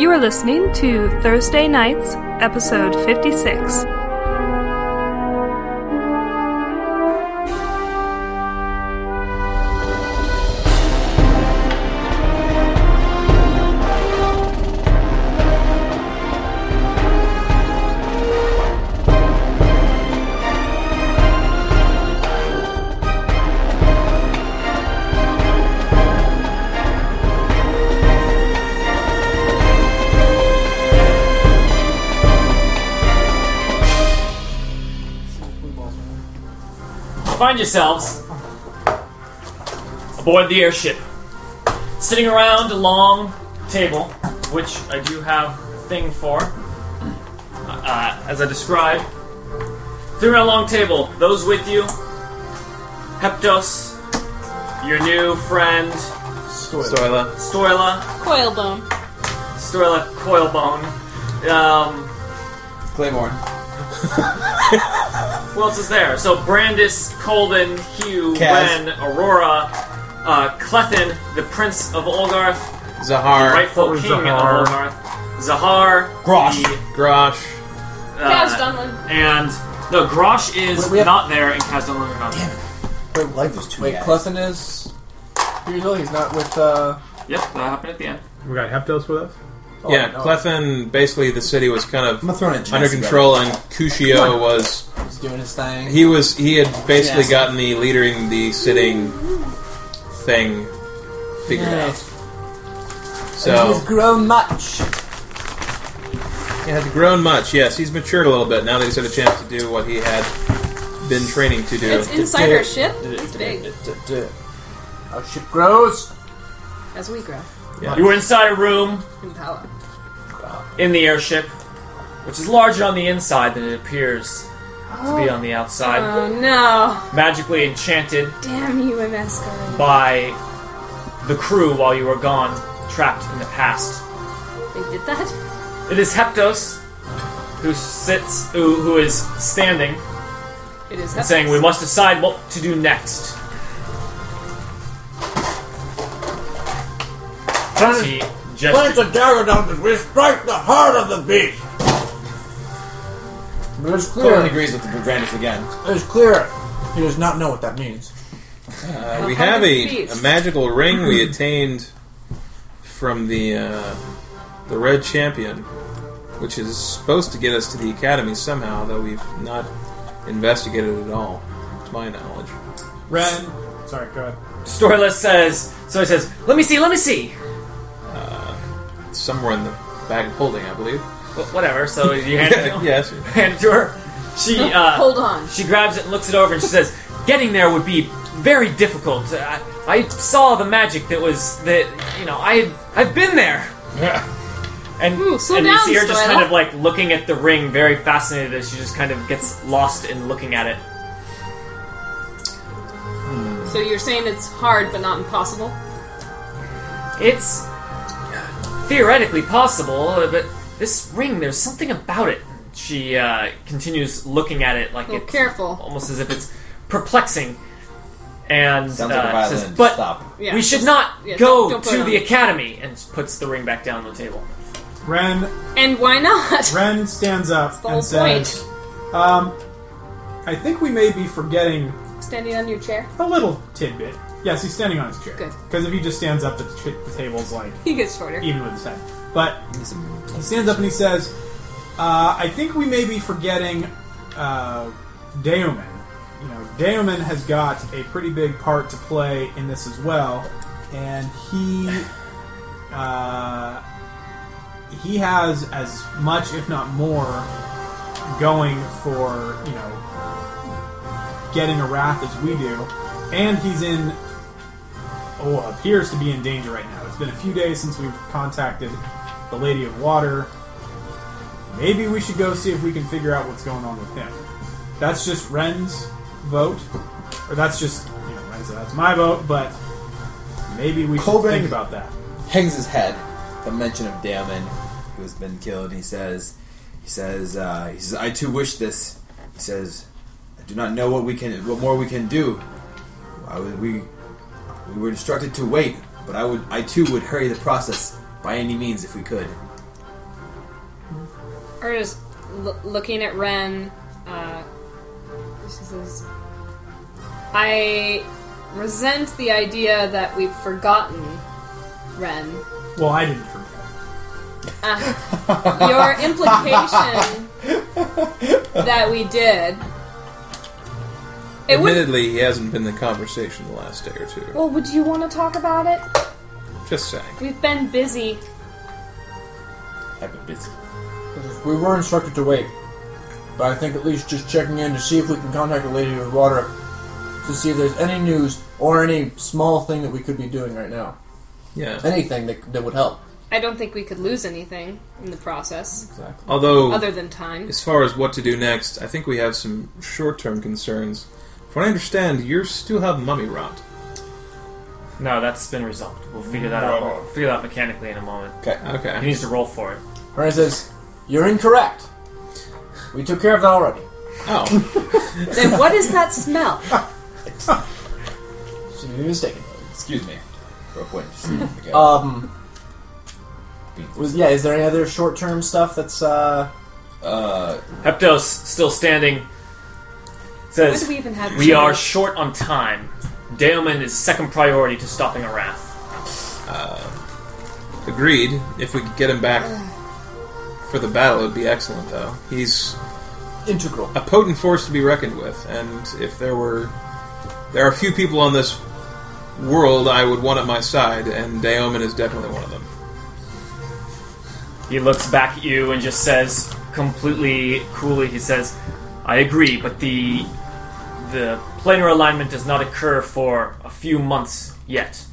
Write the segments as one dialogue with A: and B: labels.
A: You are listening to Thursday Nights, episode 56.
B: find yourselves aboard the airship, sitting around a long table, which I do have a thing for. Uh, as I described, sitting around a long table, those with you, Heptos, your new friend,
C: Stoila.
B: Stoila,
D: Coilbone.
B: Stoila Coilbone. Um,
C: Claymore.
B: Who else is there? So Brandis, Colvin, Hugh,
C: Kaz.
B: Ren, Aurora, uh, Clethin, the Prince of Olgarth,
C: Zahar.
B: rightful
E: was
B: king
E: Zahar?
B: of Olgarth, Zahar,
C: Grosh.
B: the,
C: Grosh.
D: Kaz
B: uh,
D: Dunlin.
B: and no, Grosh is
F: Wait, we have-
B: not there, and Kaz Dunlin is not there.
F: Wait, life is too
G: Wait,
F: bad.
G: Clesson is. Usually he's not with, uh.
B: Yep, that happened at the end.
E: We got Heptos with us.
G: oh,
C: Yeah,
G: no,
C: Clethin, basically the city was kind
F: I'm
C: of
F: gonna throw in a
C: under control and Kushio was
G: He's doing his thing.
C: he was he had basically
F: Yes.
C: gotten the leading the sitting thing figured out.
G: Yes. And
C: So
G: he's grown much.
C: he has grown much, yes, he's matured a little bit now that he's had a chance to do what he had been training to do.
D: It's inside our ship. It's big.
G: Our ship grows.
D: As we grow.
B: You were inside a room
D: In power.
B: in the airship, which is larger on the inside than it appears to be on the outside.
D: Oh no.
B: Magically enchanted
D: Damn you, Emesco.
B: by the crew while you were gone, trapped in the past.
D: They did that?
B: It is Heptos who sits, who, who is standing,
D: It is
B: and saying, "We must decide what to do next." As he
F: Place
B: gestures,
F: a dagger down this. We strike the heart of the beast.
G: But it's
F: Colin
G: clear.
F: agrees with the Brandis again.
G: It's clear. He does not know what that means.
C: Uh, we have a,
D: Feast.
C: a magical ring we attained from the uh, the Red Champion, which is supposed to get us to the Academy somehow, though we've not investigated it at all, to my knowledge.
G: Ren. Sorry, go ahead.
B: Storyless says, "So he says, let me see, let me see."
C: It's somewhere in the bag of holding, I believe.
B: Wh- Whatever. So you hand it, to-
C: yes.
B: hand it to her. She uh,
D: Hold on.
B: She grabs it and looks it over, and she says, "Getting there would be very difficult. I, I saw the magic that was that. You know, I I've been there." And,
D: Ooh, slow
B: and you
D: down,
B: see her just
D: Stoila.
B: kind of like looking at the ring, very fascinated as she just kind of gets lost in looking at it.
D: So you're saying it's hard but not impossible?
B: It's theoretically possible, but this ring, there's something about it. She uh, continues looking at it like
D: Well,
B: it's
D: careful.
B: almost as if it's perplexing. And
F: Sounds
B: uh,
F: like a violin.
B: says, but
F: Stop.
D: Yeah.
B: we should not
D: yeah,
B: go
D: don't- don't put it
B: to
D: on.
B: the academy and puts the ring back down on the table
E: Ren
D: And why not?
E: Ren stands up
D: the
E: and
D: whole point.
E: says, um, I think we may be forgetting
D: Standing on your chair.
E: a little tidbit. Yes, he's standing on his chair.
D: Good.
E: Because if he just stands up, the, ch- the table's like
D: He gets shorter.
E: even with his head. But he stands up and he says, uh, I think we may be forgetting uh, Daemon. You know, Daemon has got a pretty big part to play in this as well, and he uh, he has as much, if not more, going for you know getting a wrath as we do, and he's in oh, appears to be in danger right now. It's been a few days since we've contacted the Lady of Water. Maybe we should go see if we can figure out what's going on with him. That's just Ren's vote, or that's just you know Ren's. That's my vote, but maybe we should
F: Colvin-
E: think about that.
F: Hangs his head. at The mention of Damon, who has been killed, and he says, he says, uh, he says, I too wish this. He says, I do not know what we can, what more we can do. I would, we, we were instructed to wait, but I would, I too would hurry the process by any means if we could.
D: Or just l- looking at Ren. Uh, she says, I resent the idea that we've forgotten Ren.
E: Well, I didn't forget.
D: Your implication that we did. It would.
C: Admittedly, he hasn't been in the conversation the last day or two.
D: Well, would you want to talk about it?
C: Just saying.
D: We've been busy.
F: I've been busy.
H: We were instructed to wait, but I think at least just checking in to see if we can contact the Lady of the Water to see if there's any news or any small thing that we could be doing right now.
C: Yeah.
H: Anything that, that would help.
D: I don't think we could lose anything in the process,
C: Although,
D: other than time.
C: as far as what to do next, I think we have some short-term concerns. From what I understand, you still have mummy rot.
B: No, that's been resolved. We'll figure that out. We'll figure that out mechanically in a moment. He
C: Okay.
B: needs to roll for it.
H: Ryan says, You're incorrect. We took care of that already.
C: Oh.
D: then what is that smell?
H: So you're mistaken.
F: Excuse me. Real quick. Just okay.
H: Um. Was, yeah, is there any other short term stuff that's, uh.
F: uh,
B: Heptos, still standing,
D: Why do
B: says,
D: we even have?
B: We are
D: children?
B: short on time. Daemon is second priority to stopping a wrath.
C: Agreed. If we could get him back for the battle, it'd be excellent, though. He's
H: integral?
C: a potent force to be reckoned with, and if there were. There are few people on this world I would want at my side, and Daomen is definitely one of them.
B: He looks back at you and just says, completely coolly, he says, I agree, but the the planar alignment does not occur for a few months yet.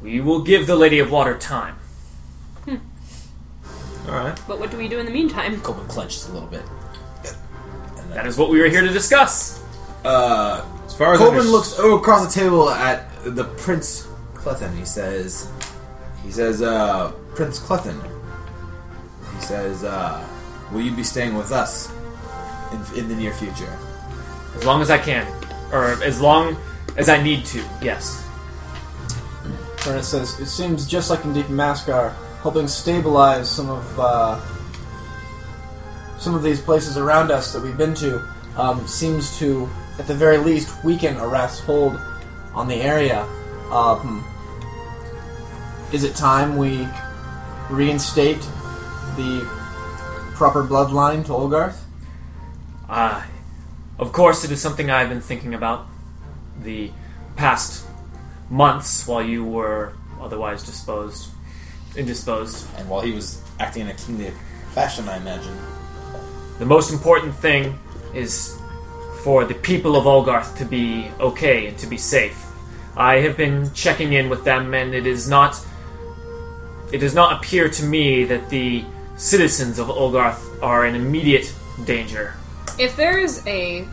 B: We will give the Lady of Water time.
C: Alright.
D: But what do we do in the meantime?
F: Coleman clenches a little bit.
B: That is what we are here to discuss.
F: Uh,
C: As far as I
F: Coleman
C: under-
F: looks over across the table at the Prince Clethan. He says, he says, uh, Prince Clethan. He says, uh, will you be staying with us in, in the near future?
B: As long as I can. Or as long as I need to, yes.
H: Ryan says, It seems just like in Deep Mascar, helping stabilize some of, uh. Some of these places around us that we've been to um, seems to, at the very least, weaken Arrath's hold on the area. Um, is it time we reinstate the proper bloodline to Olgarth?
B: Uh, of course, it is something I've been thinking about the past months while you were otherwise disposed, indisposed.
F: And while he was acting in a kingly fashion, I imagine.
B: The most important thing is for the people of Olgarth to be okay and to be safe. I have been checking in with them, and it is not. It does not appear to me that the citizens of Olgarth are in immediate danger.
D: If there is a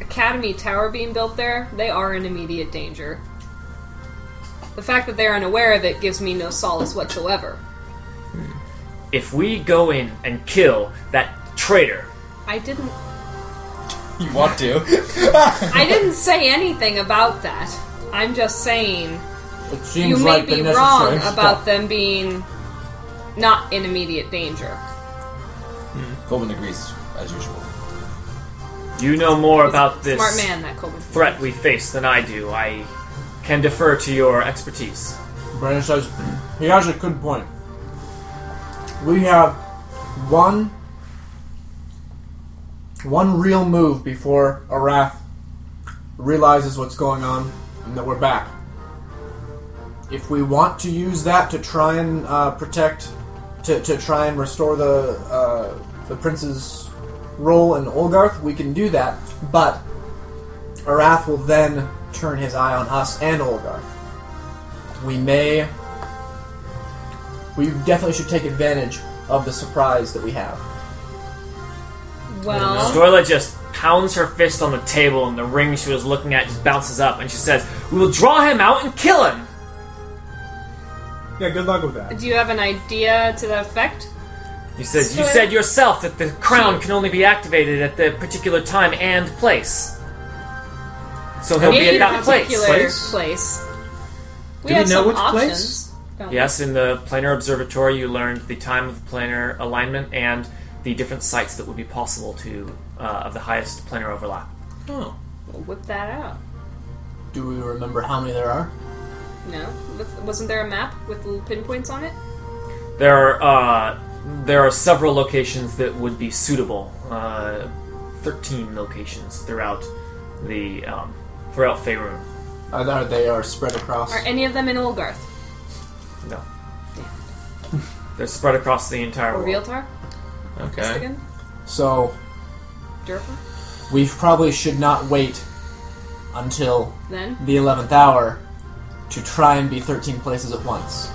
D: academy tower being built there, they are in immediate danger. The fact that they're unaware of it gives me no solace whatsoever.
B: If we go in and kill that traitor,
D: I didn't.
F: You want to?
D: I didn't say anything about that. I'm just saying
H: It seems
D: you may
H: like
D: be
H: the
D: wrong
H: necessary
D: about
H: step.
D: them being not in immediate danger.
F: Coleman agrees, as usual.
B: you know more
D: He's a
B: about this.
D: smart man, that Colvin.
B: threat we face than I do. I can defer to your expertise.
H: Brandon says, he has a good point. We have one one real move before Arath realizes what's going on and that we're back. If we want to use that to try and uh, protect, to, to try and restore the uh, the prince's role in Olgarth, we can do that. But Arath will then turn his eye on us and Olgarth we may we definitely should take advantage of the surprise that we have
D: Well,
B: Stoila just pounds her fist on the table, and the ring she was looking at just bounces up, and she says, "We will draw him out and kill him."
E: Yeah, good luck with that.
D: do you have an idea to that effect?
B: He says, "You
D: Stoila-
B: said yourself that the crown can only be activated at the particular time and place." So he'll be
D: in
B: at that
D: particular
B: place.
C: Place?
D: place. We
C: Do we
D: have
C: know
D: some
C: which place?
D: options. don't we?
B: Yes, in the planar observatory, you learned the time of the planar alignment and the different sites that would be possible to uh, of the highest planar overlap.
C: Oh.
D: We'll whip that out.
H: Do we remember how many there are?
D: No, With- wasn't there a map with little pinpoints on it?
B: There are uh, there are several locations that would be suitable. Uh, Thirteen locations throughout the um, throughout Faerun.
H: Uh, there- they are spread across.
D: Are any of them in Olgarth
B: No, they're spread across the entire
D: or
B: world.
D: Realtar?
C: Okay.
D: Again,
H: So
D: Durfer?
H: we probably should not wait until
D: Then
H: the eleventh hour to try and be thirteen places at once.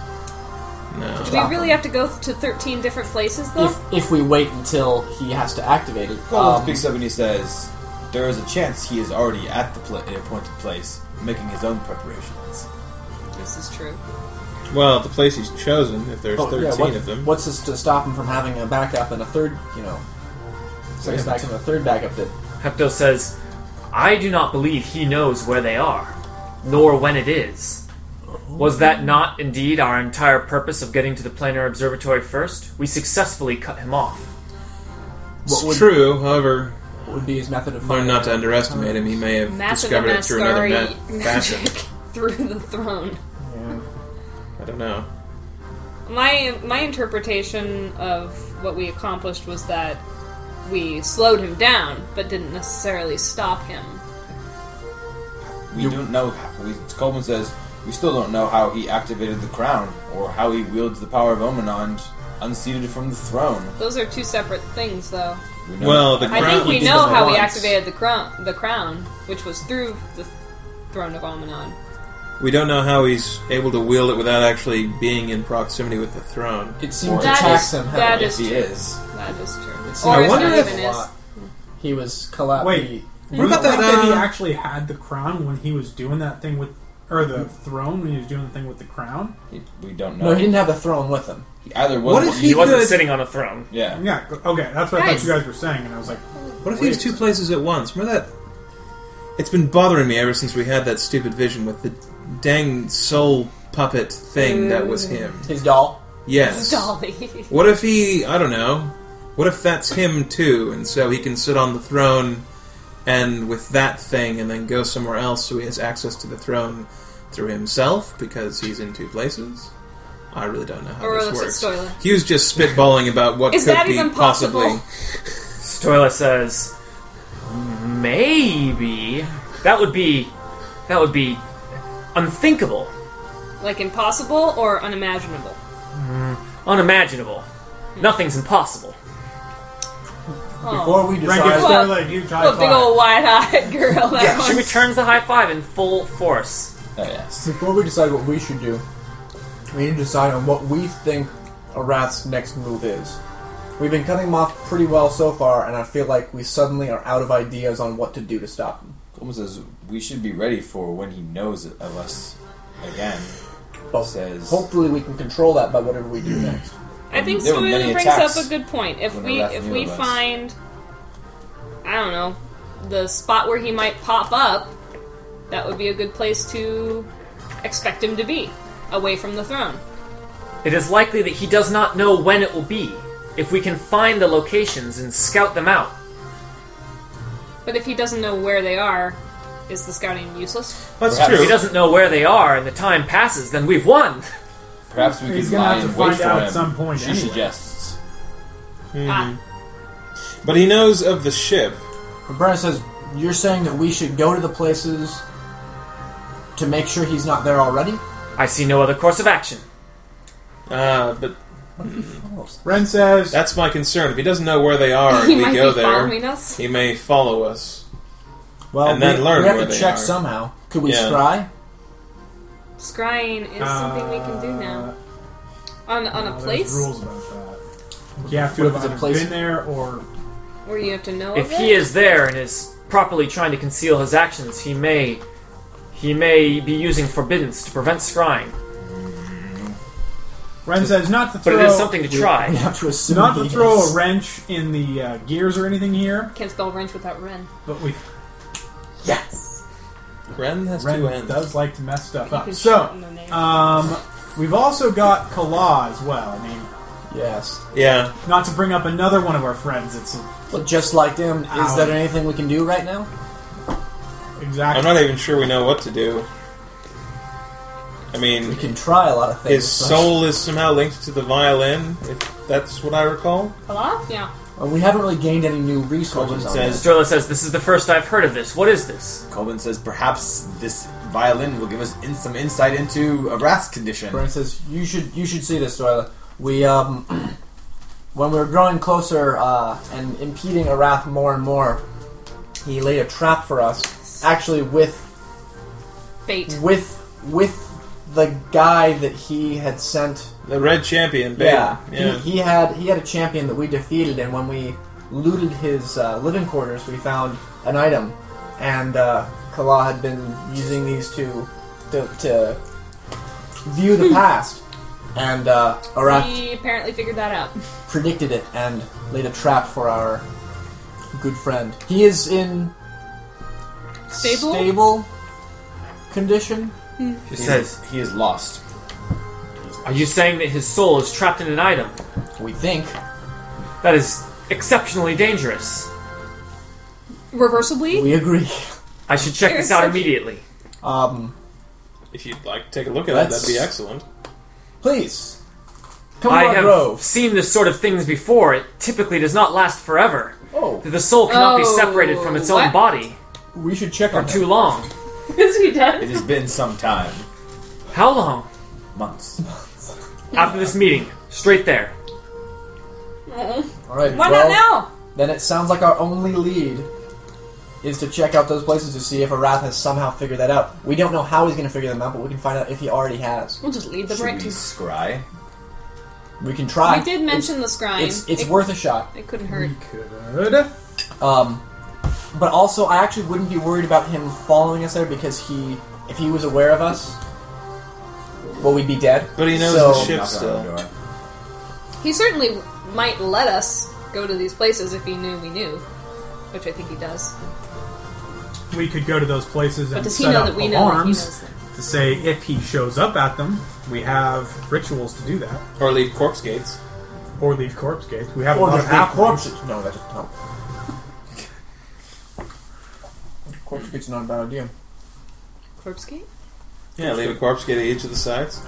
C: No.
D: do we really have to go to thirteen different places though?
H: If if we wait until he has to activate it,
F: Gollum
H: um,
F: speaks up and he says, "There is a chance he is already at the pla- at appointed place, making his own preparations."
D: this is true.
C: Well, the place he's chosen, if there's
H: oh, yeah,
C: 13
H: what-
C: of them.
H: What's this to stop him from having a backup and a third? You know, second backup and a third backup that
B: Hepto says, "I do not believe he knows where they are, nor when it is." Was that not indeed our entire purpose of getting to the planar observatory first? We successfully cut him off.
H: what would,
C: it's true, however,
H: would be his method of
C: learn not to
H: finding-
C: underestimate him. He may have
D: Massive
C: discovered it through another
D: Amaskari
C: ma-
D: magic
C: facet.
D: through the throne.
H: Yeah.
C: I don't know.
D: My my interpretation of what we accomplished was that we slowed him down, but didn't necessarily stop him.
F: We don't know. We, Coleman says we still don't know how he activated the crown or how he wields the power of Omenand unseated from the throne.
D: Those are two separate things, though.
F: We
C: Well, the
D: I
C: Crown
D: think we
C: did
D: know
C: it
D: how we
C: once.
D: activated the crown, the crown, which was through the throne of Almanon.
C: We don't know how he's able to wield it without actually being in proximity with the throne.
H: It seemed to
F: That
H: tax
D: is-
H: him. heavily.
D: that
F: if
D: is
F: he
D: true.
F: is.
D: That is true.
H: It
D: or
H: seemed
C: I
H: to
D: if
C: wonder
D: it
H: tax
D: even
H: him a
D: is.
H: lot. He was collapsed.
E: Wait.
C: What about that,
E: Think that he
C: uh,
E: actually had the crown when he was doing that thing with, or the throne when he was doing the thing with the crown.
F: He, we don't know.
H: No, he didn't have the throne with him.
F: He either was.
C: What if
B: He,
C: He
B: wasn't
C: could-
B: sitting on a throne.
F: Yeah.
E: Yeah. Okay, that's what I
D: Guys.
E: thought you guys were saying, and I was like,
C: What if he was two places at once? Remember that? It's been bothering me ever since we had that stupid vision with the dang soul puppet thing that was him.
H: His doll.
C: Yes.
D: Dolly.
C: What if he, I don't know, what if that's him too, and so he can sit on the throne and with that thing and then go somewhere else so he has access to the throne through himself because he's in two places? I really don't know how
D: Or
C: this
D: was it
C: works.
D: Stoiler?
C: He was just spitballing about what
D: Is
C: could
D: that
C: be
D: even possible?
C: possibly.
B: Stoila says, "Maybe that would be that would be unthinkable,
D: like impossible or unimaginable.
B: unimaginable. Nothing's impossible."
D: Oh.
H: Before we
E: Rankin
H: decide,
D: Well,
E: Starlight, like, huge high
D: What a big
E: five.
D: old wide-eyed girl that
B: Yeah, she
D: was.
B: returns the high five in full force.
F: Oh, yes.
H: before we decide what we should do, we need to decide on what we think Arath's next move is. We've been cutting him off pretty well so far, and I feel like we suddenly are out of ideas on what to do to stop him.
F: Coleman says we should be ready for when he knows of us again.
H: But
F: Says-
H: hopefully we can control that by whatever we do next.
D: I think
F: There were many
D: Stoiler brings
F: attacks
D: up a good point. If
F: when
D: we
F: Arath
D: if
F: knew
D: we
F: of us.
D: find, I don't know, the spot where he might pop up, that would be a good place to expect him to be, away from the throne.
B: It is likely that he does not know when it will be. If we can find the locations and scout them out,
D: But if he doesn't know where they are, is the scouting useless?
C: That's
F: Perhaps.
B: if he
C: true.
B: doesn't know where they are and the time passes, then we've won.
F: Perhaps we
E: He's
F: could
E: gonna
F: lie
E: have to
F: and wait
E: find
F: for
E: out at
F: him.
E: some point
F: She
E: anyway.
F: suggests.
D: Ah,
C: But he knows of the ship.
H: But Brenna says, You're saying that we should go to the places to make sure he's not there already?
B: I see no other course of action.
C: Uh, but
E: Ren says,
C: that's my concern. If he doesn't know where they are and
D: he
C: we
D: might
C: go
D: be
C: there,
D: following us.
C: he may follow us.
H: Well,
C: And then
H: we,
C: learn
H: we have
C: where
H: to
C: they
H: check
C: are.
H: somehow. Could we
C: Yeah.
H: scry?
D: Scrying is something we can do now on on
E: uh,
D: a
E: there's
D: place
E: rules about that. You have to
H: What if
E: have
H: it's a
E: either
H: place-
E: been there or
D: where you have to know
B: If
D: of it.
B: he is there and is properly trying to conceal his actions, he may he may be using forbiddance to prevent scrying.
E: Ren says not to
B: But
E: throw
B: it is something to
H: We
B: try.
H: have to assume
E: not
H: he
E: to throw
H: is.
E: a wrench in the uh, gears or anything here,
D: Can't spell wrench without Ren.
E: but we
H: Yes.
C: Ren has
E: Ren
C: two ends.
E: does like to mess stuff
D: You
E: up.
D: can
E: So
D: shorten the name.
E: um, we've also got Kala as well. I mean,
H: Yes.
C: Yeah.
E: Not to bring up another one of our friends. It's
H: But just like them, is
E: Ow.
H: there anything we can do right now?
E: exactly.
C: I'm not even sure we know what to do. I
H: We
C: mean,
H: can try a lot of things.
C: his
H: but-
C: soul is somehow linked to the violin, if that's what I recall.
D: Hello? Yeah.
H: Well, uh, we haven't really gained any new
F: Colvin
H: resources. on
F: says-
H: this.
B: Strela says, This is the first I've heard of this. What is this?
F: Colvin says perhaps this violin will give us in some insight into a wrath's condition.
H: Brian says you should you should see this, Doyle. We um, when we were growing closer uh, and impeding Arath more and more, he laid a trap for us. Actually, with
D: Fate.
H: with with the guy that he had sent.
C: The red champion, babe.
H: Yeah,
C: Yeah.
H: He, he had he had a champion that we defeated, and when we looted his uh, living quarters, we found an item, and uh, Kala had been using these to to, to view the past, and uh, Arath
D: Hmm. He apparently figured that out.
H: predicted it and laid a trap for our good friend. He is in
D: Stable?
H: stable condition.
B: She
F: He
B: says,
F: is, he is lost.
B: Are you saying that his soul is trapped in an item?
H: We think.
B: That is exceptionally dangerous.
D: Reversibly?
H: We agree.
B: I should check this out immediately.
H: Um,
C: If you'd like to take a look at that,
H: That's-
C: that'd be excellent.
H: please come
B: I
H: to our
B: have
H: grove.
B: seen this sort of things before. It typically does not last forever.
H: Oh,
B: The soul cannot be
D: Oh,
B: separated from its own
D: what?
B: body
H: we should check
B: for
H: on
B: too
H: two.
B: long.
D: Is he
F: It
D: done?
F: has been some time.
B: How long?
F: Months.
B: After this meeting, straight there.
H: All right.
D: Why
H: well,
D: not now?
H: Then it sounds like our only lead is to check out those places to see if Arath has somehow figured that out. We don't know how he's going to figure them out, but we can find out if he already has.
D: We'll just leave the
F: Should
D: right
F: we
D: to.
F: scry?
H: We can try.
D: We did mention the scrime.
H: It's it's
D: it,
H: worth a shot.
D: It couldn't hurt.
E: Good.
H: Um, but also, I actually wouldn't be worried about him following us there because he, if he was aware of us, well, we'd be dead.
C: But he knows
H: So-
C: the ship
F: Knock on
C: still.
F: the door.
D: He certainly might let us go to these places if he knew we knew, which I think he does.
E: We could go to those places
D: But
E: and
D: does he
E: set
D: know
E: up
D: that we know that he
E: alarms
D: knows them?
E: to say if he shows up at them. We have rituals to do that,
C: Or leave corpse gates.
E: or leave corpse gates. We have a
H: Or
E: lot of
H: just leave
E: half
H: corpses. No, that doesn't help. Corpse gate's not a bad idea.
D: Corpse gate?
C: Yeah, leave a corpse gate at each of the sides.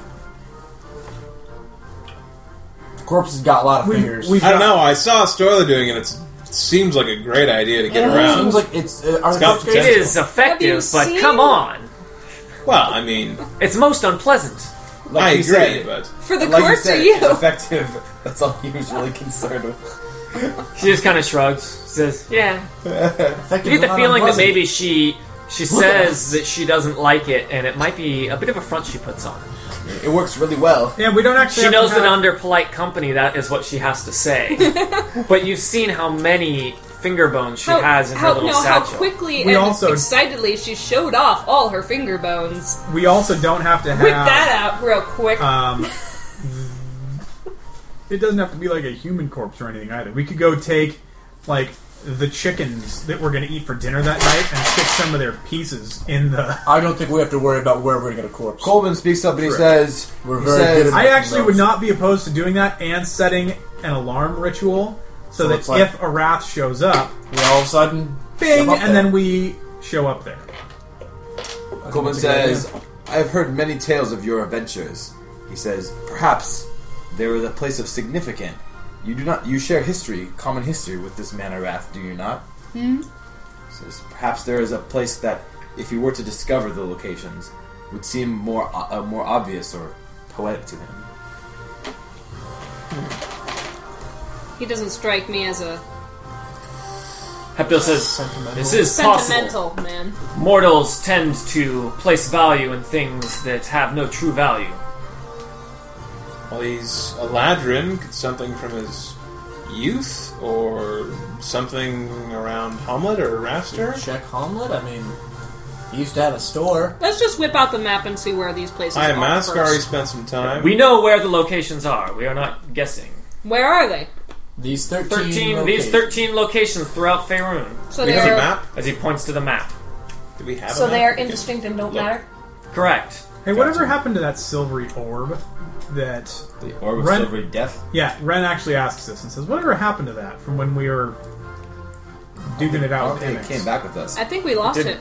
H: Corpse has got a lot of
E: We-
H: fingers.
E: we-
C: I don't know. I saw Stoiler doing it. It's, it seems like a great idea to get
H: it
C: around.
H: seems like it's uh, our
C: It's got
H: corpse
B: It
C: potential.
H: gate.
B: is effective,
D: Have
B: but
D: you
B: come
D: seen-
B: on.
C: well, I mean,
B: It's most unpleasant.
C: I
F: Like you
C: agree,
F: said,
C: but
D: For the
F: like you
D: corpse
F: said,
D: or you?
F: It's effective. That's all he was really concerned with.
B: She just kind of shrugs. Says, "Yeah."
H: Effective,
B: You get the
H: not
B: feeling that
H: unpleasant.
B: maybe she she says that she doesn't like it, and it might be a bit of a front she puts on.
F: It works really well.
E: Yeah, we don't actually.
B: She
E: have to
B: knows that
E: have-
B: under polite company, that is what she has to say. but you've seen how many finger bones she
D: How,
B: has in
D: how,
B: her little
D: no, how
B: satchel.
D: quickly
E: We
D: and
E: also-
D: excitedly she showed off all her finger bones.
E: We also don't have to have
D: Whip that out real quick.
E: Um, it doesn't have to be like a human corpse or anything either. We could go take like the chickens that we're going to eat for dinner that night and stick some of their pieces in the.
H: I don't think we have to worry about where we're going to get a corpse.
F: Colvin speaks up and he
E: Correct.
F: says,
H: We're
F: he
H: very
F: says,
H: good at-
E: I actually would not be opposed to doing that and setting an alarm ritual so,
H: So
E: that
H: it's like-
E: if a wrath shows up,
H: We all of a sudden,
E: bing,
H: jump up
E: and
H: there.
E: then we show up there.
F: Colvin
H: That's a good
F: says, I have heard many tales of your adventures. He says, perhaps they were the place of significant. You do not, you share history, common history with this man Arath, do you not? Hmm. Says, perhaps there is a place that, if you were to discover the locations, would seem more, uh, more obvious or poetic to him.
D: he doesn't strike me as a
B: Hepil says,
H: Sentimental.
B: "This is possible.
D: sentimental man.
B: Mortals tend to place value in things that have no true value.
C: well, he's a ladrin. Could Something from his youth, or something around Hamlet or Raster.
H: check Hamlet. I mean, he used to have a store.
D: Let's just whip out the map and see where these places
C: Hi,
D: are.
C: Mascari
D: first.
C: spent some time.
B: We know where the locations are. We are not guessing.
D: Where are they?
H: These thirteen.
B: Thirteen. These
H: locations.
B: thirteen locations throughout Faerun.
D: So
C: we
D: they
C: have a
D: are.
C: map.
B: As he points to the map.
C: Do we have? a
D: So
C: map?
D: they are
C: We can-
D: indistinct and don't
C: Look.
D: matter.
B: Correct.
E: Hey, whatever happened to that silvery orb? that
F: The orb of
E: Ren-
F: silvery death.
E: yeah, Ren actually asks this and says, "Whatever happened to that from when we were duking it
F: I
E: out
F: don't
E: with
F: think it
E: Amex?"
F: came back with us.
D: I think we lost
B: Did-
D: it.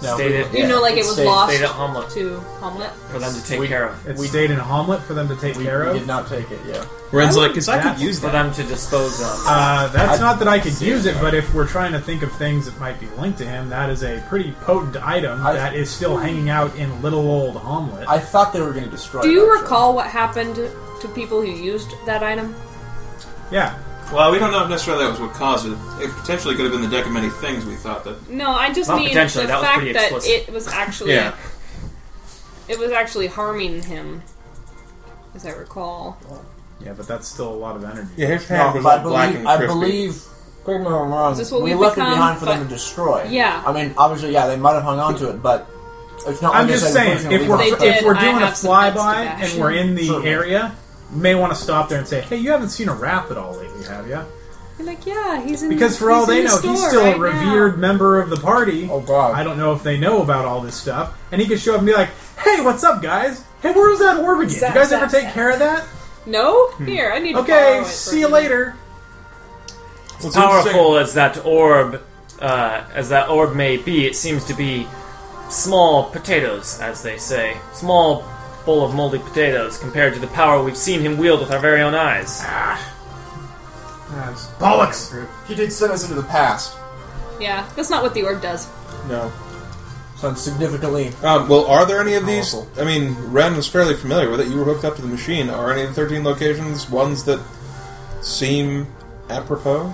G: No,
B: stayed
G: we-
B: at,
F: Yeah,
D: you know, like it was
G: stayed-
D: lost
B: stayed at Humlet
D: to Hamlet.
B: for them to take
G: We-
B: care of.
E: It
G: We-
E: stayed in Hamlet for them to take
G: We,
E: care
G: we
E: of.
G: did not take it. Yeah.
C: Ren's
E: I
C: like,
E: would
C: if I could
E: definitely-
C: use
B: For
C: that.
B: them to dispose of.
E: Uh, that's not that I could
F: see
E: use
F: it,
E: it, but if we're trying to think of things that might be linked to him, that is a pretty potent item
G: I-
E: that is still hanging out in little old Hamlet.
G: I thought they were going to destroy.
D: Do
G: it,
D: you
G: actually.
D: recall what happened to people who used that item?
E: yeah,
C: Well, we don't know if necessarily that was what caused it. It potentially could have been the deck of many things we thought that.
D: No, I just
B: Not
D: mean the
B: potentially, that was
D: fact
B: pretty
D: that
B: explicit.
D: it was actually
C: Yeah.
D: it was actually harming him, as I recall.
E: yeah, but that's still a lot of energy.
C: Yeah, his
G: No, but I believe. I believe. Correct me if I'm wrong.
D: Is this what
G: we
D: we've
G: left
D: become?
G: it behind for them
D: But-
G: to destroy.
D: Yeah.
G: I mean, obviously, yeah, they might have hung on to it, but it's not.
E: I'm
G: like
E: just
G: they said,
E: saying,
G: we're
E: if
G: gonna
E: we're
D: They
G: leave it.
E: if
D: did,
E: we're
D: I
E: doing a
D: have some notes to
E: flyby
D: that.
E: and we're in the
G: Certainly.
E: area, you may want to stop there and say, "Hey, you haven't seen a wrath at all lately, have you?"
D: You're like, yeah, he's in
E: Because for all
D: he's in
E: they
D: the
E: know, he's
D: store
E: still
D: right
E: a
D: now.
E: revered member of the party.
G: Oh, God.
E: I don't know if they know about all this stuff, and he could show up and be like, "Hey, what's up, guys? Hey, where was that orb again?
D: Zap,
E: you guys
D: zap,
E: ever take
D: zap."
E: care of that?
D: No, here I need. to borrow
E: Okay,
D: it for
E: see
D: a
E: you
D: minute.
E: later."
B: As powerful as that orb, uh, as that orb may be, it seems to be small potatoes, as they say, small bowl of moldy potatoes compared to the power we've seen him wield with our very own eyes.
E: Bollocks.
G: He did send us into the past.
D: Yeah, that's not what the orb does.
G: No. Sounds significantly.
C: Um, well, are there any of these?
G: Powerful.
C: I mean, Ren was fairly familiar with it. You were hooked up to the machine. Are any of the 13 locations ones that seem apropos?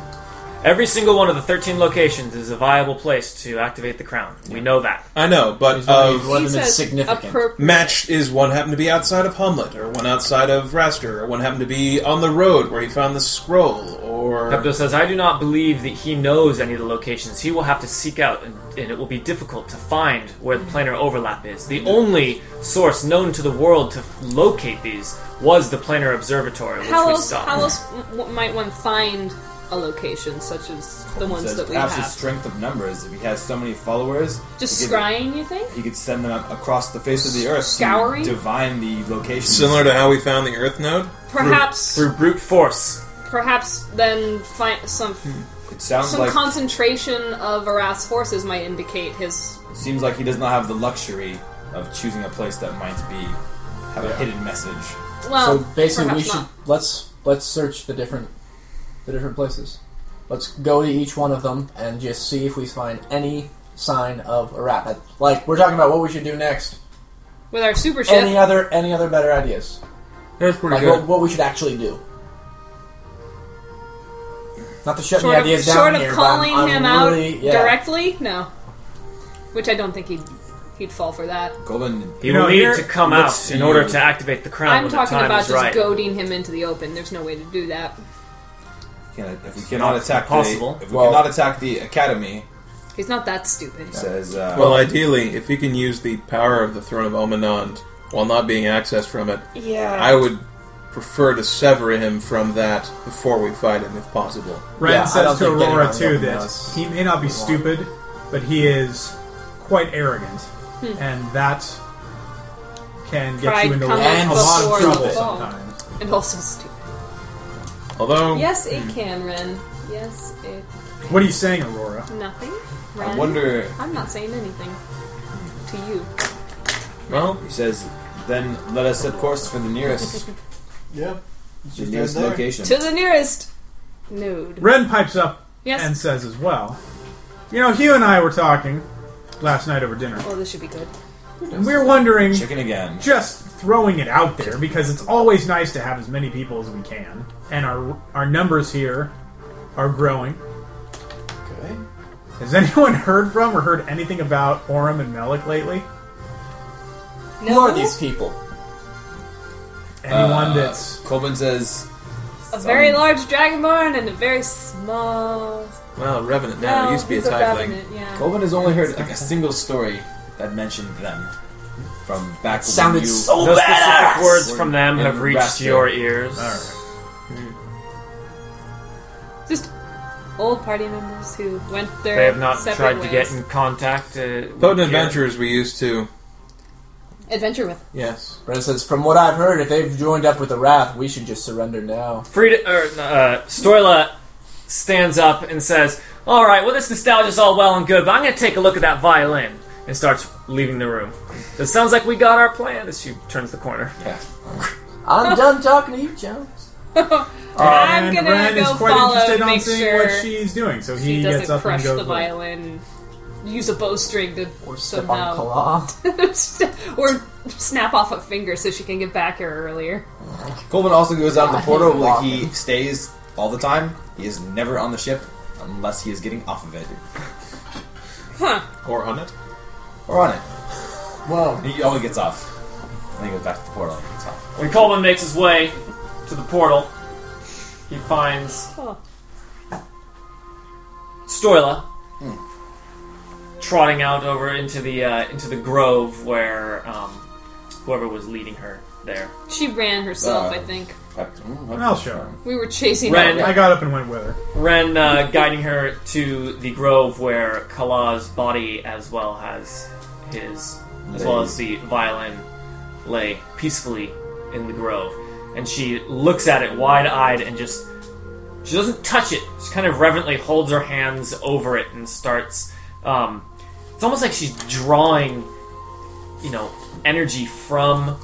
B: Every single one of the 13 locations is a viable place to activate the crown. We know that.
C: I know, but
G: He's one of
C: of
G: these- One
D: he
G: of them is
D: says
G: significant.
D: appropriate.
C: match is one happened to be outside of Hamlet, or one outside of Raster, or one happened to be on the road where he found the scroll, or
B: Pepto says, I do not believe that he knows any of the locations. He will have to seek out, and, and it will be difficult to find where the planar overlap is. The only source known to the world to locate these was the planar observatory, which
D: How
B: we
D: else?
B: saw.
D: How else w- might one find a location such as the ones
F: Says
D: that we
F: perhaps
D: have?
F: his strength of numbers. If he has so many followers,
D: Just
F: he could-
D: scrying, you think?
F: He could send them up across the face of the earth, to
D: Scouring?
F: divine the location.
C: similar to how we found the Earth node.
D: Perhaps,
B: Through brute force.
D: perhaps then find some
F: It sounds
D: some
F: like
D: concentration of Aras forces might indicate his.
F: it seems like he does not have the luxury of choosing a place that might be have a hidden message.
D: Well,
G: so basically, we
D: perhaps
G: should
D: not.
G: let's let's search the different the different places. Let's go to each one of them and just see if we find any sign of a rat. Like we're talking about what we should do next.
D: with our super ship.
G: Any other any other better ideas?
C: That's pretty
G: Like what, what we should actually do. Not to shut
D: short
G: the
D: of,
G: ideas
D: short
G: down
D: of
G: here, but I'm-
D: calling
G: I'm
D: him
G: really-
D: out
G: yeah.
D: directly, no. Which I don't think he'd he'd fall for that.
F: Golden
B: He
E: You
B: will
E: know,
B: need
E: here-
B: to come
F: Let's
B: out
F: see.
B: in order to activate the crown
D: I'm
B: when
D: talking
B: the time
D: about
B: is
D: just
B: right.
D: goading him into the open. There's no way to do that.
F: can, if we cannot
B: Not
F: attack
B: possible.
F: the if we
G: Well-
F: cannot attack the academy,
D: He's not that stupid.
F: it says uh,
D: Oh.
C: Well, ideally, if he can use the power of the throne of Omanand while not being accessed from it,
D: Yeah.
C: I would prefer to sever him from that before we fight him, if possible.
E: Ren
G: Yeah, I don't
E: says to
G: think
E: Aurora
G: anyone
E: too
G: of them
E: that
G: does.
E: he may not be stupid, but he is quite arrogant, and that can get
D: Hmm. Pride
E: you into a
D: comes
E: lot of
D: before
E: trouble
D: the fall.
E: sometimes.
D: And also stupid.
C: Although,
D: Yes, it can, Ren. Yes, it.
E: What are you saying, Aurora?
D: Nothing. Ren.
F: I wonder
D: I'm not saying anything to you.
C: well,
F: He says, then let us set course for the nearest,
G: Yeah.
F: the nearest
G: there.
F: location.
D: To the nearest node.
E: Ren pipes up
D: Yes.
E: and says as well, you know, Hugh and I were talking last night over dinner,
D: Oh, this should be good.
E: and we were wondering,
F: Chicken again.
E: just throwing it out there because it's always nice to have as many people as we can, and our our numbers here are growing.
G: Okay.
E: Has anyone heard from or heard anything about Orem and Melik lately?
G: Who are these people?
E: Anyone
F: Uh,
E: that's
F: Colvin says,
D: A very
F: some-
D: large dragonborn and a very small.
C: well, Revenant now.
D: well,
C: it used to be a
D: he's a
C: type thing.
D: revenant, yeah.
F: Colvin has only heard like a single story that mentioned them from back. when
G: Sounded
F: you-
G: so
B: No
G: badass.
B: specific words
F: We're
B: from them
F: in
B: have reached
F: Rastia.
B: your ears.
D: Just old party members who went their
B: They have not
D: separate
B: tried to
D: ways.
B: get in contact. Uh, with
C: Potent
B: your-
C: Adventures, we used to
D: Adventure with.
C: Yes.
G: Brenna says, "From what I've heard, if they've joined up with the Wrath, we should just surrender now."
B: Frida or uh, Stoila stands up and says, "All right, well, this nostalgia's all well and good, but I'm going to take a look at that violin." And starts leaving the room. It sounds like we got our plan. As she turns the corner,
G: I'm done talking to you, Jones.
D: I'm
E: and
D: gonna
E: Ren
D: go
E: is quite
D: follow,
E: interested on
D: make
E: seeing
D: sure
E: what she's doing, so he
D: She
E: gets
D: doesn't
E: up
D: crush
E: and goes.
D: the
E: look.
D: violin. Use a bowstring to
G: Or step on
D: somehow,
G: claw.
D: or snap off a finger so she can get back here earlier.
F: Coleman also goes out the portal. Like he stays all the time. He is never on the ship unless he is getting off of it
C: Or on it.
F: or on it.
G: Whoa.
F: He always gets off. And then he goes back to the portal and gets off.
B: when Coleman makes his way to the portal, he finds
D: Oh.
B: Stoila trotting out over into the uh, into the grove where um, whoever was leading her there.
D: She ran herself,
F: Uh,
D: I think.
E: I'll show her.
D: We were chasing
B: Ran.
D: her.
E: I got up and went with her.
B: Ren uh, guiding her to the grove where Kala's body, as well as his, as well as the violin, lay peacefully in the grove, and she looks at it wide-eyed and just she doesn't touch it. She kind of reverently holds her hands over it and starts. Um, it's almost like she's drawing, you know, energy from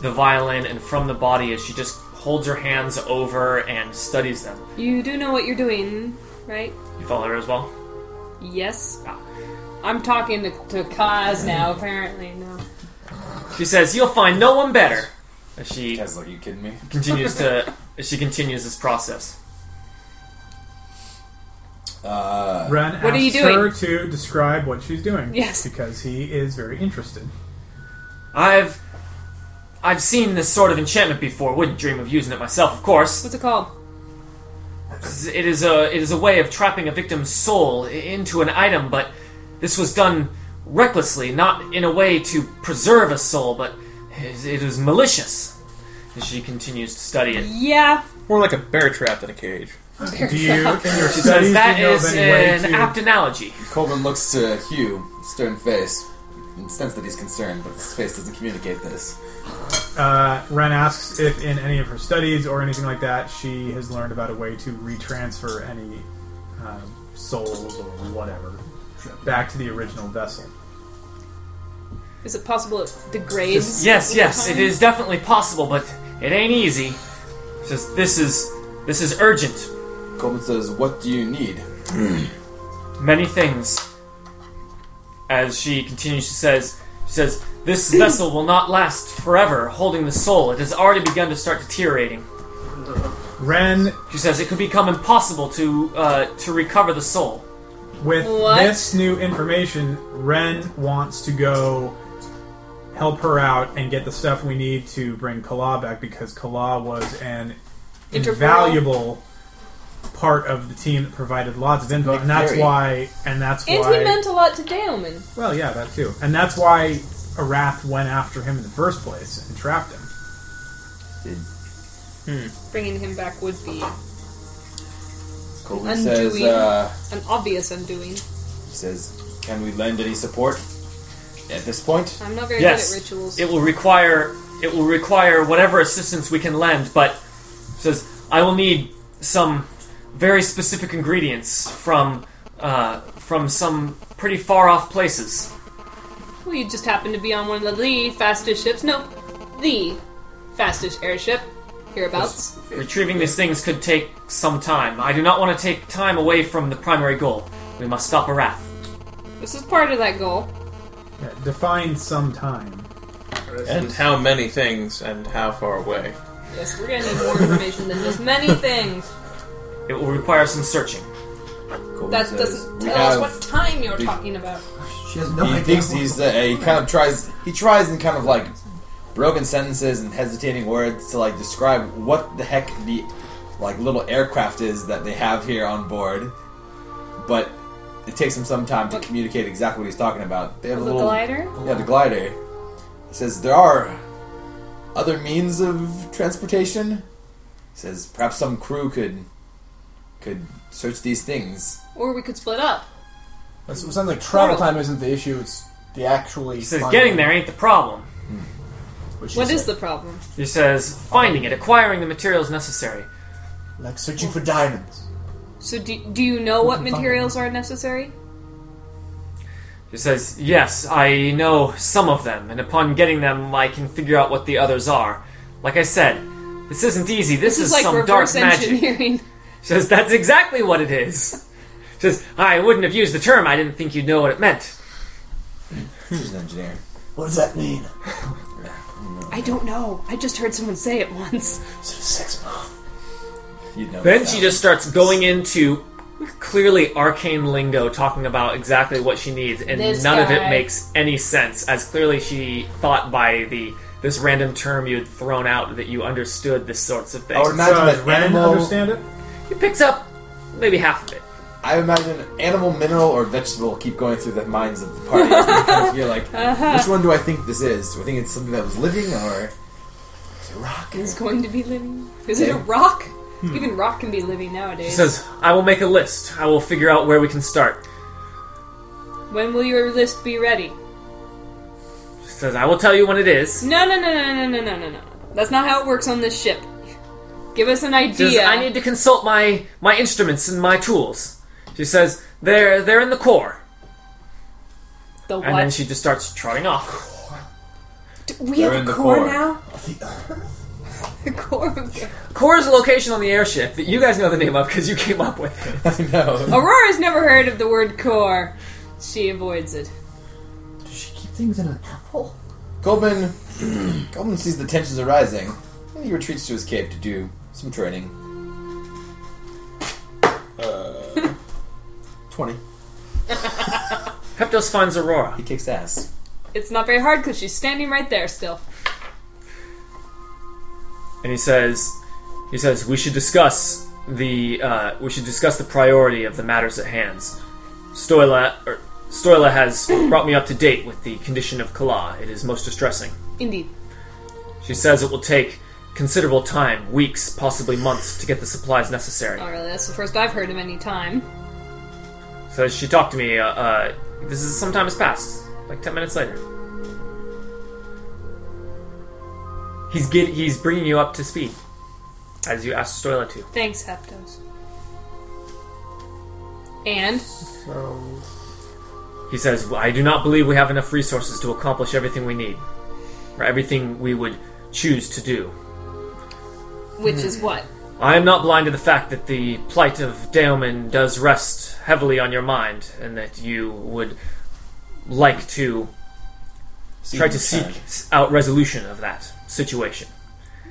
B: the violin and from the body as she just holds her hands over and studies them.
D: You do know what you're doing, right?
B: You follow her as well.
D: Yes. Ah. I'm talking to, to Kaz now,
B: Mm-hmm.
D: apparently. No.
B: She says, "You'll find no one better." As she
F: Guys, are you kidding me?
B: continues to, as she continues this process.
F: Uh,
E: Ren
D: What are
E: asks
D: you doing?
E: her to describe what she's doing.
D: Yes.
E: Because he is very interested.
B: I've, I've seen this sort of enchantment before. Wouldn't dream of using it myself, of course.
D: What's it called?
B: It is a, it is a way of trapping a victim's soul i- into an item, but this was done recklessly, not in a way to preserve a soul, but it it is malicious. As she continues to study it.
D: Yeah.
C: More like a bear trapped in a cage.
E: Do you, in your
B: She
E: studies,
B: says that
E: do you know of
B: is
E: any way
B: an
E: to...
B: apt analogy.
F: Coleman looks to Hugh, stern face, and sense that he's concerned, but his face doesn't communicate this.
E: Uh, Ren asks if in any of her studies or anything like that, she has learned about a way to retransfer any um, souls or whatever back to the original vessel.
D: Is it possible it degrades?
B: Yes,
D: over
B: yes, it
D: time?
B: is definitely possible, but it ain't easy. It's Just this is this is urgent.
F: Coleman says, "What do you need?"
B: Many things. As she continues, she says, she says, this vessel will not last forever, holding the soul. It has already begun to start deteriorating.
E: Ren,
B: She says it could become impossible to uh, to recover the soul.
E: with
D: What?
E: this new information, Ren wants to go help her out and get the stuff we need to bring Kala back because Kala was an
D: Integral.
E: invaluable part of the team that provided lots of input, and that's
F: Very.
E: why, and that's
D: And
E: why.
D: he meant a lot to Daemon.
E: Well, yeah, that too. And that's why Arath went after him in the first place and trapped him.
D: Bringing him back would be
F: Coleman
D: Undoing.
F: says, uh,
D: an obvious undoing.
F: "He says, can we lend any support at this point?"
D: I'm not very
B: Yes.
D: good at rituals.
B: It will require it will require whatever assistance we can lend, but says I will need some very specific ingredients from uh, from some pretty far off places.
D: well, you just happen to be on one of the fastest ships. No, the fastest airship hereabouts.
B: Retrieving these things could take some time. I do not want to take time away from the primary goal. We must stop a wrath.
D: This is part of that goal.
E: Yeah, define some time.
C: And how many things and how far away?
D: Yes, we're gonna need more information than just many things.
B: It will require some searching.
F: Coleman
D: That
F: says,
D: doesn't
F: "We
D: tell us
F: have-
D: what time you're
F: we-
D: talking about.
G: She has no
F: he
G: idea.
F: thinks he's uh, he kind of tries he tries in kind of like broken sentences and hesitating words to like describe what the heck the like little aircraft is that they have here on board but it takes him some time to
D: What-
F: communicate exactly what he's talking about they have a
D: The
F: little
D: glider?
F: yeah the glider he says there are other means of transportation he says perhaps some crew could could search these things
D: Or we could split up.
G: It sounds like travel time isn't the issue. It's the actually.
B: He says getting there ain't the problem.
C: What,
D: What is the problem?
B: He says, finding it, acquiring the materials necessary.
H: Like searching for diamonds.
D: So, do, do you know what
H: can find
D: materials are necessary?
B: He says, yes, I know some of them, and upon getting them, I can figure out what the others are. Like I said, this isn't easy. This,
D: This is like
B: some dark
D: reverse
B: magic.
D: engineering.
B: says that's exactly what it is. Says I wouldn't have used the term. I didn't think you'd know what it meant.
F: She's an engineer.
H: What does that mean?
D: I don't know. I just heard someone say it once.
H: Six months.
F: You'd know.
B: Then
F: that.
B: she just starts going into clearly arcane lingo, talking about exactly what she needs, and
D: This
B: none of it
D: guy.
B: makes any sense. As clearly she thought by the this random term you had thrown out that you understood this sorts of
F: I would
B: things.
F: imagine
E: So,
F: that
E: Ren
F: animal.
E: understand it?
B: He picks up maybe half of it.
F: I imagine animal, mineral, or vegetable keep going through the minds of the party. as they kind of feel like, which one do I think this is? Do I think it's something that was living, or is it rock?
D: Is going to be living? Is it a
F: Yeah.
D: rock? Even rock can be living
B: He
D: nowadays.
B: says, "I will make a list. I will figure out where we can start."
D: when will your list be ready?
B: He says, "I will tell you when it is."
D: No, no, no, no, no, no, no, no, no. That's not how it works on this ship. Give us an idea.
B: Says, I need to consult my my instruments and my tools. She says, "They're they're in the core,"
D: the what?
B: and then she just starts trotting off.
D: we
F: They're
D: have
F: in
D: a
F: the
D: core,
F: core.
D: now. The core. Of the-
B: Core is a location on the airship that you guys know the name of because you came up with it.
F: I know.
D: Aurora's never heard of the word core. She avoids it.
H: Does she keep things in an apple?
F: Goldman, Goldman sees the tensions arising, and he retreats to his cave to do some training. Uh. Twenty.
B: Peptos finds Aurora.
F: He kicks ass.
D: It's not very hard because she's standing right there still.
B: and he says he says we should discuss the uh, we should discuss the priority of the matters at hand. Stoila or Stoila has brought me up to date with the condition of Kala. It is most distressing.
D: Indeed.
B: She says it will take considerable time, weeks, possibly months, to get the supplies necessary.
D: Not really. That's the first I've heard of any time.
B: So she talked to me. Uh, uh, this is sometime has passed, like ten minutes later. He's get, he's bringing you up to speed, as you asked Stoila to.
D: Thanks, Heptos. And
H: So
B: He says, "I do not believe we have enough resources to accomplish everything we need, or everything we would choose to do.
D: which is what?
B: I am not blind to the fact that the plight of Daemon does rest heavily on your mind, and that you would like to try to seek s- out resolution of that situation."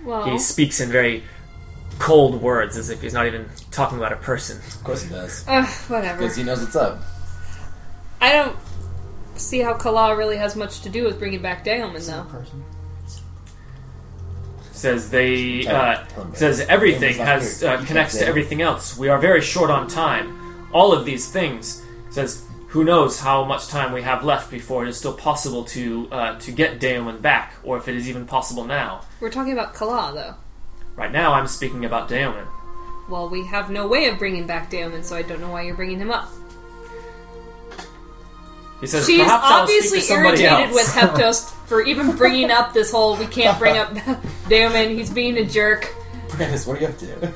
D: Well,
B: He speaks in very cold words, as if he's not even talking about a person.
F: Of course he does,
D: Ugh, whatever.
F: because he knows what's up.
D: I don't see how Kala really has much to do with bringing back Daemon, though.
H: person.
B: says they
F: Tell
B: uh,
F: him- tell him.
B: says everything
F: Tell him it's
B: has
F: not here.
B: uh,
F: You can't
B: connects to
F: say it.
B: everything else. We are very short on time. All of these things says who knows how much time we have left before it is still possible to uh, to get Daemon back, or if it is even possible now.
D: We're talking about Kala, though.
B: Right now, I'm speaking about Daemon.
D: Well, we have no way of bringing back Daemon, so I don't know why you're bringing him up.
B: He says
D: She's
B: perhaps I'll speak
D: obviously
B: to somebody
D: irritated
B: else.
D: with Heptos for even bringing up this whole we can't bring up Daemon, he's being a jerk.
F: Brandis, what are you up to?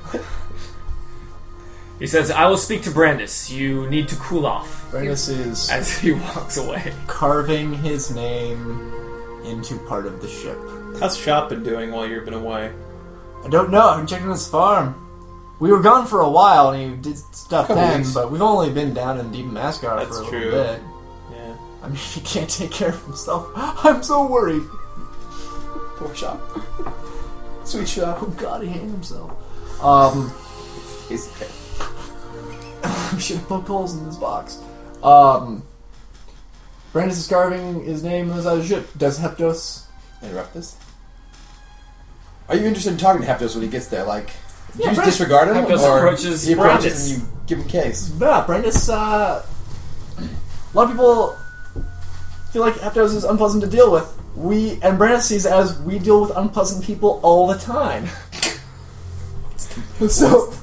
B: he says I will speak to Brandis. You need to cool off
H: Brandis is
B: as he walks away.
H: carving his name into part of the ship.
C: How's shop been doing while you've been away?
H: I don't know. I haven't checked on his farm. We were gone for a while, and he did stuff
F: Couple
H: then.
F: weeks.
H: But we've only been down in Deep Mascar
C: That's
H: for a
C: true.
H: little bit.
C: Yeah.
H: I mean, if he can't take care of himself, I'm so worried.
F: Poor shop. Sweet shop.
H: Oh God, he hanged himself. Um,
F: He's okay.
H: we should put holes in this box. Um, Brandis is carving his name as a ship. Does Heptos?
F: interrupt this? Are you interested in talking to Heptos when he gets there? Like, do you
H: Brandis-
F: disregard him?
B: Heptos
F: or
B: approaches
F: he
B: Brandis.
F: approaches and you give him case.
H: Yeah, Brandis. Uh, a lot of people feel like Heptos is unpleasant to deal with. We and Brandis sees it as we deal with unpleasant people all the time. so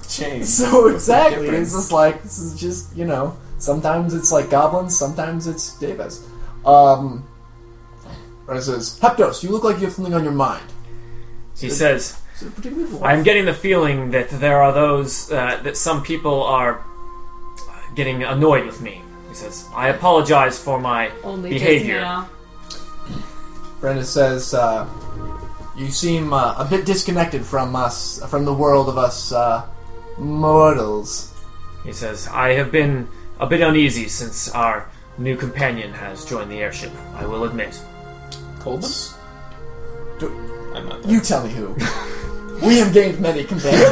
F: Change.
H: So exactly,
F: difference?
H: it's just like this is just you know. Sometimes it's like goblins, sometimes it's Davis. Um, Or it says, Heptos, you look like you have something on your mind.
B: He says,
H: Is it particularly for
B: I'm getting the feeling that there are those, uh, that some people are getting annoyed with me. He says, I apologize for my
D: Only
B: behavior.
D: just now.
H: Brenda says, uh, "You seem uh, a bit disconnected from us, from the world of us uh, mortals."
B: He says, I have been a bit uneasy since our new companion has joined the airship, I will admit.
C: Colden? I'm not that.
H: You tell me who. we have gained many companions.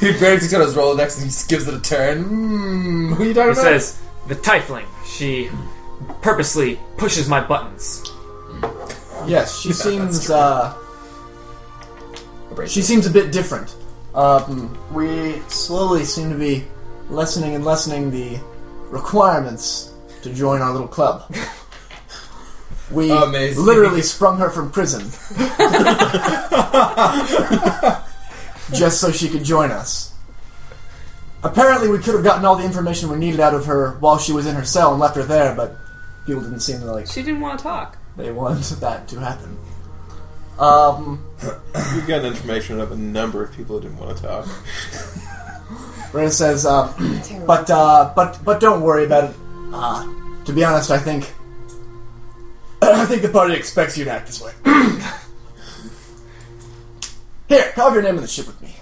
F: He barely takes out his Rolodex and he gives it a turn.
H: Hmm, who are you talking
B: He
H: about?
B: says, The Tifling, she purposely pushes my buttons.
H: yes, she seems. Uh, she seems a bit different. Um, we slowly seem to be lessening and lessening the requirements to join our little club. We
F: Amazing.
H: literally sprung her from prison just so she could join us. Apparently, we could have gotten all the information we needed out of her while she was in her cell and left her there, but people didn't seem to like
D: She didn't want to talk.
H: they wanted that to happen. Um,
C: We've gotten information of a number of people who didn't want to talk.
H: Rena says, uh, "But uh, but but don't worry about it. Uh, to be honest, I think I think the party expects you to act this way. Here, carve your name on the ship with me."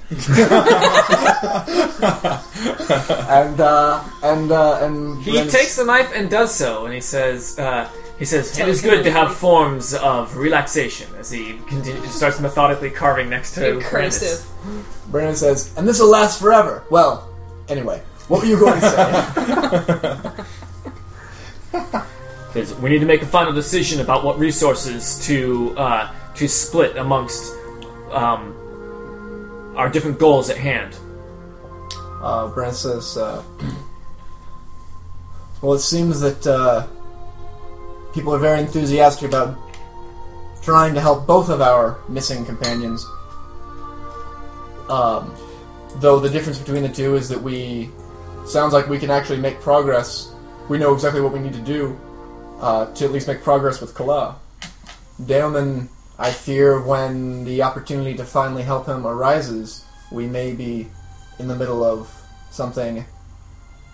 H: and uh, and uh, and
B: He
H: Ren-
B: takes the knife and does so, and he says, uh, he says, it is good to have
D: Telekinetically.
B: forms of relaxation as he continue, starts methodically carving next to
D: Cursive.
B: Brandis.
H: Brandon says, and this will last forever. Well, anyway, what were you going to say?
B: He says, We need to make a final decision about what resources to uh, to split amongst um, our different goals at hand.
H: uh, Brandon says, uh, well, it seems that uh, people are very enthusiastic about trying to help both of our missing companions. Um, though the difference between the two is that we sounds like we can actually make progress. We know exactly what we need to do uh, to at least make progress with Kala. Daemon, I fear when the opportunity to finally help him arises, we may be in the middle of something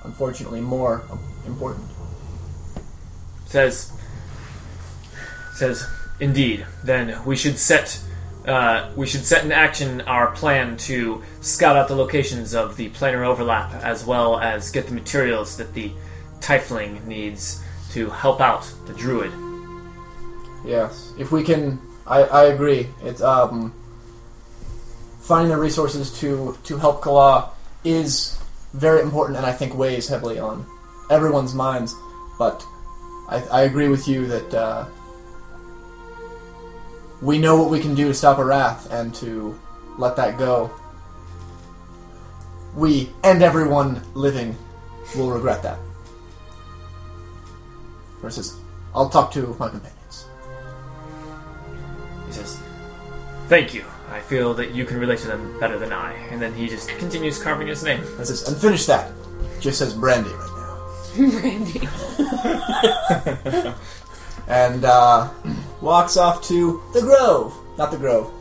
H: unfortunately more important.
B: says says indeed then we should set uh, we should set in action our plan to scout out the locations of the planar overlap as well as get the materials that the tiefling needs to help out the druid
H: Yes, if we can, I, I agree. It's um, finding the resources to to help Kala is very important, and I think weighs heavily on everyone's minds. But I, I agree with you that uh, we know what we can do to stop a wrath and to let that go. We and everyone living will regret that. Versus, I'll talk to my companions.
B: he says thank you i feel that you can relate to them better than i and then he just continues carving his name
H: That says, and finish that. Just says brandy right
D: Brandy.
H: now. And uh, walks off to the grove. Not the grove.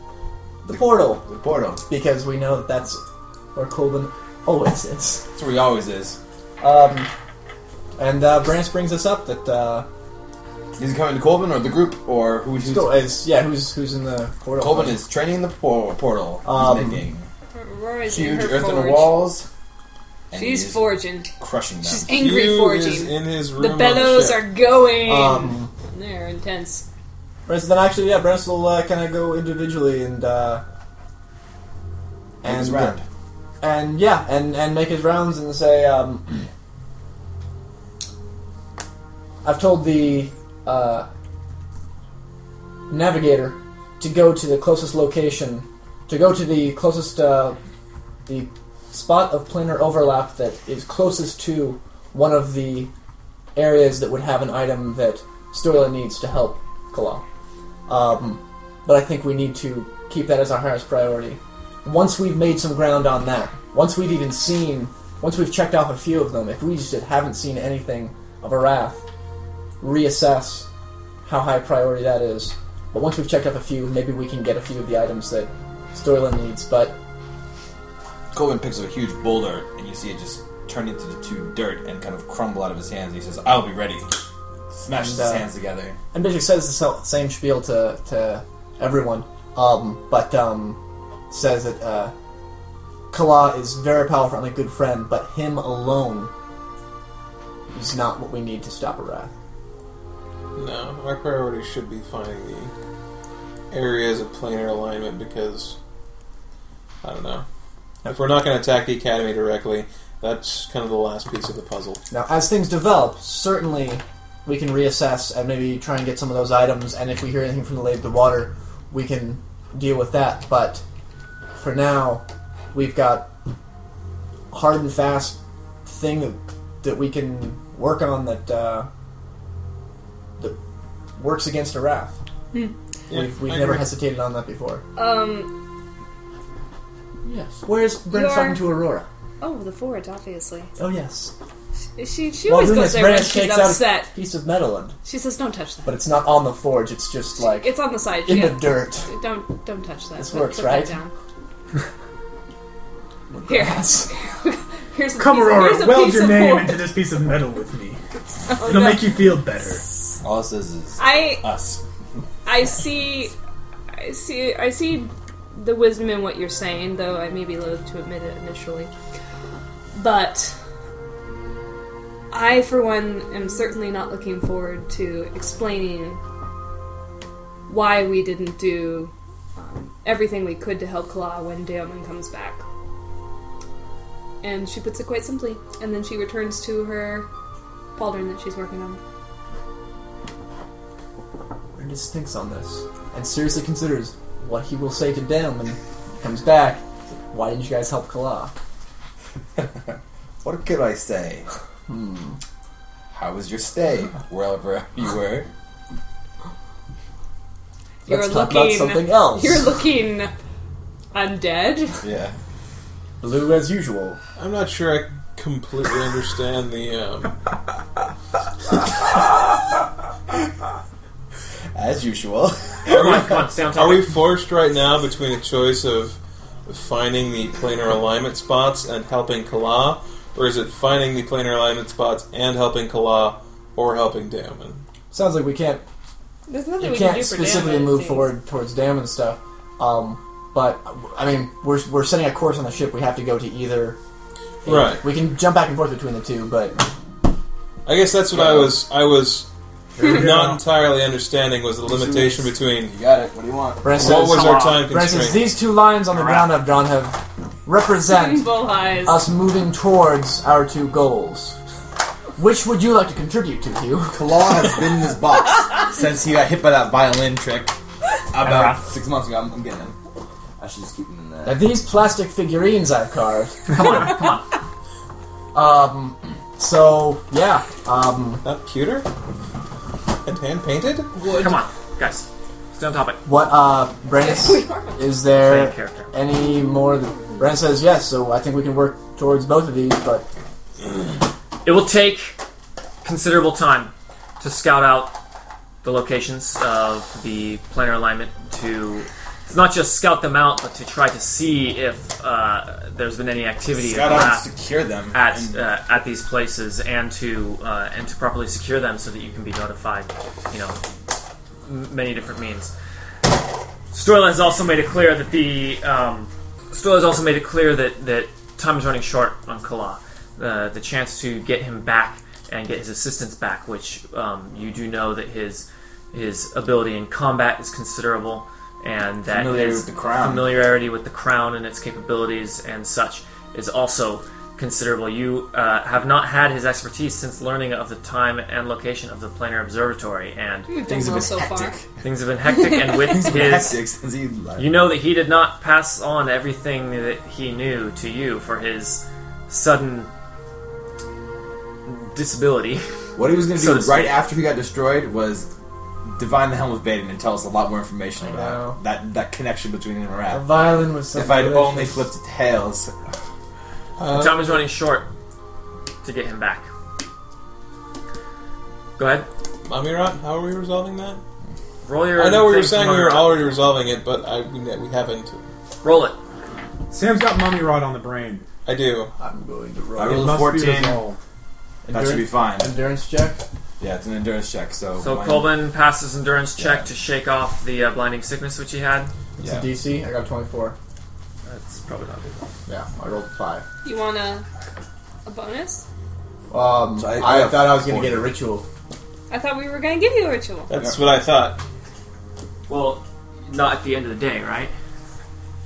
H: The portal.
F: The portal.
H: Because we know that that's where Colvin always is.
F: That's where he always is.
H: Um, and uh, Brance brings us up that uh,
F: Is he coming to Colvin or the group or who? Who's,
H: still is yeah who's who's in the portal.
F: Colvin is training the por- portal.
H: Um,
F: He's making
D: Rory's in
F: huge
D: her
F: earthen
D: forge.
F: walls. and
D: She's
F: he's
D: forging.
F: crushing them.
D: She's angry
C: Hugh is
D: forging.
C: in his room.
D: The
C: on
D: bellows
C: ship.
D: are going.
H: Um,
D: They're intense.
H: Brance then actually yeah Brance will uh, kind of go individually and uh,
F: and he's round.
H: and yeah, and and make his rounds and say, um, I've told the uh, navigator to go to the closest location, to go to the closest uh, the spot of planar overlap that is closest to one of the areas that would have an item that Stoila needs to help Kalal. Um, but I think we need to keep that as our highest priority once we've made some ground on that, once we've even seen, once we've checked off a few of them, if we just haven't seen anything of a wrath, reassess how high priority that is. But once we've checked up a few, maybe we can get a few of the items that Stoylan needs. But
F: Colvin picks up a huge boulder, and you see it just turn into to dirt and kind of crumble out of his hands. He says, "I'll be ready." Smashes
H: And, uh,
F: his hands together.
H: and Bishop says the sel- same spiel to to everyone, um, but um, says that uh, Kala is very powerful and a good friend, but him alone is not what we need to stop a wrath.
C: No, my priority should be finding the areas of planar alignment because I don't know. If we're not going to attack the academy directly, that's kind of the last piece of the puzzle.
H: Now, as things develop, certainly we can reassess and maybe try and get some of those items. And if we hear anything from the Lady of the Water, we can deal with that. But for now, we've got hard and fast thing that, that we can work on that uh, that works against a wrath.
D: Hmm.
C: Yeah,
H: we've we've
C: I
H: never
C: agree.
H: hesitated on that before.
D: Um.
H: Yes. Where's Brent
D: You are-
H: talking to Aurora?
D: Oh, the forge, obviously.
H: Oh yes.
D: She she, she
H: While
D: always
H: doing
D: goes
H: this,
D: there when
H: Brent
D: she's
H: takes out a
D: upset.
H: piece of metal and
D: She says, "Don't touch that."
H: but it's not on the forge. It's just like
D: it's on the side.
H: in
D: yeah.
H: the dirt.
D: Don't don't touch that.
H: This
D: Put-
H: works,
D: put
H: right?
D: That down. Here.
H: Yes.
D: Here's a
E: Come,
D: piece,
E: Aurora,
D: here's a
E: weld
D: piece
E: your
D: of
E: name
D: wood.
E: into this piece of metal with me.
D: Oh,
E: It'll
D: no.
E: make you feel better.
F: All it says is
D: I
F: us.
D: I see, I see, I see the wisdom in what you're saying, though I may be loath to admit it initially. But I, for one, am certainly not looking forward to explaining why we didn't do um, everything we could to help Kala when Daemon comes back. And she puts it quite simply, and then she returns to her pauldron that she's working on.
H: Ernest thinks on this and seriously considers what he will say to Dem when he comes back. Why didn't you guys help Kala?
F: What could I say? Hmm. How was your stay, wherever you were?
D: You're
H: Let's talk about
D: looking-
H: something else.
D: You're looking undead.
F: Yeah.
H: Blue as usual.
C: I'm not sure I completely understand the. Um,
F: As usual.
B: Come on, come on, stay on top.
C: are we
B: of it.
C: forced right now between a choice of finding the planar alignment spots and helping Kala, or is it finding the planar alignment spots and helping Kala, or helping Damon?
H: Sounds like we can't
D: There's nothing
H: we
D: we
H: can't
D: can do for
H: specifically
D: Dan, it
H: move
D: seems.
H: forward towards Dam and stuff. Um, but I mean, we're we're setting a course on the ship. We have to go to either.
C: Right.
H: We can jump back and forth between the two, but
C: I guess that's what I was. I was not entirely understanding was the limitation between
F: You got it. What do you want?
H: Brent says,
C: what was our time
H: Brent says
C: constraint.
H: these two lines on the ground I've drawn have represent
D: Bull eyes.
H: us moving towards our two goals. Which would you like to contribute to, Hugh?
F: Claw has been in this box since he got hit by that violin trick about six months ago. I'm, I'm getting him. I should just keep him in
H: Now,
F: there.
H: these plastic figurines I've carved. Come on, come on. Um, so yeah, um,
C: Not cuter and hand painted.
B: Come on, guys, stay on topic.
H: what uh, Brandis,
D: We are.
H: is
B: Same
H: there
B: character.
H: any more? That, Brandis says yes, so I think we can work towards both of these. But
B: It will take considerable time to scout out the locations of the planar alignment to it's not just scout them out, but to try to see if uh, there's been any activity
F: Scout
B: of
F: out
B: wrath
F: and secure them.
B: at
F: and
B: uh, at these places and to uh, and to properly secure them so that you can be notified. You know, m- many different means. Storyline has also made it clear that the um, Storyline has also made it clear that that time is running short on Kala. Uh, the chance to get him back and get his assistance back, which um, you do know that his his ability in combat is considerable, and that
F: Familiarity
B: his
F: with the crown.
B: familiarity with the crown and its capabilities and such is also considerable. You uh, have not had his expertise since learning of the time and location of the planar observatory, and
F: things have been
D: so far.
F: hectic.
B: things have been hectic. And with his
F: Hectic since he left.
B: you know that he did not pass on everything that he knew to you for his sudden disability.
F: What he was going to
B: So
F: do
B: to
F: right
B: speak.
F: after he got destroyed was divine the helm of Baden and tell us a lot more information
H: know.
F: about that that connection between him and
H: a
F: Wrath.
H: violin was
F: If I'd only flipped tails,
C: Uh,
B: Time is running short to get him back. Go ahead.
C: Amirat, how are we resolving that?
B: Roll your.
C: I know we were
B: thing
C: saying
B: from
C: we were
B: Amirat.
C: already resolving it, but I we, we haven't.
B: Roll it.
E: Sam's got mummy rod on the brain.
C: I do.
G: I'm going to roll.
F: I rolled
E: It
F: a
E: must be
F: 14.
E: resolved.
F: That should be fine.
G: Endurance check.
F: Yeah, it's an endurance check, so.
B: So
F: mine-
B: Colvin passes endurance check to shake off the uh, blinding sickness which he had.
G: It's
F: Yeah.
G: a DC. I got 24.
B: That's probably not good.
G: Yeah, I rolled five.
D: You want a, a bonus?
G: Um,
F: So I-
G: I,
F: I have
G: thought I was going to
F: 40.
G: get a ritual.
D: I thought we were gonna give you a ritual.
C: That's what I thought.
B: Well, not at the end of the day, right?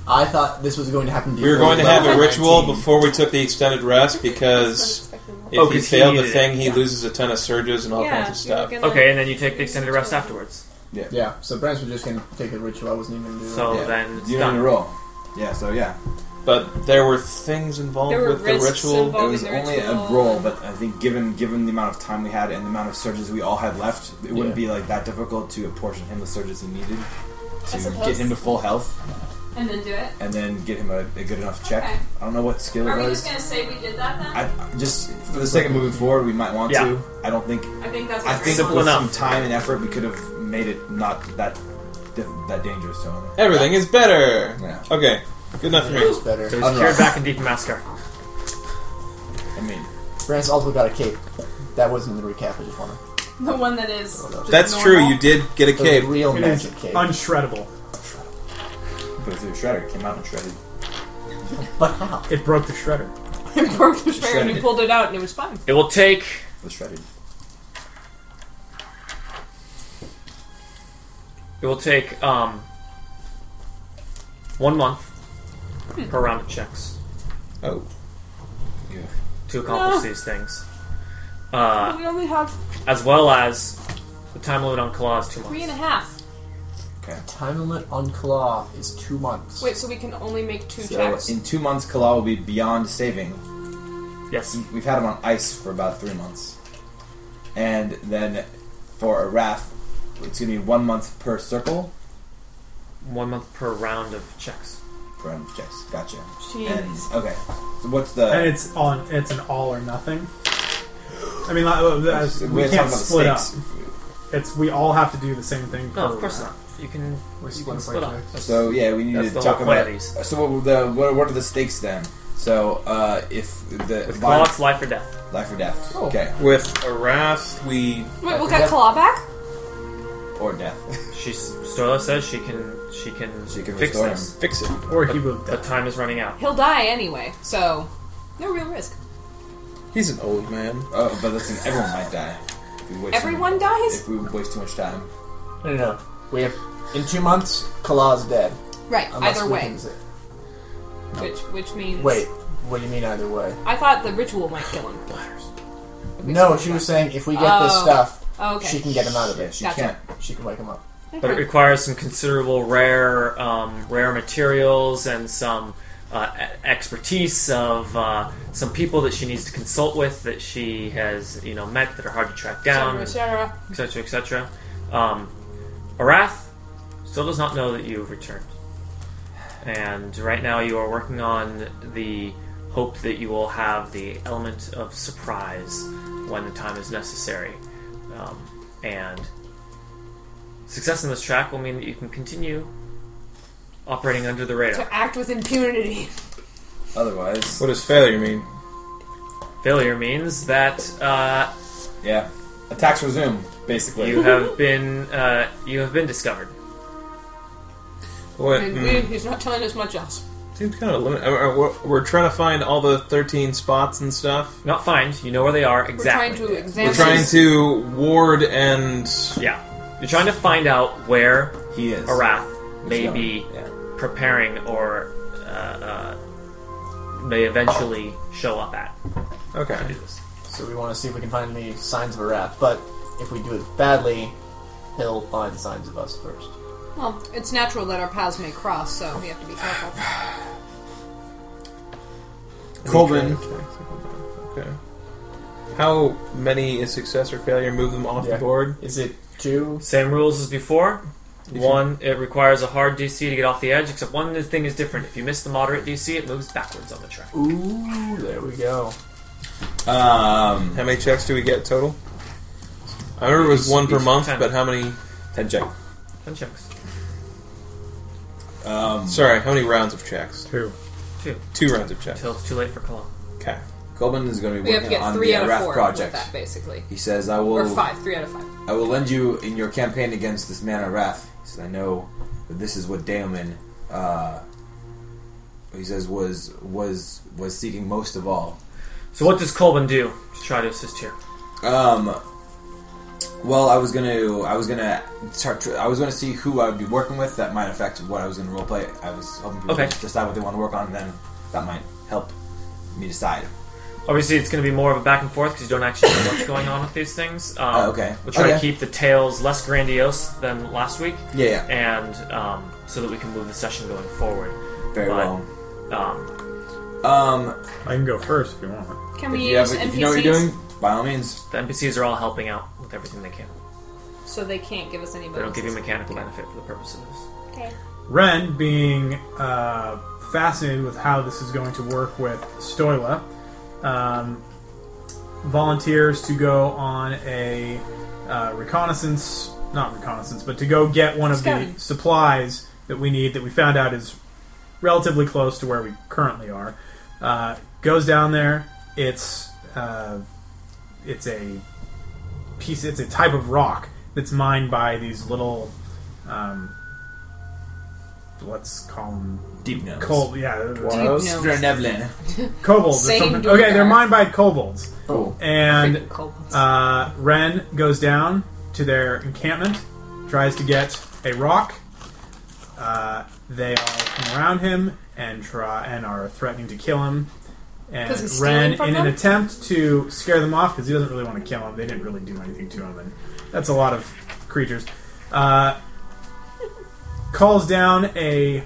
G: I thought this was going to happen.
C: We were
G: before
C: going to
G: level
C: have a ritual
G: 19.
C: before we took the extended rest because if
B: Oh,
C: he
B: 'cause he
C: failed the
B: needed it.
C: thing, he loses a ton of surges and all
D: yeah,
C: kinds of stuff.
D: you were gonna-
B: Okay, and then you take the extended rest afterwards.
G: Yeah, so Brand's was just going to take a ritual. I wasn't even going to do that.
B: So
F: Yeah.
B: then it's
F: You don't need
B: done.
F: to roll. Yeah, so yeah.
C: But there were things involved
D: There were
C: with the
D: risks
C: ritual.
F: It
D: involved.
F: was
D: Involving the
F: only a
D: ritual.
F: roll, but I think given given the amount of time we had and the amount of surges we all had left, it wouldn't
G: Yeah.
F: be like that difficult to apportion him the surges he needed to get
D: suppose.
F: him to full health
D: And then do it.
F: and then get him a, a good enough check.
D: Okay.
F: I don't know what skill
D: Are
F: it
D: we just
F: was.
D: gonna say we did that then?
F: I, I- just for the sake of moving forward, we might want
B: Yeah.
F: to. I don't think.
D: I, think that's what
F: I
D: we're
F: think
B: Simple
F: with
B: enough.
F: some time and effort, we could have made it not that diff- that dangerous to him.
C: Everything is better.
F: Yeah.
C: Okay, good enough for me.
G: It's better.
B: It was cured back in deep mascar.
F: I mean,
G: Brand's also got a cape. That wasn't in the recap. I just want to.
D: The one that is. just
C: That's true.
D: normal.
C: You did get a
G: It was
C: cape.
G: a
F: Oh,
G: real
E: It is
G: magic cape.
E: unshreddable.
F: put it through a shredder, came out and shredded.
G: but how?
E: It broke the shredder.
D: You broke the shredder and
F: Shredded.
D: you pulled it out and it was fine.
B: It will take
F: It was shredded.
B: it will take um one month per round of checks
C: Oh,
F: Yeah.
B: to accomplish
D: No.
B: these things. Uh,
D: we only have
B: as well as the time limit on Kala is two
D: three and a
B: months.
D: half.
G: Time limit on claw is two months.
D: Wait, so we can only make two
F: So
D: checks.
F: in two months, Kalal will be beyond saving.
B: Yes.
F: We've had him on ice for about three months, and then for a wrath, it's gonna be one month per circle.
B: One month per round of checks.
F: Per checks. Gotcha. And,
D: Jeez.
F: okay. So what's the?
E: And it's on. It's an all or nothing. I mean, like, uh, that's-
F: we're
E: we
F: talking
E: can't
F: about the
E: split up.
F: stakes.
E: It's we all have to do the same thing.
B: No,
E: per
B: of course
E: round.
B: not. You can
H: We
B: you
H: split
B: can
H: up
B: split
H: our
B: up.
H: checks.
F: So yeah, we need
B: That's
F: to
B: the
F: talk
B: whole point
F: about.
B: of these.
F: So what, were the, what, what are the stakes then? So uh, if the
B: With Kala,
F: violence-
B: it's life or death.
F: life or death,
G: Oh.
F: okay,
C: with Arath, we
D: Wait, we'll get Claw back?
F: or death.
B: She's Stola says she can she can,
F: She can
B: fix
F: restore
B: this.
C: fix it.
E: Or he will.
B: But time is running out.
D: He'll die anyway, so no real risk.
C: He's an old man.
F: oh, but listen, everyone might die. If we waste
D: Everyone
F: too,
D: dies?
F: If we waste too much time.
G: No, no, no. We have in two months. Kalah's dead.
D: Right,
G: Unless
D: either
G: we
D: way.
G: can z-
D: Which which means
G: Wait, what do you mean either way?
D: I thought the ritual might kill him.
G: No, she was saying if we get this
D: Oh.
G: stuff,
D: Oh, okay.
G: she can get him out of
F: Yeah,
G: it.
F: she
D: Gotcha.
F: can't.
G: She can wake him up.
B: but it requires some considerable rare um, rare materials and some uh, e- expertise of uh, some people that she needs to consult with that she has you know met that are hard to track down,
D: Sarah,
B: etc.
D: Sarah.
B: etc. Um, Arath still does not know that you've returned, and right now you are working on the hope that you will have the element of surprise when the time is necessary, um, and. Success in this track will mean that you can continue operating under the radar.
D: To act with impunity.
F: Otherwise,
C: What does failure mean?
B: Failure means that uh,
F: Yeah. Attacks resume, basically.
B: you have been uh, you have been discovered.
C: What?
B: mm-hmm.
D: And
C: mm,
D: we- he's not telling us much else.
C: seems kind of limited. Uh, uh, We're, we're trying to find all the thirteen spots and stuff.
B: Not fined. You know where they are
D: We're
B: exactly.
D: trying to examine.
C: We're trying to ward and
B: Yeah, you're trying to find out where
F: he is.
B: Arath may
F: He's
B: be
F: going, yeah.
B: preparing or uh, uh, may eventually show up at to
C: okay.
B: do this.
G: So we want to see if we can find any signs of a wrath. But if we do it badly, he'll find signs of us first.
D: Well, it's natural that our paths may cross, so we have to be careful.
F: Colvin.
C: Okay. How many is success or failure move them off
G: Yeah.
C: the board?
G: Is it two?
B: Same rules as before.
C: you-
B: One, it requires a hard DC to get off the edge, except one thing is different. If you miss the moderate DC, it moves backwards on the track.
G: Ooh, there we go.
F: Um,
C: How many checks do we get total? I remember it was one per
B: Each
C: month,
B: ten.
C: but how many?
F: Ten check.
B: Ten checks.
F: Um,
C: Sorry, how many rounds of checks?
I: Two.
B: Two.
C: Two rounds of checks.
B: Till it's too late for Colin.
C: Okay.
F: Colvin is going to be
D: We have to
F: working
D: get
F: on
D: three
F: the
D: out of
F: Wrath
D: four with
F: project.
D: that, basically.
F: He says, "I will,
D: Or five, three out of five.
F: I will lend you in your campaign against this man of Wrath." He says, "I know that this is what Daemon, uh, he says, was was was seeking most of all."
B: So what does Colvin do to try to assist here?
F: Um. Well, I was gonna, I was gonna, start, tr- I was gonna see who I would be working with. That might affect what I was gonna roleplay. I was hoping people
B: Okay.
F: to decide what they want to work on, and then that might help me decide.
B: Obviously, it's going to be more of a back and forth because you don't actually know what's going on with these things. Um,
F: Oh, okay.
B: We'll try to
F: Okay.
B: keep the tales less grandiose than last week,
F: Yeah, yeah,
B: and um, so that we can move the session going forward.
F: very
B: Fine. Um,
F: well. Um,
I: I can go first if you want.
D: Can
F: if
D: we
F: you, have,
D: use
F: if
D: NPCs
F: you know what you're doing, by all means.
B: the NPCs are all helping out with everything they can.
D: so they can't give us any
B: They don't
D: bonuses?
B: give you mechanical benefit for the purpose of this.
E: Ren, being uh, fascinated with how this is going to work with Stoila, um, volunteers to go on a uh, reconnaissance, not reconnaissance, but to go get one of
D: Scouting.
E: the supplies that we need that we found out is relatively close to where we currently are. Uh, goes down there. It's uh, it's a piece. It's a type of rock that's mined by these little. Um, let's call them
F: Deep nose.
E: coal. Yeah,
D: Deep gnomes.
F: Nevlin.
E: kobolds. Or
D: Same
E: something.
D: doing
E: Okay, they're
D: that.
E: mined by kobolds,
F: Cool.
E: and
D: Freaking kobolds.
E: uh, Ren goes down to their encampment, tries to get a rock. Uh, they all come around him and try and are threatening to kill him.
D: 'Cause
E: And
D: he's stealing
E: Ren,
D: from
E: in an
D: them?
E: attempt to scare them off, because he doesn't really want to kill him, they didn't really do anything to him, and that's a lot of creatures. Uh, calls down a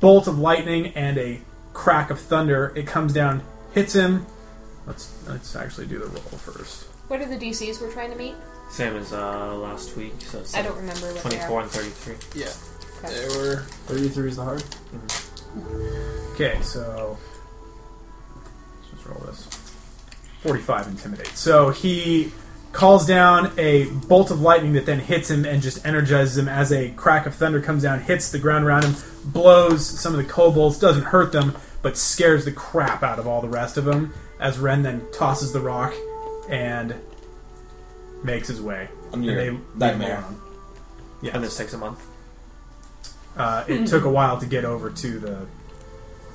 E: bolt of lightning and a crack of thunder. It comes down, hits him. Let's let's actually do the roll first.
D: what are the DCs we're trying to meet?
B: Same as uh, last week. So it's
D: I don't remember what they are.
B: 24 and 33.
C: There were
H: 33 is the hard.
E: Okay, so let's just roll this. Forty-five intimidate. So he calls down a bolt of lightning that then hits him and just energizes him as a crack of thunder comes down, hits the ground around him, blows some of the kobolds, doesn't hurt them, but scares the crap out of all the rest of them. As Ren then tosses the rock and makes his way.
F: I'm
E: And
F: your
E: they leave him
F: nightmare.
E: alone.
B: And this
E: Yes.
B: takes a month.
E: Uh, it
D: Hmm.
E: took a while to get over to the.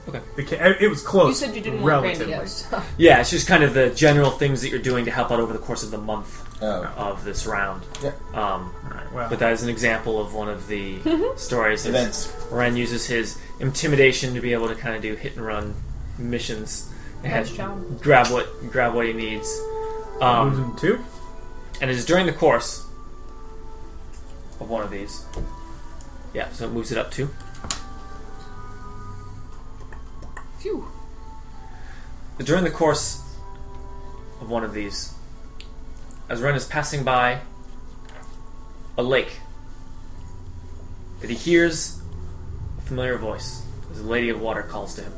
B: Okay.
E: The, ca- it was close.
D: You said you didn't want
E: relatively.
D: grandiose.
B: Yeah, it's just kind of the general things that you're doing to help out over the course of the month
F: Oh.
B: of this round.
F: Yeah.
B: Um,
E: All right, well,
B: but that is an example of one of the stories. is
F: Events.
B: Ren uses his intimidation to be able to kind of do hit and run missions and
D: Nice job.
B: grab what grab what he needs. Um,
E: moves him two.
B: and it is during the course of one of these. Yeah, so it moves it up two.
D: Phew.
B: During the course of one of these, as Ren is passing by a lake, that he hears a familiar voice as a lady of water calls to him.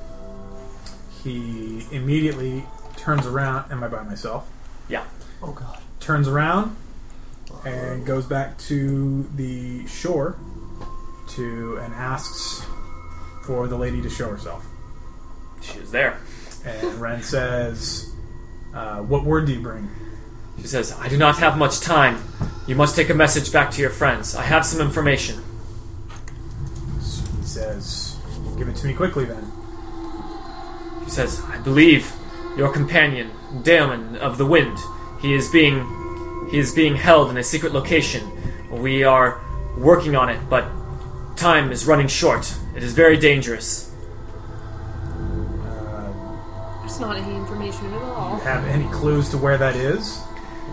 E: He immediately turns around. Am I by myself?
B: Yeah.
H: Oh god.
E: Turns around and goes back to the shore to and asks for the lady to show herself.
B: She is there.
E: And Ren says, uh, "What word do you bring?"
B: She says, I do not have much time. You must take a message back to your friends. I have some information.
E: He says, "Give it to me quickly, then."
B: He says, I believe your companion, Daemon of the Wind, he is being he is being held in a secret location. We are working on it, but time is running short. It is very dangerous.
E: Uh,
D: That's not any information at all.
E: have any clues to where that is?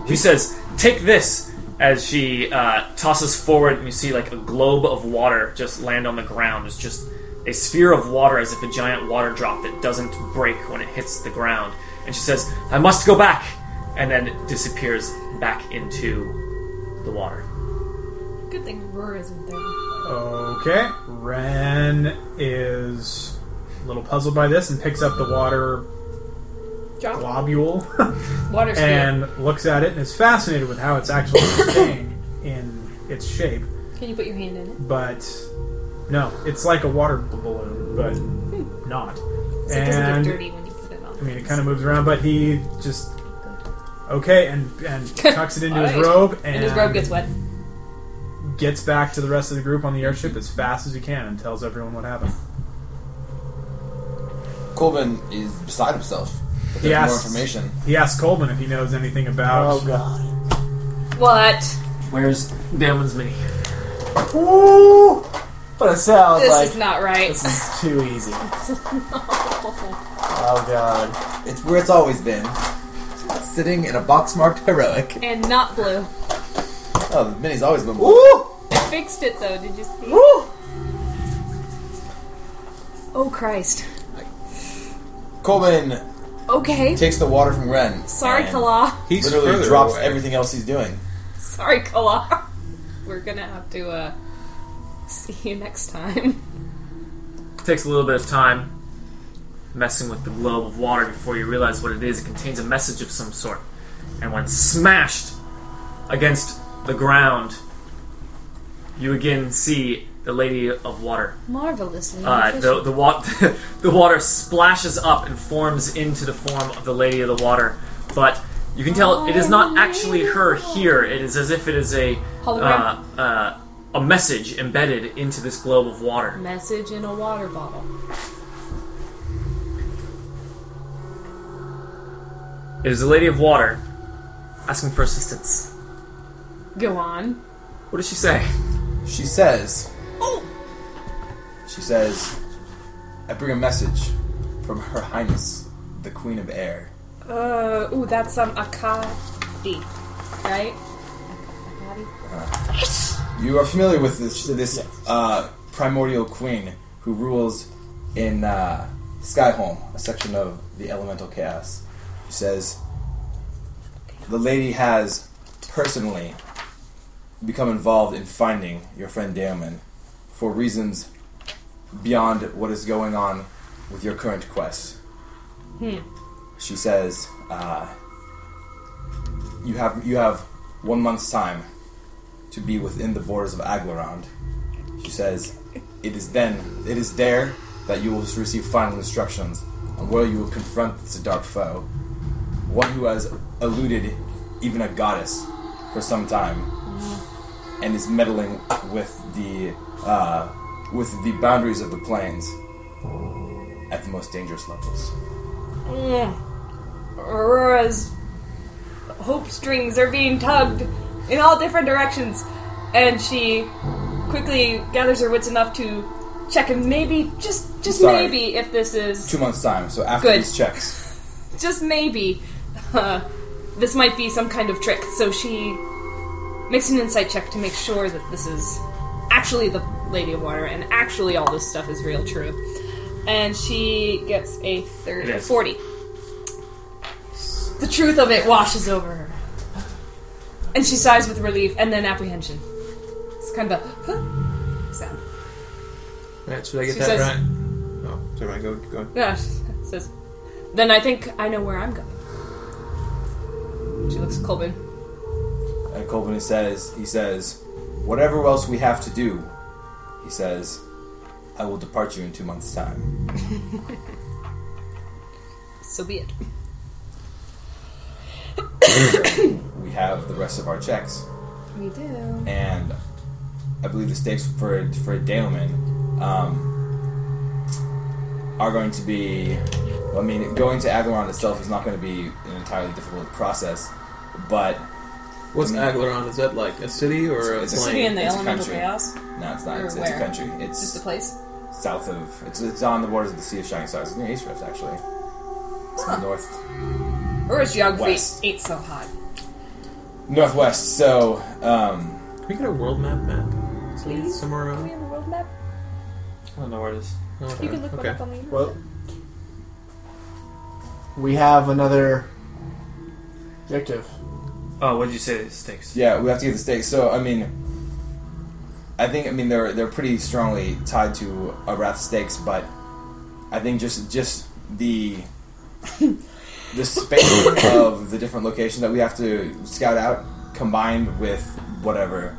B: He says, Take this as she uh, tosses forward and you see like a globe of water just land on the ground. It's just a sphere of water as if a giant water drop that doesn't break when it hits the ground. And she says, I must go back and then disappears back into the water.
D: Good thing Roar isn't there.
E: Okay. Ren is a little puzzled by this and picks up the water
D: Drop
E: globule
D: water sphere.
E: and looks at it and is fascinated with how it's actually staying in its shape.
D: Can you put your hand in it?
E: But no, it's like a water balloon, but not.
D: 'Cause it doesn't
E: And
D: get dirty when you put it on.
E: I mean, it kind of moves around, but he just okay and and tucks it into his
D: Alright.
E: robe and,
D: and his robe gets wet.
E: gets back to the rest of the group on the airship as fast as he can and tells everyone what happened.
F: Colvin is beside himself. But
E: He
F: there's more
E: asks-
F: information.
E: He asks Colvin if he knows anything about
H: Oh, god.
D: What?
B: Where's Damon's mini?
H: Ooh! But it sounds
D: This
H: like
D: is not right.
H: this is too easy. Oh god.
F: It's where it's always been. Sitting in a box marked heroic.
D: and not blue.
F: Oh, the mini's always been blue.
H: Ooh!
D: I fixed it though. Did you see?
H: Ooh!
D: Oh Christ.
F: Colvin
D: Okay.
F: takes the water from Ren.
D: Sorry,
F: and
D: Kala.
C: He's
F: Literally
C: further
F: drops
C: away.
F: everything else he's doing.
D: Sorry, Kala. We're gonna have to uh, see you next time.
B: takes a little bit of time messing with the globe of water before you realize what it is. It contains a message of some sort. And when smashed against the ground, you again see the Lady of Water.
D: Marvelously.
B: Uh,
D: efficient.
B: the, the, wa- the water splashes up and forms into the form of the Lady of the Water. But you can tell it is not actually her here. It is as if it is a
D: Hologram?
B: uh, uh, a message embedded into this globe of water.
D: Message in a water bottle.
B: It is the Lady of Water asking for assistance.
D: Go on.
B: What does she say?
F: She says, She says, I bring a message from Her Highness, the Queen of Air.
D: Uh, ooh, that's um, Akadi, right? Akadi?
F: You are familiar with this, this uh, primordial queen who rules in uh, Skyholm, a section of the elemental chaos. She says, The lady has personally become involved in finding your friend Daemon for reasons beyond what is going on with your current quest. She says, uh, you, have, you have one month's time to be within the borders of Aglarond. She says, "It is then, it is there that you will receive final instructions on where you will confront this dark foe, one who has eluded even a goddess for some time, and is meddling with the uh, with the boundaries of the plains at the most dangerous levels."
D: Aurora's hope strings are being tugged in all different directions, and she quickly gathers her wits enough to check and maybe just just
F: Sorry.
D: maybe if this is
F: Two months' time. So after
D: Good.
F: these checks,
D: just maybe uh, this might be some kind of trick. So she makes an insight check to make sure that this is actually the Lady of Water and actually all this stuff is real true. And she gets a
B: It
D: 30,
B: is.
D: 40. The truth of it washes over her. And she sighs with relief and then apprehension. It's kind of a huh, sound.
C: Right, should I get
D: She
C: that
D: says-
C: right? Oh, never mind. Go, go. on.
D: Yeah, she says, then I think I know where I'm going. She looks at Colvin.
F: and Colvin says, "He says, whatever else we have to do," he says, "I will depart you in two months' time."
D: So be it.
F: we have the rest of our checks,
D: We do.
F: and I believe the stakes for for Daleman um, are going to be. well, I mean, going to Aglarond itself is not going to be an entirely difficult process, but
C: What's Aglarond? Is that like a city or a
F: It's a
C: plane?
D: City in the
F: It's a
D: elemental
F: country.
D: chaos.
F: no, it's not.
D: Or
F: It's, it's a
D: where?
F: country.
D: Just
F: It's
D: a place.
F: south of. It's, it's on the borders of the Sea of Shining Stars. It's near East Rift, actually. It's
D: Huh.
F: north
D: Or is geography
F: West.
D: ain't so hot?
F: northwest. So. Um,
C: Can we get a world map map?
D: Please.
C: Somewhere
D: Can we
C: around? Oh,
D: have a world map?
B: I don't know where it is.
D: You can look one
C: okay.
D: up on the internet.
H: Well, we have another objective.
B: Oh, what did you say? Stakes.
F: Yeah, we have to get the stakes. So I mean, I think I mean they're they're pretty strongly tied to a wrath stakes, but I think just just the the span of the different locations that we have to scout out, combined with whatever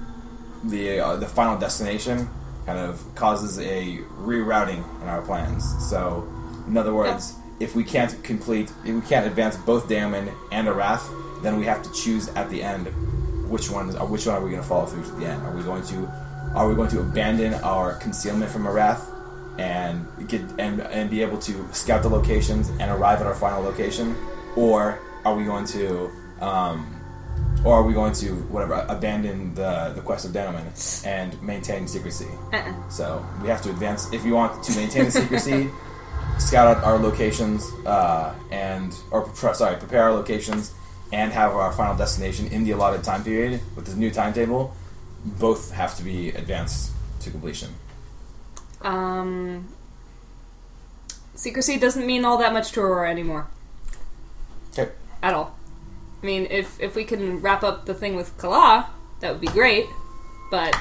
F: the uh, the final destination, kind of causes a rerouting in our plans. So, in other words, if we can't complete, if we can't advance both Damon and Arath, then we have to choose at the end which one is, which one are we going to follow through to the end? Are we going to are we going to abandon our concealment from Arath and get and, and be able to scout the locations and arrive at our final location, or are we going to um, or are we going to whatever abandon the the quest of Denoman and maintain secrecy?
D: Uh-uh.
F: So we have to advance if you want to maintain the secrecy. Scout out our locations uh, and or pre- sorry prepare our locations and have our final destination in the allotted time period with this new timetable. Both have to be advanced to completion.
D: Um, secrecy doesn't mean all that much to Aurora anymore.
F: Okay.
D: At all. I mean, if if we can wrap up the thing with Kala, that would be great. But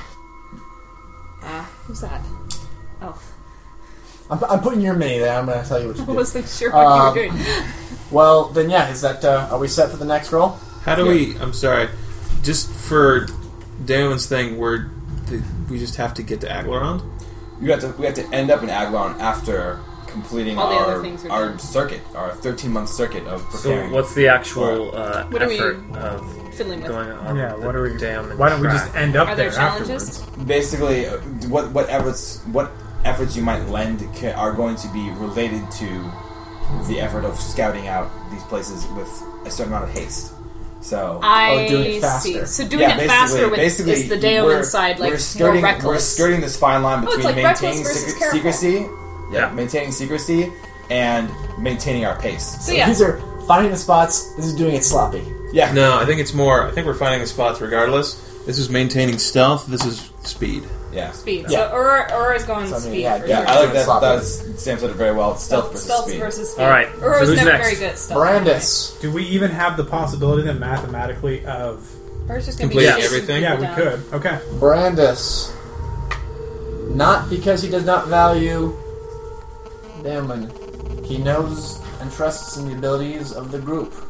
D: uh, who's that? Oh,
H: I'm, I'm putting your mini there. I'm going to tell you what to
D: I
H: do.
D: wasn't sure what
H: Um,
D: you were doing.
H: Well, then, yeah, is that uh, are we set for the next roll?
C: How do we? I'm sorry. Just for Damon's thing, we're th- we just have to get to Aglarond.
F: You have to. We have to end up in Agron after completing
D: All the
F: our
D: other things we're
F: our
D: doing.
F: circuit, our 13 month circuit of
B: So
F: preparing.
B: what's the actual uh,
D: What are we
B: effort of
D: Fiddling with.
B: going on?
E: Yeah,
B: with
E: what
B: the
E: are we?
B: Dam and
E: Why don't we
B: track?
E: just end up
D: Are there
E: there,
D: challenges?
E: afterwards?
F: Basically, uh, what what efforts what efforts you might lend ca- are going to be related to the effort of scouting out these places with a certain amount of haste. So
D: I
H: Oh, doing it
D: see.
H: faster.
D: So doing
F: yeah,
D: it faster with
F: basically,
D: is the
F: basically
D: Daemon
F: we're-
D: side
F: we're
D: like
F: skirting,
D: more reckless. Oh,
F: We're skirting this fine line between
D: like reckless
F: maintaining
D: versus
F: secre-
D: careful.
F: secrecy,
B: Yeah.
F: maintaining secrecy, and maintaining our pace.
D: so yeah,
H: These are finding the spots. This is doing it sloppy.
F: Yeah,
C: No, I think it's more. I think we're finding the spots regardless. This is maintaining stealth. This is speed.
F: yeah.
D: speed.
H: Yeah.
D: So Aurora, Aurora's going
H: So, I mean,
D: speed.
H: yeah,
D: for
F: Yeah,
D: sure.
F: I like that.
H: Sloppy.
F: That Sam said it very well. Stealth versus
D: Stealth
F: speed.
D: versus speed.
B: All right, so
D: Aurora's
B: who's
D: never
B: next?
D: very good at stealth.
H: Brandis.
E: Do we even have the possibility then mathematically of?
D: Aurora's just gonna be
C: Complete
D: chasing
C: everything?
E: Yeah,
D: people
E: we
D: down.
E: could. Okay.
H: Brandis. Not because he does not value Damon. He knows and trusts in the abilities of the group.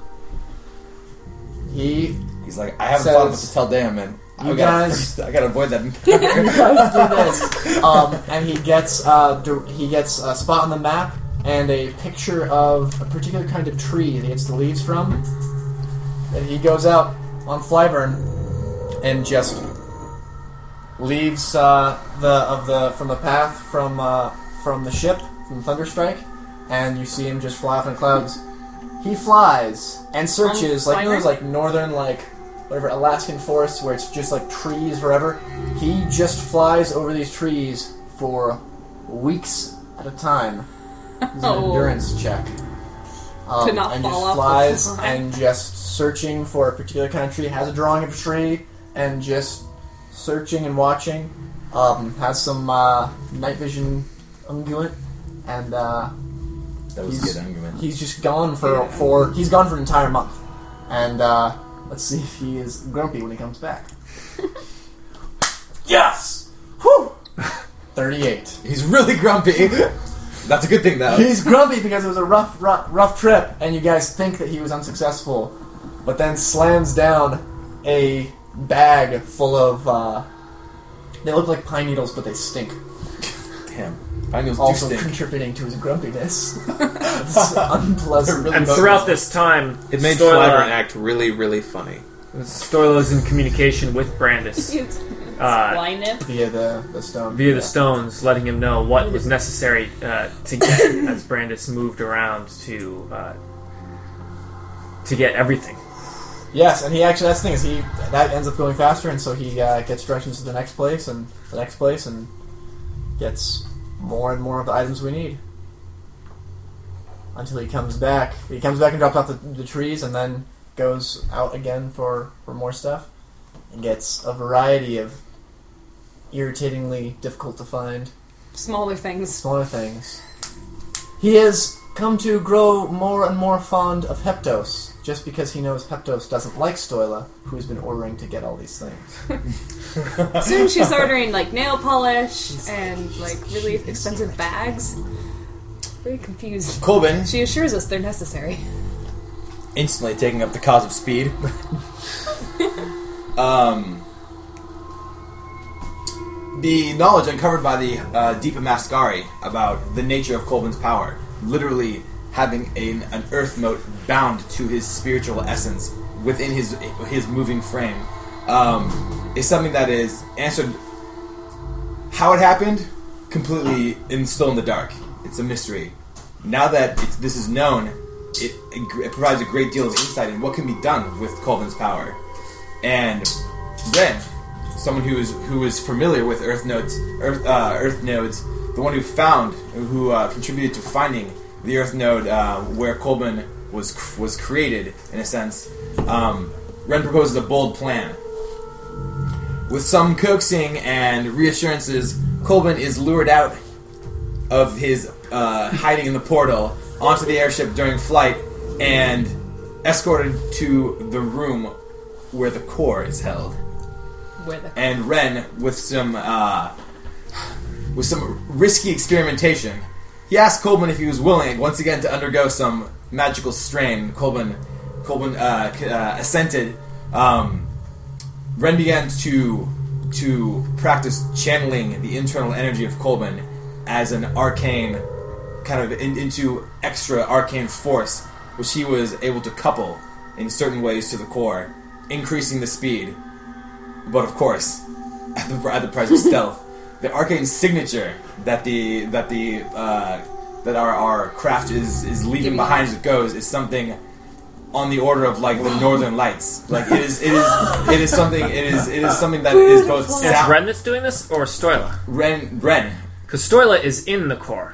H: He
F: He's like, I haven't thought of what
H: Says-
F: to tell Dan, man.
H: You
F: I gotta,
H: guys-
F: I gotta avoid that.
H: guys do this. Um, and he gets uh, dir- he gets a spot on the map and a picture of a particular kind of tree that he gets the leaves from. And he goes out on Flyvern and just leaves uh, the of the from the path from uh, from the ship from Thunderstrike, and you see him just fly off in clouds. He flies and searches
D: On
H: like you know those
D: Flyvern?
H: like northern like whatever Alaskan forests where it's just like trees forever. He just flies over these trees for weeks at a time. It's an
D: Oh.
H: endurance check. Um,
D: To not
H: and
D: fall
H: just
D: off the
H: flies
D: fly.
H: and just searching for a particular kind of tree. Has a drawing of a tree and just searching and watching. Um, has some uh, night vision unguent and uh,
F: that was a good argument.
H: he's just gone for for he's gone for an entire month. And uh, let's see if he is grumpy when he comes back. yes. Whew! Thirty-eight.
F: He's really grumpy. That's a good thing, though.
H: He's grumpy because it was a rough, rough, rough trip, and you guys think that he was unsuccessful, but then slams down a bag full of. Uh, they look like pine needles, but they stink.
F: Damn. Pioneers do
H: Also
F: stink.
H: contributing to his grumpiness. It's unpleasant.
F: They're
B: And
F: bogus.
B: throughout this time,
C: It made
B: Stoila-
C: Flyburn act really, really funny.
B: Stoila's in communication with Brandis
D: It's- it's
B: Uh,
D: blind him.
H: Via the, the stone.
B: via the stones, letting him know what was necessary uh, to get as Brandis moved around to uh, to get everything.
H: Yes, and he actually, that's the thing, is he, that ends up going faster, and so he uh, gets directions to the next place, and the next place, and gets more and more of the items we need. Until he comes back. He comes back and drops off the, the trees, and then goes out again for, for more stuff, and gets a variety of irritatingly difficult to find
D: Smaller things.
H: smaller things. He has come to grow more and more fond of Heptos, just because he knows Heptos doesn't like Stoila, who has been ordering to get all these things.
D: Soon she's ordering like nail polish and like really expensive bags. Very confused.
F: Colbin.
D: She assures us they're necessary.
F: instantly taking up the cause of speed. um, the knowledge uncovered by the uh, Deepa Mascari about the nature of Colvin's power, literally having an, an earth mote bound to his spiritual essence within his his moving frame, um, is something that is answered. How it happened, completely in, still in the dark. It's a mystery. Now that it's, this is known, it, it gr- it provides a great deal of insight in what can be done with Colvin's power. And Ren, someone who is who is familiar with Earth nodes, Earth uh, Earth nodes, the one who found, who uh, contributed to finding the Earth node uh, where Colvin was cr- was created, in a sense. Um, Ren proposes a bold plan. With some coaxing and reassurances, Colvin is lured out of his uh, hiding in the portal onto the airship during flight and escorted to the room where the core is held.
D: Where the
F: And Ren, with some uh, with some risky experimentation, he asked Colbin if he was willing once again to undergo some magical strain. Colbin Colbin uh, c- uh, assented. Um, Ren began to to practice channeling the internal energy of Colbin as an arcane kind of in, into extra arcane force, which he was able to couple in certain ways to the core, increasing the speed. But of course, at the, at the price of stealth, the arcane signature that the that the uh, that our, our craft is is leaving behind as it goes is something on the order of like the Northern Lights. Like it is it is it is something it is it is something that is both
B: It's
F: sound,
B: Ren that's doing this, or Stoila?
F: Ren Ren.
B: Because Stoila is in the core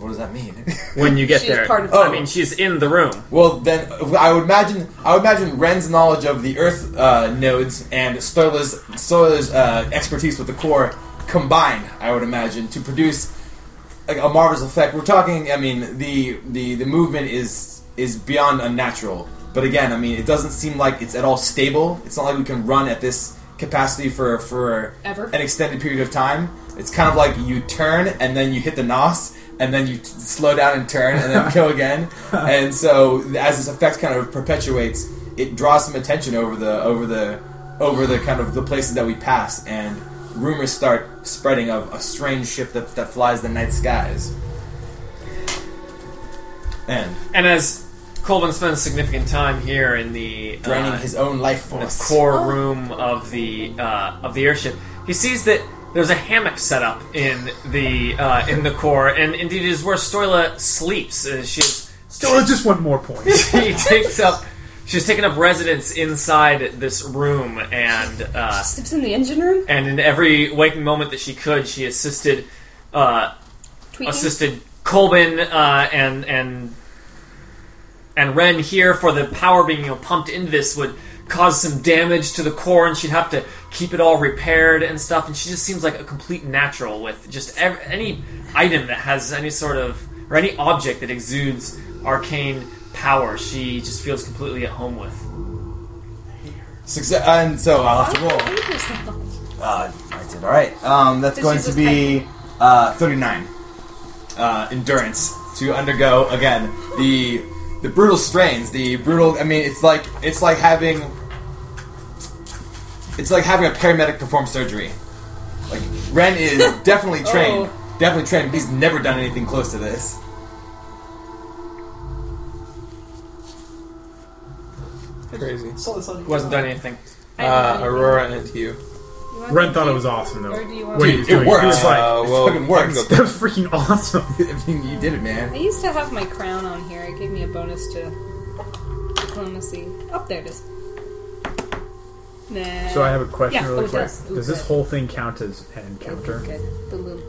F: What does that mean?
B: when you get
D: She's
B: there. Oh.
D: part of-
B: I mean, she's in the room.
F: Well, then I would imagine I would imagine Ren's knowledge of the Earth uh, nodes and Stoila's Stoila's uh, expertise with the core combined. I would imagine to produce a, a marvelous effect. We're talking. I mean, the the the movement is is beyond unnatural. But again, I mean, it doesn't seem like it's at all stable. It's not like we can run at this capacity for for
D: Ever.
F: an extended period of time. It's kind of like you turn and then you hit the nos and then you t- slow down and turn and then go again. And so as this effect kind of perpetuates, it draws some attention over the over the over the kind of the places that we pass and rumors start spreading of a strange ship that, that flies the night skies. And
B: And as Colvin spends significant time here in the uh,
F: draining his own life
B: in the
F: force.
D: Oh.
B: core room of the uh, of the airship, he sees that there's a hammock set up in the uh, in the core, and indeed it is where Stoila sleeps. Uh, she's
I: Oh,
E: Still, just one more point.
B: she takes up she's taken up residence inside this room, and uh,
D: Steps in the engine room?
B: and in every waking moment that she could, she assisted uh,
D: Tweaking?
B: assisted Colbin uh, and and and Ren here for the power being you know, pumped into this would cause some damage to the core, and she'd have to keep it all repaired and stuff. And she just seems like a complete natural with just ev- any item that has any sort of or any object that exudes arcane power. She just feels completely at home with.
F: Success, and so I'll have to roll. Uh, I did all right. Um, that's
D: This
F: going
D: is
F: to
D: a
F: be uh, thirty-nine uh, endurance to undergo again the the brutal strains. The brutal. I mean, it's like it's like having it's like having a paramedic perform surgery. Like Ren is definitely
D: Oh.
F: trained, definitely trained. But he's never done anything close to this.
C: Crazy.
F: Uh,
B: Wasn't done anything.
C: Uh, Aurora and you.
I: Ren thought it was awesome though.
D: Or do you want-
I: What he
D: Dude,
I: was
F: it
I: doing.
F: works.
I: He was like,
F: Uh,
C: well,
F: fucking works.
C: I can
I: that was freaking awesome.
F: I mean, you did it, man.
D: I used to have my crown on here. It gave me a bonus to diplomacy. Up there it is. Nah.
I: So I have a question
D: Yeah,
I: really
D: oh, it
I: quick.
D: does. It
I: this
D: does.
I: whole thing count as an encounter?
D: Okay, the little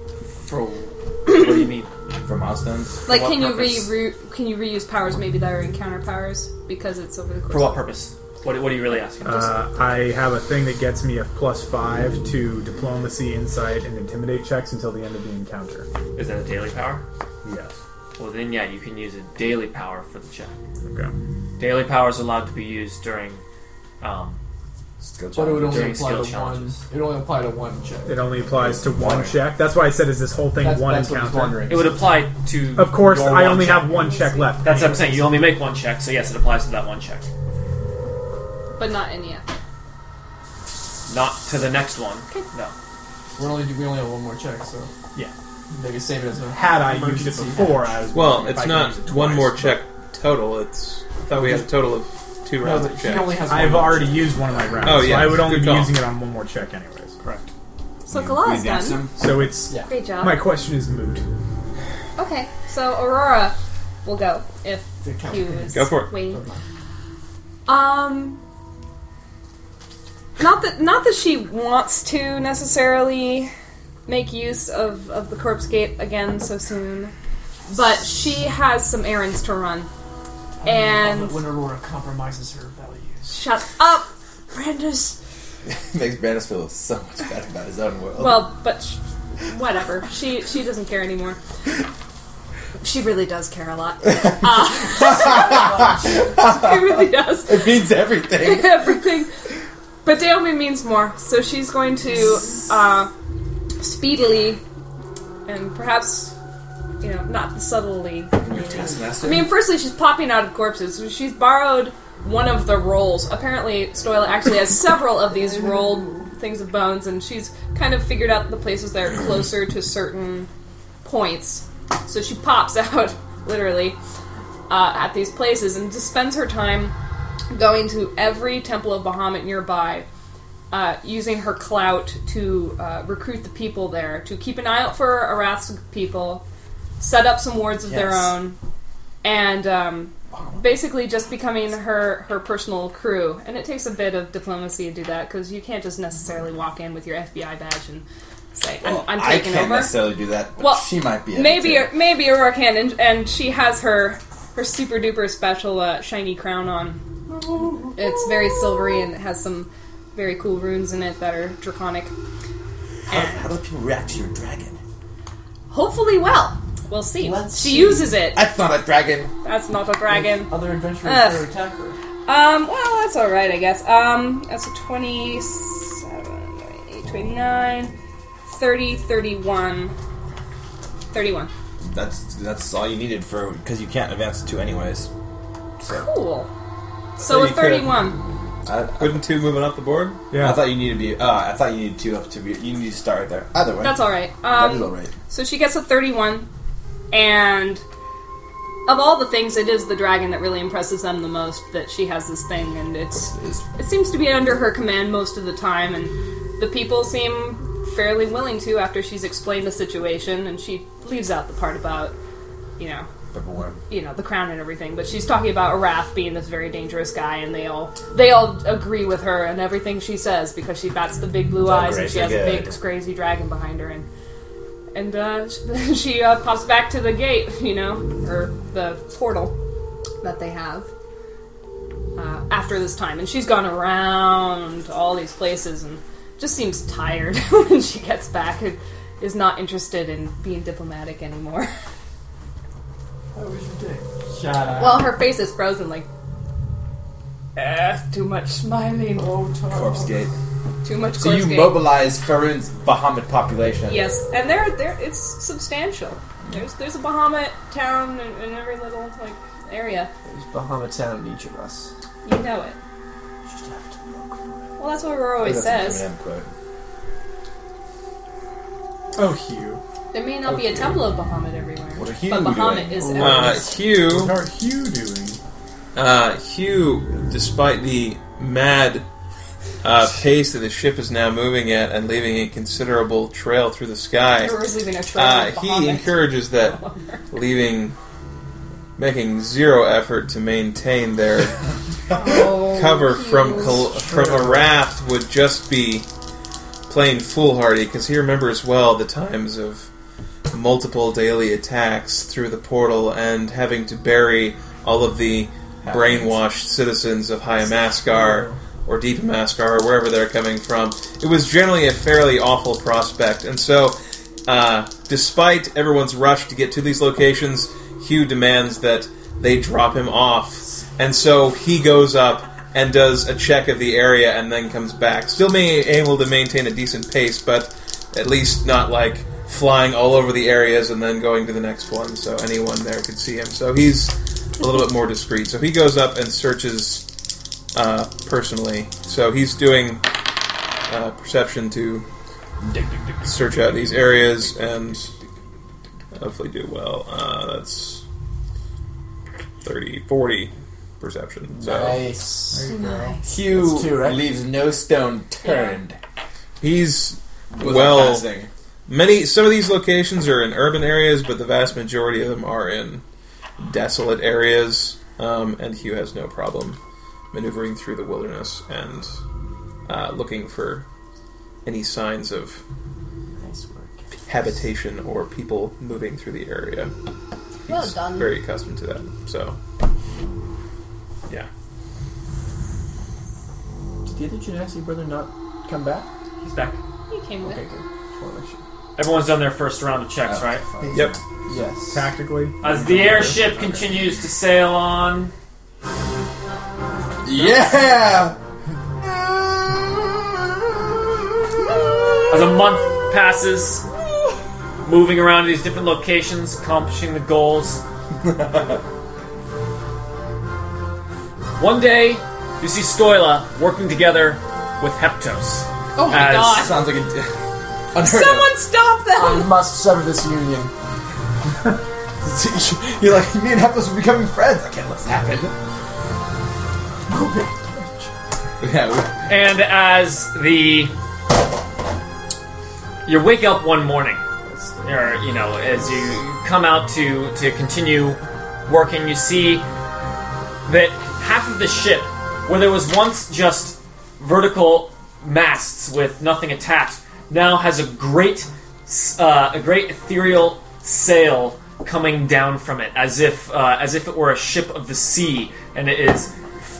F: For
B: What do you need?
F: for milestones.
D: Like,
B: what
D: can you re-
B: purpose?
D: re- can you reuse powers maybe that are encounter powers because it's over the course?
B: For what purpose? What, what are you really asking?
I: Uh, I have a thing that gets me a plus five to diplomacy, insight, and intimidate checks until the end of the encounter.
B: Is that a daily power?
I: Yes.
B: Well, then yeah, you can use a daily power for the check.
I: Okay.
B: Daily power is allowed to be used during um,
F: Skill
H: But it would only
F: check.
B: During
H: apply to
B: skill challenges.
H: one. It would only apply to one check.
I: It only applies to one check. That's why I said, is this whole thing
H: That's,
I: one
H: that's what I was
I: encounter?
H: wondering.
B: It would apply to.
I: Of course,
B: your
I: I
B: one
I: only
B: check.
I: have one check left.
B: That's what I'm saying. You only make one check, so yes, it applies to that one check,
D: but not any after.
B: not to the next one. No.
H: We're only we only have one more check, so
I: Yeah.
H: they can save it as a.
I: Had I used it
H: Emergency.
I: before, I was
C: Well,
I: wondering if I
C: it's
I: could
C: not
I: use it
C: one
I: twice.
C: more check total. It's I thought we had a total of two
H: No,
C: rounds
H: but
C: of
H: he
C: checks.
H: only has.
I: I've
H: one more
I: already
H: check.
I: used one of my rounds,
C: Oh,
I: so
C: yeah.
I: I would only
C: Good
I: be
C: call.
I: using it on one more check, anyways. Correct.
D: So
F: We
D: Kala's
F: advanced
D: done.
F: him.
I: So it's
H: Yeah.
D: Great job.
I: Oh my question is moot.
D: Okay, so Aurora will go if
H: The count.
D: he was
C: Go for it.
D: waiting. Um, not that not that she wants to necessarily make use of of the corpse gate again so soon, but she has some errands to run. And
H: when Aurora compromises her values,
D: shut up, Brandis.
F: Makes Brandis feel so much better about his own world.
D: Well, but sh- whatever. She she doesn't care anymore. She really does care a lot. Uh, she really does.
F: it means everything.
D: everything. But Naomi means more, so she's going to uh, speedily and perhaps, you know, not subtly. I mean, firstly, she's popping out of corpses. So she's borrowed one of the rolls. Apparently, Stoila actually has several of these rolled things of bones, and she's kind of figured out the places that are closer to certain points. So she pops out, literally, uh, at these places and just spends her time going to every temple of Bahamut nearby, uh, using her clout to uh, recruit the people there, to keep an eye out for Arath's people, set up some wards of their
F: Yes.
D: own, and um, basically just becoming her, her personal crew. And it takes a bit of diplomacy to do that because you can't just necessarily walk in with your FBI badge and say,
F: Well,
D: I'm, I'm
F: I
D: taking
F: can't
D: over
F: necessarily do that, but
D: Well,
F: she might be. able
D: maybe
F: to.
D: maybe Aurora can, and, and she has her her super duper special uh, shiny crown on. It's very silvery and it has some very cool runes in it that are draconic.
F: How, how do people react to your dragon?
D: Hopefully, well, we'll see.
H: Let's
D: she
H: see.
D: uses it.
F: That's not a dragon.
D: That's not a dragon.
H: other adventurers
D: Ugh.
H: are attacker.
D: Um, well, that's all right, I guess. Um, that's a 27, 28, 29, 30, 31. 31.
F: That's that's all you needed for because you can't advance to two anyways. So
D: Cool. So a
C: you could-
D: 31.
F: I, I,
C: Wouldn't two moving up the board?
F: I thought you needed to be. Uh, I thought you needed two up to be. You need to start right there. Either way,
D: That's all right.
F: That is
D: Um,
F: all right.
D: So she gets a 31, and of all the things, it is the dragon that really impresses them the most that she has this thing, and it's
F: It's-
D: it seems to be under her command most of the time, and the people seem fairly willing to after she's explained the situation, and she leaves out the part about you know
F: Number one.
D: you know the crown and everything, but she's talking about Arath being this very dangerous guy, and they all they all agree with her and everything she says because she bats the big blue eyes and she has a
F: good.
D: big crazy dragon behind her, and and uh, she- she uh, pops back to the gate, you know, or the portal that they have uh, after this time, and she's gone around all these places and just seems tired when she gets back and is not interested in being diplomatic anymore.
H: How was your day? Shut up.
D: Well, her face is frozen, like. Eh, too much smiling.
H: Oh, Tom.
F: Corpse gate.
D: Too much.
F: So you
D: Glasgow.
F: mobilize Faroon's Bahamut population.
D: Yes, and there, there, it's substantial. There's, there's a Bahamut town in, in every little like area.
H: There's Bahama Town in each of us.
D: You know it.
H: You just have to look for
D: Well, that's what Aurora
F: That's
D: always
F: an
D: says.
F: Eminem quote.
I: Oh, Hugh.
D: There may not be a temple of Bahamut everywhere,
F: What are
D: but
F: Hugh
D: Bahamut
F: doing?
D: is
C: Uh,
D: everywhere.
C: Hugh,
I: How are Hugh doing?
C: uh, Hugh, despite the mad uh, pace that the ship is now moving at and leaving a considerable trail through the sky,
D: Aurora's leaving a trail
C: uh,
D: of
C: he
D: Bahamut.
C: encourages that leaving, making zero effort to maintain their
D: Oh,
C: cover from Col- from a raft would just be plain foolhardy because he remembers well the times of multiple daily attacks through the portal and having to bury all of the brainwashed citizens of High Maskar or Deep Maskar or wherever they're coming from. It was generally a fairly awful prospect, and so. Uh, despite everyone's rush to get to these locations, Hugh demands that they drop him off. And so he goes up and does a check of the area and then comes back. Still being able to maintain a decent pace, but at least not like flying all over the areas and then going to the next one, so anyone there could see him. So he's a little bit more discreet. So he goes up and searches uh, personally. So he's doing uh, perception to search out these areas and hopefully do well. Uh, that's 30, 40 perception. So
H: Nice.
F: Q
H: That's two, right?
F: leaves no stone turned.
C: he's
F: with
C: well.
F: passing.
C: Many some of these locations are in urban areas, but the vast majority of them are in desolate areas. Um, and Hugh has no problem maneuvering through the wilderness and uh, looking for any signs of
H: Nice work.
C: habitation or people moving through the area. He's
J: Well done.
C: very accustomed to that. So, yeah,
H: Did the other Genasi brother not come back?
B: He's back.
D: He came with.
H: Okay, good. Just wanna make sure.
B: Everyone's done their first round of checks, right?
C: yep.
H: Yes.
I: Tactically,
B: As the airship continues to sail on,
F: Yeah.
B: as a month passes, moving around to these different locations, accomplishing the goals. One day, you see Stoila working together with Heptos.
D: Oh my
B: As-
D: god.
F: Sounds like a d- unheard
D: Someone stop
H: I
D: them!
H: must sever this union.
F: of. You're like me and Heptos are becoming friends. I can't let this happen. yeah.
B: And as the you wake up one morning, or you know, as you come out to to continue working, you see that half of the ship, where there was once just vertical masts with nothing attached, now has a great s- uh, a great ethereal sail coming down from it, as if uh, as if it were a ship of the sea, and it is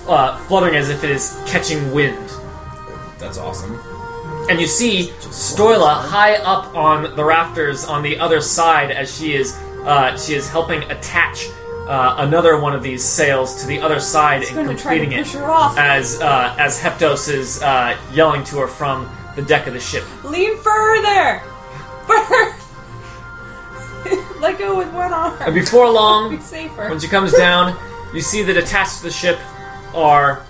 B: uh, fluttering as if it is catching wind
F: We, that's awesome.
B: and you see Stoila high up on the rafters on the other side as she is uh, she is helping attach uh, another one of these sails to the other side and
D: gonna try to
B: completing
D: push
B: it
D: her off.
B: as uh, as Heptos is uh, yelling to her from the deck of the ship.
D: Lean further! Further! Let go with one arm.
B: And before
D: Be
B: long,
D: safer.
B: when she comes down, you see that attached to the ship are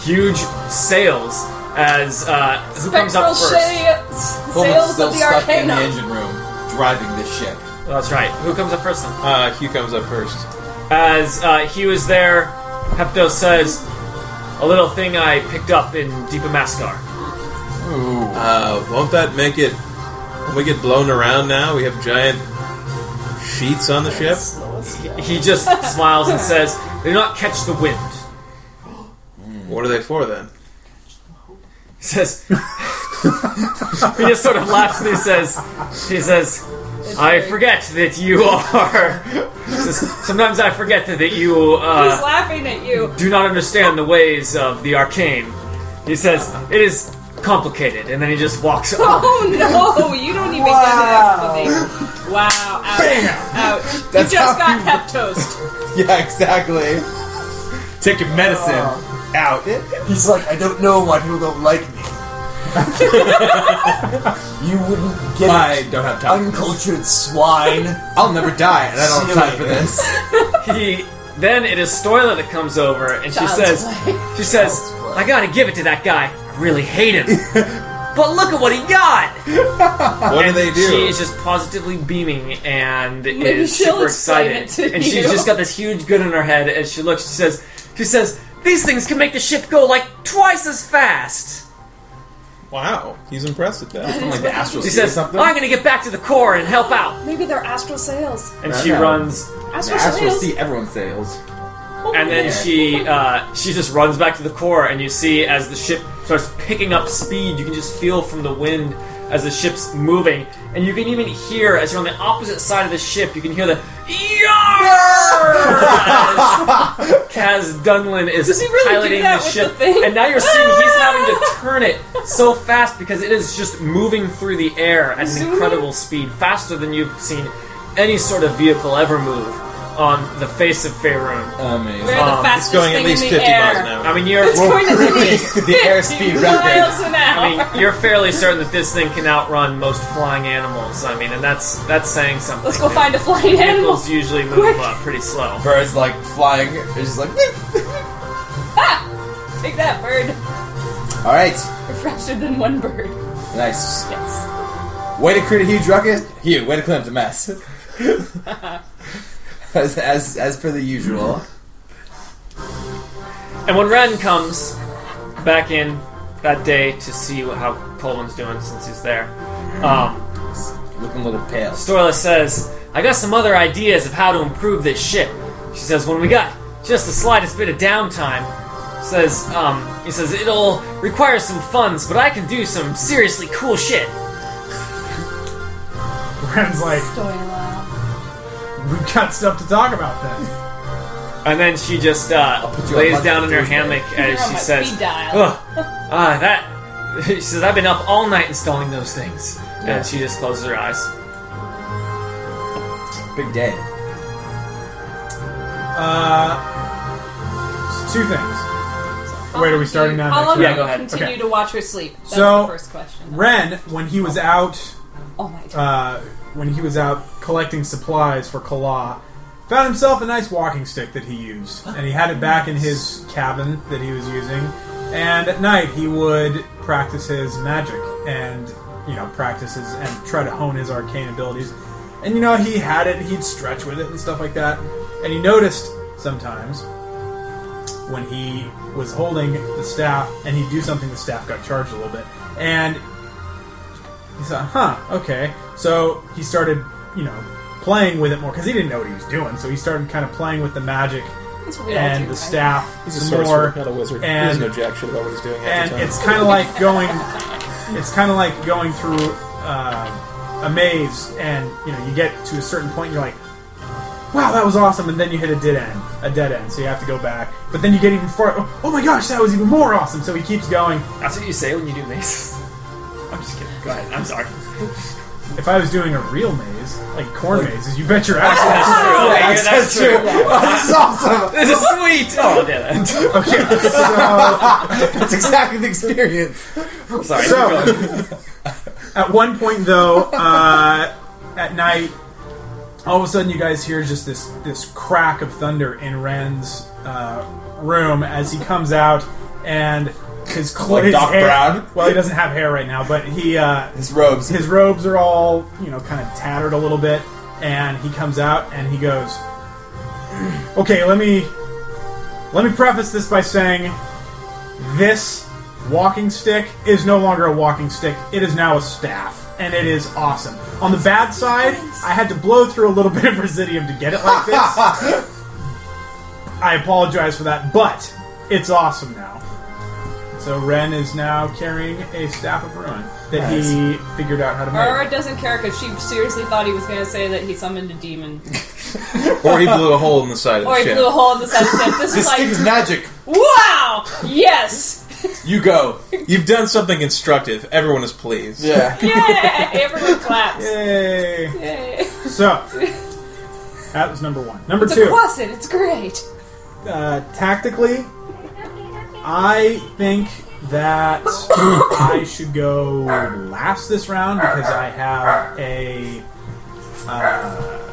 B: huge sails. As uh, who comes up first?
D: Spectral sha-
F: Coleman's
D: sails
F: still
D: of the
F: stuck in the
D: Arcana.
F: engine room, driving this ship.
B: Oh, that's right. Who comes up first? Then?
C: Uh, Hugh comes up first.
B: As uh, he was there, Hepto says, "A little thing I picked up in Deepa Mascar."
C: Uh, won't that make it? When we get blown around now, we have giant sheets on the ship.
B: He just smiles and says, "They do not catch the wind."
C: What are they for then?
B: He says, he just sort of laughs and he says, "He says, I forget that you are." He says, Sometimes I forget that you
D: He's
B: uh,
D: laughing at you.
B: do not understand the ways of the arcane. He says, "It is complicated," and then he just walks off.
D: Oh no! You don't even get an explanation. Wow! Ouch! Ouch! you just got pep toast.
F: Yeah, exactly. Take your medicine out.
H: He's like, I don't know why people don't like me. you wouldn't get
F: I
H: it,
F: don't have time.
H: uncultured swine.
F: I'll never die, and I don't have
H: See you
F: time
H: later.
F: for this.
B: He then it is Stoila that comes over and she says she says I gotta give it to that guy. I really hate him. but look at what he got!
C: What do
B: and
C: they
B: She
C: do?
B: is just positively beaming and
D: Maybe
B: is
D: she'll
B: super
D: explain
B: excited.
D: it to
B: and
D: you.
B: she's just got this huge good in her head as she looks, she says she says, These things can make the ship go like twice as fast.
C: Wow, he's impressed at that.
F: From like the astral
B: She
F: sea or
B: says,
F: something.
B: I'm gonna get back to the core and help out.
D: Maybe they're astral sails.
B: And she
F: Yeah.
B: runs
F: the
D: Astral
F: astral
D: sails.
F: sea, everyone sails.
B: and then she uh, she just runs back to the core, and you see as the ship starts picking up speed, you can just feel from the wind as the ship's moving, and you can even hear as you're on the opposite side of the ship, you can hear the Yarr! as Kaz Dunlin is
D: Does he really do
B: piloting
D: that
B: the
D: with
B: ship,
D: the thing?
B: and now you're seeing he's having to turn it so fast because it is just moving through the air at an
D: Zooming?
B: incredible speed, faster than you've seen any sort of vehicle ever move. on the face of Faerun.
F: Amazing.
D: We're the
B: Um,
D: fastest
C: going
D: thing
C: at least
D: in the
C: 50
D: air.
C: miles an hour.
B: I mean, you're
D: It's going at least
F: the airspeed
D: 50
F: record.
D: miles an hour.
B: I mean, you're fairly certain that this thing can outrun most flying animals. I mean, and that's that's saying something.
D: Let's go find a flying animal.
B: Vehicles usually move
D: Quick.
B: uh, pretty slow.
F: Birds like flying. It's just like. "Beep."
D: Take that bird.
F: All right.
D: We're faster than one bird.
F: Nice.
D: Yes.
F: Way to create a huge ruckus. Hugh, way to clean up the mess. as, as as per the usual.
B: And when Ren comes back in that day to see what, how Colvin's doing since he's there, um,
F: Looking a little pale.
B: Storla says, I got some other ideas of how to improve this ship. She says, when we got just the slightest bit of downtime, says, um, he says, it'll require some funds, but I can do some seriously cool shit.
E: Ren's like, we've got stuff to talk about then.
B: And then she just uh,
F: put you on
B: lays
F: Monday,
B: down in her
F: Tuesday.
B: hammock as
D: You're on
B: she
D: my
B: says,
D: speed dial.
B: Ugh, ah, that. She says, I've been up all night installing those things. And she just closes her eyes.
F: Big day.
E: Uh, two things. Wait, are we starting now?
D: How
E: Next
D: long
E: round?
B: Yeah, go ahead.
D: continue
E: Okay.
D: to watch her sleep? That's
E: So-
D: the first question.
E: Ren, when he was out
D: oh my god.
E: uh, when he was out collecting supplies for Kala, found himself a nice walking stick that he used, and he had it back in his cabin that he was using. And at night, he would practice his magic, and you know, practice his and try to hone his arcane abilities. And you know, he had it; he'd stretch with it and stuff like that. And he noticed sometimes when he was holding the staff, and he'd do something, the staff got charged a little bit, and he thought, huh, okay. So he started, you know, playing with it more because he didn't know what he was doing. So he started kind of playing with the magic
D: That's what we all do,
E: and the
D: right?
E: staff
C: He's a
E: some
C: sorcerer,
E: more,
C: not a wizard.
E: and-
C: he doesn't know jack shit about what he's doing. half
E: and
C: the time.
E: it's kind of like going, it's kind of like going through uh, a maze, and you know, you get to a certain point, and you're like. Wow, that was awesome! And then you hit a dead end, a dead end. So you have to go back. But then you get even far. Oh, oh my gosh, that was even more awesome! So he keeps going.
B: That's what you say when you do mazes. I'm just kidding. Go ahead. I'm sorry.
E: If I was doing a real maze, like corn mazes, you bet your ass.
B: Oh, that's, true.
F: This is awesome.
B: This is sweet. Oh, yeah.
E: So
F: That's exactly the experience.
B: sorry.
E: So- At one point, though, uh, at night, all of a sudden, you guys hear just this this crack of thunder in Ren's uh, room as he comes out and his
F: Like
E: clothes, his
F: Doc
E: hair.
F: Brown?
E: Well, he doesn't have hair right now, but he uh,
F: His robes.
E: his robes are all you know kind of tattered a little bit, and he comes out and he goes, "Okay, let me let me preface this by saying this walking stick is no longer a walking stick. It is now a staff, and it is awesome. On the bad side, I had to blow through a little bit of residium to get it like this. I apologize for that, but it's awesome now. So Ren is now carrying a staff of ruin that he figured out how to
D: Aurora
E: make.
D: doesn't care because she seriously thought he was going to say that he summoned a demon.
C: or he blew a hole in the side of
D: Or
C: the
D: he
C: ship.
D: blew a hole in the side of the ship. This is
F: This thing is
D: like,
F: magic.
D: wow! Yes!
F: You go.
C: You've done something instructive. Everyone is pleased.
F: Yeah.
D: Yay! Everyone claps.
E: Yay!
D: Yay.
E: So that was number one. Number
D: It's a
E: two.
D: quasit. It's great.
E: uh, tactically, I think that I should go last this round because I have a uh,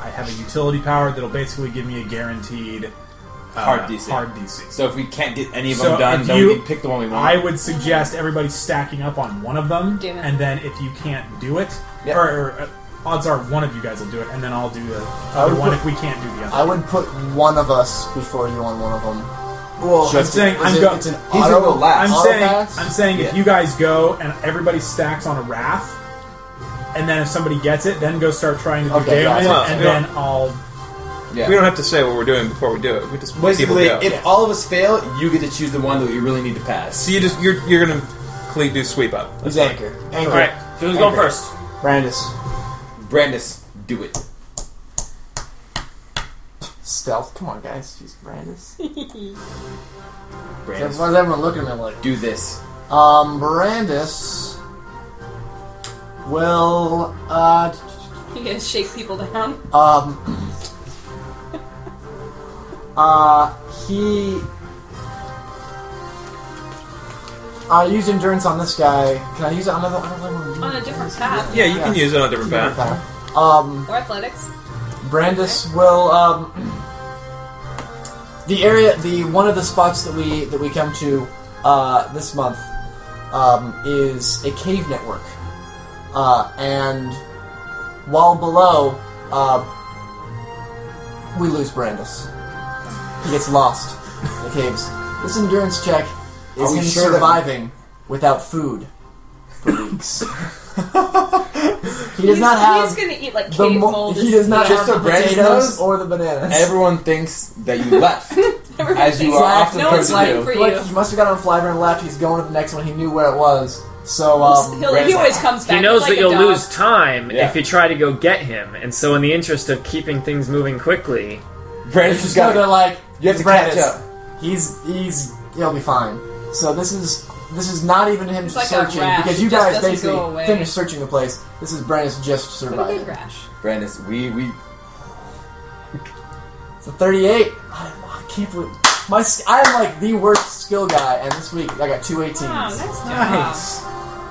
E: I have a utility power that'll basically give me a guaranteed uh,
F: Hard DC.
E: Hard DC.
F: So if we can't get any of
E: So
F: them done,
E: if
F: then
E: you-
F: we can pick the one we
E: I
F: want.
E: would suggest everybody stacking up on one of them,
D: Damn it.
E: and then if you can't do it,
F: Yeah.
E: or, or, uh, odds are one of you guys will do it, and then I'll do the other
H: would
E: one
H: put-
E: if we can't do the other.
H: I would put one of us before you on one of them.
G: Well,
E: I'm saying
H: Is
E: I'm
H: it-
E: go-
H: it's an
F: He's
H: auto-
F: gonna go last.
E: I'm
H: Auto
E: saying,
H: pass?
E: I'm saying, if
F: Yeah.
E: you guys go and everybody stacks on a wrath, and then if somebody gets it, then go start trying to do
H: Okay,
E: damage,
C: gotcha.
E: and
C: Yeah.
E: then I'll.
F: yeah.
C: We don't have to say what we're doing before we do it. We just let people
F: Basically,
C: go.
F: if all of us fail, you get to choose the one that you really need to pass.
C: so you just you're you're gonna clean do sweep up.
H: Who's anchor? Anchor.
B: All right. So who's going
H: Okay.
B: first?
H: Brandis.
F: Brandis, do it.
H: Stealth. Come on, guys. She's Brandis. That's
F: Brandis,
H: why everyone looking at me like.
F: do this.
H: Um, Brandis. Well, uh,
D: You gonna shake people down?
H: um, Uh, he. I uh, use endurance on this guy. Can I use it on another? I don't really
D: On
H: wanna
D: a
H: use
D: different path.
C: Yeah, you can use it on a different
H: different
C: path.
H: path. Um,
D: Or athletics.
H: Brandis will. Um, the area, the one of the spots that we that we come to uh, this month um, is a cave network, uh, and while below, uh, we lose Brandis. He gets lost in the caves. This endurance check is
F: Are we
H: him
F: sure that-
H: surviving without food for weeks. he does not have.
D: He's gonna eat like
H: The
D: cave
H: mo-
D: mold.
H: he does not have
F: Just so
H: the
F: Brandon
H: potatoes
F: knows,
H: or the bananas.
F: Everyone thinks that you left. as you are often
D: No one's
F: prone to
D: lying
F: do.
D: for
H: like,
D: you.
H: he must have got on Flyver and left. He's going to the next one. He knew where it was. So, um,
D: He'll, he always comes back.
B: He knows
D: like
B: that
D: a
B: you'll
D: dog.
B: lose time
F: Yeah.
B: if you try to go get him, and so in the interest of keeping things moving quickly,
F: Brandis has
H: so they're
F: got
H: like,
F: You have to
H: Brandis,
F: catch up.
H: He's he's he'll be fine. So this is this is not even him
D: like a
H: searching
D: rash.
H: because
D: It
H: you
D: just
H: guys
D: doesn't go
H: basically
D: away.
H: finished searching the place. This is Brandis just
D: But a good
H: surviving.
D: rash.
F: Brandis. We we
H: So 38. I, I can't believe my s- I am like the worst skill guy, and this week I got two 18s.
D: Wow, nice job.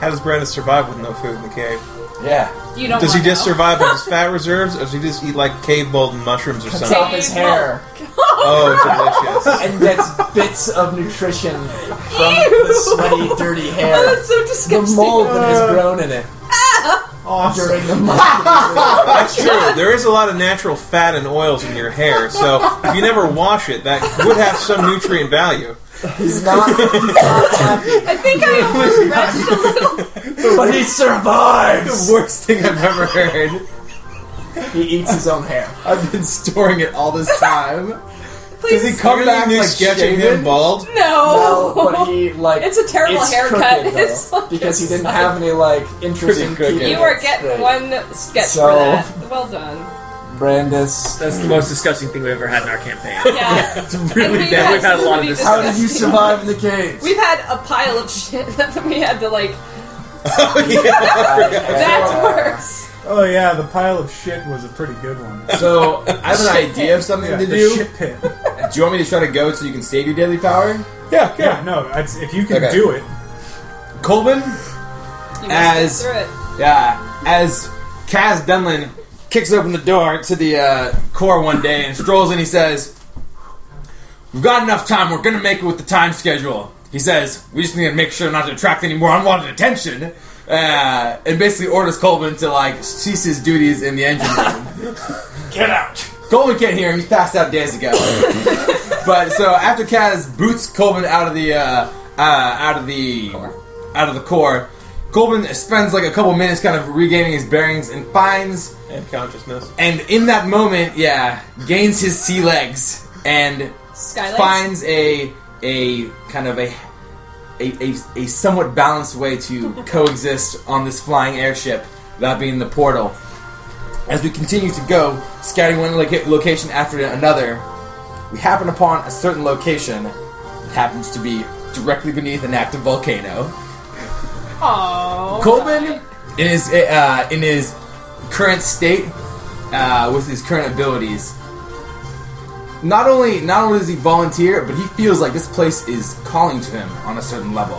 C: How does Brandon survive with no food in the cave?
F: yeah.
D: You don't
C: Does he
D: wanna
C: just
D: know.
C: survive on his fat reserves, or does he just eat like cave mold and mushrooms or
H: Cuts
C: something?
H: off his hair
C: Oh, delicious.
H: and gets bits of nutrition from the
D: Ew!
H: sweaty, dirty
D: Oh,
H: hair.
D: that's so
H: the
D: disgusting.
H: mold that has grown in it
I: Awesome.
H: during the month.
C: That's true. There is a lot of natural fat and oils in your hair, so if you never wash it, that would have some nutrient value.
H: He's not, he's not happy,
D: I think I overstretched a little.
H: but he survives.
F: Worst thing I've ever heard.
H: He eats his own hair.
F: I've been storing it all this time.
D: Please.
F: Does he come
C: Really
F: back
C: new
F: like
C: sketch of him
F: shaven?
C: bald.
D: No.
H: No, but he like
D: It's a terrible
H: it's
D: haircut.
H: crooked, though,
D: It's like-
H: because he didn't have any like interest in
F: Pretty
H: keeping
D: you
H: it
D: are getting
H: straight.
D: one sketch
H: So-
D: for that. Well done.
H: Brandis.
B: that's the most disgusting thing we've ever had in our campaign.
D: Yeah.
B: It's really
D: And
B: bad. We've
D: we've
B: had a lot of
D: absolutely
B: this.
H: How did you survive in the cave?
D: We've had a pile of shit that we had to like.
C: Oh,
D: That's worse.
I: Oh yeah, the pile of shit was a pretty good one.
F: So I have an idea of something
I: Yeah,
F: to
I: the
F: do.
I: shit pit.
F: Do you want me to try to go so you can save your daily power?
C: Yeah,
I: Yeah, no, that's, if you can
F: Okay.
I: do it,
F: Colvin?
D: You must
F: As-
D: get through it.
F: Yeah. As Kaz Dunlin kicks open the door to the uh, core one day and strolls in, he says, We've got enough time. We're going to make it with the time schedule. He says, We just need to make sure not to attract any more unwanted attention. Uh, and basically orders Colvin to like cease his duties in the engine room.
B: Get out.
F: Colvin can't hear him. He passed out days ago. but so after Kaz boots Colvin out of the uh, uh, out of the out of the core, Colvin spends like a couple minutes kind of regaining his bearings and finds
C: and consciousness.
F: and in that moment, yeah, gains his sea legs and
D: Skylights.
F: finds a a kind of a a, a, a somewhat balanced way to coexist on this flying airship, that being the portal. As we continue to go, scouting one loca- location after another, we happen upon a certain location that happens to be directly beneath an active volcano.
D: Oh.
F: Colbin, in his uh, in his current state, uh, with his current abilities, not only not only does he volunteer, but he feels like this place is calling to him on a certain level,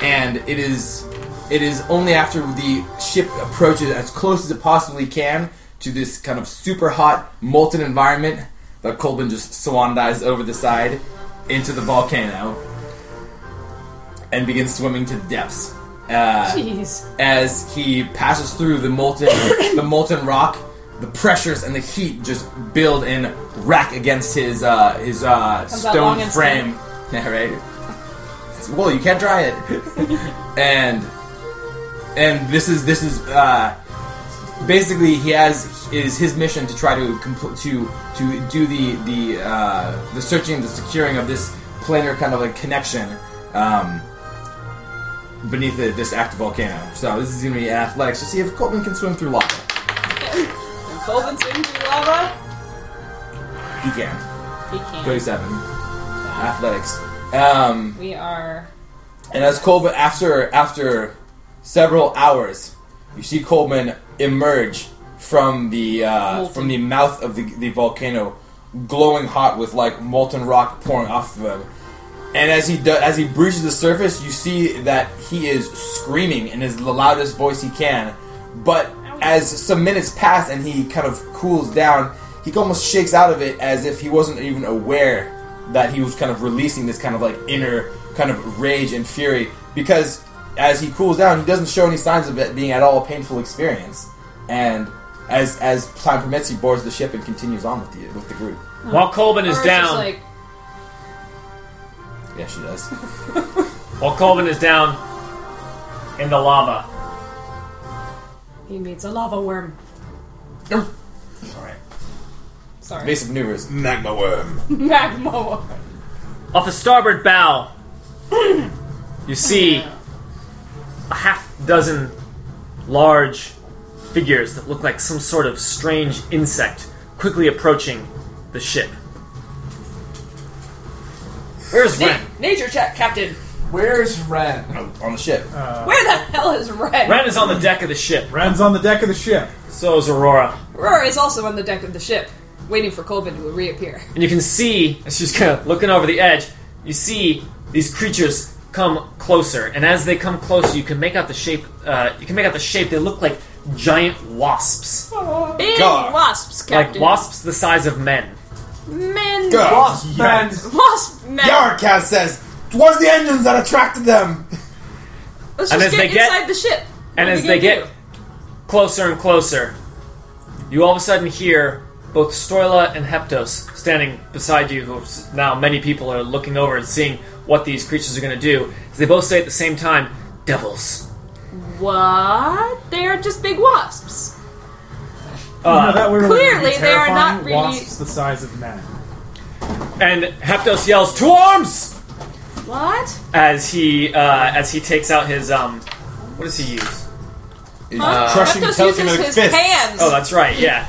F: and it is it is only after the ship approaches as close as it possibly can to this kind of super hot molten environment that Colbin just swan dives over the side into the volcano and begins swimming to the depths. Uh,
D: Jeez.
F: as he passes through the molten the molten rock, the pressures and the heat just build and rack against his uh, his uh,
D: out
F: stone
D: long and
F: frame. Yeah, right. It's- Well, you can't try it. and and this is this is uh, basically he has it is his mission to try to compl- to to do the the uh, the searching the securing of this planar kind of like connection. Um, beneath the, this active volcano. So this is going to be athletics to see if Coltman can swim through lava.
D: Colvin swimming through lava.
F: He can.
D: He can't.
F: 37. Athletics. Um,
D: We are.
F: and as Coltman, after after several hours, you see Coltman emerge from the uh,
D: Molten.
F: from the mouth of the, the volcano, glowing hot with like molten rock pouring off of him. And as he do- as he breaches the surface, you see that he is screaming in his the loudest voice he can. But as some minutes pass and he kind of cools down, he almost shakes out of it as if he wasn't even aware that he was kind of releasing this kind of like inner kind of rage and fury because as he cools down, he doesn't show any signs of it being at all a painful experience. And as as time permits, he boards the ship and continues on with the with the group.
B: While Colvin is
D: Or it's
B: down,
D: Just like,
F: Yeah, she does.
B: while Colvin is down in the lava,
D: he meets a lava worm.
F: all right.
D: Sorry.
F: Basic maneuvers.
C: Magma worm.
D: Magma worm.
B: off the starboard bow, you see a half dozen large figures that look like some sort of strange insect quickly approaching the ship. Where's Ren?
D: Nature check, Captain.
G: Where's Ren?
F: Oh, on the ship.
D: Where the hell is Ren?
B: Ren is on the deck of the ship.
E: Ren's on the deck of the ship.
B: So is Aurora.
D: Roar is also on the deck of the ship, waiting for Colvin to reappear.
B: And you can see, as she's kind of looking over the edge, you see these creatures come closer. And as they come closer, you can make out the shape. Uh, you can make out the shape. They look like giant wasps,
D: Big
F: God.
D: wasps,
B: like
D: Captain.
B: wasps the size of men.
D: Men.
F: Go.
G: Wasp
E: Yes.
G: Ren.
D: Wasp men.
F: Yarkat says, "It "Was the engines that attracted them?"
D: Let's
B: And as
D: just get
B: they get-
D: inside the ship.
B: And
D: What are
B: as
D: we
B: they
D: gonna
B: get closer and closer, you all of a sudden hear both Stoila and Heptos standing beside you, who s- now many people are looking over and seeing what these creatures are going to do. As they both say at the same time, "Devils."
D: do? What? They are just big wasps.
E: No,
B: Uh,
E: that would really
D: Clearly,
E: be
D: they are not
E: terrifying.
D: really-
E: wasps the size of men.
B: And Heptos yells, "To arms!"
D: What?
B: as he uh, as he takes out his um what does he use?
D: Huh?
F: crushing
D: Reptos
F: telekinetic
D: uses his
F: fists.
D: hands.
B: Oh, that's right. Yeah,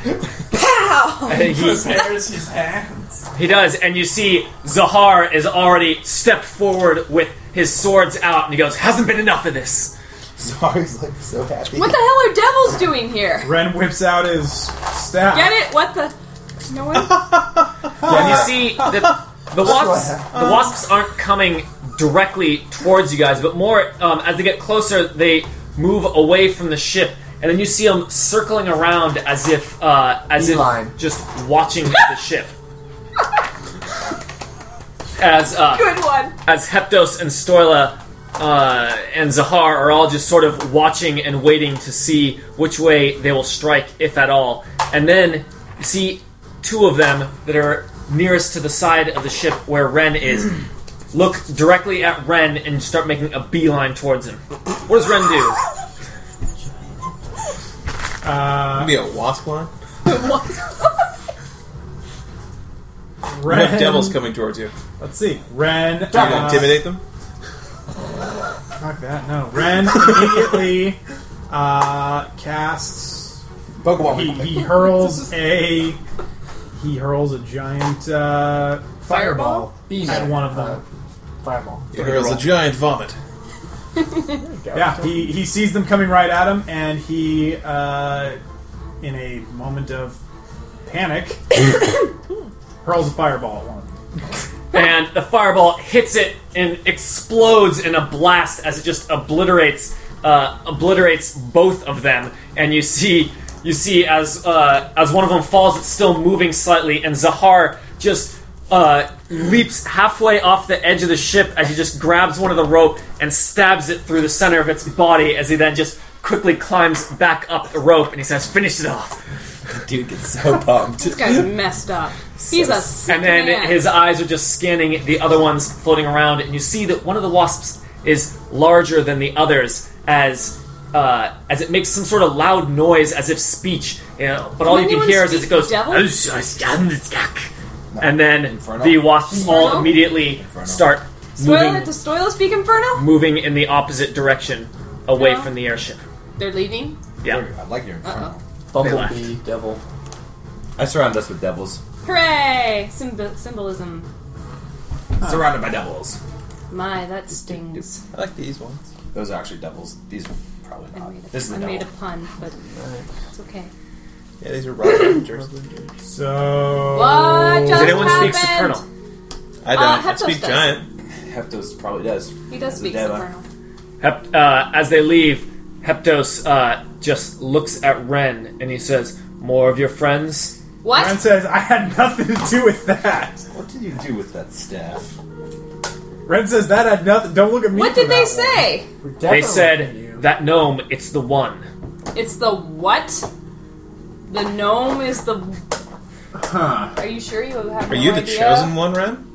D: Pow!
B: he
I: There's his hands.
B: he does, and you see Zahar is already stepped forward with his swords out, and he goes, "Hasn't been enough of this."
F: Zar's like so happy.
D: What the hell are devils doing here?
E: Ren whips out his staff.
D: Get it? What the? No one.
B: And you see that the wasps the wasps aren't coming directly towards you guys, but more um, as they get closer, they move away from the ship. And then you see them circling around as if, uh, as
G: Beeline.
B: if just watching the ship. As uh,
D: Good one.
B: as Heptos and Stoila uh, and Zahar are all just sort of watching and waiting to see which way they will strike, if at all. And then you see two of them that are nearest to the side of the ship where Ren is. Look directly at Ren and start making a beeline towards him. What does Ren do?
E: Uh,
C: Be a wasp line. You
E: Ren,
C: have devils coming towards you.
E: Let's see. Ren.
C: Are you gonna
E: uh,
C: intimidate them?
E: Fuck that. No. Ren immediately uh, casts.
F: Pokemon.
E: He, he hurls a. He hurls a giant uh, fireball,
G: Beam.
E: at one of them.
G: Fireball.
C: It hurls a giant vomit.
E: Yeah, he, he sees them coming right at him, and he, uh, in a moment of panic, hurls a fireball at one of them.
B: and the fireball hits it and explodes in a blast as it just obliterates uh, obliterates both of them and you see you see as uh, as one of them falls it's still moving slightly and Zahar just uh, leaps halfway off the edge of the ship as he just grabs one of the rope and stabs it through the center of its body as he then just quickly climbs back up the rope and he says finish it off
F: Dude gets so pumped.
D: This guy's messed up. He's a sick
B: and then
D: man.
B: his eyes are just scanning the other ones floating around, and you see that one of the wasps is larger than the others as uh, as it makes some sort of loud noise, as if speech. You know, but all
D: Can
B: you can
D: anyone
B: hear is
D: speak
B: as it goes,
D: devil?
B: and then
F: Inferno?
B: the wasps all
D: Inferno?
B: immediately start
D: Stoila,
B: moving,
D: does Stoila speak Inferno?
B: moving in the opposite direction away
D: Yeah.
B: from the airship.
D: They're leaving.
B: Yeah,
F: I like your inferno.
G: Bumblebee devil.
F: I surround us with devils.
D: Hooray! Symb- symbolism.
F: Surrounded by devils.
D: My, that stings.
C: I like these ones.
F: Those are actually devils. These are probably
D: I
F: not.
D: made a,
F: This is
D: I
F: the
D: made a
F: devil.
D: pun, but it's okay.
C: Yeah, these are rock rangers.
E: So
D: What just
B: Does anyone
D: happened?
B: speak Supernal?
C: I don't.
D: Uh,
C: I
D: Heptos
C: speak
D: does.
C: giant.
F: Heptos probably does.
D: He does speak
F: Deva.
D: Supernal.
B: Hep- uh, as they leave, Heptos uh, just looks at Ren and he says, "More of your friends."
D: What?
E: Aaron says, I had nothing to do with that.
F: What did you do with that staff?
E: Ren says that had nothing. Don't look at me.
D: What
E: for
D: did they
E: that
D: say?
H: Oh.
B: They said that gnome, it's the one.
D: It's the what? The gnome is the.
E: one. Huh.
D: Are you sure you have?
C: Are you the chosen one, Ren?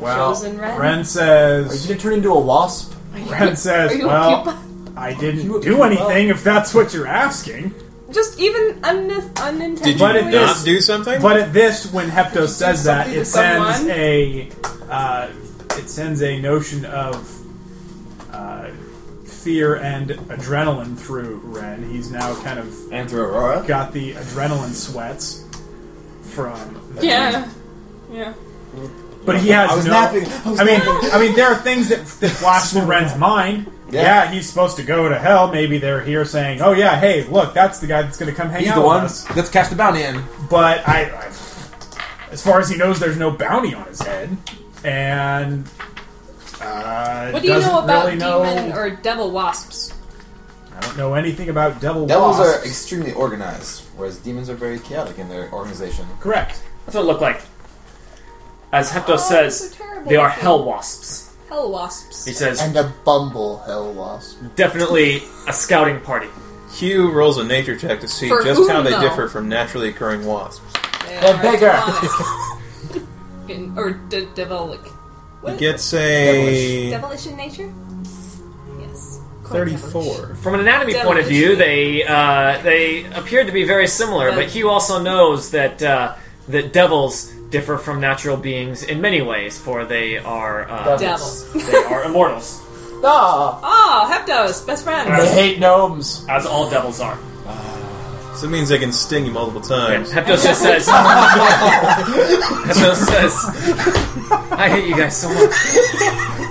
E: Well,
D: Chosen Ren?
E: Ren
H: You
E: says.
H: didn't turn into a wasp.
E: Ren says,
D: Are you a
E: well,
D: pupa?
E: I didn't
H: You a
E: do
H: pupa?
E: anything if that's what you're asking.
D: Just even unin- unintentionally.
C: Did you
E: But it
C: not
E: is-
C: do something?
E: But at this, when Hepto says that,
D: something to
E: it sends
D: someone?
E: a uh, it sends a notion of uh, fear and adrenaline through Ren. He's now kind of
F: And through Aurora?
E: got the adrenaline sweats from. that.
D: Yeah. Yeah.
E: but he has
F: I was
E: no.
F: napping. I was
E: I mean,
F: napping.
E: I mean, there are things that, that flash through Ren's mind. Yeah. he's supposed to go to hell. Maybe they're here saying, "Oh yeah, hey, look, that's the guy that's going to come hang
G: He's
E: out
G: the
E: with
G: one.
E: us."
G: Let's cash the bounty in.
E: But I, I, as far as he knows, there's no bounty on his head, and uh,
D: What do you know
E: doesn't
D: about
E: really know-
D: demon or devil wasps?
E: I don't know anything about devil
F: Devils are
E: wasps.
F: extremely organized, whereas demons are very chaotic in their organization.
E: correct.
B: That's what it looked like. As Heptos
D: Oh,
B: says,
D: those are terrible
B: they are
D: looking.
B: hell wasps.
D: Hell
B: He
D: wasps.
B: says,
H: And a bumble hell wasp.
B: definitely a scouting party.
C: Hugh rolls a nature check to see
D: For
C: just
D: whom,
C: how they
D: though?
C: differ from naturally occurring wasps.
D: They
H: They're
D: are
H: bigger.
D: demonic. In- or de- devilic.
C: He
D: What?
C: gets a
D: Devilish in nature? Yes. Quite devilish.
C: thirty-four.
B: From an anatomy point of view, they uh, they appeared to be very similar, but Hugh also knows that uh, that devils differ from natural beings in many ways, for they are uh,
D: Devils.
B: they are immortals,
H: Ah,
D: Ah, Heptos, best friend.
H: they hate gnomes.
B: as all devils are.
C: So it means they can sting you multiple
B: And
C: times.
B: Heptos just says, Heptos says, I hate you guys so much.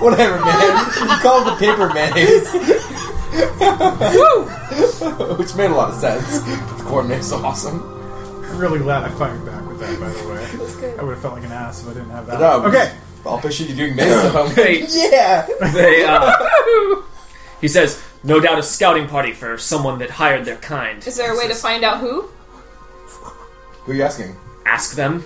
F: Whatever, man. you call them the paper mayonnaise. Which made a lot of sense. But the corn maze is awesome.
E: I'm really glad I fired back with that. By the way, I would have felt like an ass if I didn't have that.
F: No,
E: okay,
F: I'll picture you doing maze of them.
B: They,
F: Yeah!
B: they, uh, he says, no doubt a scouting party for someone that hired their kind.
D: Is there a way to find out who?
F: Who are you asking?
B: Ask them.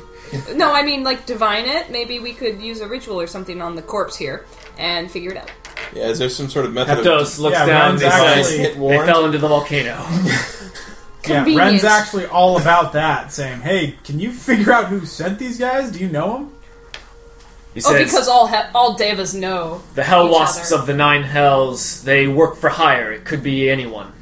D: No, I mean, like, divine it. Maybe we could use a ritual or something on the corpse here and figure it out.
C: Yeah, is there some sort of method of
B: Heptos looks
E: Yeah,
B: down and
E: Ren's
B: he says,
E: actually-
F: Hit
B: they
F: warrant.
B: fell into the volcano.
E: yeah,
D: Convenient.
E: Ren's actually all about that, saying, "Hey, can you figure out who sent these guys? Do you know them?"
B: He
D: Oh,
B: says,
D: because all he- all Devas know.
B: the hell
D: each
B: wasps
D: other.
B: of the nine hells, they work for hire. It could be anyone.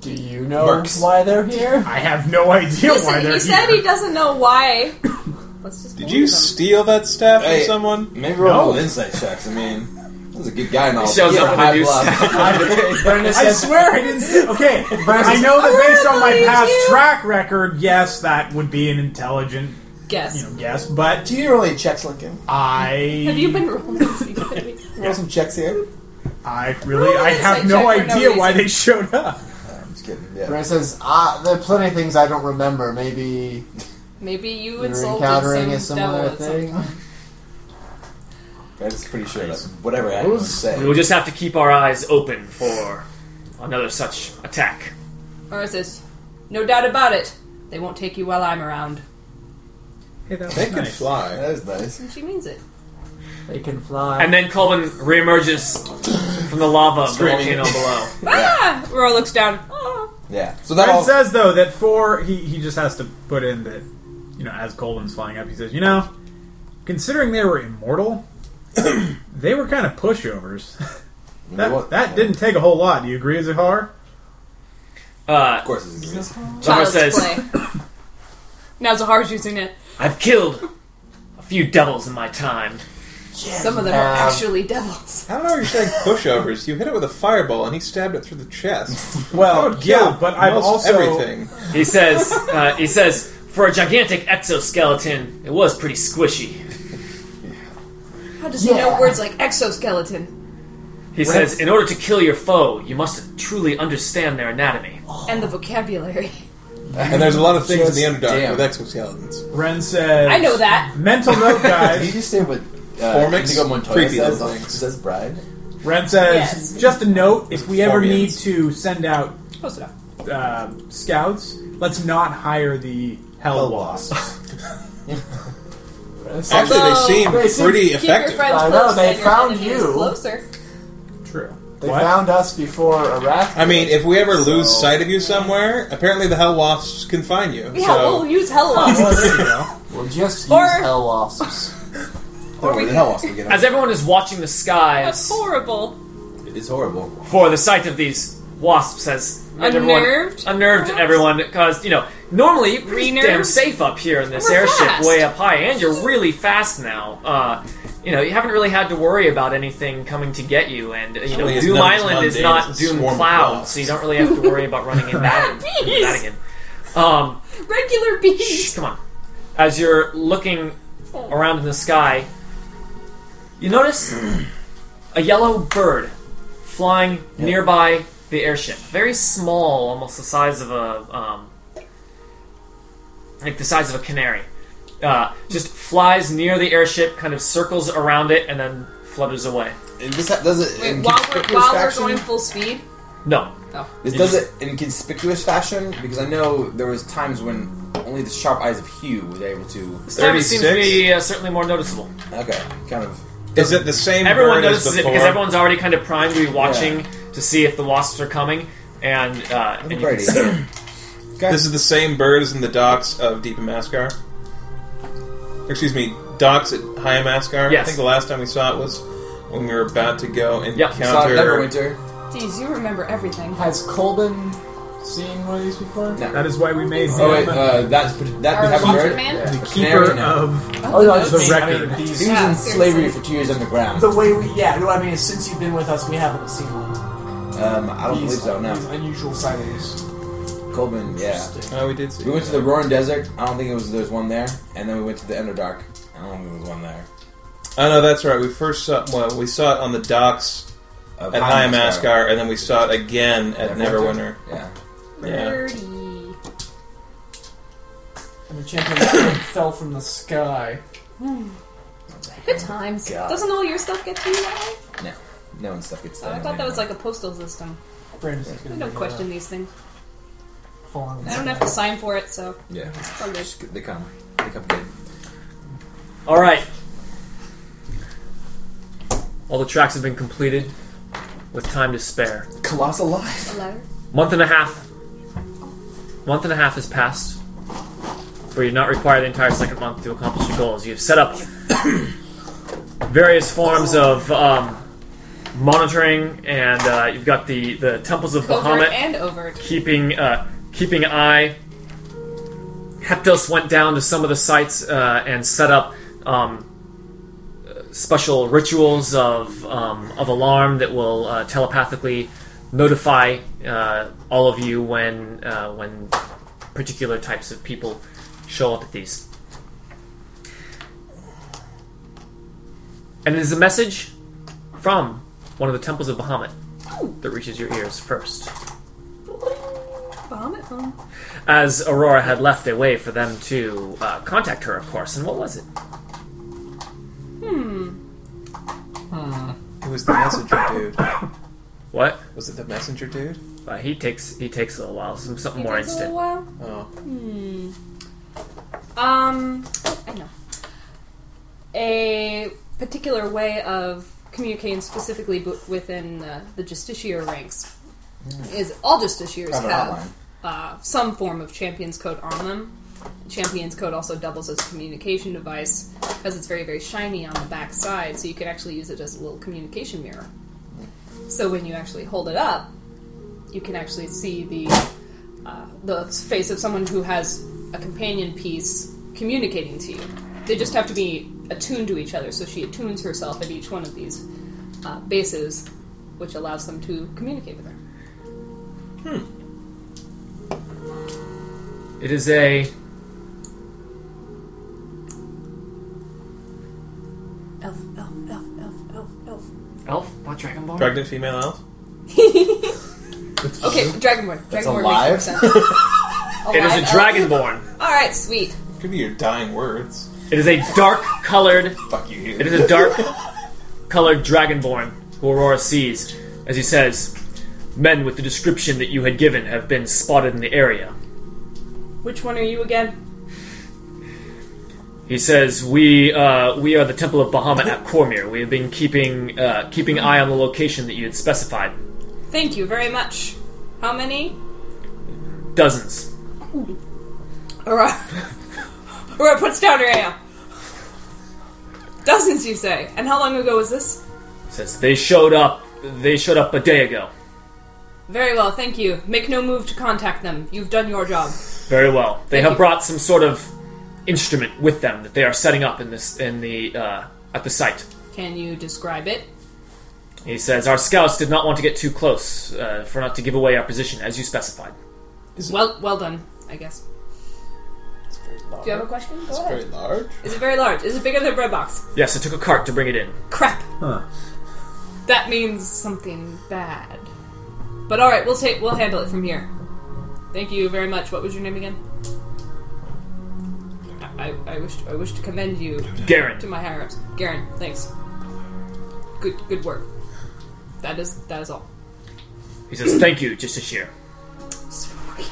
H: Do you know
F: Mercs.
H: why they're here?
E: I have no idea why
D: Listen,
E: they're
D: he said
E: here.
D: he doesn't know why. Let's just.
C: Did
D: believe
C: you
D: him.
C: steal that staff from
F: Hey.
C: someone?
F: Maybe roll
E: No.
F: no. insight checks. I mean, that was a good guy and all.
B: shows
F: Yeah,
B: up with a
F: high
B: new
F: bluff.
H: Brenda
E: I
H: says,
E: swear I didn't. say- Okay, I know that based on my
D: believe
E: past
D: you.
E: track record, yes, that would be an intelligent,
D: Guess.
E: you know, guess. But
F: Do you roll any checks, Lincoln?
E: I,
D: Have you been rolling secretly?
F: Roll some checks here.
E: I really, I
D: Roll
E: have
D: insight
E: no
D: check for no
E: idea why
D: reason.
E: they showed up.
F: I'm just kidding. Yeah.
H: Brenda says, ah, there are plenty of things I don't remember. Maybe
D: Maybe you
H: you're
D: insulted
H: encountering a
D: some devil
H: similar
D: at some
H: thing.
F: That's pretty sure that's whatever I would
B: We will
F: say.
B: just have to keep our eyes open for another such attack.
D: Or is this? No doubt about it. They won't take you while I'm around.
E: Hey, that's
C: They could fly.
F: That is nice.
D: And she means it.
H: They can fly.
B: And then Colvin reemerges from the lava of the
F: Screaming.
B: volcano below.
D: Ah! Roar looks down. Ah!
F: Yeah. So that
E: Ren
F: all.
E: says though that for he he just has to put in that, you know, as Colvin's flying up, he says, you know, considering they were immortal, they were kind of pushovers. that that didn't take a whole lot. Do you agree, Zahar?
B: Uh,
F: Of course, it's agrees.
B: Zahar
D: Child's
B: says,
D: play. now Zahar's using it.
B: I've killed a few devils in my time.
D: Some of them are
H: have.
D: actually devils.
C: I don't know you're saying pushovers. You hit it with a fireball and he stabbed it through the chest.
E: Well,
C: That would kill
E: yeah, but I've
C: most
E: also-
C: everything.
B: He says, uh, he says, for a gigantic exoskeleton, it was pretty squishy.
D: How does he know words like exoskeleton
B: He says, in order to kill your foe, you must truly understand their anatomy.
D: and the vocabulary?
C: And there's a lot of things in the
F: Just
C: Underdark
F: damn.
C: with exoskeletons.
E: Ren says.
D: I know that.
E: Mental note,
F: Did he
E: guys.
F: just say what uh,
C: Formix?
F: Indigo Montoya
C: Creepy
F: says?
C: little things.
F: Says bride.
E: Ren says,
D: Yes.
E: just a note if we ever need
C: Formians.
E: to send out
D: Close enough.
E: uh, scouts, let's not hire the Hell
F: Hell
E: Wasps.
C: Actually, they seem
H: they seem-
C: pretty
D: Keep your
C: effective.
D: friends
H: I
D: close.
H: know, they
D: and your
H: found
D: enemies
H: you.
D: Closer.
E: True.
H: They
E: What?
H: found us before Arath.
C: I mean, if we ever lose
F: So-
C: sight of you somewhere, apparently the Hell Wasps can find you.
D: Yeah,
C: so
D: we'll use hell wasps.
H: we'll just
D: Or-
H: use hell wasps.
F: Oh, where the hell else we get
B: As everyone is watching the
D: That's
B: skies
D: horrible.
F: It's horrible.
B: for the sight of these wasps has made everyone-
D: Unnerved,
B: unnerved
D: perhaps?
B: everyone because you know normally you're pretty
D: Renerved?
B: damn safe up here in this
D: We're
B: airship
D: fast.
B: way up high, and you're really fast now. Uh, you know you haven't really had to worry about anything coming to get you, and uh, you know
C: Only it's
B: Doom
C: not as
B: Island is
C: mundane
B: not
C: as a
B: Doom
C: swarm of
B: Cloud,
C: wasps.
B: so you don't really have to worry about running in that, into that
D: Bees.
B: again. Um,
D: Regular bees.
B: Shh, come on. As you're looking around in the sky, you notice a yellow bird flying nearby the airship. Very small, almost the size of a, um, like the size of a canary. Uh, just flies near the airship, kind of circles around it, and then flutters away.
F: And this ha- does it
D: Wait,
F: in
D: while we're,
F: conspicuous
D: while we're
F: fashion?
D: going full speed.
B: No,
F: This does it in conspicuous fashion because I know there was times when only the sharp eyes of Hugh was able to.
B: this time it seems to
C: 36?
B: be uh, certainly more noticeable.
F: Okay, kind of.
C: is it the same
B: Everyone
C: bird as
B: notices it
C: before?
B: because everyone's already kind of primed to be watching to see if the wasps are coming, and uh, and you can
F: Brady.
B: see
C: This is the same bird as in the docks of Deep Amaskar. Excuse me, docks at High Amaskar. I
B: Yes.
C: think the last time we saw it was when we were about to go and
B: Yep, we
F: Saw it
C: counter.
F: Neverwinter.
D: Geez, you remember everything.
H: Has Colbin seen one of these before?
F: No.
E: That is why we made
F: Oh wait,
E: him
F: uh, that's that
D: Our
F: we haven't
D: laundry
F: heard.
D: man.
E: the
F: Canary
E: keeper
F: now.
E: of.
H: Oh, no,
E: The
H: it's- I mean,
E: record.
H: these-
F: He was
D: Yeah,
F: in
D: seriously.
F: slavery for two years underground.
H: the way we, yeah, no, I mean, since you've been with us, we haven't seen one.
F: Um, I don't
H: These-
F: believe so.
H: these
F: No,
H: unusual sightings.
F: Colbin. Yeah,
C: Oh, we did see.
F: we went to
C: that.
F: the Roaring Desert. I don't think it was there's one there, and then we went to the Underdark. I don't think there was one there.
C: Oh no, that's right. We first saw well, we saw it on the docks
F: Of
C: at High
F: High Mascar.
C: Amaskar, and then we saw it again at Neverwinter.
F: Neverwinter. Yeah.
C: Yeah.
D: Birdie.
H: And the champion fell from the sky.
D: Good times.
F: God.
D: Doesn't all your stuff get to you that way?
F: No one's stuff gets
D: Oh, I
F: done
D: thought that was
F: anymore.
D: like a postal system.
H: Brandon's just gonna
D: I don't
H: bring it
D: question these things.
H: up. Fall on the
D: I don't have to sign for it, so
F: Yeah.
D: it's all good.
F: Just- They come. They come good.
B: All right. All the tracks have been completed with time to spare.
F: Colossal life.
D: Hello.
B: Month and a half. Month and a half has passed. Where you're not required the entire second month to accomplish your goals. You've set up various forms of um, monitoring, and uh, you've got the, the temples of
D: Covert
B: Bahamut
D: and overt.
B: keeping uh, keeping an eye. Heptos went down to some of the sites uh, and set up um, uh, special rituals of um, of alarm that will uh, telepathically notify uh, all of you when uh, when particular types of people show up at these. And it is a message from one of the temples of Bahamut that reaches your ears first
D: Bahamut phone.
B: as Aurora had left a way for them to uh, contact her, of course. And what was it?
C: It was the messenger dude.
B: What?
C: Was it the messenger dude?
B: Uh, he takes he takes a little while. Some, something
D: It
B: more Oh.
D: takes a little
B: instant.
D: while.
C: Oh,
D: Um, oh, I know. A particular way of communicating specifically bu- within uh, the justiciar ranks is all justiciars
F: Private
D: have
F: hotline.
D: uh, some form of champion's code on them. Champion's code also doubles as a communication device because it's very, very shiny on the back side, so you can actually use it as a little communication mirror. So when you actually hold it up, you can actually see the the face of someone who has a companion piece communicating to you. They just have to be attuned to each other, so she attunes herself at each one of these uh, bases, which allows them to communicate with her.
B: It is a
D: Elf, elf, elf, elf, elf, elf.
B: elf. What Dragon Ball?
C: pregnant female elf.
D: Okay, Dragonborn.
F: That's
D: Dragonborn
F: alive?
D: makes more sense.
B: It is a
D: Alive
B: dragonborn.
D: elf? All right, sweet.
C: Could be your dying words.
B: It is a dark colored
C: Fuck you.
B: It is a dark colored dragonborn who Aurora sees as he says, Men with the description that you had given have been spotted in the area.
D: Which one are you again?
B: He says, "We uh, we are the Temple of Bahamut at Cormir. We have been keeping uh, keeping eye on the location that you had specified.
D: Thank you very much. How many?
B: Dozens.
D: Aurora, Aurora puts down her ale. Dozens, you say. And how long ago was this?
B: He says they showed up. They showed up a day ago.
D: Very well, thank you. Make no move to contact them. You've done your job.
B: Very well. They
D: Thank
B: have
D: you.
B: brought some sort of instrument with them that they are setting up in this in the uh, at the site."
D: Can you describe it?
B: He says, Our scouts did not want to get too close, uh, for not to give away our position, as you specified.
D: Well, well done, I guess. Do you have a question? Go ahead.
F: Very large.
D: Is it very large? Is it bigger than a bread box?
B: Yes, it took a cart to bring it in.
D: Crap.
I: Huh.
D: That means something bad. But all right, we'll take we'll handle it from here. Thank you very much. What was your name again? I, I, I wish I wish to commend you
B: Garen.
D: to my higher ups, Garen. Thanks. Good good work. That is that is all.
B: He says, Thank you, just as year.
D: Sweet.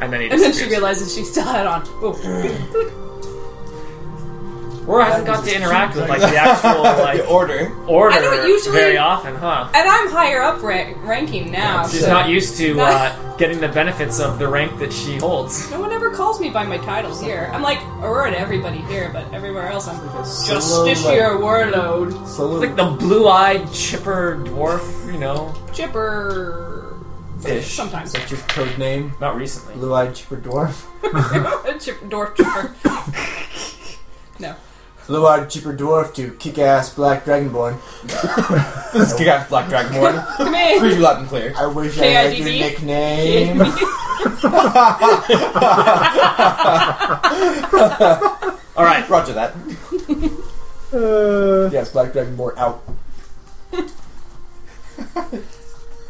B: And then he
D: And then
B: disappears.
D: she realizes she still had on. Oh,
B: Aurora hasn't got to interact with like the actual like
F: The order.
B: order
D: I know, usually-
B: very often, huh?
D: and I'm higher up ra- ranking now.
B: She's
D: so
B: not used to uh, getting the benefits of the rank that she holds.
D: No one ever calls me by my titles here. I'm like Aurora to everybody here, but everywhere else I'm Justiciar Warlord.
B: Like the blue-eyed chipper dwarf, you know.
D: Chipper.
B: Ish.
D: Sometimes.
H: That's your code name,
B: Not recently.
H: Blue Eyed Chipper Dwarf.
D: A chip, dwarf chipper.
H: Blue Eyed Chipper Dwarf to kick ass Black Dragonborn.
F: Let's kick out Black Dragonborn.
D: Come in.
F: Pretty you loud and clear.
H: I wish I had
D: KIDD?
H: your nickname.
B: All right.
F: Roger that.
I: Uh,
H: yes, Black Dragonborn out.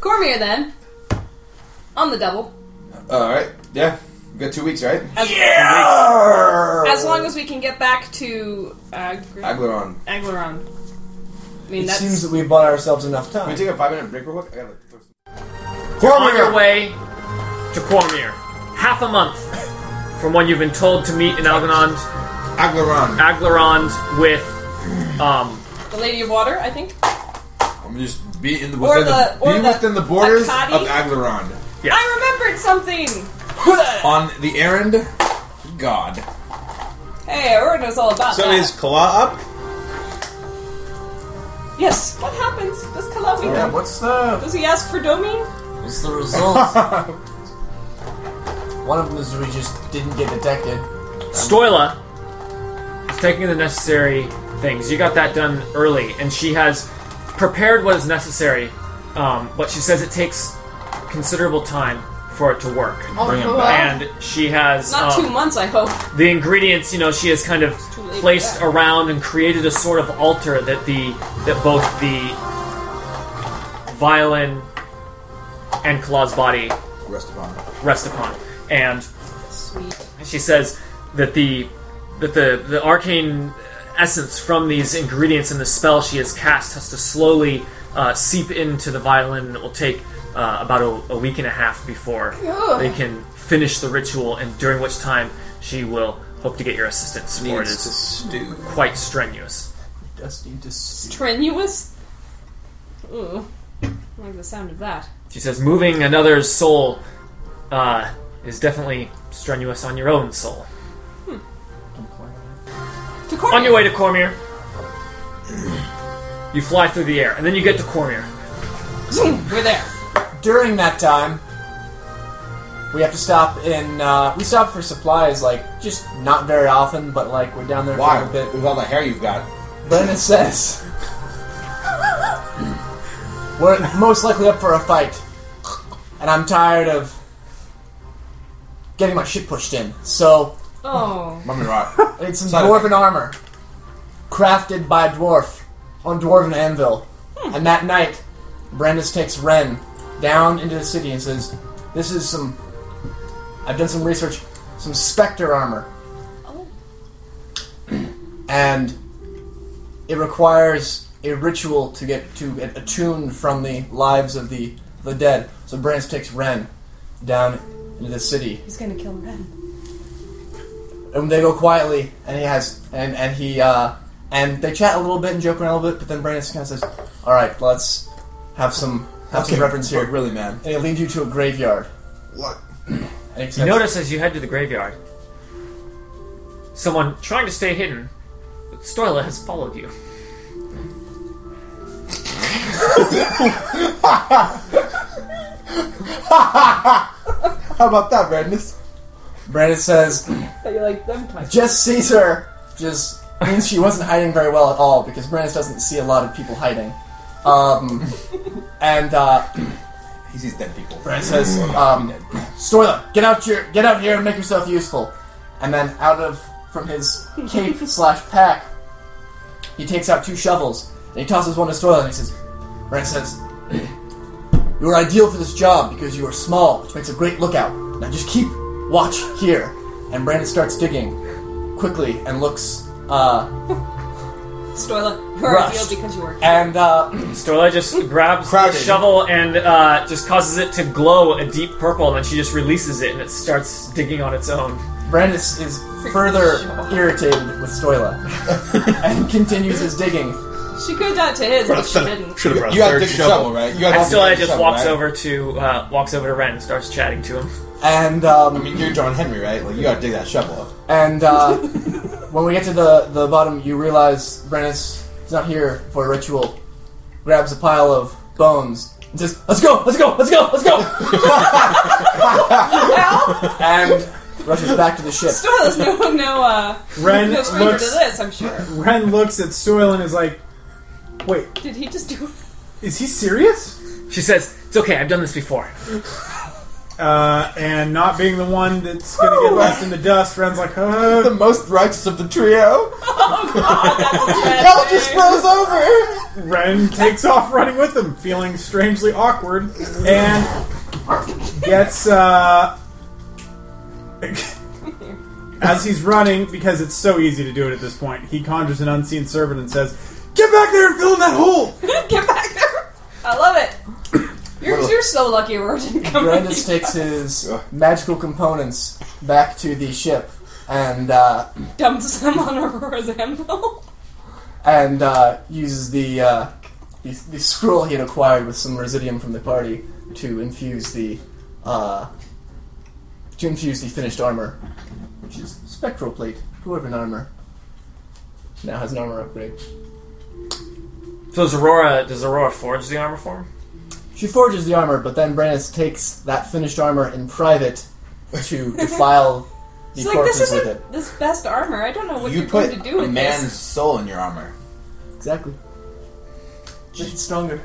D: Cormier then. On the double.
F: All right. Yeah. We got two weeks, right?
D: As, as long as we can get back to Ag-
F: Aglaron.
D: Aglaron. I mean,
H: It
D: that's.
H: seems that we bought ourselves enough
F: Can we
H: time.
F: take a five minute break real quick? I gotta throw some.
B: on your way to Cormir. Half a month from when you've been told to meet in Algonond
F: Aglaron.
B: Aglarond with um
D: the Lady of Water, I think.
F: I'm just be in the
D: Or
F: within the,
D: the- or
F: be
D: the
F: within the borders
D: Akkadi?
F: of Aglaron
B: yes.
D: I remembered something!
F: on the errand. of God.
D: Hey, Aurora knows all about
C: So
D: that.
C: is Kala up?
D: Yes. What happens? Does Kalawi
H: Yeah,
D: come?
H: what's the
D: Does he ask for Domi?
H: what's the result? One of them is we just didn't get detected.
B: Stoila is taking the necessary things. You got that done early, and she has prepared what is necessary, um, but she says it takes considerable time for it to work.
D: well,
B: And she has
D: not
B: um,
D: two months, I hope.
B: the ingredients, you know, she has kind of
D: too late for
B: placed
D: that.
B: around and created a sort of altar that the that both the violin and Claw's body
F: Rest upon it.
B: rest upon. And
D: Sweet.
B: she says that the that the the arcane essence from these ingredients in the spell she has cast has to slowly uh, seep into the violin, and it will take uh, about a, a week and a half before they can finish the ritual, and during which time she will hope to get your assistance, for it
C: Needs to
B: is
C: stew.
B: quite strenuous.
H: Dusty just
D: Strenuous? Ooh. I like the sound of that.
B: She says, moving another's soul uh, is definitely strenuous on your own soul.
D: To Cormier.
B: On your way to Cormier, you fly through the air, and then you get to Cormier.
D: Zoom, We're there.
H: during that time, we have to stop in. Uh, we stop for supplies, like just not very often, but like we're down there
F: Why?
H: for a bit.
F: With all the hair you've got.
H: But then it says we're most likely up for a fight, and I'm tired of getting my shit pushed in. So
D: Oh.
F: Mummy Rock.
H: I need some
F: Side
H: dwarven armor, crafted by a dwarf on dwarven anvil. And that night, Brandis takes Ren down into the city and says, "This is some I've done some research, some Spectre armor. And it requires a ritual to get to get attuned from the lives of the, the dead. So Brance takes Ren down into the city
D: He's gonna kill Ren.
H: and they go quietly, and he has, and and he, uh, and they chat a little bit and joke around a little bit, but then Brandon kind of says, "All right, let's have some have some reference here,"
F: But really, man.
H: and he leads you to a graveyard.
F: What?
H: And he says,
B: You notice as you head to the graveyard, someone trying to stay hidden, but Stoila has followed you.
F: How about that, Redness?
H: Brandon says,
D: So you're like, I'm twice.
H: "Just sees her," just means she wasn't hiding very well at all because Brandon doesn't see a lot of people hiding. Um, and uh,
F: He sees dead people.
H: Brand says, um, Stoila, get out here, get out here and make yourself useful. And then out of from his cape slash pack, he takes out two shovels and he tosses one to Stoila and he says, Brand says, you are ideal for this job because you are small, which makes a great lookout. Now just keep watch here. And Brandon starts digging quickly and looks, uh,
D: Stoila, you're
H: Rushed.
D: ideal because you were.
H: and uh,
B: Stoila just grabs the
F: Crowded.
B: shovel and uh, just causes it to glow a deep purple, and then she just releases it and it starts digging on its own.
H: Brandon is, is further irritated with Stoila and continues his digging.
D: She could have done it to his, but she didn't.
J: Should have brought
F: You
J: a
F: have
J: third
F: to dig the shovel, right? You have
B: And
F: to dig
B: Stoila
F: the
B: just
F: shovel,
B: walks
F: right?
B: over to uh, walks over to Ren and starts chatting to him.
H: And um,
F: I mean, you're John Henry, right? Like, you gotta dig that shovel up.
H: And uh, when we get to the, the bottom, you realize Brennus is not here for a ritual. Grabs a pile of bones and says, "Let's go! Let's go! Let's go! Let's go!"
D: Well,
H: and rushes back to the ship.
D: Stoila's no, no, uh,
E: Ren
D: no stranger to
E: looks-
D: this, I'm sure.
E: Ren looks at Soil and is like, "Wait,
D: Did he just do
E: is he serious?"
B: She says, "It's okay. I've done this before."
E: Uh, and not being the one that's gonna get left in the dust, Ren's like,
F: The
E: "Uh,
F: most righteous of the trio.
D: Hell
F: Hell just froze over.
E: Ren takes off running with him, feeling strangely awkward, and gets uh, as he's running because it's so easy to do it at this point. He conjures an unseen servant and says, "Get back there and fill in that hole."
D: Get back there! I love it! You're, you're so lucky Aurora didn't come with
H: Brennus
D: you.
H: takes his magical components back to the ship, and uh,
D: Dumps them on Aurora's anvil.
H: and uh, uses the, uh, the the scroll he had acquired with some residium from the party to infuse the uh, to infuse the finished armor, which is spectral plate, dwarven armor. Now has an armor upgrade.
B: So does Aurora does Aurora forge the armor for him?
H: She forges the armor, but then Brandis takes that finished armor in private to defile the
D: She's like, this
H: corpses with it.
D: isn't this best armor. I don't know what
F: You
D: are
F: put
D: going to do
F: a
D: with
F: man's
D: this.
F: soul in your armor.
H: Exactly. She's stronger.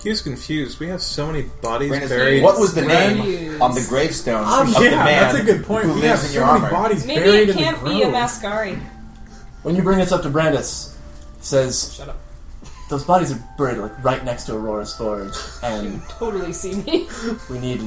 C: He was confused. We have so many bodies
F: Brandon's
C: buried.
F: What was the
D: Brandon's
F: name
D: views.
F: on the gravestone
E: Um,
F: of the
E: yeah,
F: man
E: that's a good point.
F: who
E: We have
F: lives in
E: so
F: your
E: many
F: armor?
E: bodies
D: Maybe
E: buried
D: it can't
E: in the
D: be a
E: grove.
D: Mascari.
H: When you bring this up to Brandis, says
D: Shut up.
H: those bodies are buried like right next to Aurora's forge, and
D: Totally see me.
H: we need.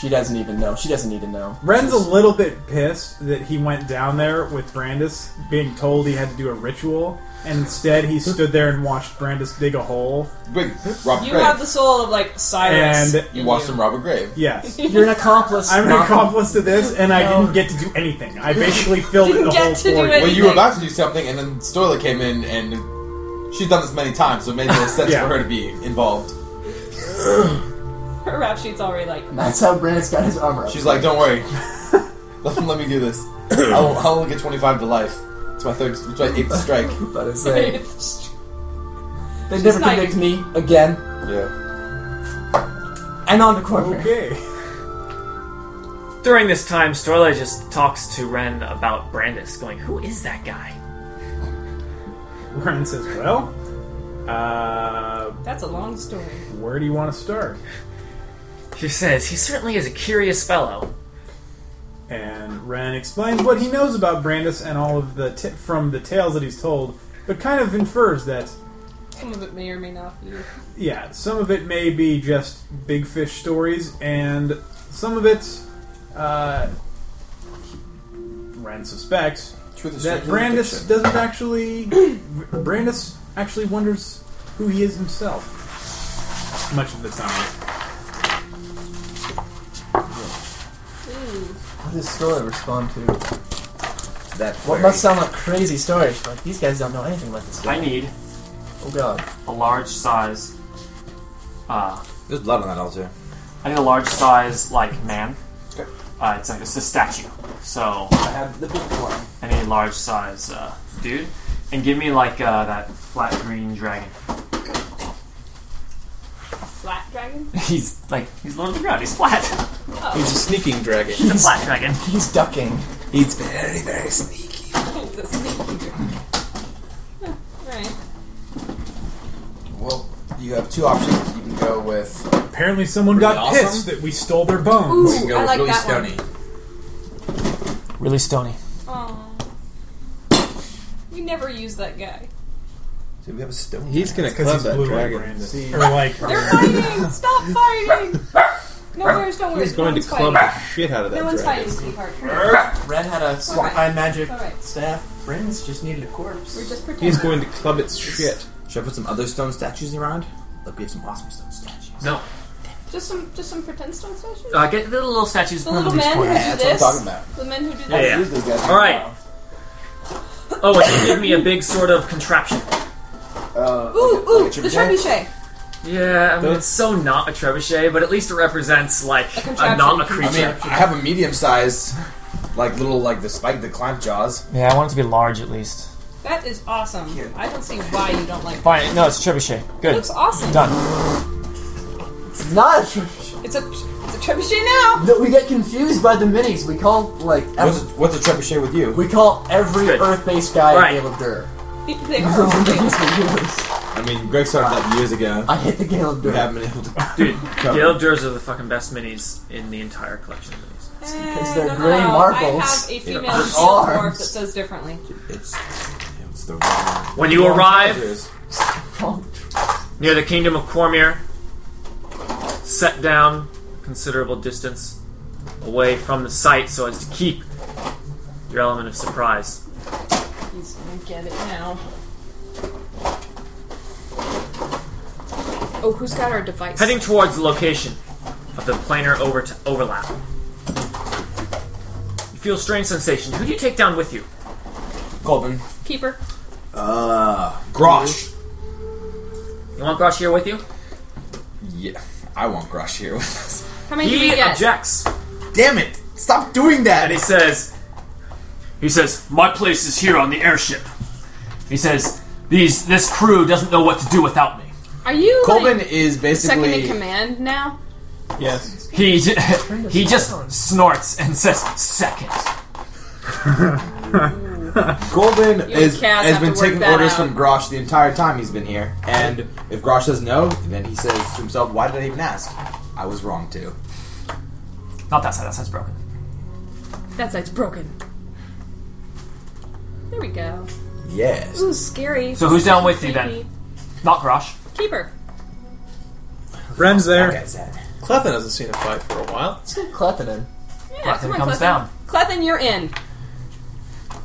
H: She doesn't even know. She doesn't need to know.
E: Ren's a
H: She's-
E: little bit pissed that he went down there with Brandis, being told he had to do a ritual, and instead he stood there and watched Brandis dig a hole.
F: Big Robert
D: You
F: Grave.
D: have the soul of like Cyrus.
E: And-
F: you
D: in
F: watched him rob a grave.
E: Yes.
H: You're an accomplice.
E: I'm an
H: not-
E: accomplice to this, and I didn't get to do anything. I basically filled in
D: Didn't
E: the
D: get
E: hole
D: to
E: for
D: do
E: you.
D: it.
F: Well, you were
D: Anything.
F: about to do something, and then Stoila came in, and she's done this many times, so it made no sense
E: Yeah.
F: for her to be involved.
D: Her rap sheet's already like
H: That's how Brandis got his armor. up.
F: She's like, "Don't worry, let, let me do this. I'll, I'll only get 25 to life. It's my third, it's my eighth strike."
H: But it's like, they
D: She's
H: never
D: not-
H: convict me again.
F: Yeah,
H: And on the corner.
E: Okay.
B: During this time, Stoila just talks to Ren about Brandis, going, "Who is that guy?"
E: Ren says, Well, uh,
D: That's a long story.
E: where do you want to start?
B: She says, "He certainly is a curious fellow."
E: And Ren explains what he knows about Brandis and all of the t- from the tales that he's told, but kind of infers that
D: Some of it may or may not be.
E: yeah, some of it may be just big fish stories, and some of it uh, Ren suspects
F: Truth is
E: that
F: stranger than
E: Brandis
F: fiction.
E: doesn't actually. Brandis actually wonders who he is himself much of the time.
D: Ooh.
H: What does Stoller respond to? What
F: That query.
H: must sound like crazy stories, but these guys don't know anything about this
B: I
H: guy.
B: need
H: Oh god.
B: a large size. Uh,
F: There's blood on that altar.
B: I need a large size like man.
G: Okay.
B: Uh, it's like it's a statue. So
G: I have the book for him.
B: I need a large size uh, dude, and give me like uh, that flat green dragon.
D: Flat dragon?
B: he's like he's low to the ground. He's flat.
C: He's a sneaking dragon.
B: He's a flat dragon.
H: He's ducking.
F: He's very, very sneaky.
D: It's a sneaky dragon. Huh, Right.
F: Well, you have two options. You can go with
E: Apparently, someone
F: Pretty
E: got
F: awesome.
E: pissed that we stole their bones.
D: Ooh,
F: you can go
D: I
F: with
D: like
F: really
D: that
F: stony.
D: one.
B: Really stony.
D: Aw. We never use that guy.
F: So we have a stone.
C: He's gonna
E: Because
C: club
E: he's
C: that
E: blue like
C: dragon.
E: Brandis.
G: See.
E: Or like,
D: They're fighting! Stop fighting! No, there's no worries.
C: He's going
D: no
C: to
D: one's
C: club
D: fighting.
C: the shit out of that
D: No one's
C: dragon.
D: fighting, sweetheart.
H: Red had a swamp
D: Alright.
H: eye magic
D: Alright.
H: staff. Brandon's just needed a corpse.
D: We're just pretending.
C: He's going to club its shit.
F: Should I put some other stone statues around? Look, we have some awesome stone statues.
B: No,
D: Just some, just some pretend stone statues?
B: uh, get the little statues.
D: the
B: put them in
D: little
B: these
D: men who
B: corners.
D: do
F: that's what
D: this.
F: I'm talking about.
D: The men who do this.
B: Yeah, yeah.
F: Use those guys.
B: All right. Oh, and you give me a big sort of contraption.
F: Uh,
D: Ooh,
F: like a-
D: ooh,
F: like a
D: the
F: trebuchet?
D: trebuchet.
B: Yeah, I mean, it's so not a trebuchet, but at least it represents like
D: A
B: a,
D: contraption.
B: not a
F: I mean,
B: creature.
F: I have a medium-sized, like little, like the spike, the clamp jaws.
B: yeah, I want it to be large at least.
D: That is awesome.
F: Yeah.
D: I don't see why you don't like that.
B: Fine, no, it's a trebuchet.
D: It
B: Good,
D: looks awesome.
B: done.
H: It's not a tradition.
D: It's a, it's a trebuchet now!
H: No, we get confused by the minis. We call like
F: What's a,
H: ev-
F: what's a trebuchet with you?
H: we call every
B: Good.
H: Earth-based guy
B: Right.
H: a Gale of Dur.
D: They are all things.
F: I mean, Greg started that years ago.
H: I hate the Gale of
F: We
H: Dur.
F: haven't been able to.
B: Dude,
F: Cover.
B: Gale Durs are the fucking best minis in the entire collection of minis.
D: Because
H: they're grey marbles.
D: uh, I have a female
H: With
D: dwarf
H: arms.
D: that says differently.
F: It's it's the wrong.
B: When you arrive
F: Statues.
B: near the kingdom of Cormir, set down a considerable distance away from the site so as to keep your element of surprise.
D: He's gonna get it now. Oh, who's got our device?
B: Heading towards the location of the planar over to overlap. You feel a strange sensation. Who do you take down with you?
F: Colvin.
D: Keeper.
F: Uh, Grosh.
B: You want Grosh here with you?
F: Yeah, I want Grosh here with us.
D: How many do we
B: He
D: get?
B: objects.
F: Damn it! Stop doing that.
B: And he says, he says, my place is here on the airship. He says, these this crew doesn't know what to do without me.
D: Are you
F: Colvin
D: like,
F: is
D: second
F: basically
D: in command now?
E: yes.
B: He j- he just snorts and says, second.
F: Golden
D: You and
F: is,
D: Kaz
F: has
D: have
F: been
D: to work
F: taking
D: that
F: orders
D: out.
F: from Grosh the entire time he's been here. And if Grosh says no, then he says to himself, Why did I even ask? I was wrong too.
B: Not that side. That side's broken.
D: That side's broken. There we go.
F: Yes.
D: Ooh, scary.
B: So who's down with you then?
D: Creepy.
B: Not Grosh.
D: Keeper.
E: Ren's there.
F: Okay, Zed.
C: Clefin hasn't seen a fight for a while.
H: Clefinen.
D: Yeah,
B: Clefin
D: come on,
B: comes
D: Clefin.
B: down.
D: Clefin, you're in.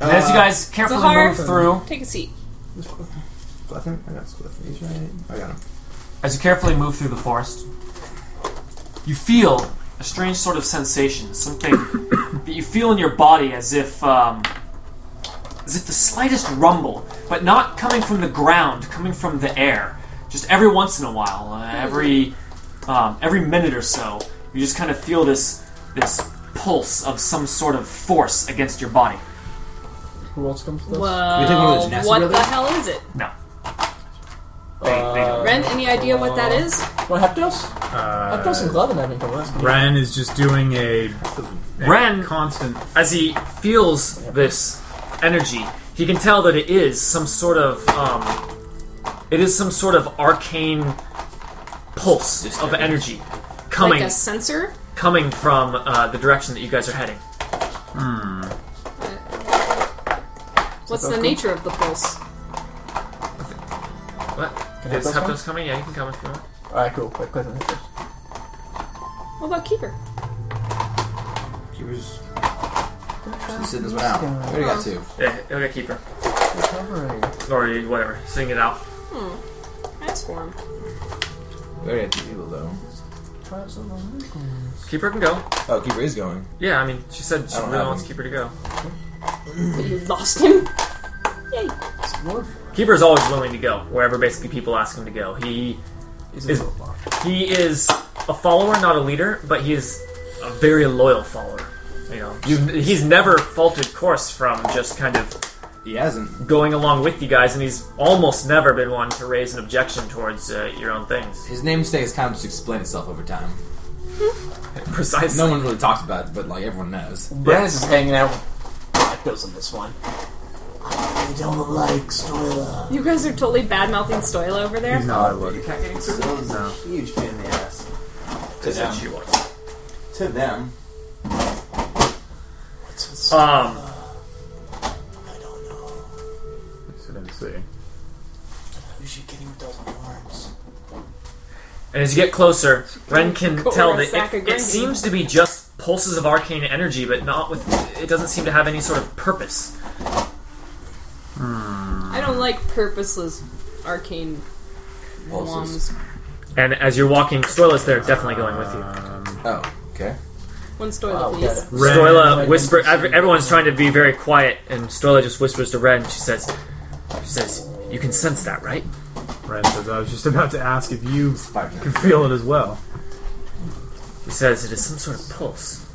B: And as you guys carefully
D: Zahar.
B: move through,
D: Take a seat.
F: Clefin? I got Clefin. He's right. I got him.
B: As you carefully move through the forest, you feel a strange sort of sensation, something that you feel in your body as if um, as if the slightest rumble, but not coming from the ground, coming from the air. Just every once in a while, uh, every um, every minute or so, you just kind of feel this this pulse of some sort of force against your body.
H: Who else comes with us?
F: we take one of those
D: Well,
F: nasty
D: what
F: really?
D: the hell is it?
B: No. They, they don't.
D: Ren, any idea what that is?
H: What Heptos? Heptos and
E: Uh,
H: Clefinen haven't come with us.
E: Ren is just doing a, a
B: Ren-
E: constant.
B: as he feels this energy, he can tell that it is some sort of um, it is some sort of arcane pulse of energy coming
D: Like a sensor?
B: coming from uh, the direction that you guys are heading.
D: What's the nature of the pulse?
B: What
H: I
B: is
H: have this
B: Heptos coming? Yeah, you can come if you want.
H: Alright, cool. Wait, Clefinen first.
D: What about Keeper?
F: She was just sitting this one out. We already got two.
B: Yeah, okay, keep her.
H: Recovering.
B: Or whatever. Sing it out.
D: That's warm.
F: We already got two people though.
H: Try some of the liquid.
B: Keep her can go.
F: Oh, keeper is going.
B: Yeah, I mean, she said she
F: I don't
B: really
F: have
B: wants
F: any.
B: Keeper to go.
D: But you lost him. Yay.
H: Lord,
B: Keeper is always willing to go wherever basically people ask him to go. He
H: is
B: Is-
H: a robot.
B: he is a follower, not a leader, but he is a very loyal follower. You know, You've, he's never faltered course from just kind of
F: He hasn't.
B: going along with you guys, and he's almost never been one to raise an objection towards uh, your own things.
F: His namesake has kind of just explained itself over time.
B: Precisely.
F: No one really talks about it, but like everyone knows.
H: Brandis is hanging out with those in this one. I don't like Stoila.
D: You guys are totally bad mouthing Stoila over there.
I: He's not what
J: You're not getting circles. Huge pain in the ass.
F: To them.
B: She was.
F: To them.
B: Um,
H: I don't know.
I: I didn't see.
H: Who's she getting with those arms?
B: and as you get closer, Ren can
D: Go
B: tell
D: over a
B: that
D: sack of
B: it, it
D: grinding.
B: seems to be just pulses of arcane energy, but not with. It doesn't seem to have any sort of purpose.
D: I don't like purposeless arcane
F: Pulses.
D: woms.
B: And as you're walking, Stoila's there, definitely going with you.
F: Oh, okay.
D: One Stoila, please.
I: Ren-
B: Stoila whisper. ev- Everyone's trying to be very quiet, and Stoila just whispers to Ren. She says, "She says you can sense that, right?"
I: Ren says, I was just about to ask if you
F: Five
I: can feel it as well.
B: He says it is some sort of pulse,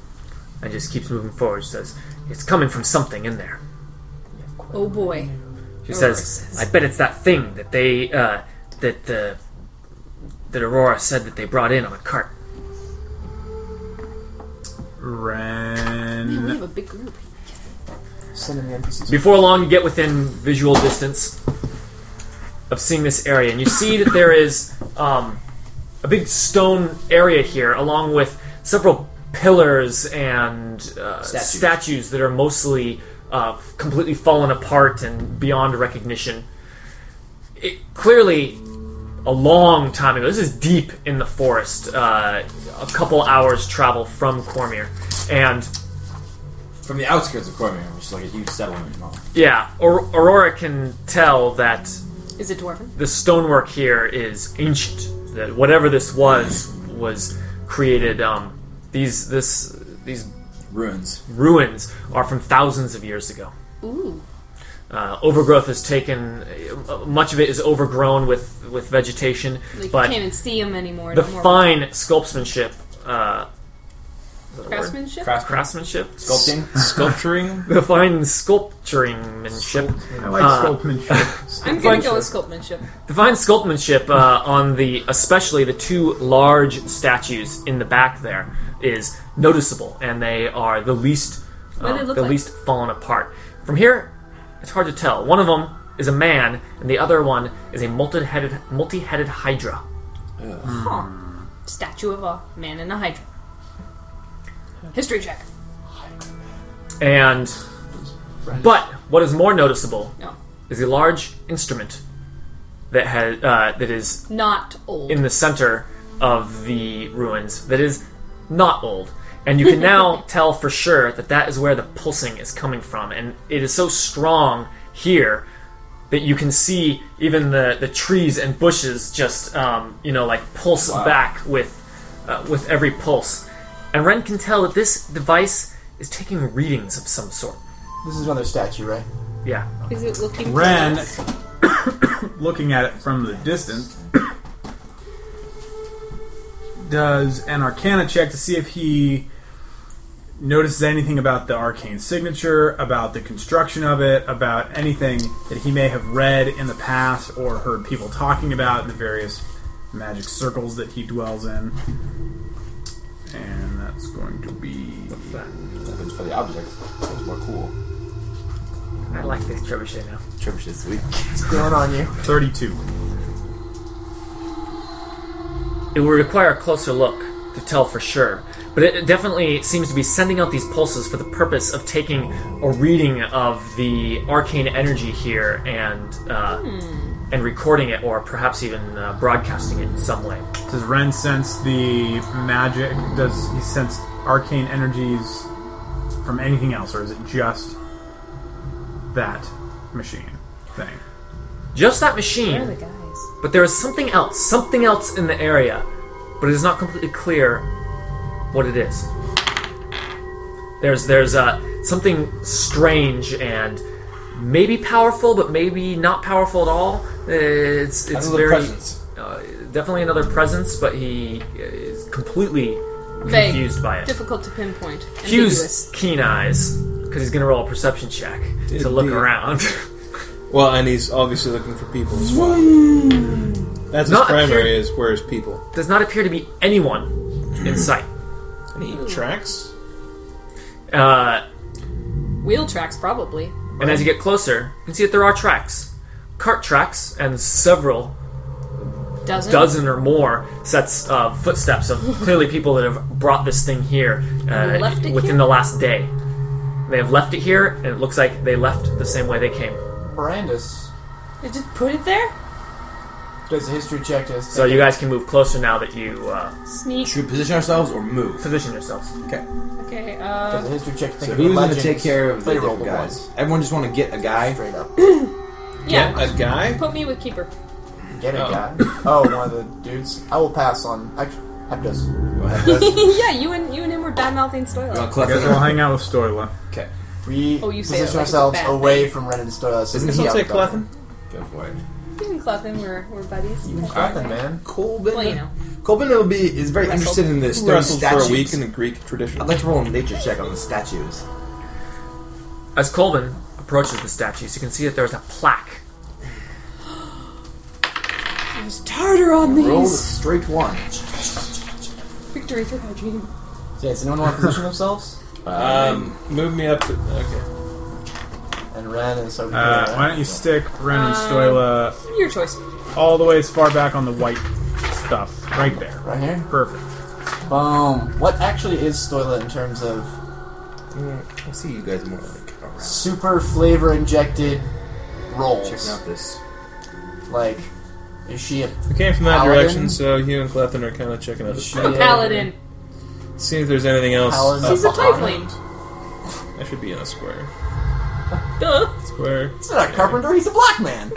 B: and just keeps moving forward. She says it's coming from something in there.
D: Oh boy.
B: She says, "I bet it's that thing that they uh, that the that Aurora said that they brought in on a cart."
D: Man, we
I: Ren.
D: have a big group.
H: Sending the NPCs.
B: Before long, you get within visual distance of seeing this area, and you see that there is um, a big stone area here, along with several pillars and uh,
J: Statues.
B: statues that are mostly uh, completely fallen apart and beyond recognition. It, clearly, a long time ago. This is deep in the forest, uh, a couple hours travel from Cormier, and
F: From the outskirts of Cormier, which is like a huge settlement and all.
B: yeah, Aur- Aurora can tell that
D: Is it dwarven?
B: the stonework here is ancient. That whatever this was was created. Um, these this these
F: Ruins.
B: ruins are from thousands of years ago.
D: Ooh.
B: Uh, overgrowth is taken. uh, Much of it is overgrown with with vegetation,
D: Like
B: but
D: you can't even see him anymore.
B: the
D: no more
B: fine sculptsmanship. Uh, is that a word?
D: craftsmanship.
B: Craftsmanship,
F: Sculpting.
C: Sculpturing?
B: the fine sculpturingmanship,
I: I like
B: Uh,
I: sculptmanship.
D: I'm gonna go with sculptmanship.
B: Divine sculptmanship uh, on the, especially the two large statues in the back there, is noticeable, and they are the least,
D: What do
B: uh,
D: they look
B: the
D: like?
B: least fallen apart. From here, it's hard to tell. One of them is a man, and the other one is a multi-headed, multi-headed hydra.
D: Huh. Statue of a man in a hydra. History check.
B: And, but what is more noticeable
D: No,
B: is a large instrument that has uh, that is
D: not old.
B: in the center of the ruins that is not old. And you can now tell for sure that that is where the pulsing is coming from. And it is so strong here that you can see even the, the trees and bushes just, um, you know, like pulse back with, uh, with every pulse. And Ren can tell that this device is taking readings of some sort.
H: This is another statue, right?
B: Yeah.
D: Is it looking?
E: Ren,
I: Looking at it from the distance, does an arcana check to see if he notices anything about the arcane signature, about the construction of it, about anything that he may have read in the past or heard people talking about in the various magic circles that he dwells in. And that's going to be.
F: That was for the object. That was more cool.
B: I like this trebuchet now.
F: Trebuchet is sweet.
H: It's growing on you.
I: 32.
B: It will require a closer look to tell for sure, but it definitely seems to be sending out these pulses for the purpose of taking a reading of the arcane energy here and uh, and recording it, or perhaps even uh, broadcasting it in some way.
I: Does Ren sense the magic? Does he sense arcane energies from anything else, or is it just that machine thing?
B: Just that
D: Where are the
B: machine,
D: guys?
B: but there is something else, something else in the area, but it is not completely clear what it is. There's there's uh, something strange and maybe powerful, but maybe not powerful at all. It's it's
F: Another
B: very
F: presence.
B: Uh, definitely another presence, but he is completely
D: Vague.
B: confused by it.
D: Difficult to pinpoint.
B: Hughes
D: Ambiguous.
B: keen eyes because he's gonna roll a perception check to look
C: Indeed.
B: around.
C: Well, and he's obviously looking for people as well. That's his
B: Not
C: primary
B: appear-
C: is where is people.
B: Does not appear to be anyone in sight.
C: And he tracks.
B: Uh,
D: Wheel tracks, probably.
B: And as you get closer, you can see that there are tracks. Cart tracks and several
D: Dozen.
B: dozen or more sets of footsteps of clearly people that have brought this thing here uh,
D: left it
B: within
D: here?
B: the last day. They have left it here, and it looks like they left the same way they came.
H: Brandis
D: They just put it there?
H: does a history check to
B: So you guys can move closer now that you uh,
D: Sneak.
F: Should we position ourselves or move?
B: position yourselves.
D: Okay,
H: does a
D: uh.
H: history check. Think
F: So
H: of
F: who's going to
H: legends.
F: take care of the
H: They roll
F: different
H: the
F: guys?
H: ones.
F: Everyone just want to get a guy.
H: Straight up.
D: Yeah.
C: A guy?
D: Put me with Keeper.
H: Get it,
C: Oh.
H: guy. Oh, one of the dudes. I will pass on. Actually, Heptos.
D: yeah, you and you and him were bad mouthing Stoila.
F: Well, Clef
I: You guys
F: is-
I: will hang out with Stoila.
F: Okay,
H: We
D: Oh, you say
H: position
D: it like it's a
H: ourselves
D: bad
H: away from Ren and Stola. So
F: Isn't
H: we
F: he
H: can
F: I'll
C: I'll
H: yell
F: out
C: take
H: at them.
C: Clefin.
F: go for it.
D: You and Clefin were, were buddies.
H: You Clefin, man.
F: Colbin.
D: Well, you know.
F: Colbin will be is very interested in the stone
C: Wrestled for
F: statues. Um,
C: a week in the Greek tradition.
F: I'd like to roll a nature check on the statues.
B: As Colvin approaches the statues, you can see that there is a plaque.
D: There's tartar on
F: Roll a straight one.
D: Victory for hygiene.
H: Yeah, does anyone want to position themselves?
C: Um, move me up to. Okay.
H: And Ren is over
I: Uh,
H: here.
I: why don't you stick Ren and Stoila
D: Your choice.
I: all the way as far back on the white stuff, right there.
H: Right here.
I: Perfect.
H: Boom. What actually is Stoila in terms of
F: I see you guys more like oh, around.
H: super flavor injected rolls?
F: Checking out this.
H: Like, is she a
C: We came from that
H: Paladin?
C: direction, so you and Clefin are kind of checking out.
H: Is
C: the
H: she
D: I'm a paladin.
C: See if there's anything else.
H: Paladin?
D: He's a tiefling.
C: I should be in a square.
D: Duh.
C: Square.
H: He's not a carpenter. He's a black man.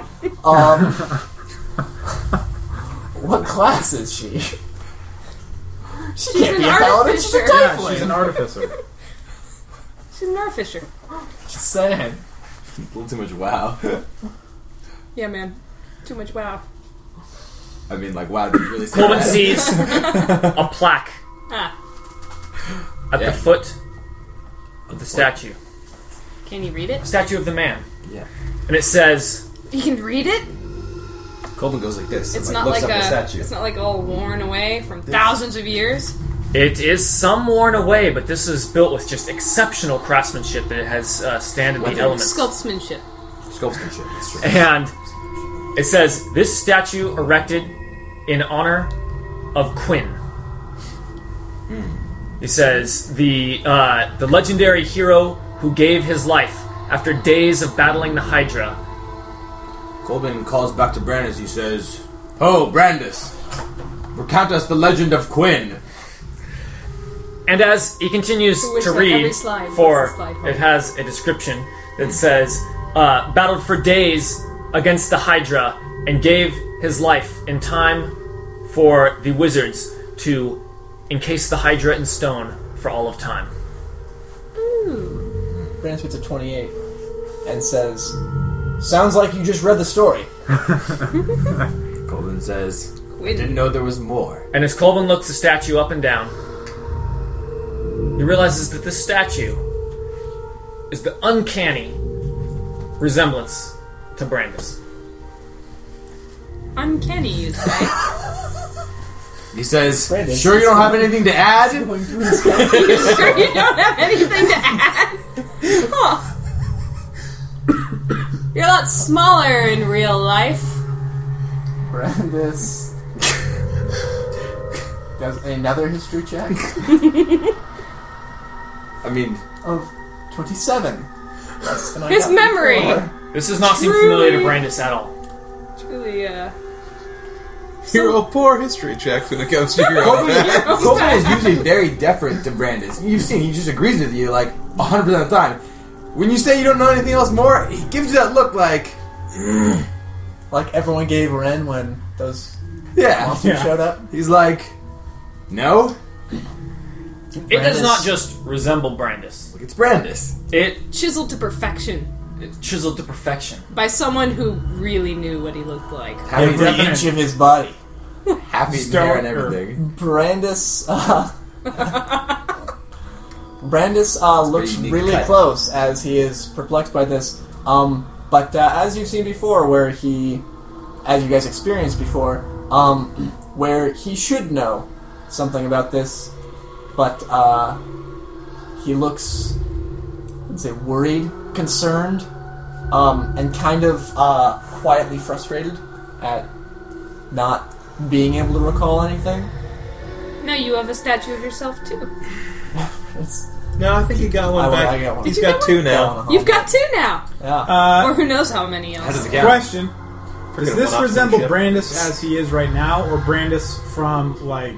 H: Um, what class is she? She can't
D: an
H: be a paladin. She's a
D: artificer. Yeah,
H: tiefling.
I: She's an artificer.
D: She's an artificer.
H: Just saying.
F: A little too much wow.
D: Yeah, man. Too much wow.
F: I mean, like wow. Did you really say
B: Colvin
F: that?
B: sees a plaque
D: Ah.
B: at
F: Yeah.
B: the foot of the statue.
D: Can you read it?
B: Statue of the man.
F: Yeah.
B: And it says,
D: You can read it?
F: Colbin goes like this.
D: It's
F: and,
D: not
F: looks
D: like a
F: up at the statue.
D: it's not like all worn away from thousands of years.
B: It is some worn away, but this is built with just exceptional craftsmanship that has uh, standed the
F: Weathering.
B: elements.
D: Sculptsmanship.
F: Sculpture. That's true.
B: And it says, This statue erected in honor of Quinn. He says, the, uh, the legendary hero who gave his life after days of battling the Hydra.
F: Colbin calls back to Brandis. He says, "Oh, Brandis, recount us the legend of Quinn."
B: And as he continues
D: Who is
B: to
D: that? Every
B: read,
D: slide has
B: for
D: a slide
B: it has a description that says, uh, battled for days against the Hydra and gave his life in time for the wizards to encase the Hydra in stone for all of time.
H: Brandon spits a 28 and says, Sounds like you just read the story.
F: Colbin says,
D: Quinn.
F: "Didn't know there was more."
B: And as Colvin looks the statue up and down, he realizes that this statue is the uncanny resemblance to Brandis.
D: Uncanny, you say.
F: He says,
H: Brandis.
F: "Sure, you don't have anything to add."
D: sure you don't have anything to add? Huh. You're a lot smaller in real life.
H: Brandis does another history check
F: I mean,
H: of 27. Less than I
D: His
H: got
D: memory.
H: before.
B: This does not seem
D: Truly.
B: familiar to Brandis at all.
D: Truly, uh.
C: Hero poor history check when it comes to your own.
F: Colbin is usually very deferent to Brandis. You've seen he just agrees with you, like, 100 percent of the time. When you say you don't know anything else more, he gives you that look like,
H: Like everyone gave Ren when those
F: yeah.
H: monsters showed up.
F: He's like, no,
B: It does not just resemble Brandis.
F: it's Brandis.
B: It
D: Chiseled to perfection
B: it's chiseled to perfection.
D: by someone who really knew what he looked like.
F: Happy,
E: Every
F: happy,
H: Inch of his body.
F: hair and
E: Stone-
F: everything.
H: Brandis. Uh, Brandis uh, looks
F: unique
H: really
F: cut.
H: close as he is perplexed by this. Um, but uh, as you've seen before, where he, as you guys experienced before, um, where he should know something about this, but uh, he looks, I'd say, worried, concerned, um, and kind of uh, quietly frustrated at not being able to recall anything.
D: Now you have a statue of yourself too.
H: Oh, It's
C: No, I think he got one
H: I-
C: back.
H: Oh, I got one. Uh-huh.
C: He's
D: Did you
C: got
D: get
C: two
H: down
C: now.
H: on Halloween.
D: You've got two now,
H: yeah.
E: Uh,
D: or who knows how many else.
F: it count?
E: Question: Does this
C: one-upmanship.
E: resemble Brandis as he is right now, or Brandis from like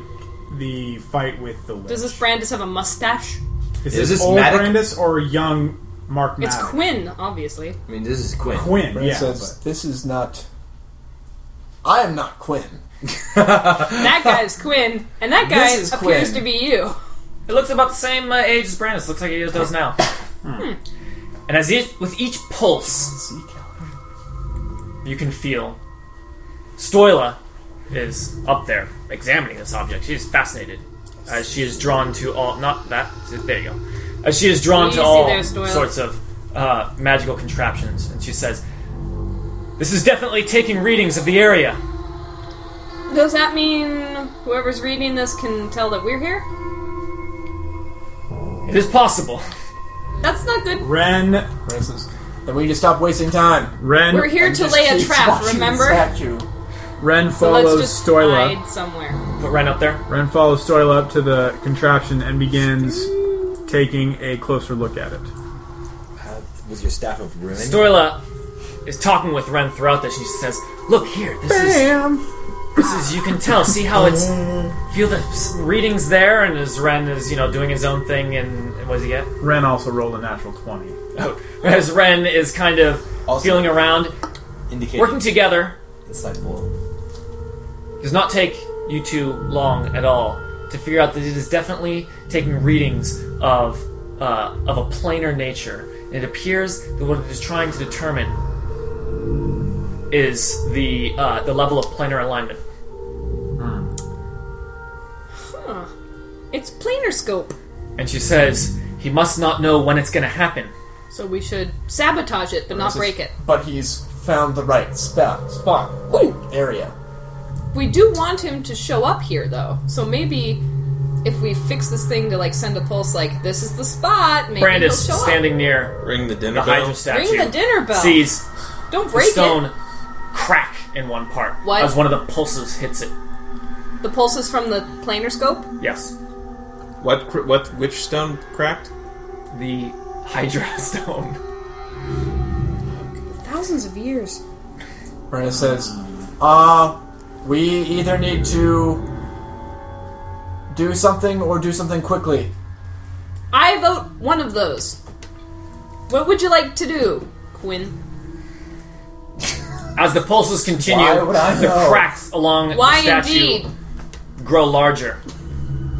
E: the fight with the? Lich?
D: Does this Brandis have a mustache?
E: is, this
F: Is this
E: old
F: Maddox?
E: Brandis or young Mark?
D: It's
E: Maddox?
D: Quinn, obviously.
F: I mean, this is Quinn.
E: Quinn.
H: Brandon
E: yeah,
H: says, "This is not. I am not Quinn.
D: That guy is Quinn, and that guy
H: This is
D: appears
H: Quinn.
D: to be you.
B: It looks about the same uh, age as Brandis. Looks like he does
D: Hmm.
B: now. And as each, with each pulse, you can feel Stoila is up there examining this object. She is fascinated as she is drawn to all. Not that. There you go. As she is drawn
D: Easy
B: to all
D: there, Stoila.
B: sorts of uh, magical contraptions, and she says, "This is definitely taking readings of the area."
D: Does that mean whoever's reading this can tell that we're here?
B: It is possible.
D: That's not good.
E: Ren.
H: Brandon says, then we need to stop wasting time.
E: Ren.
D: We're here to
H: Just
D: lay a
H: keep
D: trap,
H: watching the
D: remember?
H: Statue.
E: Ren
D: So
E: follows
D: let's just
E: Stoila.
D: hide somewhere.
B: Put Ren up there.
E: Ren follows Stoila up to the contraption and begins taking a closer look at it.
F: Uh, with your staff of ruin.
B: Stoila is talking with Ren throughout this, and she says, "Look here, this is this is you can tell. See how it's feel the s- readings there." And as Ren is you know doing his own thing, and what does he get?
E: Ren also rolled a natural twenty.
B: Oh, as Ren is kind of
F: Also-
B: feeling around,
F: Indicating
B: working together
F: insightful.
B: does not take you two long at all to figure out that it is definitely taking readings of uh, of a planar nature. And it appears that what it is trying to determine is the uh, the level of planar alignment.
D: Huh. It's planar scope,
B: And she says he must not know when it's going to happen.
D: so we should sabotage it but not
H: Says,
D: break it.
H: But he's found the right spot, spot, area.
D: We do want him to show up here, though. So maybe if we fix this thing to like send a pulse, like this is the spot, maybe
B: Brandis,
D: he'll show
B: standing near
C: Ring the dinner
B: the Hydra
C: bell.
D: up.
B: statue,
D: Ring the dinner bell.
B: sees
D: Don't
B: the
D: break
B: stone crack in one part
D: What?
B: as one of the pulses hits it.
D: it. The pulse is from the planar scope.
B: Yes,
C: What? cr- What? Which stone cracked?
B: the Hydra stone.
D: Thousands of years.
H: Brandon says, uh, we either need to do something or do something quickly.
D: I vote one of those. What would you like to do, Quinn?
B: As the pulses continue,
H: Why would I
B: the
H: know?
B: cracks along
D: Why
B: the statue
D: indeed?
B: grow larger.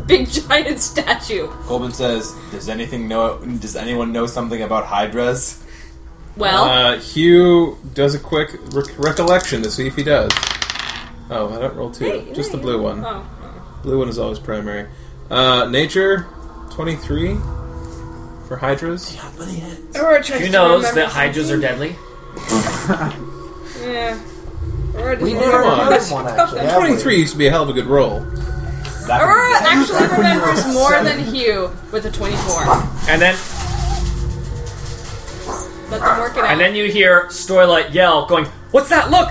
D: Big giant statue.
F: Colbin says, "Does anything know? Does anyone know something about Hydras?"
D: Well,
C: Uh, Hugh does a quick rec- recollection to see if he does. Oh, I don't roll two.
D: Hey,
C: Just
D: yeah,
C: the blue
D: yeah.
C: one.
D: Oh.
C: Blue one is always primary. Uh, nature, twenty-three for hydras.
D: Aurora tries
B: Who
D: to
B: knows
D: remember
B: that Hydras are
D: something.
B: deadly?
D: Yeah. Aurora
H: We
D: doesn't
H: never
D: remember.
H: heard of one, actually. have we?
C: Twenty-three used to be a hell of a good roll.
D: Aurora actually remembers more than Hugh with a 24.
B: And then,
D: Let them work it out.
B: and then you hear Stoila yell, going, "What's that? Look!"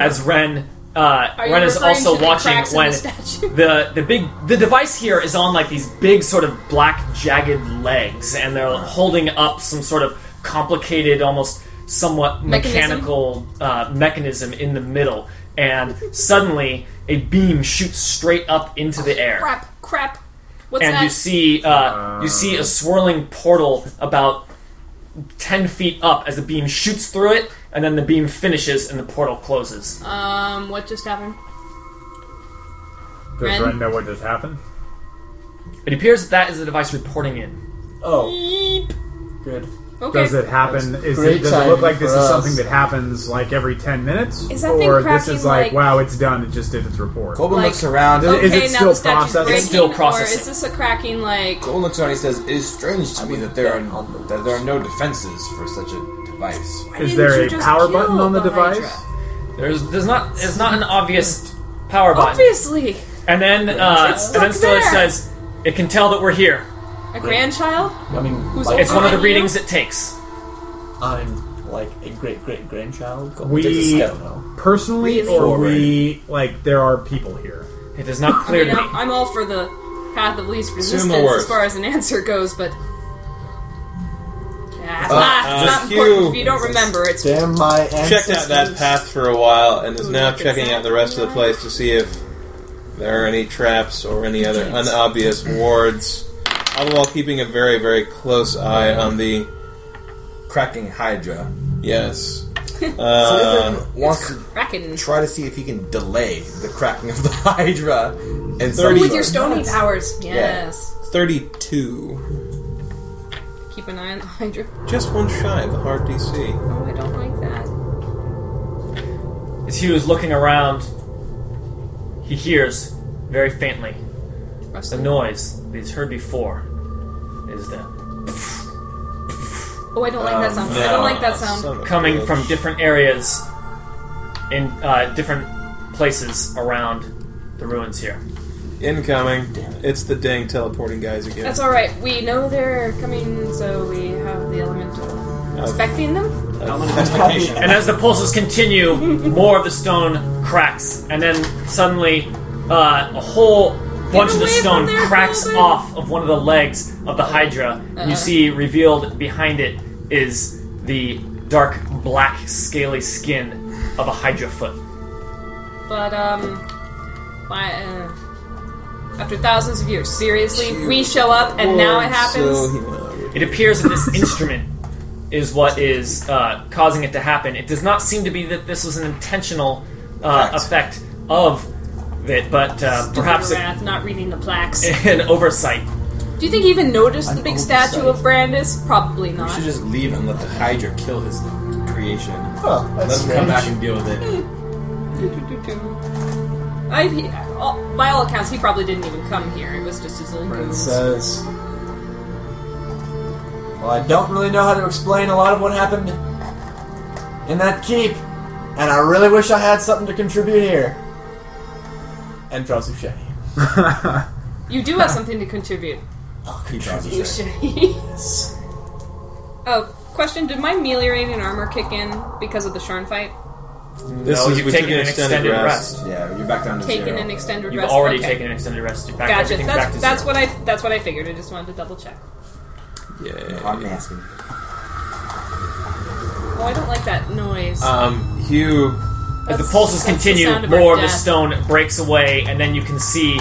B: As Ren, uh,
D: Are you
B: Ren is
D: referring
B: also
D: to the
B: watching
D: cracks in
B: when
D: the statue?
B: the the big the device here is on like these big sort of black jagged legs and they're holding up some sort of complicated almost somewhat
D: Mechanism?
B: mechanical uh, mechanism in the middle and suddenly a beam shoots straight up into the air
D: crap, crap. What's
B: and you
D: next?
B: see uh, you see a swirling portal about ten feet up as the beam shoots through it, and then the beam finishes and the portal closes.
D: Um, what just happened?
I: Does
D: Ren?
I: Ren know what just happened?
B: It appears that that is the device reporting in.
H: Oh,
D: Beep.
H: good.
D: Okay.
I: Does it happen? Is
H: great
I: it, does it look
H: timing
I: like this
H: for
I: is
H: us.
I: something that happens like every ten minutes,
D: Is that thing
I: or this
D: cracking,
I: is like,
D: like-
I: wow, it's done. It just did its report.
F: Colbin
D: Like- oh.
F: looks around.
I: Does it-
D: okay,
I: is it
D: now
I: still
D: the statue's
I: processing?
D: breaking,
B: It's still
D: Or
B: processing.
D: is this a cracking like?
F: Colbin looks around. He says, "It is strange to me that there are that there are no defenses for such a device."
I: Is
D: didn't
I: there
D: you
I: a
D: just
I: power
D: kill
I: button on the,
D: the Hydra?
I: device?
B: There's there's not it's not an obvious power button.
D: Obviously,
B: And then uh,
D: It's
B: and then
D: stuck
B: Stella
D: there.
B: says it can tell that we're here.
D: a grandchild.
H: I mean,
D: Who's
H: like,
B: It's one of the
D: Behind you?
B: readings it takes.
H: I'm like a great great grandchild.
I: We
H: I don't know.
I: personally,
D: Really?
I: or we like there are people here.
B: It is not
D: I
B: clear to
D: mean,
B: me.
D: I'm, I'm all for the path of least resistance as
C: worst.
D: far as an answer goes, but. Ah,
C: uh,
D: it's not
C: just
D: important
C: you.
D: if you don't remember. It's
H: Damn my ancestors.
C: checked out that path for a while and is
D: Ooh,
C: now
D: look,
C: checking
D: it's
C: out the rest of the place to see if there are any traps or any other unobvious wards, all while keeping a very, very close eye on the.
F: Cracking Hydra.
C: Yes.
F: Colbin
C: Uh,
F: wants to
D: cracking.
F: try to see if he can delay the cracking of the Hydra. And
C: Thirty-
D: With your stony powers, yes.
C: 32.
D: Keep an eye on the Hydra.
C: Just one shy of the hard DC.
D: Oh, I don't like that.
B: As Hugh is looking around, he hears very faintly the Uh,
D: Rustling.
B: noise that he's heard before. Is the
D: Oh, I don't like that sound. I don't like that sound.
C: Son of a
B: coming
C: bitch.
B: from different areas in uh, different places around the ruins here.
C: Incoming. It's the dang teleporting guys again.
D: That's all right. We know they're coming, so we have the elemental expecting them.
B: And as the pulses continue, more of the stone cracks, and then suddenly uh, a whole bunch of the
D: away from
B: stone
D: there,
B: cracks
D: Colbin.
B: off of one of the legs of the Hydra,
D: Uh-huh.
B: and you see revealed behind it is the dark black scaly skin of a Hydra foot.
D: But um, why? Uh, after thousands of years, seriously, we show up, and now it happens.
B: It appears that this instrument is what is uh, causing it to happen. It does not seem to be that this was an intentional uh, effect of it, but uh, perhaps Eh.
D: Stupid wrath, not reading the plaques.
B: an oversight.
D: Do you think he even noticed the big
H: oversight.
D: statue of Brandis? Probably
F: We
D: not.
F: should just leave and let the Hydra kill his creation.
H: Oh,
F: Let
H: that's
F: him come
H: strange.
F: back and deal with it.
D: I, he, all, by all accounts, he probably didn't even come here. It was just his little
H: It
D: goons.
H: says, Well, I don't really know how to explain a lot of what happened in that keep, and I really wish I had something to contribute here. And draws a shiny.
D: You do have something to contribute.
F: He draws
D: You
F: his
D: should. oh, question: Did my ameliorating armor kick in because of the Sharn fight?
C: This
B: no,
C: is
B: you've
C: we
B: taken
C: took an
B: an
C: extended
B: extended
C: rest.
B: rest.
F: Yeah, you're back down to
D: Taken
F: zero.
D: an extended
B: You've
D: rest.
B: already
D: Okay.
B: taken an extended rest. You're back,
D: Gotcha.
B: Everything's back
D: That's,
B: to
D: that's
B: zero.
D: what I that's what I figured. I just wanted to double check.
F: I'm
C: Yeah.
F: asking.
D: Oh, I don't like that noise.
C: Um, Hugh.
B: As Uh, the
D: That's-
B: pulses
D: that's the
B: continue,
D: sound of our
B: more of the
D: death.
B: stone breaks away, and then you can see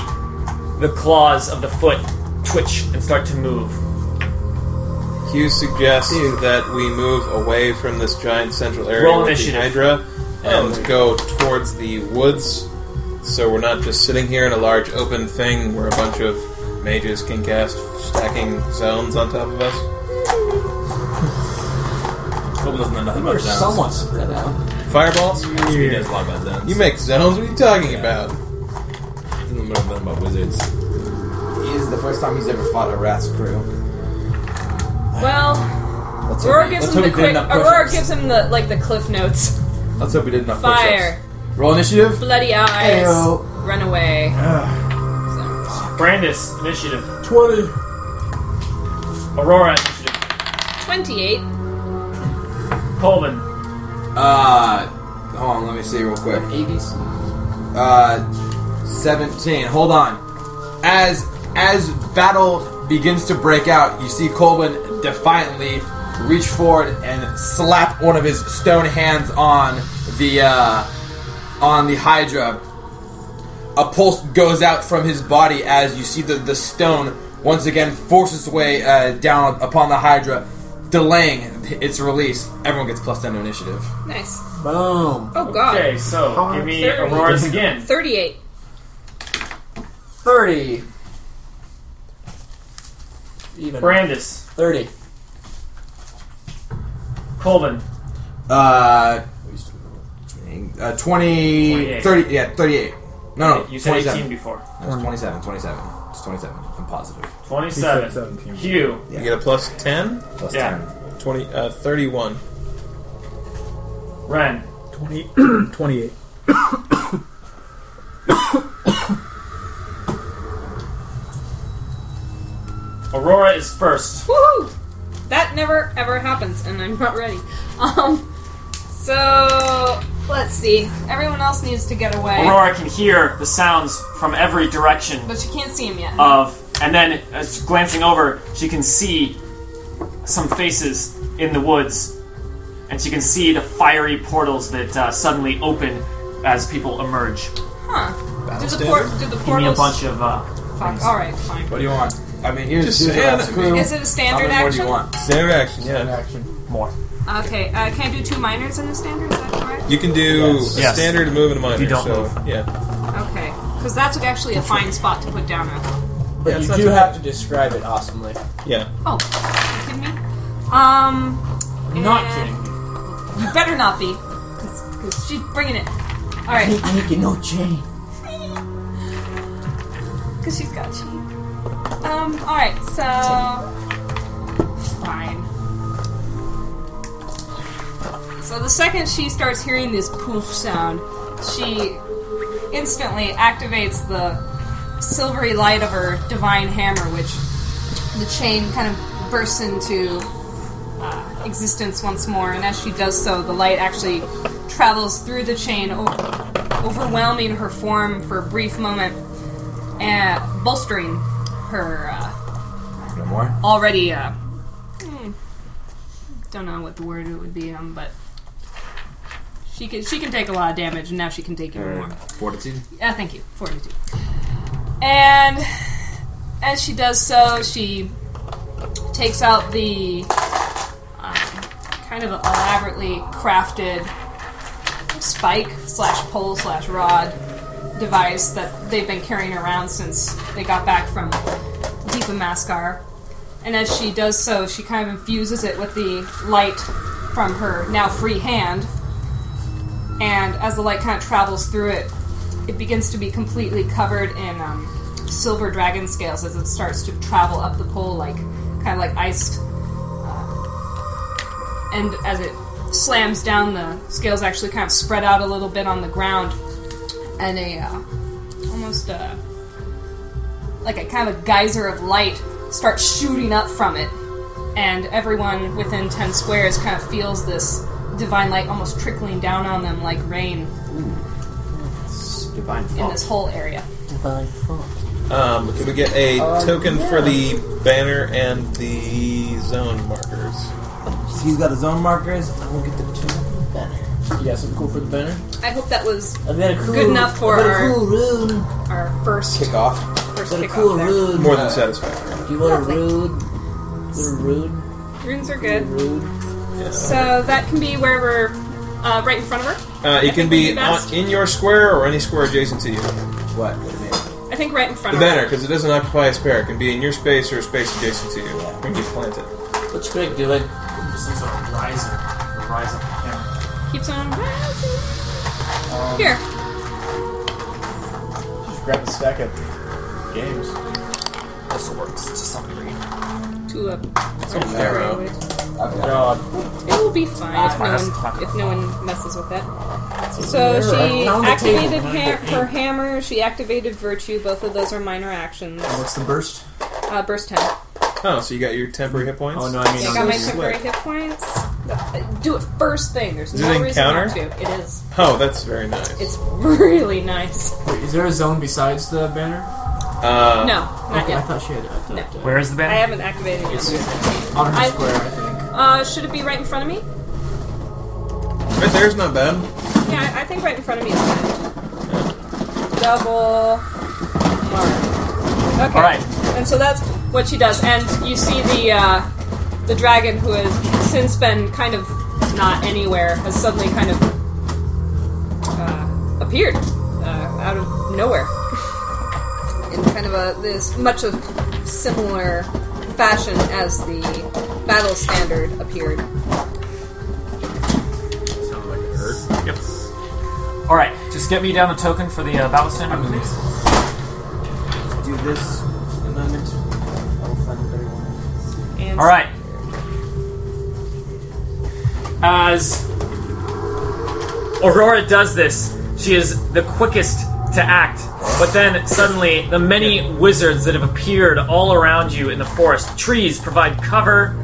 B: the claws of the foot twitch and start to move.
C: Hugh suggests that we move away from this giant central area
B: Roll
C: with
B: initiative.
C: the Hydra and go towards the woods. So we're not just sitting here in a large open thing where a bunch of mages can cast stacking zones on top of us.
F: Colbin doesn't know nothing about
H: We're
F: zones.
H: somewhat spread out.
C: Fireballs?
F: He knows a lot about zones.
C: You make zones? What are you talking about?
F: doesn't know nothing about wizards. This is the first time he's ever fought a rat's crew.
D: well,
F: Let's
D: Aurora
F: hope he-
D: gives him
F: let's hope
D: the
F: he did
D: quick.
F: enough
D: Aurora
F: push-ups.
D: gives him the like the cliff notes.
F: Let's hope we did enough
D: Fire,
F: push-ups. Roll initiative.
D: bloody eyes,
H: Ayo.
D: run away.
B: Brandis, initiative.
H: 20.
B: Aurora, initiative.
D: Twenty-eight.
B: Colvin,
F: Uh, hold on, let me see real quick.
H: ABC.
F: Uh, 17. Hold on. As as battle begins to break out, you see Colbin defiantly reach forward and slap one of his stone hands on the uh, on the Hydra, a pulse goes out from his body as you see the, the stone once again force its way uh, down upon the Hydra, delaying its release. Everyone gets plus 10 to initiative.
D: Nice.
H: Boom.
D: Oh god.
B: Okay, so give me
D: Thirty.
B: Aurora's again.
D: 38.
H: 30. Even.
B: Brandis,
H: 30.
B: Colvin,
F: Uh, uh 20,
B: 28.
F: 30, yeah, 38. No,
C: Oh,
F: no,
B: you said 18
F: 27.
B: before.
F: No, it's 27, 27. It's 27. I'm positive.
E: He said
B: 27.
E: 17.
B: Hugh,
C: You get a plus 10?
F: Plus
B: Yeah.
C: 20, uh, 31.
B: Ren,
I: 20, 28.
B: Aurora is first.
D: Woohoo! That never ever happens, and I'm not ready. Um, so let's see. Everyone else needs to get away,
B: Aurora can hear the sounds from every direction
D: but you can't see him yet.
B: of, and then as she's glancing over, she can see some faces in the woods, and she can see the fiery portals that uh, suddenly open as people emerge.
D: huh? Do the, por- do the
B: Give me a
D: portals?
B: bunch of. Uh,
D: Fuck. All right, fine.
F: What do you want? I mean, here's
C: Just
F: here's
C: say
F: what
C: it.
F: happened.
D: Is it a
F: How
D: standard
F: many more do
D: action?
F: you want?
C: Standard action, yeah.
H: Action.
D: Okay, uh, can I do two minors in a standard? Is that correct?
C: You can do a
B: Yes.
C: standard move and a minor.
B: you don't
C: so,
B: move.
C: Yeah.
D: Okay, because that's actually a fine spot to put down a.
H: But
C: Yeah, it's
H: you
C: not
H: do
C: too
H: have to describe it awesomely.
C: Yeah.
D: Oh, you kidding me? Um,
H: Not
D: and-
H: kidding.
D: You better not be, because she's bringing it. All right,
H: Making no change.
D: because she's got cheap. Um, all right, so fine. So the second she starts hearing this poof sound, she instantly activates the silvery light of her divine hammer, which the chain kind of bursts into uh, existence once more. And as she does so, the light actually travels through the chain, o- overwhelming her form for a brief moment and bolstering her uh,
F: No more?
D: already. Uh, hmm, don't know what the word it would be, um, but. She can, she can take a lot of damage, and now she can take even more.
F: Fortitude?
D: Yeah, Uh, thank you. 42. And as she does so, she takes out the um, kind of elaborately crafted spike slash pole slash rod device that they've been carrying around since they got back from Deepa Mascar. And as she does so, she kind of infuses it with the light from her now free hand. And as the light kind of travels through it, it begins to be completely covered in um, silver dragon scales as it starts to travel up the pole, like kind of like iced. Uh, and as it slams down, the scales actually kind of spread out a little bit on the ground, and a uh, almost uh, like a kind of a geyser of light starts shooting up from it, and everyone within ten squares kind of feels this divine light almost trickling down on them like rain
H: Divine
D: in this whole area.
H: Divine fault.
C: Um, can we get a token for the banner and the zone markers?
J: So you got his own markers. I'm gonna get the two better.
H: You got something cool for the banner?
D: I hope that was
J: I've got a cool,
D: Good enough for
J: I've got
D: our-
J: a cool room.
D: our first
F: Kick off.
D: first
J: I've got a
D: kickoff.
J: cool
D: there.
J: room.
C: More than satisfactory.
J: Do you want a
D: Lovely.
J: rude? Little rude.
D: Runes are good.
J: Rude.
D: So that can be wherever, uh, right in front of her.
C: Uh, it can
D: think we
C: be
D: do
C: on,
D: best-
C: in your square or any square adjacent to you. The
F: What? What do you mean?
D: I think right in front of
C: banner,
D: her.
C: because it doesn't occupy a spare, it can be in your space or a space adjacent to you when you plant it.
J: What's Greg doing?
B: this is a riser. A riser. Yeah.
D: Keeps on rising. Here,
H: Just grab a stack of games.
B: Also works to some degree.
D: tulip.
C: narrow.
F: I've got
H: God.
D: It will be fine if
B: That's
D: no
B: fine.
D: one if no one messes with it. So she
H: Around the
D: activated
H: table.
D: ha- her hammer. She activated virtue. Both of those are minor actions.
H: What's the burst?
D: Uh, burst ten.
C: Oh, so you got your temporary hit points?
H: Oh no, I mean
D: I uh,
H: on
D: got my
H: this.
D: temporary hit points. Uh, Do it first thing. There's
C: Is
D: no
C: it
D: reason not
C: encounter?
D: to. It is.
C: Oh, that's very nice.
D: It's really nice.
H: Wait, is there a zone besides the banner?
C: uh,
D: No, not
H: Okay, I
D: yet.
H: thought she had. I thought,
D: No.
H: uh,
B: Where is the
D: I
B: banner?
D: haven't activated it yet.
H: on her
D: I-
H: square, I think.
D: Uh, should it be right in front of me?
C: Right there's not bad.
D: Yeah, I, I think right in front of me is fine. double mark. Okay.
B: All right.
D: And so that's what she does. And you see the uh, the dragon who has since been kind of not anywhere has suddenly kind of uh, appeared uh, out of nowhere in kind of a this much of similar fashion as the battle standard appeared.
I: Sound like it hurt.
B: Yep. All right. Just get me down a token for the uh, battle standard, please.
J: Do this in a moment. I will find a better one.
D: And
B: All right. As Aurora does this, she is the quickest to act. But then suddenly, the many wizards that have appeared all around you in the forest, trees provide cover.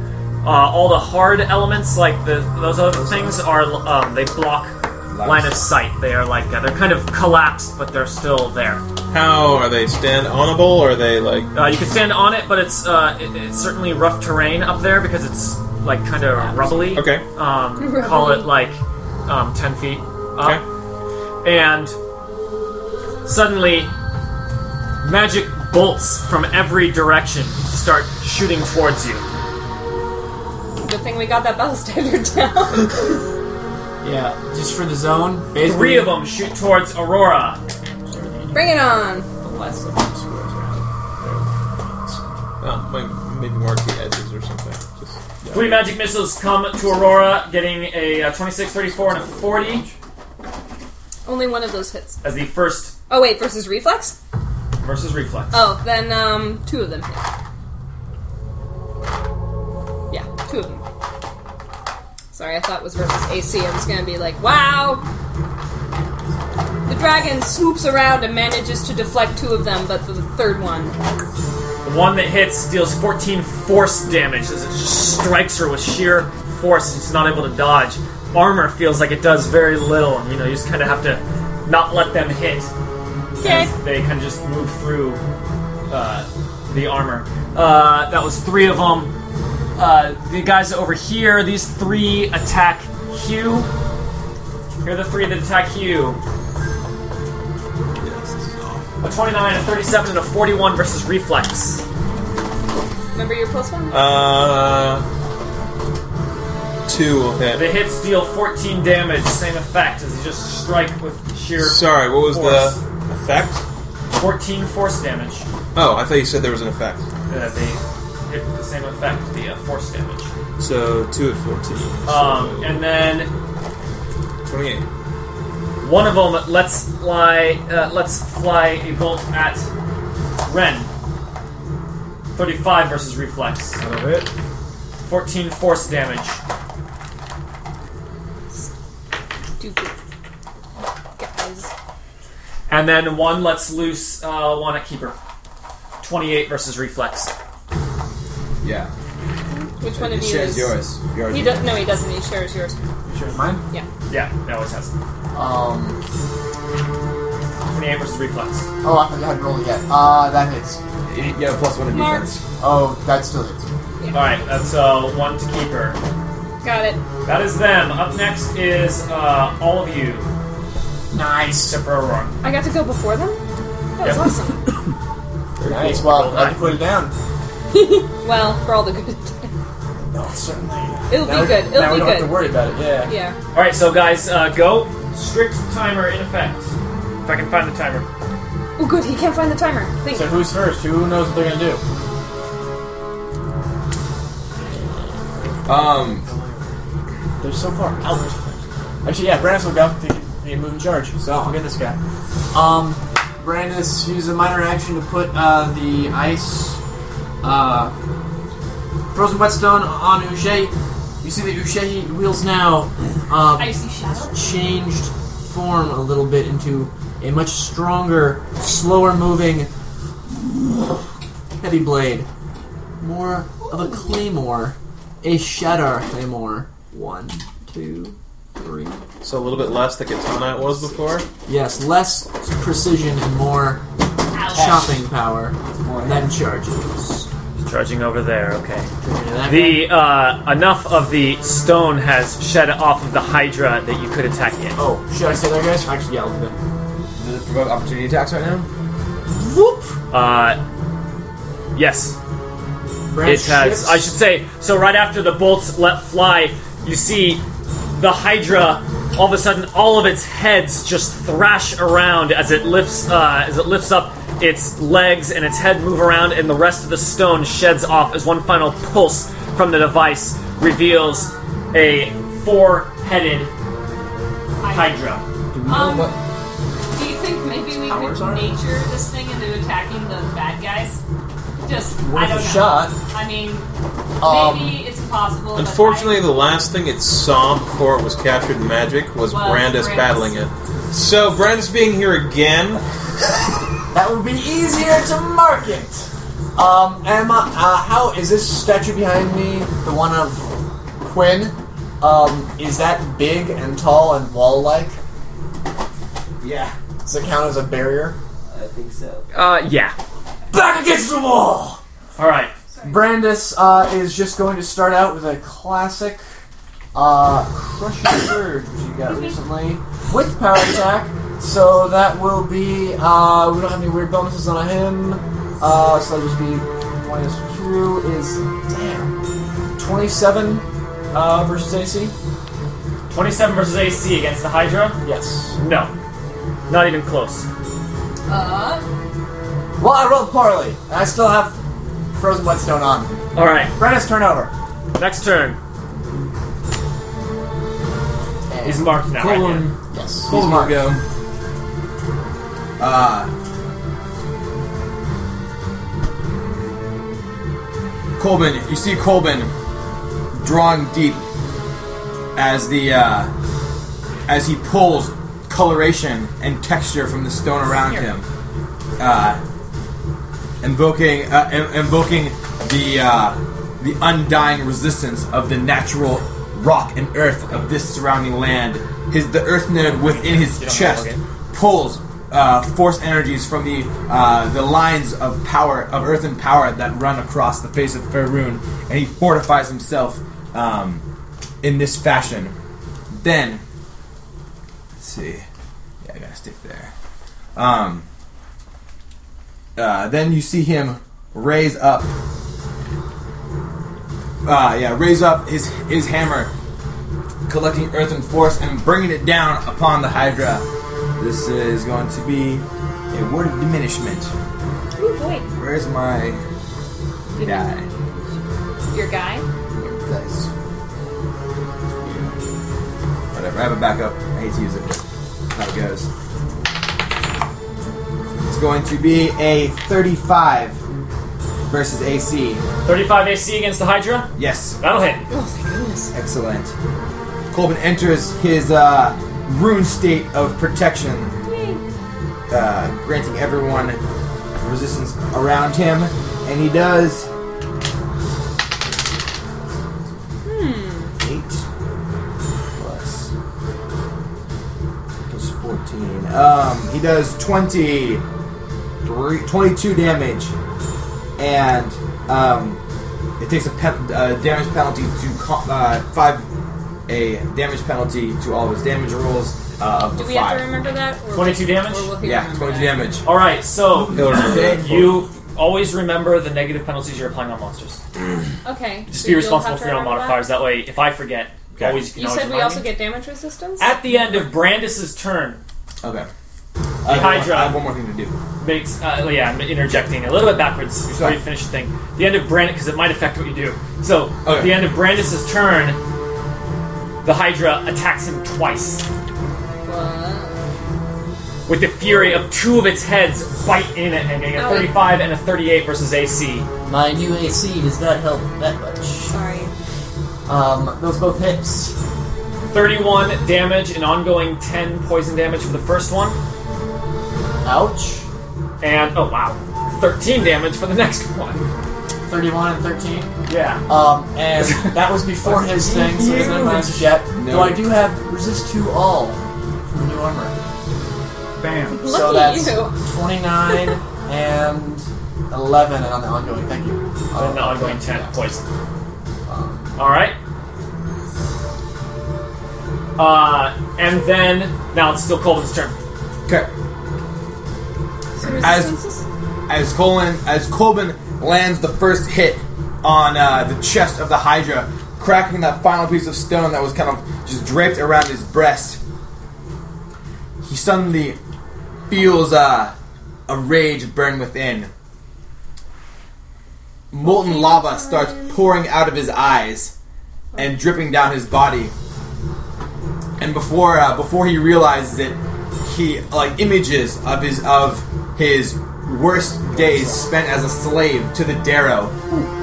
B: Uh, all the hard elements, like the those other things, are um, they block line of sight. They are like uh, they're kind of collapsed, but they're still there.
C: How are they stand onable? Or are they like
B: Uh, you can stand on it, but it's uh, it, it's certainly rough terrain up there because it's like kind of rubbly.
C: okay?
B: Um, call it like um, ten feet up, and suddenly magic bolts from every direction start shooting towards you.
D: good thing we got that battle standard down.
J: Yeah, just for the zone. Basically,
B: Three of them shoot towards Aurora.
D: Bring it on.
J: Less of them squares around.
C: Oh, maybe, maybe mark the edges or something. Just
B: Three magic missiles come to Aurora, getting a uh, 26, 34, and a 40
D: Only one of those hits.
B: as the first
D: Oh wait, versus reflex.
B: versus reflex.
D: Oh, then um, two of them hit. Yeah, two of them. Sorry, I thought it was versus AC. I was gonna be like, wow. The dragon swoops around and manages to deflect two of them, but the third one.
B: The one that hits deals 14 force damage as it just strikes her with sheer force and she's not able to dodge. Armor feels like it does very little, and you know, you just kind of have to not let them hit
D: Okay.
B: as they kind of just move through uh, the armor. Uh, that was three of them. Uh, the guys over here, these three attack Hugh. Here are the three that attack Hugh. A 29, a 37, and a 41 versus reflex.
D: Remember your plus one?
C: uh, two will hit.
B: The hits deal 14 damage, same effect as you just strike with sheer
C: Sorry, what was
B: force.
C: the effect?
B: 14 force damage.
C: Oh, I thought you said there was an effect.
B: Uh, they hit the same effect, the uh, force damage.
C: So two at fourteen.
B: Um, and then
C: Twenty-eight.
B: one of them lets fly, uh, lets fly a bolt at Ren. 35 versus reflex.
I: That'll hit.
B: 14 force damage.
D: Stupid. Guys.
B: And then one lets loose uh, one at Keeper. 28 versus reflex.
F: Yeah.
D: Which one
F: It
D: of you
F: shares
D: is?
F: yours. Yours.
D: He does. No, he doesn't. He shares yours.
J: Mine?
B: Yeah, that always has.
H: Um,
B: 28 versus reflex.
H: oh, I forgot I hadn't rolled yet. Uh, that hits.
F: You have a plus one in
D: Mark.
F: defense.
H: Oh, that still hits.
B: Alright, that's uh, one to Keeper.
D: Got it.
B: That is them. Up next is uh, all of you,
J: Nice.
B: except for Aurora.
D: I got to go before them. That was
B: Yep.
D: awesome.
H: Nice. Well,
B: Roll
H: I
B: nine.
H: can put it down.
D: Well, for all the good.
H: No, certainly.
D: It'll
H: Now
D: be
H: we-
D: good. It'll
H: now
D: be
H: we don't
D: good.
H: have to worry about it. Yeah.
D: Yeah.
B: All right, so guys, uh, go. Strict timer in effect. If I can find the timer.
D: Oh, good. He can't find the timer. Thank
H: So
D: you.
H: who's first? Who knows what they're gonna do?
F: Um,
H: They're so far out. Actually, yeah, Brandis will go. He can, he can move in charge. So I'll get this guy. Um, Brandis uses a minor action to put uh, the ice, uh, frozen whetstone on Ushay. You see that Ushay wheels now um,
D: Icy shadow.
H: changed form a little bit into a much stronger, slower moving heavy blade. More of a claymore. A shatter claymore. One, two, three.
C: So a little bit less than katana it was before.
H: Yes, less precision and more chopping power than charges.
B: Charging over there. Okay.
H: That guy?
B: The uh, enough of the stone has shed off of the Hydra that you could attack it.
H: oh, should I say that, guys? Actually, yeah, I'll do that.
F: the We both opportunity attacks right now.
B: Uh, yes,
H: Branch
B: it has.
H: shifts.
B: I should say. So right after the bolts let fly, you see the Hydra. All of a sudden, all of its heads just thrash around as it lifts uh, as it lifts up its legs and its head move around, and the rest of the stone sheds off as one final pulse from the device reveals a four-headed Hydra.
D: Um,
H: what-
D: do you think maybe we
H: Powers
D: could
H: are?
D: nature this thing into attacking the bad guys? Just I
H: Worth
D: don't
H: a
D: know.
H: shot.
D: I mean,
H: Um,
D: maybe it's impossible. but
C: Unfortunately, the last thing it saw before it was captured in magic was
D: Was
C: Brandis,
D: Brandis.
C: battling it. So Brandis being here again,
H: That would be easier to market. Um, Emma, uh, how is this statue behind me? The one of Quinn. Um, is that big and tall and wall-like?
J: Yeah,
H: Does it count as a barrier?
J: I think so.
B: Uh, yeah.
H: Back against the wall.
B: All right.
H: Brandis uh, is just going to start out with a classic uh, Crushing Surge, which you got recently, with Power Attack. So that will be. Uh, we don't have any weird bonuses on him. Uh, so that'll just be minus two is. Damn. 27 uh, versus AC?
B: 27 versus AC against the Hydra?
H: Yes.
B: No. Not even close.
D: Uh,
H: Well, I rolled poorly, and I still have Frozen Bloodstone on.
B: Alright,
H: Brandis, turnover.
B: next turn. He's marked now. Right here.
H: Yes.
F: Cool,
H: he's marked.
F: go. Uh, Colbin, you see Colbin drawing deep as the uh, as he pulls coloration and texture from the stone around him, uh, invoking uh, in- invoking the uh, the undying resistance of the natural rock and earth of this surrounding land. His the earth node within his chest pulls uh, force energies from the uh, the lines of power of earth and power that run across the face of Faerun, and he fortifies himself um, in this fashion. Then, let's see. Yeah, I gotta stick there. Um, uh, then you see him raise up. Uh, yeah, raise up his his hammer, collecting earth and force and bringing it down upon the Hydra. This is going to be a word of diminishment.
D: oh boy,
F: Where's my
D: Did
F: die?
D: you- your guy.
F: dice. Whatever, I have a backup. I hate to use it. How it goes. It's going to be a 35 versus AC.
B: 35 AC against the Hydra?
F: Yes,
B: That'll hit.
D: Oh thank goodness.
F: excellent. Colbin enters his uh, rune state of protection, uh, granting everyone resistance around him, and he does.
D: Hmm.
F: Eight plus plus 14. Um, he does 20, three- 22 damage, and um, it takes a pep, uh, damage penalty to co- uh, five, a damage penalty to all of his damage rolls uh, up
D: Do
F: to
D: we have
F: five.
D: to remember that? Or
B: 22 damage?
D: Or will he
F: yeah,
D: remember
F: 20
D: that?
F: damage.
B: Alright, so
F: He'll remember that.
B: you always remember the negative penalties you're applying on monsters.
D: Okay.
B: Just
D: so
B: be
D: you'll
B: responsible
D: have to
B: for your own
D: remember
B: modifiers. That way, if I forget,
F: Okay.
B: always you
D: that?
B: can always
D: You said we
B: remind
D: also
B: me.
D: get damage resistance.
B: At the end of Brandis's turn,
F: Okay. I have, one,
B: Hydra.
F: I have one more thing to do.
B: makes. Uh, well, yeah, I'm interjecting a little bit backwards before
F: Sorry.
B: you finish the thing. The end of Brandis, because it might affect what you do. So,
F: Okay.
B: at the end of Brandis's turn, the Hydra attacks him twice.
D: Whoa.
B: with the fury of two of its heads bite in it and getting a
D: Ow.
B: 35 and a 38 versus AC.
H: My new AC does not help that much.
D: sorry.
H: Um, those both hits.
B: 31 damage and ongoing 10 poison damage for the first one,
H: Ouch.
B: and oh wow, 13 damage for the next one.
H: 31 and 13.
B: Yeah.
H: Um, and that was before his thing, so it's not minus yet.
F: No.
H: Though I do have resist to all from the new armor.
I: Bam.
D: Lucky
H: so that's
D: you.
H: 29 and 11 and on the ongoing. Thank you.
B: And the ongoing 10 poison. Alright. Uh, and then, now it's still Colvin's turn.
F: Okay.
D: So
F: As-
D: resistances?
F: as Colin as Colbin lands the first hit on uh, the chest of the Hydra, cracking that final piece of stone that was kind of just draped around his breast. He suddenly feels uh, a rage burn within. Molten lava starts pouring out of his eyes and dripping down his body. And before uh, before he realizes it, he like images of his of his worst days spent as a slave to the Darrow,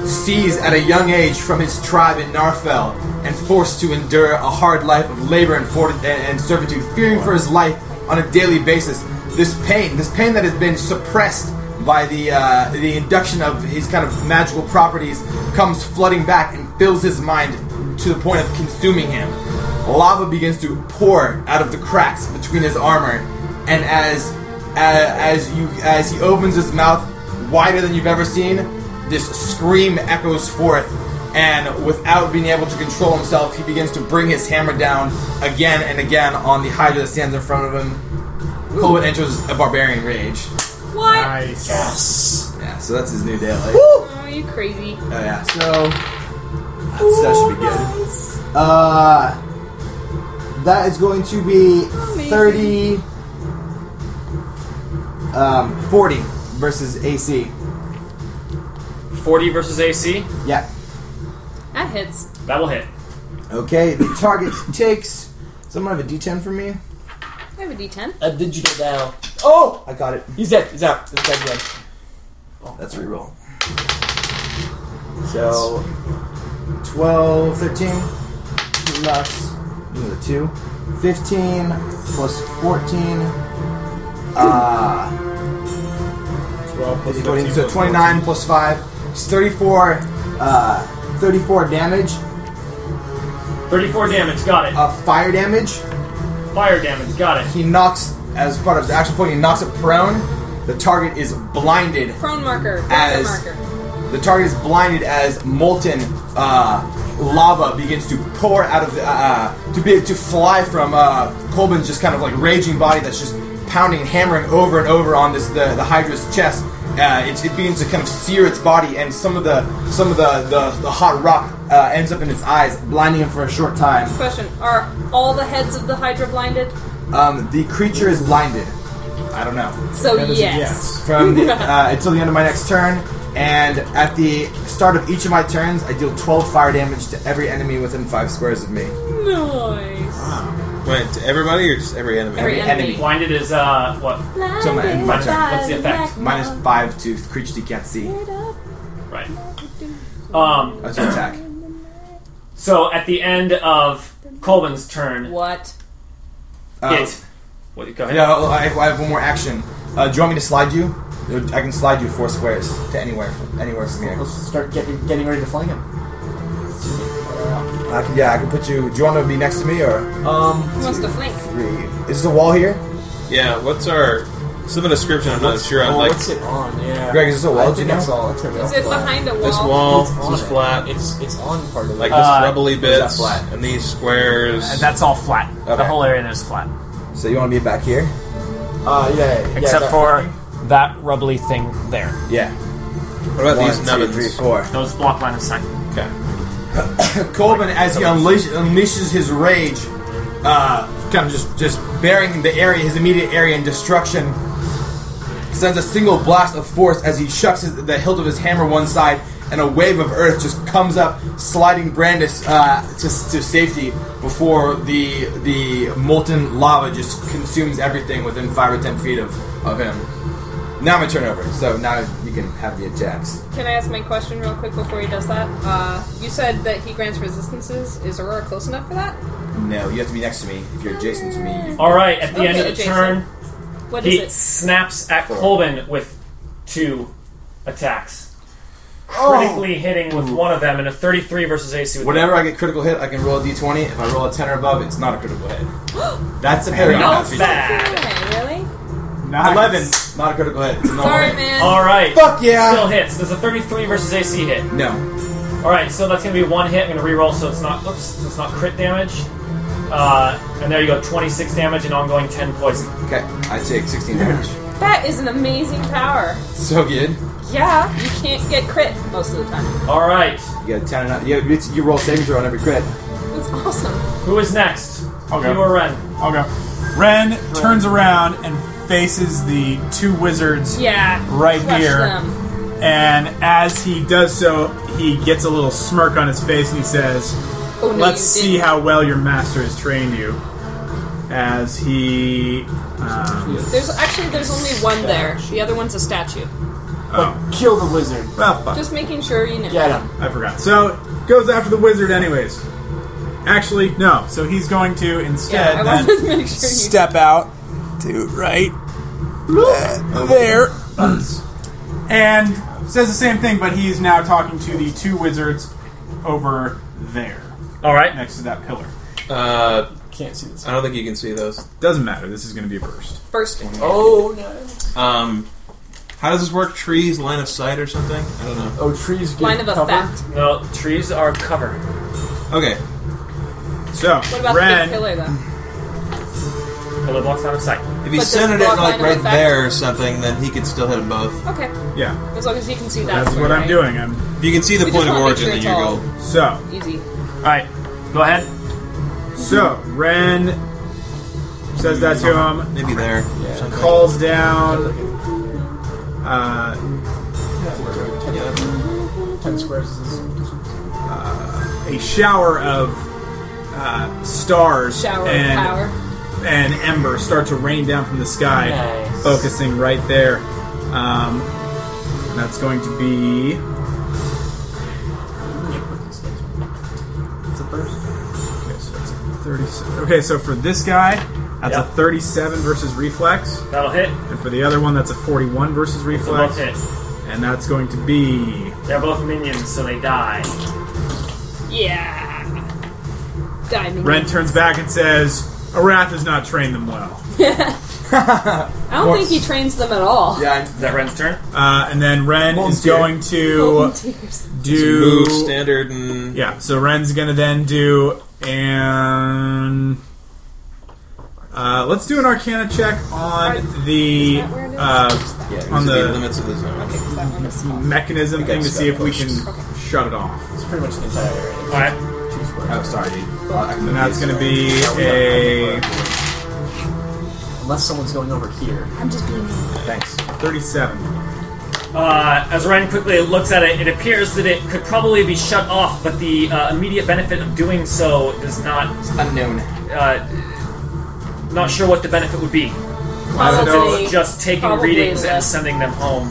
F: seized at a young age from his tribe in Narfell, and forced to endure a hard life of labor and, forti- and, and servitude, fearing for his life on a daily basis. This pain, this pain that has been suppressed by the uh, the induction of his kind of magical properties, comes flooding back and fills his mind to the point of consuming him. Lava begins to pour out of the cracks between his armor, and as as, as you as he opens his mouth wider than you've ever seen, this scream echoes forth, and without being able to control himself, he begins to bring his hammer down again and again on the Hydra that stands in front of him. Colbert enters a barbarian rage.
D: What?
I: Nice.
F: Yeah, so that's his new daylight.
D: Oh, you crazy.
F: Oh yeah, so
H: So
F: that's- that should be good.
H: Uh, that is going to be
D: Amazing.
H: 30.
F: Um, Forty versus AC.
B: 40 versus AC.
H: Yeah.
D: That hits.
B: That'll hit.
H: Okay, the target takes.
F: Someone have a D10 for me?
D: I have a d10.
H: A digital down. Oh!
F: I got it.
H: He's dead. He's out. This guy's dead. Oh,
F: That's reroll.
H: So, 12, 13, plus another 2, 15, plus 14, uh,
F: 12 plus
H: 14,
F: 15,
H: so 29 plus 5, it's 34, uh, 34 damage,
B: 34 damage, got it.
H: uh, fire damage.
B: Fire damage, got it.
F: He knocks, as part of his action point, he knocks it prone. The target is blinded.
D: Prone marker. Marker
F: As-
D: marker.
F: The target is blinded as molten uh, lava begins to pour out of the, uh, to be to fly from uh, Colbin's just kind of like raging body that's just pounding and hammering over and over on this the, the Hydra's chest. Uh, it, it begins to kind of sear its body, and some of the some of the the, the hot rock uh, ends up in its eyes, blinding him for a short time.
D: Question Are all the heads of the Hydra blinded?
F: Um, the creature is blinded. I don't know.
D: So,
F: That is a
D: yes.
F: From the, uh, until the end of my next turn, and at the start of each of my turns, I deal 12 fire damage to every enemy within five squares of me.
D: Nice.
C: Wait, to everybody or just every enemy?
D: Every
F: enemy.
D: enemy.
B: Blinded is, uh, what?
F: So my,
D: Blinded
F: my turn.
D: by
B: What's the effect?
F: Minus five to creatures you can't see.
B: Right. Um,
F: That's an attack.
B: so at the end of Colvin's turn,
D: What?
F: Uh,
B: it. What, go ahead.
F: No, I have, I have one more action. Uh, do you want me to slide you? I can slide you four squares to anywhere from anywhere from here.
H: Let's start getting, getting ready to fling him.
F: I can, yeah, I can put you. Do you want to be next to me or
D: Who wants to flank?
F: three? Is this a wall here?
C: Yeah, what's our. Some of the description I'm not sure. I'd
H: oh,
C: like.
H: what's it on? Yeah.
F: uh, Greg, is this a
H: I
F: wall? Do
H: think
F: you know?
H: that's all. That's
D: Is it behind a wall?
C: This wall,
H: It's on
C: this
H: it.
C: is flat.
H: It's, it's on part of it.
C: like this
B: Uh,
C: rubbly
F: that
C: bits
F: flat?
C: and these squares.
B: And that's all flat.
F: Okay.
B: The whole area there's flat.
F: So you want to be back here?
H: uh, yeah, yeah, yeah,
B: Except
H: that-
B: for that rubbly thing there.
F: Yeah.
C: what about
F: One,
C: these
F: two,
C: nubbins?
F: three, four.
B: Those block line of sight.
C: Okay.
F: Colbin, as he unleash, unleashes his rage, uh, kind of just just bearing the area, his immediate area in destruction, sends a single blast of force as he shucks his, the hilt of his hammer one side, and a wave of earth just comes up, sliding Brandis uh, to, to safety before the the molten lava just consumes everything within five or ten feet of, of him. Now my turn over, so now you can have the attacks.
D: Can I ask my question real quick before he does that? Uh, you said that he grants resistances. Is Aurora close enough for that?
F: No, you have to be next to me. If you're adjacent to me, you
B: All right. At the end of
D: Okay,
B: the
D: Jason.
B: turn,
D: What
B: he
D: is
B: snaps at Colvin with two attacks,
F: Oh.
B: critically hitting with one of them and a 33 versus AC. With
F: Whenever I get critical hit, I can roll a d20. If I roll a 10 or above, it's not a critical hit. That's a parry.
B: The
F: on
B: other.
F: that
B: Not
F: feature.
B: bad.
D: Okay, really?
E: Nice.
F: 11. Not a critical hit. It's a normal
D: Sorry,
F: hit.
D: man.
B: All right.
F: Fuck yeah.
B: Still hits. There's a 33 versus AC hit.
F: No.
B: All right. So that's gonna be one hit. I'm gonna reroll so it's not oops, so it's not crit damage. Uh, and there you go. 26 damage and ongoing 10 poison.
F: Okay. I take 16 damage.
D: That is an amazing power.
F: So good.
D: Yeah, you can't get crit most of the time.
B: All right.
F: You got ten and you, it's- you roll saving throw on every crit.
D: It's awesome.
B: Who is next?
E: Okay.
B: You or Ren?
E: I'll go. Ren turns around and faces the two wizards
D: Yeah.
E: Right
D: crush
E: here.
D: Them.
E: And as he does so, he gets a little smirk on his face and he says,
D: Oh, no,
E: Let's
D: you
E: see
D: didn't.
E: how well your master has trained you. As he. Um,
D: There's actually there's only one there. The other one's a statue.
E: oh,
H: Kill the wizard.
E: well, fuck.
D: Just making sure you know.
H: Get him.
E: I forgot. So, goes after the wizard, anyways. Actually, no. So he's going to instead
D: Yeah, I
E: then
D: wanted to make sure you.
K: Step out to right there.
E: and says the same thing, but he's now talking to the two wizards over there
B: All right.
E: next to that pillar.
C: Uh,
H: Can't see this.
C: I don't think you can see those.
E: Doesn't matter. This is going to be a burst.
D: First,
H: Oh no.
C: Um, how does this work? Trees, line of sight, or something? I don't know.
H: Oh, trees give
D: line of
H: cover.
D: effect.
B: No, trees are covered.
F: Oh.
C: Okay.
E: So,
D: What about the
E: Ren
D: big pillar though?
B: Pillar blocks out of sight.
C: If he
D: But does
C: centered it
D: block
C: like
D: line
C: right
D: affect-
C: there or something, then he could still hit them both.
D: Okay,
E: Yeah,
D: as long as you can see that.
E: that's
D: from
E: what
D: here,
E: I'm
D: right?
E: doing. I'm
C: If you can see the
D: We
C: point
D: just
C: of
D: wanna make
C: origin,
D: sure
C: then
D: it's
C: you're
D: all-
C: gold.
E: so
D: Easy.
B: All right. Go ahead.
E: so. Ren says that to him.
C: Maybe there. Something.
E: Calls down. Uh,
H: Ten squares is
E: a shower of uh, stars
D: Shower
E: and
D: of power.
E: and ember start to rain down from the sky,
H: Nice.
E: focusing right there. Um, and that's going to be.
H: it's a burst.
E: Okay, so that's a 37. Okay, so for this guy, that's
B: Yep.
E: a 37 versus reflex,
B: That'll hit.
E: and for the other one, that's a 41 versus
B: So both
E: reflex,
B: hit.
E: and that's going to be
B: They're both minions, so they die.
D: Yeah. Diamond.
E: Ren turns back and says, "Arath has not trained them well."
D: I don't think he trains them at all.
F: Yeah,
B: Is that Ren's turn?
E: Uh, and then Ren is
F: dear.
E: going to
D: Volunteers.
E: do
C: Move standard and
E: Yeah, so Ren's gonna then do and uh, let's do an Arcana check on the
D: that where it is?
E: uh,
F: yeah.
E: on
C: the
E: the
C: limits of the zone.
D: Is that one is small?
E: mechanism thing to
F: it's
E: see if we
F: got
E: can shut it off.
H: It's pretty much the entire area.
B: All right.
H: Two squares.
F: Oh, sorry. dude. Uh, I can
E: And that's
F: move
E: gonna
F: these.
E: be a
H: Unless someone's going over here.
D: I'm just being.
E: thanks thirty-seven.
B: Uh, as Ren quickly looks at it, it appears that it could probably be shut off, but the uh, immediate benefit of doing so does not.
J: Unknown.
B: Uh, not sure what the benefit would be.
E: I don't know.
D: Probably-
B: Just taking
D: probably
B: readings and
D: less.
B: sending them home.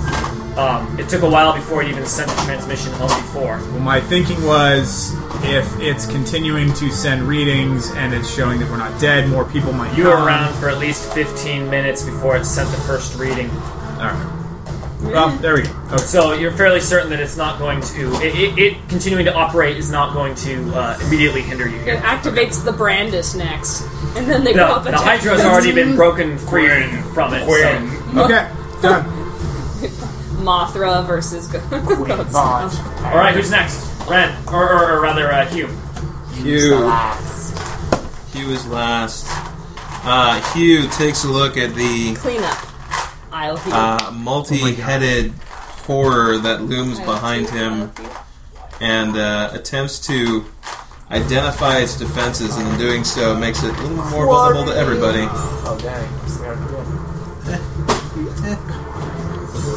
B: Um, it took a while before it even sent the transmission home before.
E: Well, my thinking was if it's continuing to send readings and it's showing that we're not dead, more people might.
B: You were
E: come.
B: around for at least 15 minutes before it sent the first reading.
E: All right. Well, there we go. Okay.
B: So you're fairly certain that it's not going to. It, it, it continuing to operate is not going to uh, immediately hinder you
D: It
B: here.
D: activates the Brandis next, and then they go
B: No,
D: up
B: the
D: attack.
B: Hydra's already been broken free from it. So.
E: Okay. Done.
D: Mothra versus. Go-
H: Bond.
B: All right, who's next? Ren, or, or, or rather, uh, Hugh.
C: Hugh. Hugh is last. Uh, Hugh takes a look at the
D: Clean up. I'll
F: Oh
D: heal.
C: uh, multi-headed horror that looms
D: I'll
C: behind
D: heal,
C: him
D: I'll heal.
C: and uh, attempts to identify its defenses, and in doing so, makes it a little more vulnerable to everybody.
H: Oh dang.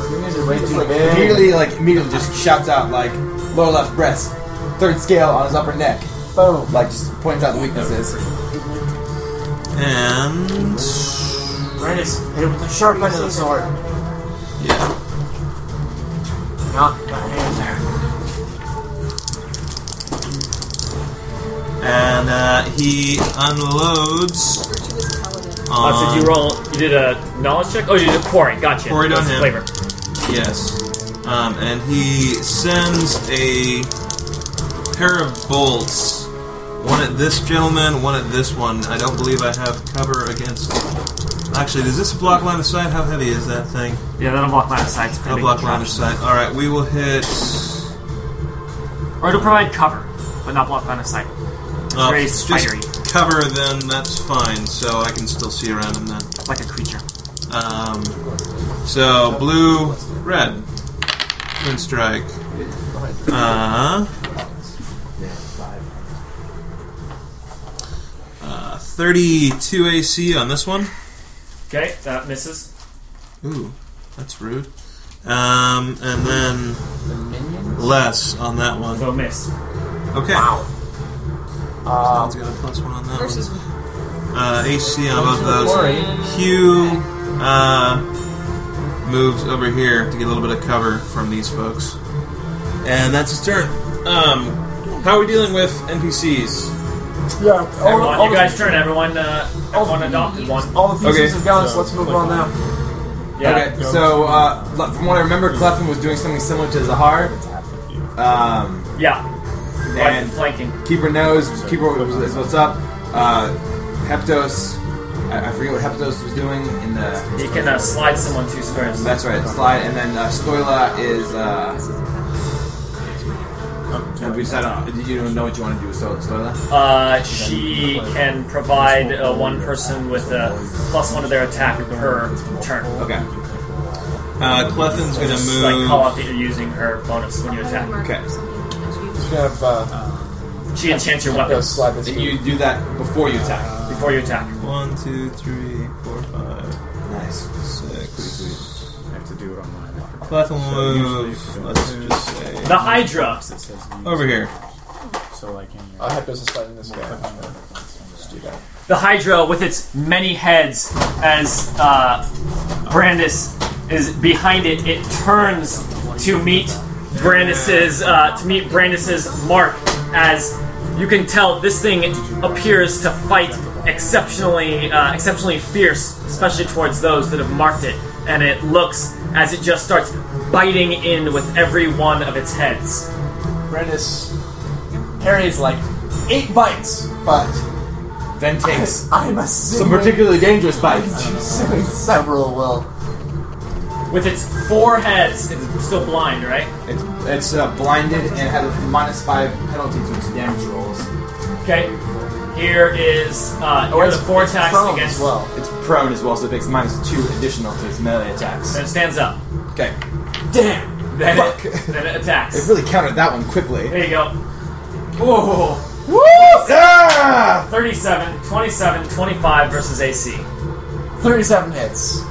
H: You guys are way too big.
F: Immediately, like immediately, just shouts out like lower left breast, third scale on his upper neck.
H: Boom.
F: Like just points out the weaknesses.
C: And
H: Ren is hit with the sharp end of the sword.
C: yeah,
H: Not the hand
C: and uh, he unloads.
B: Uh, so
C: On,
B: did you roll? You did a knowledge check. Oh, you did a quarry. Gotcha.
C: Quarry
B: That's
C: on
B: the
C: him.
B: flavor.
C: Yes, um, and he sends a pair of bolts. One at this gentleman, one at this one. I don't believe I have cover against. Actually, does this block line of sight? How heavy is that thing?
B: Yeah, that'll block line of sight. It's
C: No
B: pretty
C: block
B: big.
C: line of sight. All right, we will hit. uh,
B: Or it'll provide cover, but not block line of sight.
C: Uh,
B: very
C: if it's
B: spidery.
C: just cover, then that's fine. So I can still see around him then.
B: It's like a creature.
C: Um, So blue, red, twin strike. Uh Uh, 32 AC on this one.
B: Okay, that misses.
C: Ooh, that's rude. Um, and then less on that one.
B: So miss.
C: Okay. Wow. Someone's got a plus one on that
D: Versus
C: one. Uh, AC on both of those.
J: Sorry.
C: Hugh uh, moves over here to get a little bit of cover from these folks. And that's his turn. Um, how are we dealing with NPCs?
G: Yeah, all,
B: Everyone,
G: all
B: you
G: the,
B: guys turn. Everyone, uh, everyone adopted one.
G: all the pieces
C: Okay.
G: have gone, so
B: So,
G: let's move
B: click
G: on
B: on.
G: now.
B: Yeah.
F: Okay, so uh, le- from what I remember, Clefin was doing something similar to Zahar. Um,
B: Yeah. Right,
F: and
B: flanking.
F: Keeper knows. Keeper is what's up. Uh, Heptos, I, I forget what Heptos was doing in the.
B: He can uh, slide someone two squares.
F: That's right, slide, and then uh, Stoila is. Uh, have we decided on? Did you know what you want to do with Sto- Stoila?
B: Uh, she can provide uh, one person with a plus one to their attack per turn.
F: Okay.
C: Uh, Cleffin's going
B: Just
C: to
B: like call
C: move.
B: out that you're using her bonus when you attack.
F: Okay.
G: You have uh,
B: She enchants your
G: go
B: weapons
G: slide this.
F: Then you do that before you attack.
B: before you attack.
C: One, two, three, four, five,
F: Nice.
C: six.
I: I have to do it online.
C: Clefin will move. Let's just say
B: The Hydra.
I: It says
C: over here.
I: so like in your
G: I have business sliding this guy. Just do that.
B: The Hydra with its many heads as uh, Brandis is behind it. It turns to meet Brandis's uh, to meet Brandis's mark as you can tell this thing appears to fight exceptionally uh, exceptionally fierce, especially towards those that have marked it. And it looks as it just starts biting in with every one of its heads.
G: Brandis parries like eight bites, but
F: Then takes
G: I'm assuming,
F: some particularly dangerous bites.
G: assuming several will.
B: With its four heads, it's still blind, right?
F: It's, it's uh, blinded and has a minus five penalty to its damage rolls.
B: Okay. Here is uh, here
G: Oh,
B: are
G: it's
B: the four
G: it's
B: attacks
G: prone
B: against.
G: as well.
F: It's prone as well, so it takes minus two additional to its melee attacks.
B: Then it stands up.
F: Okay.
G: Damn.
B: Then
F: Fuck.
B: it, then it
F: It
B: attacks.
F: really countered that one quickly.
B: There you go.
F: Whoa! Ah!
B: 37, 27, 25 versus AC.
G: Thirty-seven hits.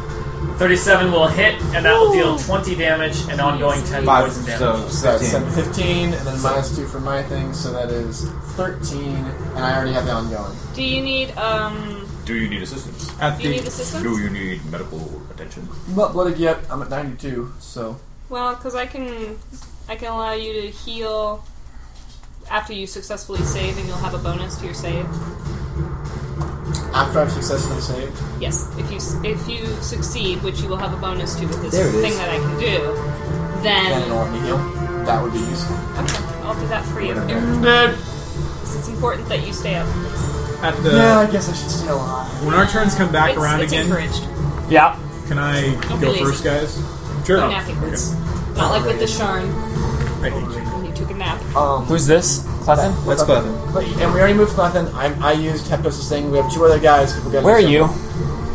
B: 37 will hit, and that will deal 20 damage and ongoing 10
F: Five,
B: poison damage.
F: so
G: So that's
F: 15.
G: 15, and then minus two for my thing, so that is 13, and I already have the ongoing.
D: Do you need um?
L: Do you need assistance?
I: at
D: Do you need
I: the
D: assistance?
L: Do you need medical attention?
G: I'm not blooded yet, I'm at 92, so.
D: Well, because I can, I can allow you to heal after you successfully save, and you'll have a bonus to your save.
G: After I've successfully saved.
D: Yes, if you s- if you succeed, which you will have a bonus to with this
F: There it
D: thing
F: is.
D: that I can do,
G: Then
D: then
G: it'll let me heal. That would be useful.
D: okay, I'll do that for you. Because It's important that you stay up.
I: at the
G: yeah, I guess I should uh, stay alive.
I: when our turns come back
D: it's,
I: around
D: it's
I: again,
D: encouraged.
B: Yeah.
I: can I go
D: Don't be lazy.
I: first, guys? Sure.
D: Nap it. It's not like with the Sharn
I: I hate you.
D: when you took a nap.
F: Uh,
G: Um,
B: Who's this? Clefin?
C: That's Clefin.
G: but- and we already moved Clefin. I, I used Heptos' thing. We have two other guys. People gotta do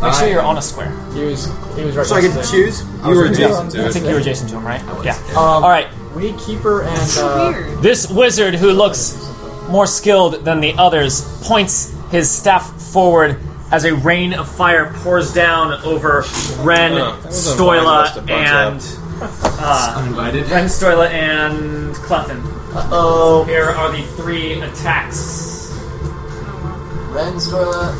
B: Make sure you're on a square.
G: something. He was, he was right
F: So I
G: next
F: get to
G: me.
F: choose?
C: You were
G: Yeah.
C: adjacent to it.
G: think you were
B: adjacent to him, right? Yeah.
G: Um,
B: Alright,
G: We need Keeper and. Uh,
D: Weird.
B: This wizard, who looks more skilled than the others, points his staff forward as a rain of fire pours down over Ren,
C: Oh, that was a wise list
B: Stoila,
C: to bunch
B: and uh,
C: Uninvited.
B: Ren, Stoila, and Clefin.
G: uh oh.
B: Here are the three attacks.
G: Ren, Stoila.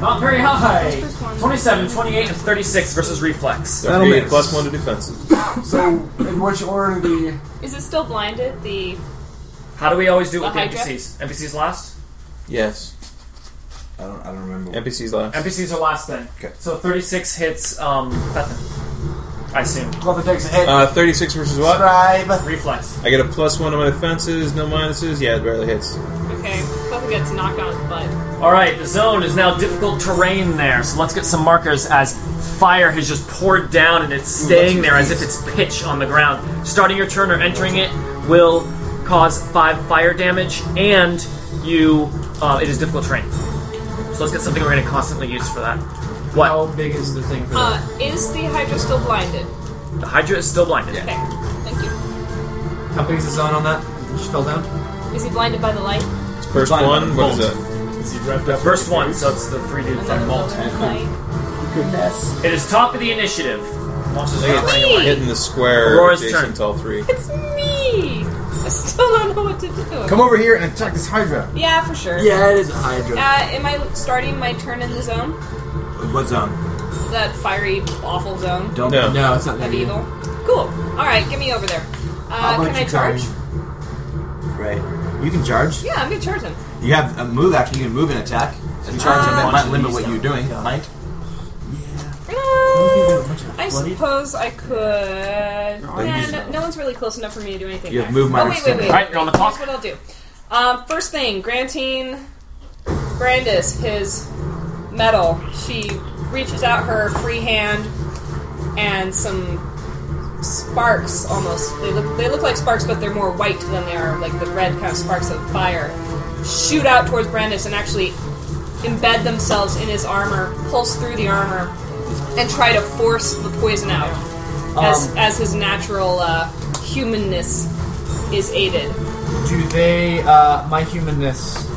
B: Not very high.
D: First one.
B: 27, 28, and 36 versus reflex.
C: That'll
I: make
C: plus one to defenses.
G: So, in which order the.
D: Is it still blinded? The
B: How do we always do it
D: The
B: with the
D: Hydra?
B: NPCs? NPCs last?
C: Yes.
F: I don't, I don't remember.
C: NPC's last.
B: NPCs are last then.
F: Okay.
B: So 36 hits um, Clefin. I assume.
G: Clefin takes a hit.
C: Uh, 36 versus what?
G: Scribe.
B: Reflex.
C: I get a plus one on my defenses, no minuses. Yeah, it barely hits.
D: okay, Clefin gets knocked out his butt.
B: All right, the zone is now difficult terrain there, so let's get some markers as fire has just poured down and it's staying there as if it's pitch on the ground. Starting your turn or entering it will cause five fire damage, and you uh, it is difficult terrain. So let's get something we're going to constantly use for that. What?
H: How big is the thing? For
D: Uh, is the Hydra still blinded?
B: The Hydra is still blinded.
D: Okay. Thank you.
H: that? How big is the zone on that? It just fell down.
D: Is he blinded by the light?
C: First
B: Fine,
C: one, what is
B: bolt.
C: that?
I: Is he wrapped up?
B: First one, so it's the three dudes that
D: Another
B: vault.
D: little light.
K: Goodness.
B: It is top of the initiative. Monsters are not running
D: Whee!
B: away.
C: Hitting the square
B: Aurora's
C: adjacent
B: turn.
C: to all three.
D: It's me. I still don't know what to do.
F: Come over here and attack this Hydra.
D: Yeah, for sure.
K: Yeah, it is a Hydra.
D: Uh, am I starting my turn in the zone?
F: What zone?
D: That fiery, awful zone
F: Don't
C: No.
H: No, it's not that
D: of
H: big.
D: evil? Cool. All right, get me over there. Uh,
K: How
D: can
K: much
D: I
K: you charge?
D: charge?
F: Right. You can charge.
D: Yeah, I'm gonna charge him.
F: You have a move action. You can move and attack. If you charge,
D: Ah.
F: and that might limit what you're doing. Might.
D: Uh,
K: much
D: I
K: bloodied?
D: suppose I could.
F: I
D: Nah,
F: use-
D: no, no one's really close enough for me to do anything.
F: You have
D: there.
F: move
D: oh,
F: minus
D: wait, wait,
F: ten.
D: wait.
B: Alright, you're on the
D: Here's
B: clock.
D: what I'll do. Um, first thing, granting Brandis his medal, she reaches out her free hand and some sparks almost. They look, they look like sparks, but they're more white than they are like the red kind of sparks of fire. Shoot out towards Brandis and actually embed themselves in his armor, pulse through the armor, and try to force the poison out as, as his natural uh, humanness is aided.
H: Do they? Uh, my humanness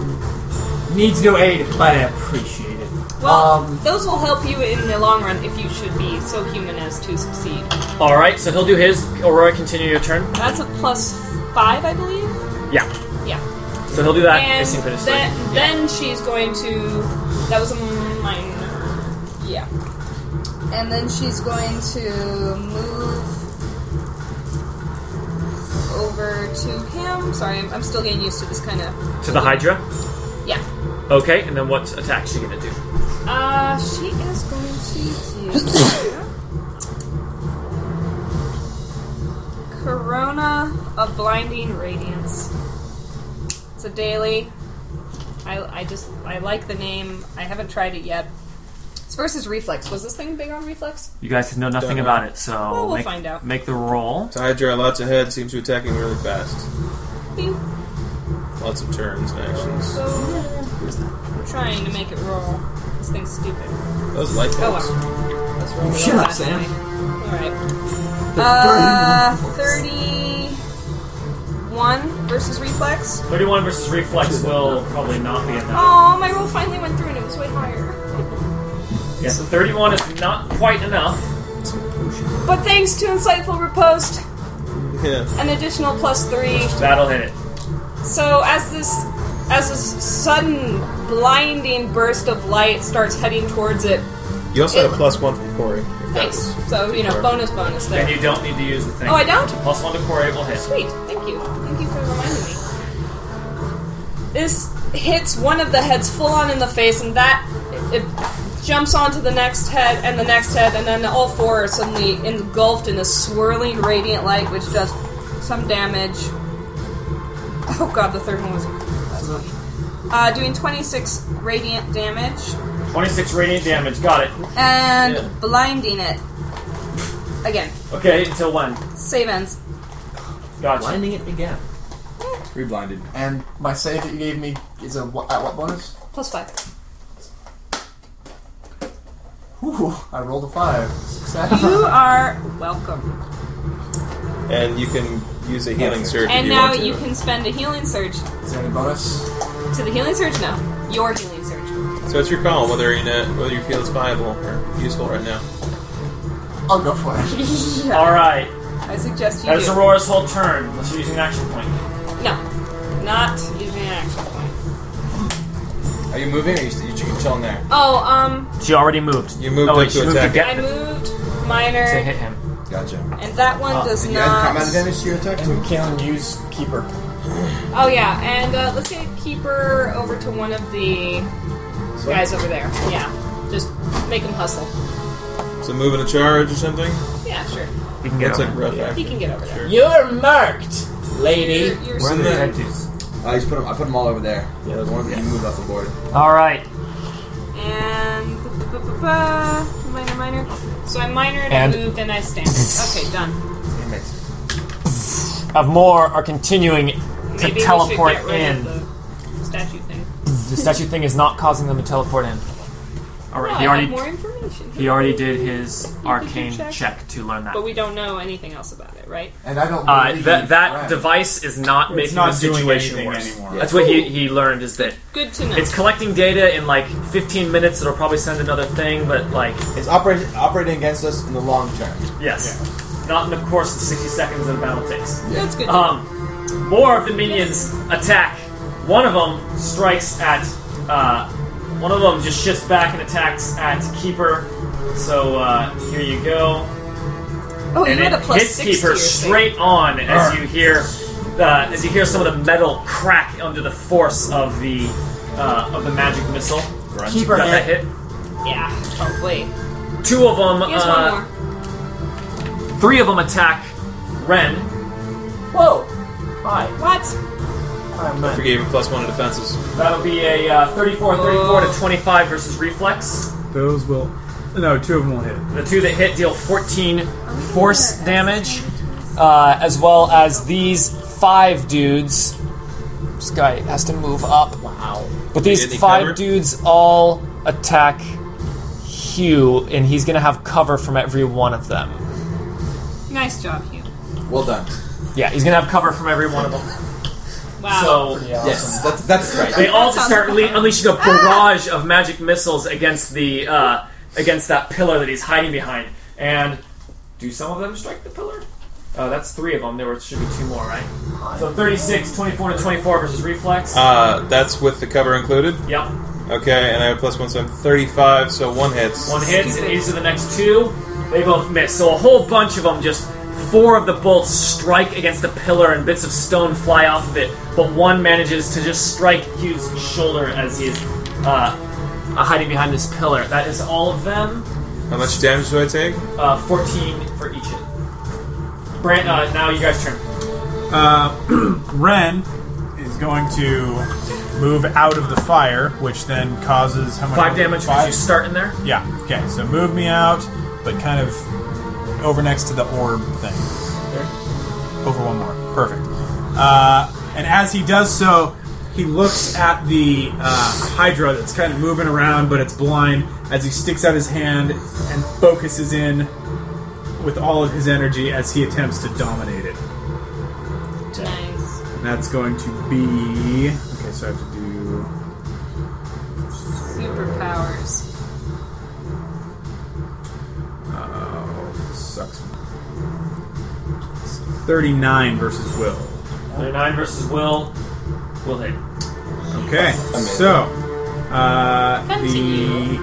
H: needs no aid, but I appreciate it.
D: Well,
H: um,
D: those will help you in the long run if you should be so human as to succeed.
B: All right, so he'll do his. Aurora, continue your turn.
D: That's a plus five, I believe.
B: Yeah.
D: Yeah.
B: So he'll do that
D: and
B: asynchronously.
D: then, then she's going to. That was a minor. Yeah. And then she's going to move over to him. Sorry, I'm, I'm still getting used to this kind of.
B: to the Hydra.
D: Yeah.
B: Okay, and then what attack she gonna do?
D: Uh, she is going to do Corona of Blinding Radiance. It's a daily. I, I just I like the name. I haven't tried it yet. This versus reflex. Was this thing big on reflex?
B: You guys know nothing
C: Don't know.
B: about it, so
D: Well, we'll
B: make,
D: find out.
B: make the roll.
C: Hydra, lots ahead, seems to be attacking really fast.
D: Beep.
C: Lots of turns and actions.
D: So I'm trying to make it roll. This thing's stupid.
C: Those light
D: Oh
C: bulbs.
D: wow. Let's roll real
H: Shut up,
D: fast
H: Sam.
D: tonight. Alright. Uh, 31 versus reflex.
B: 31 versus reflex will probably not be enough.
D: Oh, my roll finally went through and it was way higher. Oh.
B: Yeah, so 31 is not quite enough.
D: But thanks to Insightful Repost,
C: Yeah.
D: an additional plus three.
B: That'll hit it.
D: So as this as this sudden blinding burst of light starts heading towards it,
C: You also had a plus one from Corey. if that
D: thanks.
C: was-
D: So, you know, bonus bonus
B: And
D: there.
B: you don't need to use the thing.
D: Oh, I don't?
B: Plus one to Corey will hit.
D: Sweet, thank you. Thank you for reminding me. This hits one of the heads full on in the face, and that it, it jumps onto the next head and the next head, and then all four are suddenly engulfed in this swirling radiant light, which does some damage. Oh god, the third one was. That's funny. Uh, doing 26 radiant damage
B: 26 radiant damage, got it.
D: and
C: Yeah.
D: blinding it. Again,
B: Okay, until when?
D: save ends.
B: Gotcha.
H: blinding it again.
F: Reblinded.
H: And my save that you gave me is a what, at what bonus?
D: Plus five.
H: Ooh, I rolled a five. Success.
D: You are welcome.
C: And you can use a healing surge if
D: And
C: you
D: now
C: want to.
D: you can spend a healing surge.
H: is there any bonus?
D: To the healing surge? No. Your healing surge.
C: So it's your call whether you know, whether you feel it's viable or useful right now.
H: I'll go for it.
B: Alright,
D: I suggest you
B: that is
D: do.
B: Aurora's whole turn. Unless you're using an action point.
D: No. Not using an action point.
F: Are you moving? Or are you, you chilling there?
D: Oh, um,
B: She already moved.
C: You moved
B: oh, wait,
C: up
B: she
C: to
B: moved
C: attack.
B: to get
D: I moved minor,
B: to hit him.
F: Gotcha.
D: and that one does
F: Did Uh, you add
D: not.
F: combat advantage to your attack? too?
H: And can use keeper.
D: Oh yeah, and uh, let's get keeper over to one of the guys over there. Yeah, just make him hustle.
C: So moving a charge or something.
D: Yeah, sure.
B: You can
C: That's
B: get
C: like
B: him.
C: rough
D: He
C: action.
D: can get over there.
H: You're marked, lady.
D: You're, you're
F: We're in
D: screwed.
F: the- I just put them. I put them all over there. Yeah, one of them you moved off the board.
B: Alright.
D: And ba-ba-ba-ba, minor, minor. So I minored,
M: And-
D: I moved, and I stand. Okay, done.
F: It makes sense.
M: Of more are continuing to
D: Maybe we
M: teleport
D: should get rid
M: in.
D: Of the statue thing.
M: The statue thing is not causing them to teleport in.
B: All right,
D: No,
B: he
D: I
B: already
D: have more information.
B: he already did his
D: did your
B: arcane
D: check.
B: check to learn that.
D: But we don't know anything else about it, right?
H: And I don't.
B: Uh,
H: believe
B: that that
H: Brad.
B: device is not
H: It's
B: making
H: not
B: the
H: doing
B: situation
H: anything
B: worse.
H: anymore.
B: That's what he, he learned is that
D: Good to know.
B: it's collecting data in like 15 minutes. It'll probably send another thing, but like
F: It's operating operating against us in the long term.
B: yes, not in the course of 60 seconds that a battle takes.
D: That's good. to
B: Um, more of the minions attack. One of them strikes at. Uh, one of them just shifts back and attacks at Keeper. So uh, here you go.
D: Oh,
B: and
D: you had
B: it
D: a plus
B: hits
D: six to
B: Keeper
D: your
B: straight on as you hear uh, as you hear some of the metal crack under the force of the uh, of the magic missile.
J: Keeper
B: got that
J: hit.
B: hit.
D: Yeah. Oh wait.
B: Two of them.
D: Here's
B: uh,
D: one more.
B: Three of them attack Ren.
J: Whoa! Hi.
D: What?
J: I'm
C: I
J: not-
C: forgave him plus one to defenses.
B: That'll be a uh, 34, 34 to 25 versus reflex.
E: Those will. No, two of them will hit.
B: The two that hit deal 14
A: force damage, uh, as well as these five dudes. This guy has to move up. Wow. But
C: Did
A: these
C: he
A: five
C: cover?
A: dudes all attack Hugh, and he's going to have cover from every one of them.
D: Nice job, Hugh.
F: Well done.
A: Yeah, he's going to have cover from every one of them.
D: Wow.
B: So
F: Yes, that's that's right.
B: they all just
D: sounds
B: start le- unleashing a barrage of magic missiles against the uh, against that pillar that he's hiding behind. And do some of them strike the pillar? Uh, that's three of them. There were, should be two more, right? So 36, 24 to 24 versus reflex.
C: Uh, that's with the cover included.
B: yep.
C: Okay, and I have plus one, so I'm 35, so one hits.
B: One hits, and these are the next two. They both miss. So a whole bunch of them just. Four of the bolts strike against the pillar and bits of stone fly off of it, but one manages to just strike Hugh's shoulder as he is uh, uh, hiding behind this pillar. That is all of them.
C: How much damage do I take?
B: Uh, 14 for each of Brand, uh, now you guys turn.
E: Uh, Ren is going to move out of the fire, which then causes how much?
B: Five damage because you start in there.
E: Yeah. Okay. So move me out, but kind of over next to the orb thing. Over one more. Perfect. Uh, and as he does so, he looks at the uh, Hydra that's kind of moving around, but it's blind. As he sticks out his hand and focuses in with all of his energy as he attempts to dominate it.
D: Nice.
E: And that's going to be. Okay, so I have to do.
D: Superpowers.
E: Oh, this sucks. 39 versus Will.
B: 9 versus Will. Will hit.
E: Okay, so. Uh, the.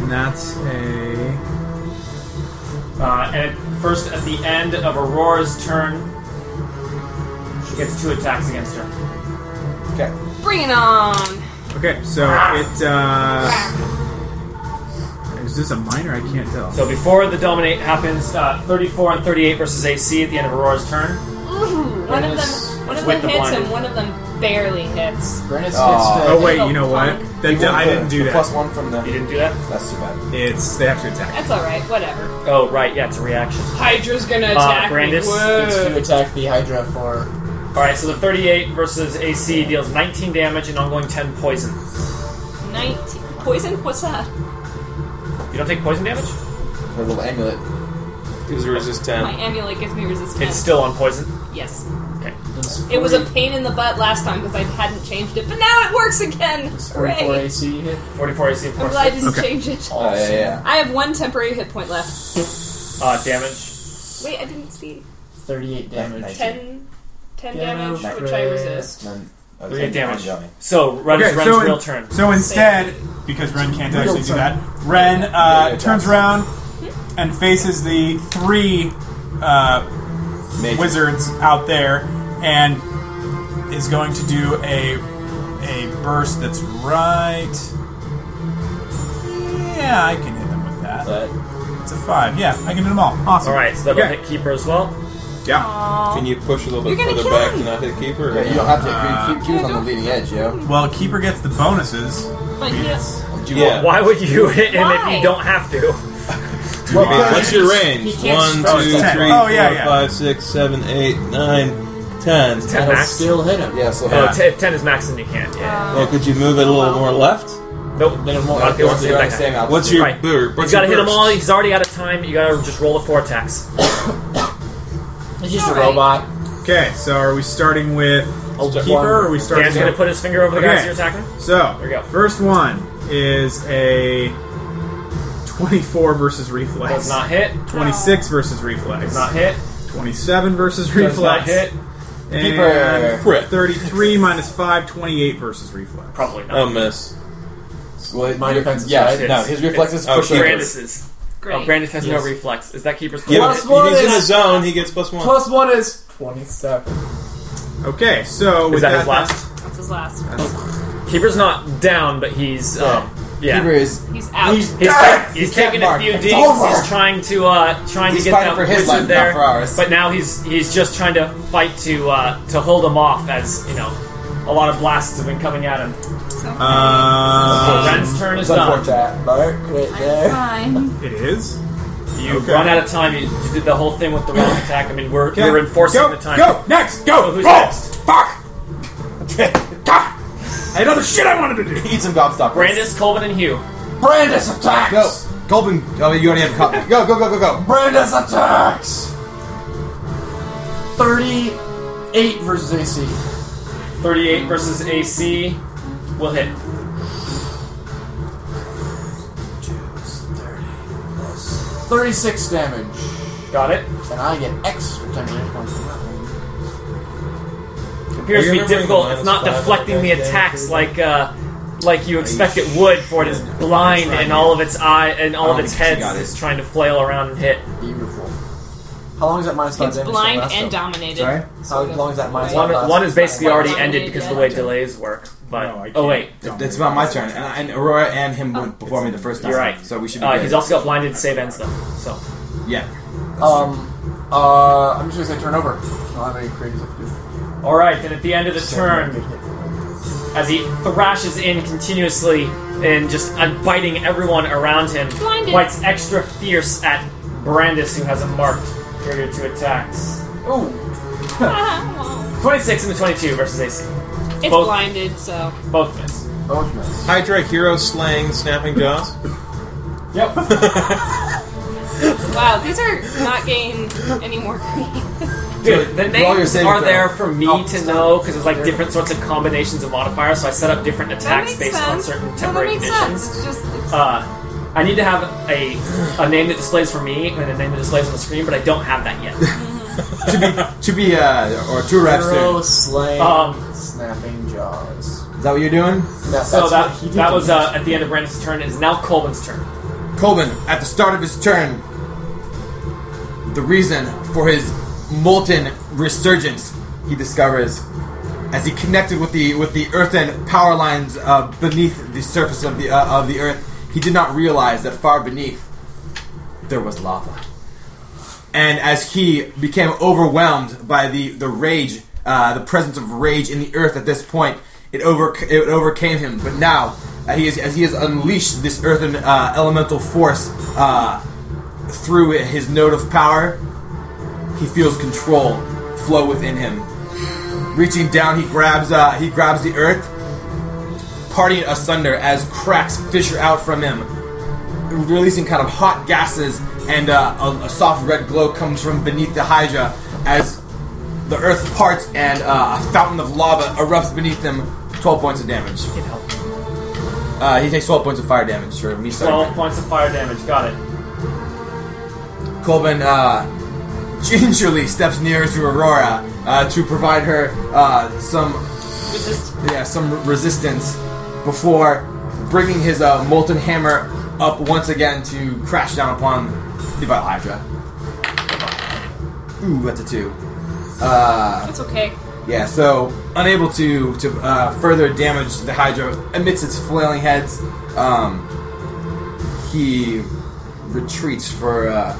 E: And that's a.
B: Uh, and at- first, at the end of Aurora's turn, she gets two attacks against her.
E: Okay.
D: Bring it on.
E: Okay, so it. Uh, is this a minor? I can't tell.
B: So before the dominate happens, uh, 34 and 38 versus AC at the end of Aurora's turn.
D: Ooh, one of
B: It's-
D: them. One
B: it's
D: of
B: with
D: them
B: the
D: hits
B: blinded.
D: and one of them barely hits.
H: Brennus
F: Aw.
H: gets
E: Oh,
H: to.
E: wait, you know what? That,
F: You want
E: I
F: the-
E: didn't do
F: the
E: that.
F: Plus one from the.
B: You didn't do that?
F: That's too bad.
E: It's. They have to attack.
D: That's all right. Whatever.
B: Oh, right, yeah, it's a reaction.
D: Hydra's gonna
B: attack
D: attack
B: me. Uh, Brandis, Whoa.
H: Gets to attack the Hydra for.
B: Alright, so the 38 versus AC deals 19 damage and ongoing 10 poison.
D: Nineteen. Poison? What's that?
B: You don't take poison damage?
F: Her little amulet.
C: Gives a resist
D: My
C: 10.
D: amulet gives me resistance.
B: It's still on poison.
D: Yes.
B: Okay.
D: It was a pain in the butt last time because I hadn't changed it, but now it works again.
H: Forty-four
D: Hooray!
H: AC hit.
B: 44 AC, of
D: I'm
B: course.
D: glad I didn't
E: Okay.
D: change it.
F: Oh yeah, yeah.
D: I have one temporary hit point left.
B: Uh, damage.
D: Wait, I didn't see.
H: Thirty-eight damage.
F: Nice.
D: 10, 10
H: Yeah,
D: damage,
H: no,
D: which I
H: crit.
D: resist.
F: None- oh,
B: Three
F: ten
B: damage.
F: on Johnny.
B: So, Ren
E: Okay,
B: it's Ren's
E: so in-
B: real turn.
E: So instead, because Ren can't actually do that, Ren
F: Yeah, yeah,
E: uh, turns
F: yeah.
E: around and faces the three uh,
F: Major.
E: wizards out there and is going to do a a burst that's right. Yeah, I can hit them with that.
F: But
E: It's a five. Yeah, I can hit them all. Awesome.
B: Alright, so that'll
E: okay.
B: hit Keeper as well.
E: Yeah.
C: Can you push a little bit
D: You're gonna
C: further
D: kill
C: back
D: him.
C: to not hit keeper?
F: yeah, you don't have to. Keep, keep,
D: Yeah,
F: on the
D: don't-
F: leading edge, yo.
E: Well, keeper gets the bonuses.
D: But yes,
F: Would you
C: Yeah.
B: Why would you hit him if
D: Why?
B: you don't have to?
C: Do you mean- what's your range?
H: can't
C: One, two,
H: spread
E: it. Ten.
C: three,
E: Oh, yeah,
C: four,
E: yeah.
C: five, six, seven, eight, nine, ten.
B: Ten
H: That'll
B: max?
H: still hit him.
B: Uh,
F: Yeah, so
C: Uh,
B: Oh, t- if 10 is max, then you can't. Yeah.
C: Well, could you move it a little more left?
B: Nope. Then it
F: uh,
B: won't. it won't hit that guy.
C: What's your
B: Right.
C: bur-
B: He's
C: what's
B: got to
C: your
B: hit them
C: burst?
B: all. He's already out of time. You got to just roll the four attacks.
H: He's
I: just a
B: Alright.
I: robot. Okay, so are we starting with keeper? Or are we starting?
B: Dan's gonna put his finger over the guys
I: Okay.
B: you're attacking.
I: So
B: There we go.
I: First one is a twenty-four versus reflex.
B: Does not hit.
I: Twenty-six versus reflex.
B: Does not hit.
I: Twenty-seven versus
B: Does
I: reflex.
B: not hit.
I: And
C: Keeper. Crit.
I: Thirty-three minus 5, 28 versus reflex.
B: Probably not.
F: Um,
C: A Oh, miss.
F: Well,
I: my defense is
F: yeah,
I: right.
F: no, his
I: It's-
F: reflex is
I: oh,
F: for sure.
B: Brandis's. Oh, Brandis has
F: Yes.
B: no reflex. Is that keeper's
C: Yeah,
B: plus
C: but if he's in the zone, he gets plus one.
H: Plus one is 27.
I: Okay, so
B: is
I: with
B: that,
I: that
B: his last?
D: That's his last.
B: Uh, Keeper's not down, but he's um, yeah.
F: Keeper is
D: He's out.
B: He's, he's, taking a few
F: It's
B: digs.
F: over.
B: He's trying to uh, trying
F: He's
B: to get
F: fighting
B: that
F: for his
B: wizard
F: life, not
B: there,
F: for ours.
B: but now he's he's just trying to fight to uh, to hold him off as you know a lot of blasts have been coming at him.
F: Um,
I: Uh,
B: Ren's turn is done.
I: It is.
B: You
I: Okay.
B: run out of time. You, you did the whole thing with the wrong attack. I mean, we're
I: Okay.
B: we're enforcing
I: Go,
B: the time.
I: Go next. Go.
B: So who's
I: roll.
B: next?
I: Fuck. God. I had other shit I wanted to do.
F: Eat some gobstoppers.
B: Brandis, Colvin, and Hugh.
F: Brandis attacks. Go. Colbin. Oh, you already have. Col- go go go go go. Brandis attacks.
H: 38 versus AC.
B: 38 versus AC will hit.
H: Plus 30 plus 36 damage.
B: Got it.
H: And I get extra 10 damage points for nothing.
B: Appears to
C: Are you
B: be
C: remembering
B: difficult.
C: the
B: It's not
C: minus five
B: deflecting the
C: that guy
B: attacks
C: did?
B: like uh, like you expect it would. For it is blind,
F: That's right.
B: and all of its eye and all
F: I
B: of
F: don't
B: its
F: think she
B: heads
F: got it.
B: is trying to flail around and hit.
H: Beautiful. How long is that minus 5
D: It's
H: damage? till
D: blind
H: last
D: and
H: though?
D: dominated.
F: Sorry?
D: So it
H: How long is that
D: doesn't-
H: minus
B: One,
H: last?
B: one is basically
D: Well,
B: already
D: not
B: ended
D: yet.
B: because of the way delays work. But
I: No, I can't.
B: oh wait,
F: It's about my turn, and, and Aurora and him went before me the first time.
B: Oh, you're right.
F: So we should. Be
B: Uh,
F: good.
B: he's also got blinded save ends though. So
F: Yeah.
H: Um, uh, I'm just gonna say turn over. I don't have any creatives I can do.
B: all right. Then at the end of the turn,
H: Good hit.
B: as he thrashes in continuously and just uh, biting everyone around him.
D: Blinded.
B: Bites extra fierce at Brandis, who has a marked trigger to attacks.
H: Ooh,
D: Ah,
B: 26 and the 22 versus AC.
D: well. It's
B: Both-
D: blinded, so
B: Both miss.
H: both miss.
C: Hydra hero slaying snapping jaws.
B: Yep.
D: wow, these are not getting any more green.
B: Dude, the
F: Roll your
B: names
F: saving
B: are
F: throw.
B: there for me
H: Oh,
B: to
H: stop.
B: know because it's like different sorts of combinations of modifiers, so I set up different
D: that
B: attacks
D: makes
B: based
D: sense.
B: on certain
D: no, that
B: temporary
D: makes
B: conditions.
D: sense. It's just it's,
B: Uh, I need to have a a name that displays for me and a name that displays on the screen, but I don't have that yet.
F: to be to be uh or two reps
H: Arrow,
F: soon.
H: slaying,
B: Um,
H: snapping jaws.
F: Is that what you're doing?
H: That,
B: so
H: that's
B: that
H: what he did
B: that
H: to
B: was
H: me.
B: uh, at the end of Brandon's turn. It is now Colvin's turn.
F: Colvin, at the start of his turn, the reason for his molten resurgence he discovers as he connected with the with the earthen power lines uh, beneath the surface of the uh, of the earth. He did not realize that far beneath there was lava. And as he became overwhelmed by the the rage, uh, the presence of rage in the earth at this point, it over it overcame him. But now, uh, he is, as he has unleashed this earthen uh, elemental force uh, through his note of power, he feels control flow within him. Reaching down, he grabs uh, he grabs the earth, parting it asunder as cracks fissure out from him releasing kind of hot gases, and uh, a, a soft red glow comes from beneath the Hydra as the earth parts and uh, a fountain of lava erupts beneath them. 12 points of damage.
B: It helped.
F: Uh, he takes 12 points of fire damage for me. starting.
B: Twelve points of fire damage. Got it.
F: Colvin uh, gingerly steps nearer to Aurora uh, to provide her uh, some
D: resist.
F: yeah, some resistance before bringing his uh, molten hammer up once again to crash down upon the Vile Hydra. Ooh, that's a two.
B: Uh,
D: That's okay.
F: Yeah, so unable to to uh, further damage the Hydra amidst its flailing heads, um, he retreats for uh,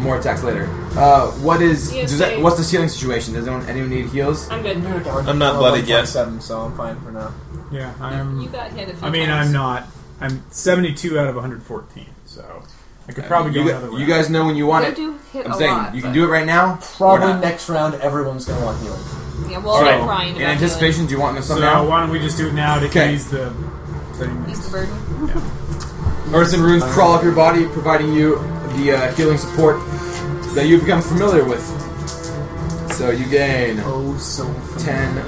F: more attacks later. Uh, what is
D: Yes,
F: does that,
D: they-
F: what's the healing situation? Does anyone, anyone need heals?
D: I'm good.
H: I'm doing
C: I'm not
H: level
C: bloodied yet.
H: 27, so I'm fine for now.
I: Yeah,
D: You
I: I'm.
D: got hit. A few
I: I mean,
D: times.
I: I'm not. I'm seventy-two out of one hundred fourteen. So I could probably go
F: you,
I: another way.
F: you guys know when you want
D: You
F: it.
D: do hit
F: I'm
D: a
F: saying
D: lot,
F: you can
D: but-
F: do it right now. or
H: Probably
F: not.
H: next round, everyone's gonna want healing.
D: Yeah, well,
F: All
D: I'm
F: right.
D: crying
F: In
D: about
F: anticipation, do you want this
I: So
F: somehow?
I: why don't we just do it now to
F: Okay.
I: ease the
E: thing.
D: Use the burden.
F: Earthen runes crawl up your body, providing you the uh, healing support that you've become familiar with. So you gain oh, so 10,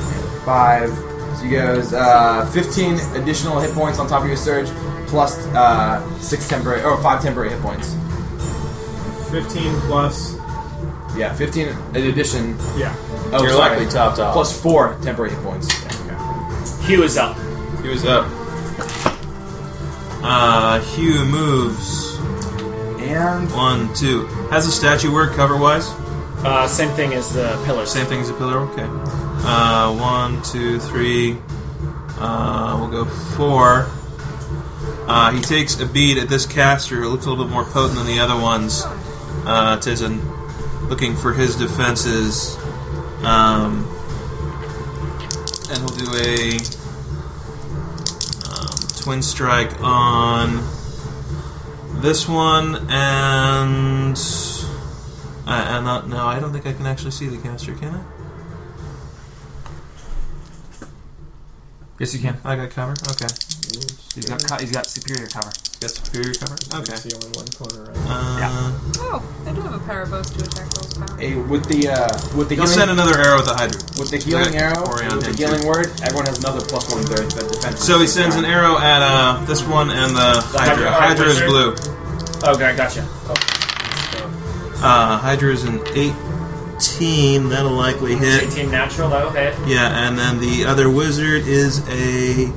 F: 5. So you goes uh, 15 additional hit points on top of your surge, plus uh, 6 temporary, or 5 temporary hit points.
E: 15 plus.
F: Yeah, 15 in addition.
E: Yeah.
F: Oh,
C: You're
F: sorry.
C: likely topped off.
F: Plus 4 temporary hit points.
B: Hugh is up.
C: He was up. Uh, Hugh moves.
F: And
C: one, two. Has the statue work cover wise?
B: Uh, same thing as the pillars.
C: Same thing as the pillar. Okay. Uh, one, two, three. Uh, we'll go four. Uh, he takes a bead at this caster. It looks a little bit more potent than the other ones. Uh, tis an, looking for his defenses. Um, and he'll do a um, twin strike on this one and I, I'm not. No, I don't think I can actually see the caster. Can I?
N: Yes, you can.
C: I got cover. Okay.
N: He's got co- he's got superior cover.
C: Got superior cover. Okay. Uh,
N: See
C: only one corner.
D: Oh, I do have a pair of bows to attack those powers.
F: Hey, with the uh, with the
C: He'll
F: healing,
C: send another arrow with the Hydra.
F: with the healing
C: Okay.
F: arrow,
C: Worry on
F: with the
C: him, too.
F: healing word, everyone has another plus one third that defense.
C: So he sends an arrow at uh, this one and the
B: Hydra.
C: Hydra. Hydra is
B: Wizard.
C: blue.
B: Okay, gotcha.
C: Uh, Hydra is an 18. That'll likely hit.
B: 18 natural, that'll hit.
C: Yeah, and then the other wizard is a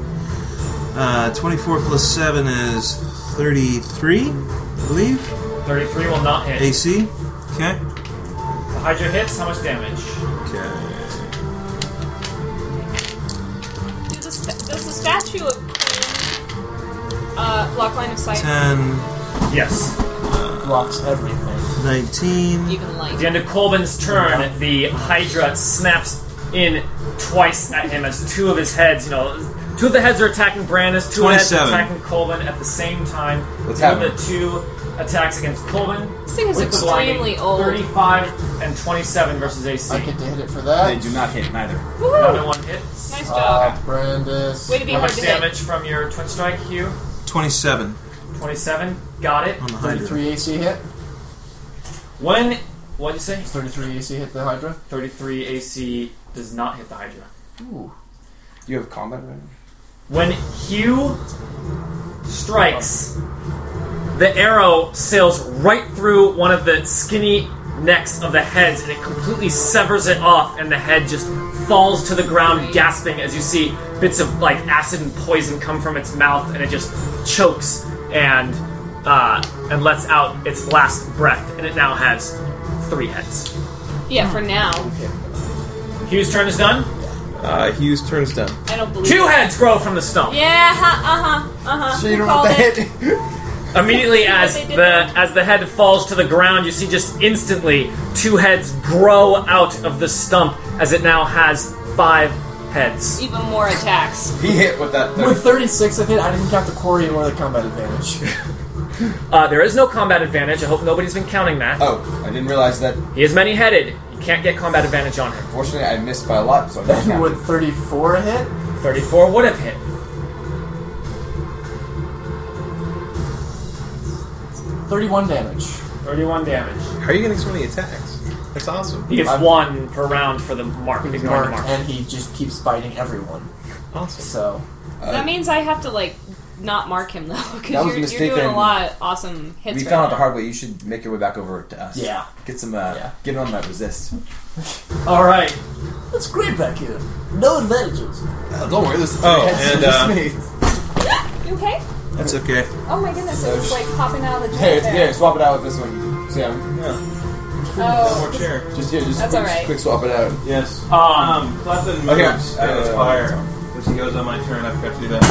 C: uh, 24 plus 7 is 33, I believe.
B: 33 will not hit.
C: AC. Okay.
B: The Hydra hits, how much damage?
C: Okay.
D: Does the, sta- does the statue of Cain, uh, block line of sight?
C: 10,
B: Yes.
H: Blocks everything.
C: 19.
D: Even light.
B: At the end of Colvin's turn, the Hydra snaps in twice at him as two of his heads, you know, two of the heads are attacking Brandis, two of the heads are
C: 27.
B: attacking Colvin at the same time.
F: What's
B: two
F: happening?
B: of the two attacks against Colvin.
D: This thing is
B: with the blinding,
D: extremely old.
B: 35 and 27 versus AC.
H: I get to hit it for that.
F: They do not hit neither.
B: Another one hits.
D: Nice job.
H: Uh, Brandis.
D: Way to be
B: How
D: hard
B: much
D: to hit.
B: damage from your twin strike, Hugh?
C: 27
B: 27. Got it.
C: on the Hydra.
H: 33 AC hit.
B: When, what'd you say?
H: 33 AC hit the Hydra.
B: 33 AC does not hit the Hydra.
H: Ooh.
F: You have combat right
B: When Hugh strikes, the arrow sails right through one of the skinny necks of the heads and it completely severs it off, and the head just falls to the ground, gasping as you see bits of like acid and poison come from its mouth, and it just chokes and uh, and lets out its last breath, and it now has three heads.
D: Yeah, for now.
B: Hugh's turn is done.
C: Uh, Hughes turns down.
D: I don't believe
B: Two
D: it.
B: heads grow from the stump.
D: Yeah, uh huh, uh huh.
F: So you don't want the hit.
B: Immediately,
D: Yeah,
B: as
D: they did
B: the as the head falls to the ground, you see just instantly two heads grow out of the stump as it now has five heads.
D: Even more attacks.
F: He hit with that.
H: With 36 of hit, I didn't count the quarry or the combat advantage.
B: Uh, there is no combat advantage. I hope nobody's been counting that.
F: Oh, I didn't realize that.
B: He is many headed. You can't get combat advantage on him.
F: Fortunately, I missed by a lot, so I'm not
H: Would
F: counting.
H: 34 hit?
B: Thirty four would have hit.
H: Thirty-one damage.
B: Thirty one damage.
C: How are you getting so many attacks? That's awesome.
B: He gets
H: I'm-
B: one per round for the mark.
H: He's
B: Ignore the
H: marked,
B: mark.
H: and he just keeps biting everyone.
C: Awesome.
H: So
D: that means I have to, like, not mark him, though, because
F: Uh,
D: you're,
F: That was a
D: you're
F: mistake
D: doing
F: there.
D: a lot of awesome hits
F: We
D: right
F: found out
D: now.
F: the hard way. You should make your way back over to us.
H: Yeah.
F: Get some. Uh,
H: Yeah.
F: Get on that resist.
B: All right.
H: it's great back here. No advantages.
F: Uh, don't worry. This is
C: Oh, and, uh,
D: You okay?
C: That's okay.
D: Oh my goodness, it was like popping out of the chair.
F: Hey, it's- yeah, swap it out with this one. So, yeah,
D: Oh,
C: chair.
F: just here, just
D: That's
F: quick,
D: alright.
F: quick swap it out.
C: Yes.
B: Um,
C: Um, Clefin moves
F: Okay.
C: out of
F: Uh,
C: fire. Because he goes on my turn, I forgot to do that.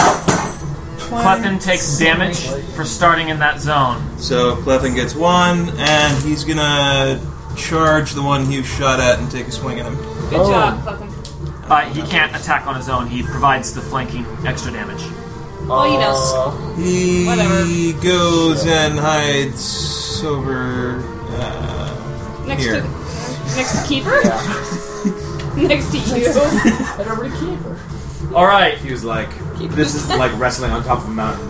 B: Clefin takes damage for starting in that zone.
C: So Clefin gets one, and he's gonna charge the one Hughes shot at and take a swing at him.
D: Good job, Clefin.
B: But he can't attack on his own. He provides the flanking extra damage.
D: Well, you
H: Uh,
D: know,
C: He
D: Whatever.
C: goes and hides over. Uh,
D: next
C: here.
D: to next to keeper. next to you.
G: Head over to Keeper.
B: All right.
F: He was like, "This is like wrestling on top of a mountain.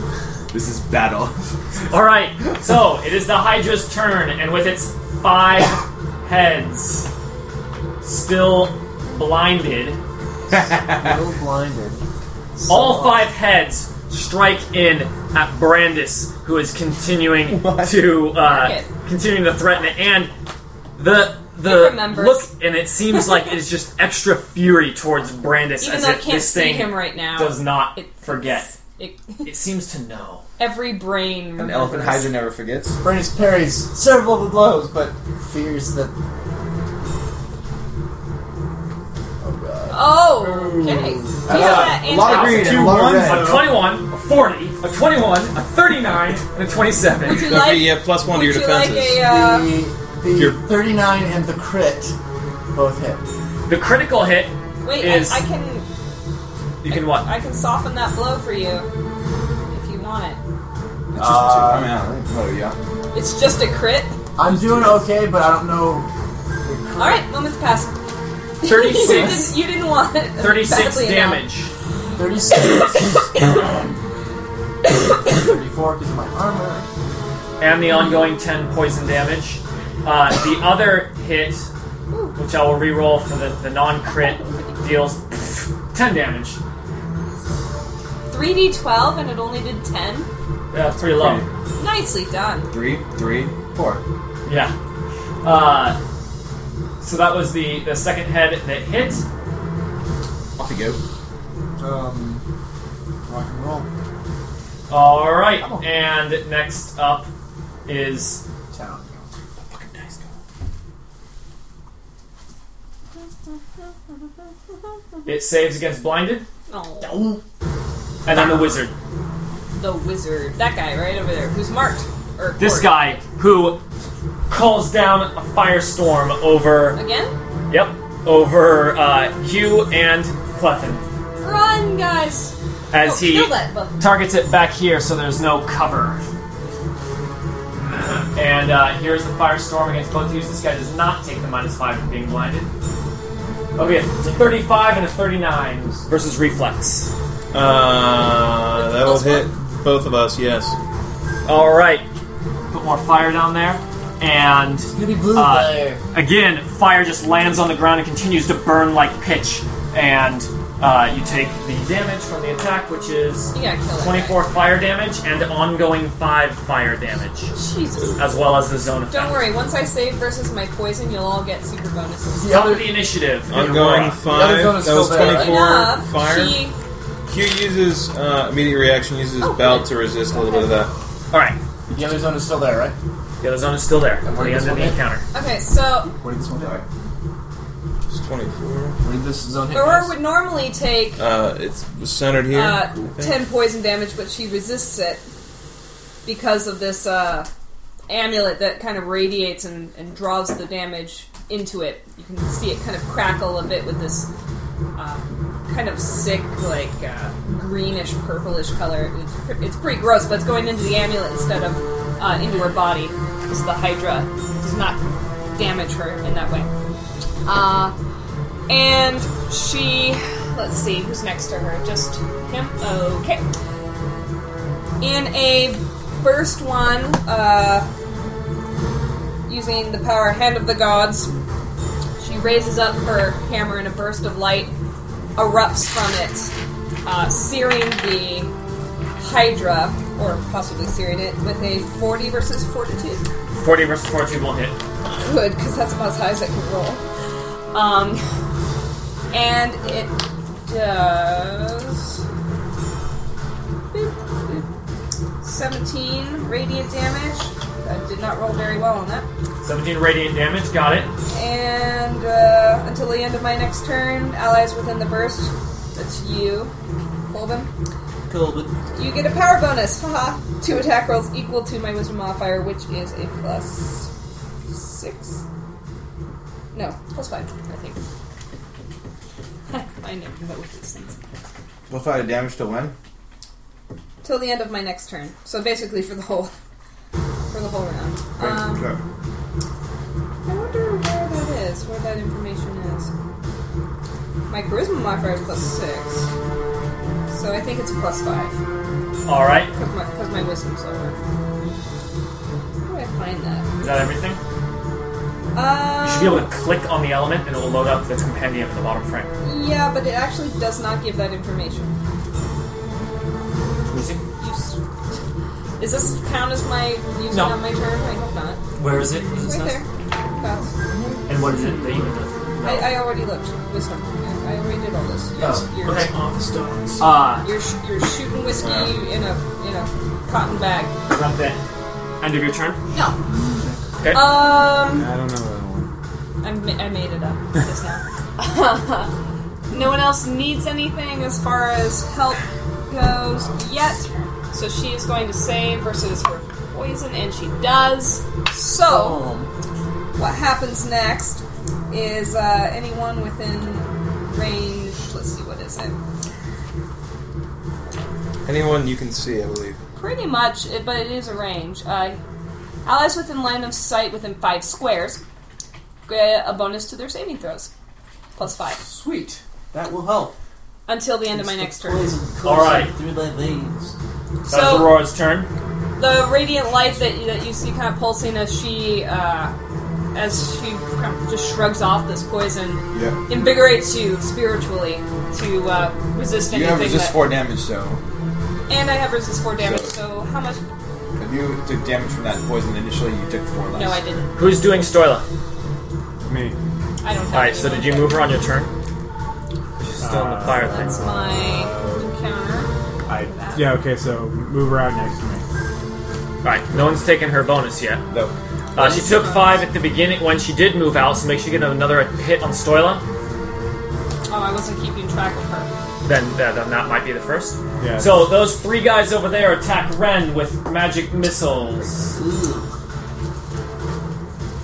F: This is battle."
B: All right, so it is the Hydra's turn, and with its five heads still blinded,
H: Still blinded.
B: all five heads strike in at Brandis, who is continuing to uh,
D: Mark
B: continuing to threaten it, and the
D: It
B: the
D: remembers.
B: look, and it seems like it is just extra fury towards Brandis
D: Even
B: as
D: though I
B: if
D: can't
B: this
D: see
B: thing
D: him right now,
B: does not
D: it-
B: forget.
D: It,
B: It seems to know.
D: every brain.
F: An
D: remembers.
F: elephant Hydra never forgets.
H: Brandis parries several of the blows, but fears that. Oh god.
D: Oh,
J: Uh,
D: okay. Do you have that
N: a lot of
D: anti-
N: green and
B: Two
N: a lot of
B: ones,
N: red.
B: a 21, a 40, a 21, a 39, and a 27.
D: Would you like-
C: you have plus one to
D: would
C: your
D: you like
C: defenses.
D: a, uh,
H: The, the 39 and the crit both hit.
B: The critical hit
D: wait,
B: is.
D: I, I can
B: you can what?
D: I can soften that blow for you if you want it.
F: It's just
H: Uh,
F: two. I mean, I don't know, Oh, yeah.
D: It's just a crit.
H: I'm doing okay, but I don't know.
D: All right, moment's passed.
B: 36.
D: you, didn't, you didn't want it.
B: 36
D: badly enough.
B: damage.
H: 36. 34 because of my armor.
B: And the ongoing 10 poison damage. Uh, the other hit, which I will reroll for the, the non crit, deals 10 damage.
D: 3d12 and it only did 10.
B: Yeah, pretty Uh, low.
D: Nicely done.
F: Three, three, four.
B: Yeah. Uh, so that was the, the second head that hit.
F: Off you go.
G: Um, rock and roll.
B: Alright, and next up is.
G: Town.
B: It saves against blinded,
D: Oh,
B: and then the wizard.
D: the wizard. That guy right over there who's marked. Or
B: This
D: Cory.
B: guy who calls down a firestorm over.
D: Again?
B: Yep, over uh, Hugh and Clefin
D: Run, guys!
B: as
D: Oh,
B: he
D: kill that bug.
B: targets it back here so there's no cover. And uh, here's the firestorm against both of you. This guy does not take the minus five from being blinded. Okay, it's a 35 and a 39 versus reflex.
C: Uh, that'll
D: Plus
C: hit both of us. Yes.
B: All right, put more fire down there, and
H: Scooby Blue
B: Uh,
H: there.
B: Again, fire just lands on the ground and continues to burn like pitch. And uh, you take the damage from the attack, which is
D: You gotta kill that
B: 24 fire damage and ongoing 5 fire damage,
D: Jesus.
B: as well as the zone effect.
D: Don't worry, once I save versus my poison, you'll all get super bonuses.
H: The
B: Top of
H: other,
B: the initiative.
C: Ongoing
B: Aurora.
C: five.
H: zone is
C: That was
H: still there, right?
C: twenty-four.
D: Enough.
C: Fire.
D: She,
C: Q uses uh, immediate reaction. Uses his
D: Oh,
C: belt
D: good.
C: to resist a little bit of that.
B: All right,
H: the other zone is still there, right?
B: the other zone is still there.
H: where
B: The
H: does
B: end of
H: one
B: the
H: hit?
B: encounter.
D: okay, so
G: Where did this one go?
C: It's twenty-four.
H: Where did this zone hit?
D: Aurora
H: guys?
D: would normally take
C: Uh, it's centered here. I
D: uh,
C: think.
D: 10 poison damage, but she resists it because of this uh, amulet that kind of radiates and, and draws the damage into it. You can see it kind of crackle a bit with this uh, kind of sick, like uh, greenish purplish color. It's, pr- it's pretty gross, but it's going into the amulet instead of uh, into her body. Because the Hydra does not damage her in that way. Uh, and she. Let's see, who's next to her? Just him? Okay. In a burst one, uh, using the power Hand of the Gods, she raises up her hammer and a burst of light erupts from it, uh, searing the Hydra, or possibly searing it, with a 40 versus fortitude.
B: 40 versus 14 will hit.
D: Good, because that's about as high as I can roll. Um, and it does. boop, boop, 17 radiant damage. I did not roll very well on that.
B: 17 radiant damage, got it.
D: And uh, until the end of my next turn, allies within the burst. That's you, Colvin. You get a power bonus, haha. Two attack rolls equal to my wisdom modifier, which is a plus six. No, plus five, I think. I never know what these things.
F: What's that damage to when?
D: Till the end of my next turn. So basically for the whole for the whole round. Um, I wonder where that is, where that information is. My charisma modifier is plus six. So I think it's plus five.
B: All right.
D: Because my, 'cause my wisdom's lower. Where do I find that?
B: Is that everything? You should be able
D: Um,
B: to click on the element and it will load up the compendium at the bottom frame.
D: yeah, but it actually does not give that information. You s- Is this count as my using
O: No.
D: on my turn? I hope not.
O: Where is it? Is
D: Right
O: this
D: there. That's-
O: And what is it that you can
D: I, I already looked. Wisdom. I I already did all this.
O: Oh,
D: You're-
O: okay.
D: Office dogs.
O: Ah.
D: You're, sh- you're shooting whiskey in a in a cotton bag.
B: About that. End of your turn.
D: No.
B: Okay.
D: Um.
P: I don't know that one.
D: I, ma- I made it up just now. no one else needs anything as far as help goes yet, so she is going to save versus her poison, and she does. So, what happens next is uh, anyone within range. Let's see, what is it?
C: Anyone you can see, I believe.
D: Pretty much, it- but it is a range. Uh, allies within line of sight within five squares get a bonus to their saving throws, plus five. Sweet.
J: That will help.
D: Until the end of my
J: It's
D: next
J: the
D: turn.
J: poison coursing
B: All right.
J: Through my veins.
B: That's
D: So-
B: Aurora's turn.
D: The radiant light that, that you see kind of pulsing as she, uh, as she kind of just shrugs off this poison,
F: Yeah.
D: invigorates you spiritually to uh, resist
F: You
D: anything.
F: have resist
D: that-
F: four damage, so
D: And I have resist four damage. So how much?
F: if you took damage from that poison initially, you took four less.
D: No, I didn't.
B: Who's doing Stoila?
E: Me.
D: I don't. Have
B: Alright, so did you move her on your turn? She's still
O: Uh,
B: in the fire thing.
D: That's my encounter.
E: I, yeah, okay, so move her out next to me.
B: Alright, no one's taken her bonus yet. No. Uh, she took five at the beginning when she did move out, so make sure you get another hit on Stoila.
D: Oh, I wasn't keeping track of her.
B: Then, then then that might be the first.
E: Yeah.
B: So those three guys over there attack Ren with magic missiles.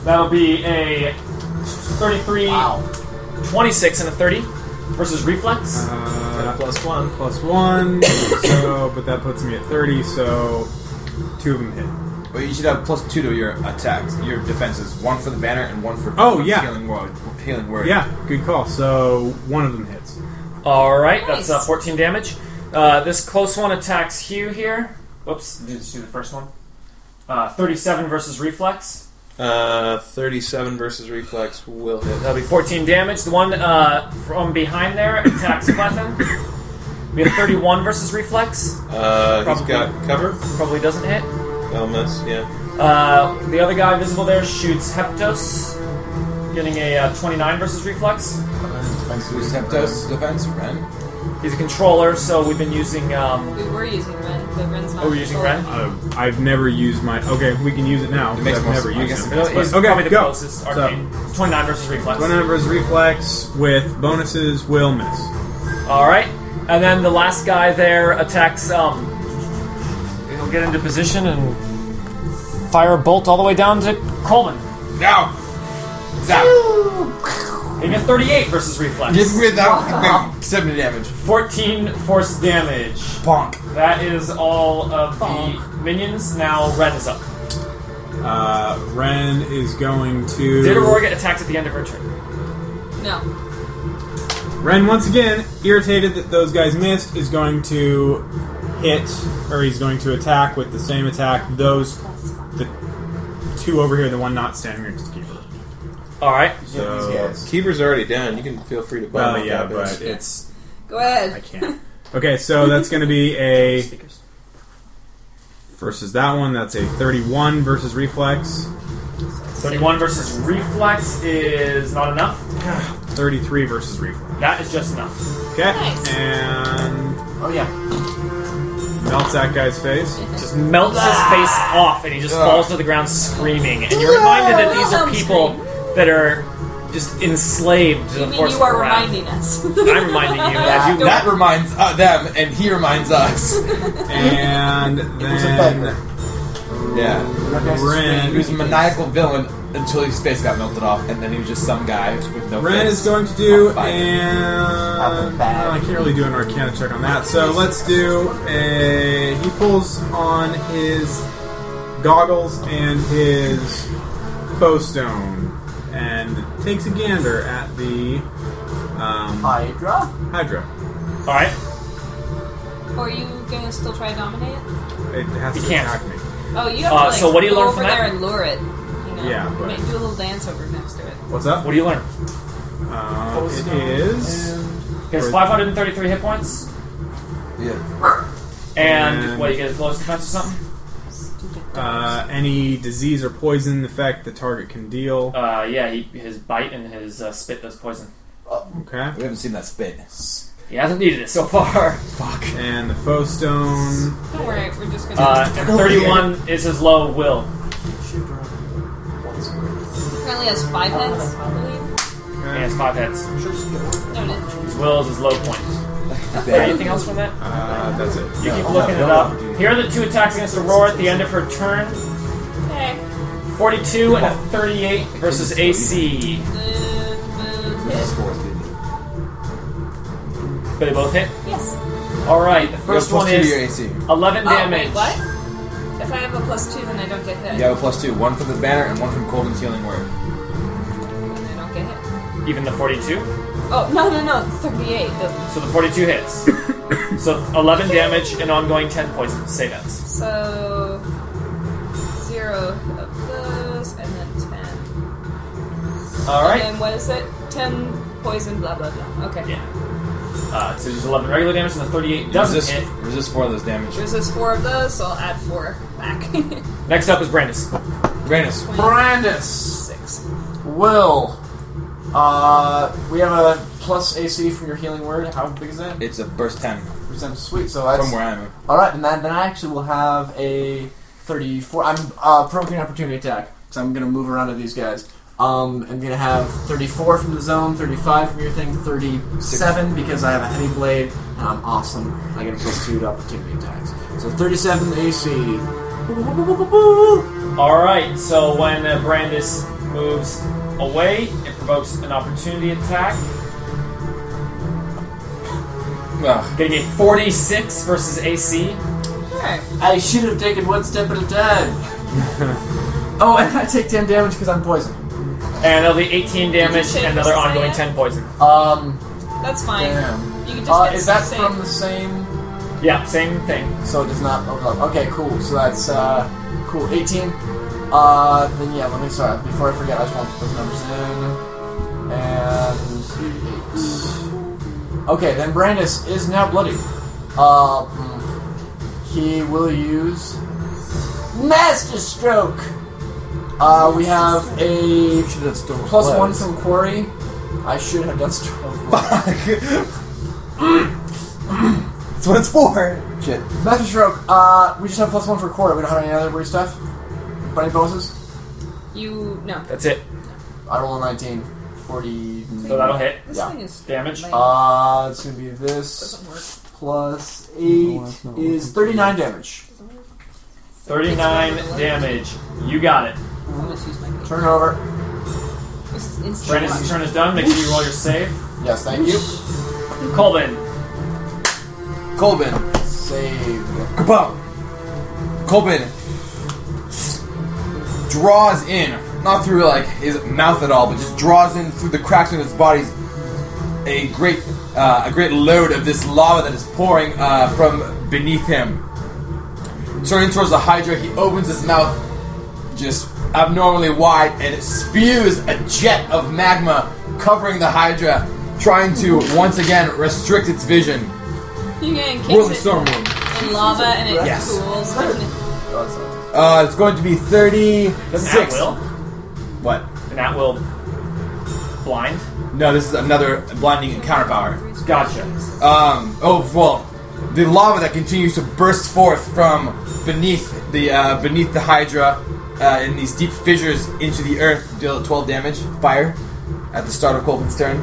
B: That'll be a 33, 26, and a 30 versus reflex.
E: Uh,
C: plus one.
E: Plus one. so, but that puts me at 30, so two of them hit.
F: But you should have plus two to your attacks, your defenses. One for the banner and one for
E: Oh, yeah.
F: healing word. Healing word.
E: Yeah, good call. So one of them hits.
B: All right, that's uh, 14 damage. Uh, this close one attacks Hugh here. Whoops, did you just do the first one? Uh, 37 versus reflex.
C: Uh, 37 versus reflex will hit.
B: That'll be 14 damage. The one uh, from behind there attacks Clefin. We have 31 versus reflex.
C: Uh, he's
B: Probably.
C: got cover.
B: Probably doesn't hit.
C: I'll miss, yeah.
B: Uh, the other guy visible there shoots Heptos, getting a uh, 29 versus reflex.
F: Who's Heptos defense? Ren.
B: He's a controller, so we've been using. Um,
D: We were using Ren, but Ren's not.
B: oh, we're using
D: controlled.
B: Ren?
E: Uh, I've never used my. Okay, we can use it now.
F: It
E: 'cause
F: makes
E: I've
F: more
E: never
F: sense. I
E: used
F: guess
E: it.
F: it makes
B: It's, it's
E: Okay,
B: probably the
E: go.
B: closest arcane. It's 29 versus reflex.
E: 29 versus reflex with bonuses will miss.
B: All right, and then the last guy there attacks. Um, he'll get into position and fire a bolt all the way down to Coleman.
F: No. Zap.
B: He gets 38 versus reflex.
F: Just with that wait, seventy damage.
B: 14 force damage.
F: Bonk.
B: That is all of the minions. Now Ren is up.
E: Uh, Ren is going to.
B: Did Aurora get attacked at the end of her turn?
D: No.
E: Ren once again, irritated that those guys missed, is going to hit, or he's going to attack with the same attack. Those, the two over here, the one not standing next to Keeper.
B: All right.
E: So,
C: Keeper's already down. You can feel free to bomb
E: well,
C: if
E: yeah,
C: that happens.
E: but it's
D: Go ahead.
E: I can't. Okay, so that's going to be a versus that one. That's a thirty-one versus reflex.
B: 31 versus reflex is not enough.
E: Thirty-three versus reflex.
B: That is just enough.
E: Okay,
D: Nice.
E: and
Q: Oh yeah.
E: melts that guy's face.
B: Just melts his
D: Ah.
B: face off, and he just
F: Ugh.
B: falls to the ground screaming. And you're reminded that these are
D: Wilhelm
B: people that are just enslaved to
D: You
B: the
D: mean
B: force
D: you are
B: of wrath.
D: reminding us?
B: I'm reminding you as you
F: That reminds uh, them, and he reminds us.
E: And then
F: yeah. He
E: Ren
F: was a maniacal villain until his face got melted off, and then he was just some guy with no
E: Ren
F: face.
E: is going to do
F: Fine.
E: and
Q: bad.
E: I can't really do an Arcana check on that. So let's do a. He pulls on his goggles and his bow stone and takes a gander at the uh,
L: Um,
H: Hydra?
E: Hydra.
B: Alright.
D: Or are you gonna still try to dominate it?
E: It has
B: You
E: to
B: can't.
E: attack me.
D: Oh, you have to
B: Uh,
D: like,
B: so what do you
D: go
B: learn
D: over
B: from that?
D: there and lure it. You know?
E: Yeah, but-
D: Make- do a little dance over next to it.
E: What's up?
B: What do you learn?
E: Uh, it is.
B: He has 533 hit points.
F: Yeah.
B: And,
E: And-
B: what, you get a close defense or something?
E: Uh, any disease or poison effect the target can deal.
B: Uh, yeah, he, his bite and his uh, spit does poison.
E: Okay.
F: We haven't seen that spit.
B: He hasn't needed it so far.
F: Fuck.
E: And the foe stone.
D: Don't worry, we're just gonna.
B: Uh, and 31 is his low will.
D: Currently has five hits, I believe.
B: He
F: Uh.
B: has five hits.
D: Noted.
B: His will is his low point. Anything else from that?
E: Uh, that's it.
B: You keep looking it up. Here are the two attacks against Aurora at the end of her turn.
D: Okay.
B: 42 and a 38 versus AC. They both hit?
D: Yes.
B: Alright, the first
F: plus
B: one
F: two to
B: is
F: your AC.
B: 11
D: Oh, wait,
B: damage.
D: what? If I have a plus two, then I don't get hit.
F: You have a plus two, one from the banner and one from Colden's healing word.
D: Then I don't get hit.
B: Even the 42?
D: Oh, no, no, no. 38 doesn't.
B: So the 42 hits. so 11 damage and ongoing 10 poison save ends.
D: So. Zero of those, and then ten.
B: Alright.
D: And then what is it? Ten poison, blah, blah, blah. Okay.
B: Yeah. Uh, so just 11 regular damage and the 38 doesn't
F: resist,
B: hit.
F: resist four of those damage.
D: There's just four of those, so I'll add four back.
B: Next up is Brandis.
F: Brandis.
H: Brandis
D: Six.
H: will. Uh, we have a plus AC from your healing word. How big is that?
F: It's a burst 10
H: Percent sweet. So that's
F: from where I am.
H: all right. And then, then I actually will have a thirty-four. I'm uh, provoking opportunity attack because I'm gonna move around to these guys. Um, I'm gonna have thirty-four from the zone, thirty-five from your thing, thirty-seven because I have a heavy blade and I'm awesome. I get a plus two to opportunity attacks. So thirty-seven AC.
B: Alright, so when uh, Brandis moves away, it provokes an opportunity attack.
H: Ah.
F: Ugh.
B: Getting a 46 versus AC.
D: Alright.
H: I should have taken one step at a time. oh, and I take 10 damage because I'm poisoned.
B: And that'll be 18 damage
D: Did you
B: and
D: say
B: another
D: it was
B: ongoing
D: Cyan?
B: 10 poison.
H: Um,
D: That's fine.
H: Damn.
D: You can just
H: uh,
D: get
H: is that
D: save.
H: from the same?
B: Yeah, same thing.
H: So it does not. oh, Okay, cool. So that's uh, cool. 18. Uh, then yeah. Let me sorry. Before I forget, I just want to put those numbers in. And eight. Okay, then Brandis is now bloody. Uh, mm, he will use Master Stroke. Uh, we have a plus one from Quarry. I should have done Stroke.
F: That's what it's for. Shit.
H: Master Stroke, uh, we just have plus one for core. We don't have any other weird stuff. Bunny bonuses?
D: You. No.
B: That's it.
H: I roll a 19. 40.
B: So that'll hit.
D: This
H: Yeah.
D: thing is.
B: Damage.
D: lame.
H: Uh, it's gonna be this
D: doesn't work.
H: plus 8 is 39 damage.
B: 39 damage. You got it.
D: I'm gonna use my
H: Turn it over.
D: This is instant
B: Brandis' turn is done. Make sure you roll your save.
H: Yes, thank you.
B: Colvin.
F: Colbin.
H: Save.
F: Kaboom! Colbin s- draws in, not through like his mouth at all, but just draws in through the cracks in his body a great uh, a great load of this lava that is pouring uh, from beneath him. Turning towards the Hydra, he opens his mouth just abnormally wide and it spews a jet of magma covering the Hydra, trying to once again restrict its vision.
D: You can kick
F: Whirling
D: it
F: Storm Wound.
D: in lava and it
F: Yes.
D: cools. doesn't it?
F: Uh, it's going to be 36.
B: Doesn't that will?
F: What?
B: And that will blind.
F: No, this is another blinding encounter power.
B: Gotcha.
F: Um, oh, well, the lava that continues to burst forth from beneath the uh, beneath the Hydra uh, in these deep fissures into the earth deal 12 damage, fire, at the start of Colvin's turn.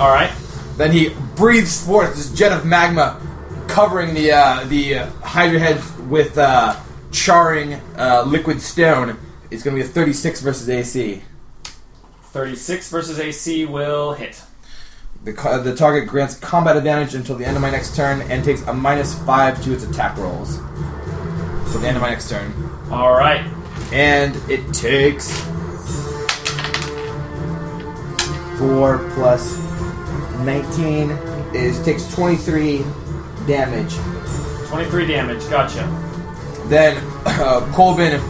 B: All right.
F: Then he breathes forth this jet of magma, covering the uh, the uh, Hydra head with uh, charring uh, liquid stone. It's going to be a 36 versus AC.
B: 36 versus AC will hit.
F: The, ca- the target grants combat advantage until the end of my next turn and takes a minus five to its attack rolls. Till the end of my next turn.
B: All right.
F: And it takes. Four plus
K: 19 is takes 23 damage.
B: 23 damage, gotcha.
F: Then uh, Colvin,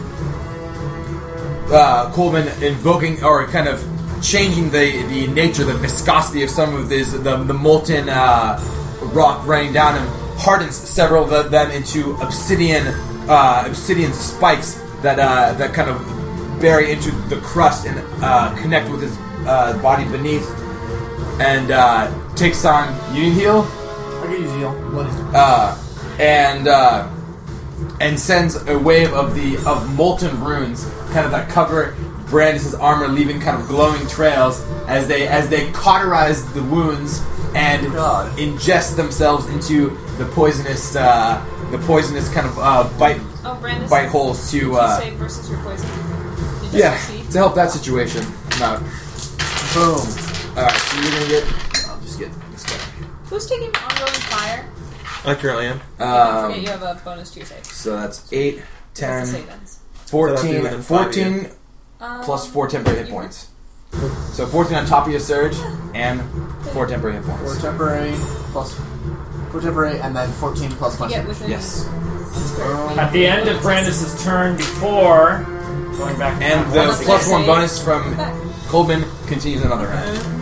F: uh, Colvin invoking or kind of changing the, the nature, the viscosity of some of these, the, the molten uh, rock raining down him, hardens several of them into obsidian uh, obsidian spikes that uh, that kind of bury into the crust and uh, connect with his uh, body beneath, and uh, takes on. You need heal.
H: I can use heal. What is it?
F: uh, and uh, and sends a wave of the of molten runes, kind of that cover Brandis' armor, leaving kind of glowing trails as they as they cauterize the wounds and ingest themselves into the poisonous uh, the poisonous kind of uh, bite
D: Oh, Brandis.
F: bite holes
D: did
F: to
D: you
F: uh,
D: save versus your poison. Did you
F: yeah
D: succeed?
F: to help that situation. No. Boom. All right, so you're gonna get. I'll just get this guy.
D: Who's taking ongoing fire?
F: I currently am.
H: Um,
D: Don't forget you have a bonus to your save.
F: So that's 8,
D: That's
F: 10,
D: the save ends.
C: So that'd be
F: 14,
C: within five
F: 14
D: Um,
F: plus 4 temporary hit points. So 14 on top of your surge and 4 temporary hit
H: Four
F: points.
H: temporary plus four temporary, and then fourteen plus my
D: Yeah,
H: surge.
D: within
F: Yes.
B: At the end of Brandis' turn, before going back
F: And the plus 1 bonus from Coleman continues another round.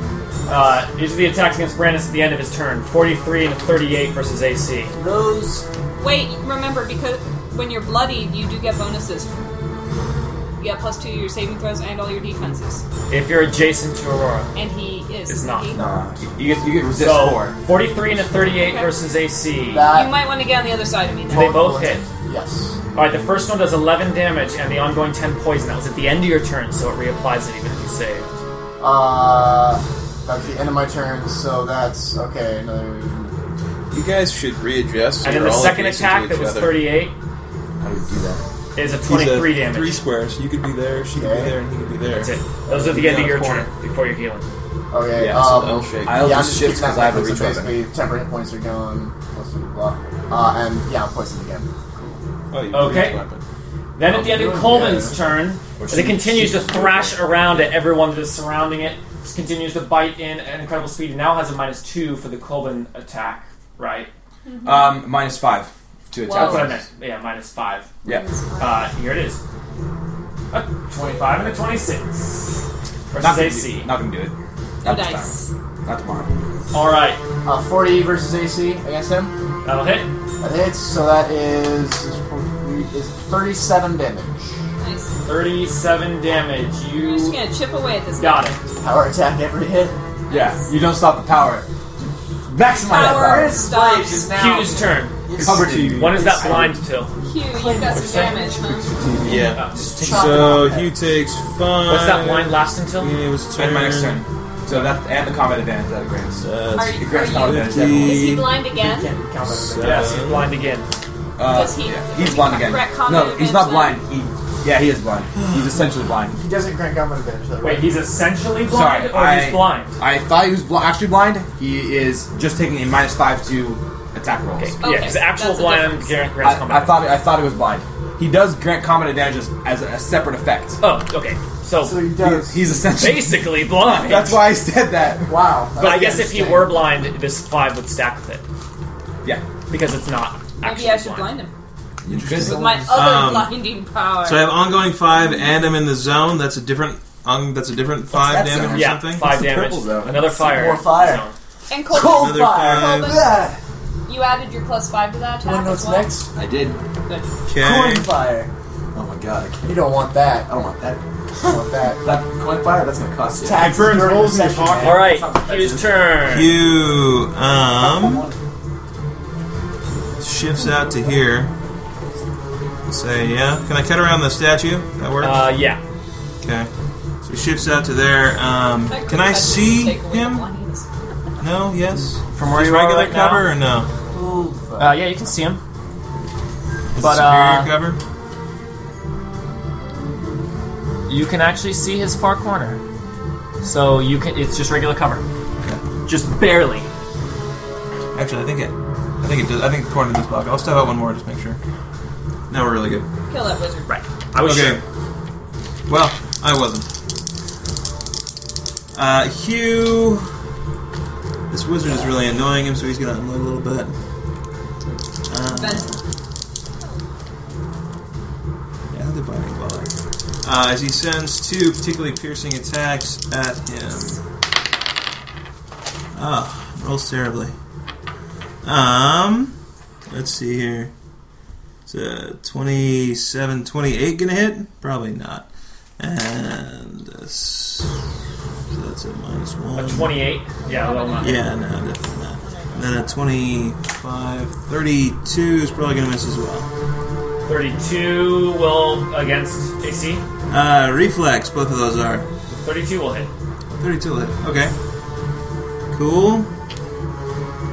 B: Uh, these are the attacks against Brandis at the end of his turn 43 and 38 versus AC.
H: Those
D: Wait, remember because when you're bloodied, you do get bonuses. You get plus two to your saving throws and all your defenses.
B: If you're adjacent to Aurora,
D: And he is.
B: it's
D: isn't
B: not.
D: He?
F: Uh, You get, you get resist
B: so,
F: 4.
B: 43 and a 38 versus AC.
D: You might want to get on the other side of me.
B: Do
D: Then.
B: they both hit?
H: Yes.
B: Alright, the first one does 11 damage and the ongoing 10 poison. That was at the end of your turn, so it reapplies it even if you saved.
H: Uh, that's the end of my turn, so that's okay. Another.
C: You guys should readjust. so
B: And then
C: you're
B: the
C: all
B: second
C: adjacent to
B: attack that
C: each
B: was
C: other.
B: 38
F: How do we do that?
B: is a
C: He's
B: 23
C: at
B: damage.
C: Three squares. You could be there, she could
H: Okay.
C: be there, and he could be there.
B: That's it. Those are the
C: You'd
B: end
C: be
B: of
C: on
B: your
C: the corner.
B: turn before your healing.
H: Okay.
C: Yeah, so
H: um,
C: that'll shake.
H: I'll yeah, just shift because I have a
F: reach weapon.
H: Basically, temporary hit points are gone. Plus blah, blah. blah. Uh, and yeah, I'm poisoned again.
C: Oh, you
B: Okay. Then at the end of Coleman's turn, as it continues to thrash around at everyone that is surrounding it, just continues to bite in at incredible speed, and now has a minus two for the Coleman attack, right?
F: Um, minus 5 to
B: That's what I
F: attack.
B: meant. Yeah, minus five.
F: Yeah.
B: Uh, here it is. A 25 and a 26.
F: Not
B: Versus
F: gonna,
B: AC.
F: do, not gonna do it.
D: No
B: Oh,
F: Not this
D: dice.
F: time. Not tomorrow.
B: Alright,
H: Uh, 40 versus AC against him.
B: that'll hit.
H: That hits, so that is, is 37 damage.
D: Nice.
B: 37 damage.
D: I'm just
B: You
D: gonna chip away at this.
B: got it.
H: Power attack every hit.
F: Yeah, you don't stop the power. Maximize that
D: Power
F: power.
D: stops.
B: Q's turn.
F: Covered in
B: When is that blind till?
D: Q, you've got some damage, huh?
C: Yeah.
B: Uh,
C: So Hugh takes five.
B: What's that blind last until?
C: Beginning of his
F: And my next
C: turn.
F: turn. So that and the combat advantage that grants.
D: Are
C: That's
D: you,
F: It grants
D: are
F: combat
D: you,
F: advantage. to everyone.
D: is he blind again?
B: Yes, he's blind again.
F: Uh,
D: Does he-
F: yeah, he's blind again.
D: Grant combat
F: No, he's not blind.
D: advantage
F: He, yeah, he is blind. He's essentially blind.
H: He doesn't grant combat advantage, though,
B: Wait,
H: right?
B: he's essentially
F: Sorry,
B: blind, or
F: I,
B: he's blind?
F: I thought he was bl- actually blind. He is just taking a minus five to attack rolls.
D: Okay,
B: yeah, he's actual
D: that's a
B: blind
D: difference.
B: Grant Grant's combat.
F: I, I thought I thought he was blind. He does grant combat advantages as a, a separate effect.
B: Oh, okay. So,
H: So he does.
F: He's essentially.
B: basically blind.
F: That's why I said that.
H: wow.
B: But I guess if he were blind, this five would stack with it
F: Yeah.
B: because it's not.
D: Maybe
B: actually
D: I should blind him with
C: Interesting.
D: my other
C: Um,
D: blinding power.
C: So I have ongoing five, and I'm in the zone. That's a different. Um, that's a different five
F: that
C: damage
F: zone?
C: or
B: Yeah,
C: something.
B: five
F: It's the
B: damage.
F: purple zone.
B: Another fire.
H: more fire.
B: zone.
D: and
H: Cold
D: Cold,
C: Another
H: fire!
C: five.
H: Look at
D: you added your plus five to that
H: that! You wanna
D: attack
H: know
D: as
H: what's next?
D: well.
F: I did.
C: Okay.
H: Corn fire!
F: Oh my god. I, can't,
H: You don't want that.
F: I don't want that.
H: You don't want that.
F: That coin fire. That's gonna cost you.
H: Tax
E: burns
H: during
E: holes in your
H: session,
E: pocket.
H: man.
B: All right,
H: Something
B: Hugh's turn.
H: that's-
C: Hugh um shifts out to here. Say yeah. Can I cut around the statue? That works.
B: Uh, yeah.
C: okay. So he shifts out to there. Um,
D: That
C: can
D: could
C: I
D: have
C: see
D: taken away the
C: him?
D: blindness.
C: No. Yes.
N: From where
C: Is
N: you are
C: regular
N: right now?
C: cover or no?
M: Uh, yeah, you can see him.
C: Is
M: But,
C: it
M: uh,
C: superior cover.
M: You can actually see his far corner. So you can. It's just regular cover. Just barely.
C: Actually, I think it. I think it does. I think the corner does block. I'll step out one more just make sure. Now we're really good.
D: Kill that wizard.
M: Right. I was
C: okay.
M: sure.
C: Well, I wasn't. Uh, Hugh This wizard is really annoying him, so he's gonna unload a little bit. Uh, yeah, the biting volley. Uh, as he sends two particularly piercing attacks at him. Ah, rolls terribly. Um, let's see here. It's a 27, 28 gonna hit? Probably not. And uh, s- so that's a minus one.
B: A 28? Yeah, well, uh, not.
C: Yeah, no, definitely not. And then a 25, 32 is probably gonna miss as well.
B: 32 will against AC.
C: Uh, reflex, both of those are.
B: 32 will hit.
C: 32 lit. Okay. Cool.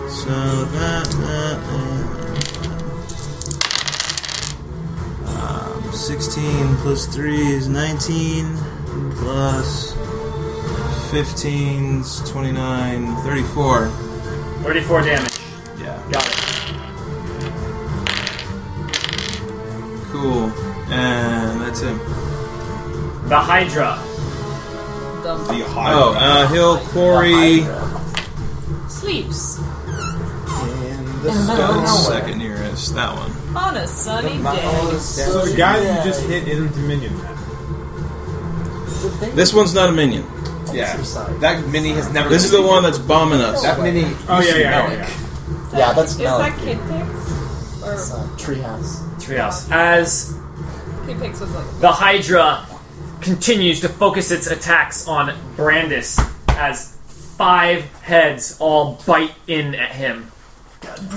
C: So that, uh, that, and, um, 16 plus 3 is 19, plus 15 is 29, 34.
B: 34 damage.
C: Yeah.
B: Got it.
C: Cool. And that's him.
B: The Hydra.
D: The
C: Oh, uh, he'll quarry.
D: sleeps
C: Stone second nearest. That one.
D: on a sunny day.
E: So the guy that you just hit isn't a minion.
C: This one's not a minion.
F: Yeah. That mini has never.
C: This is the one that's bombing us.
F: That mini.
E: Oh, yeah, yeah, yeah.
H: Yeah, that's
D: is
H: Malik.
D: that kid picks or
H: Uh, Treehouse.
B: Treehouse. As
D: kid picks was like
B: the Hydra continues to focus its attacks on Brandis as five heads all bite in at him.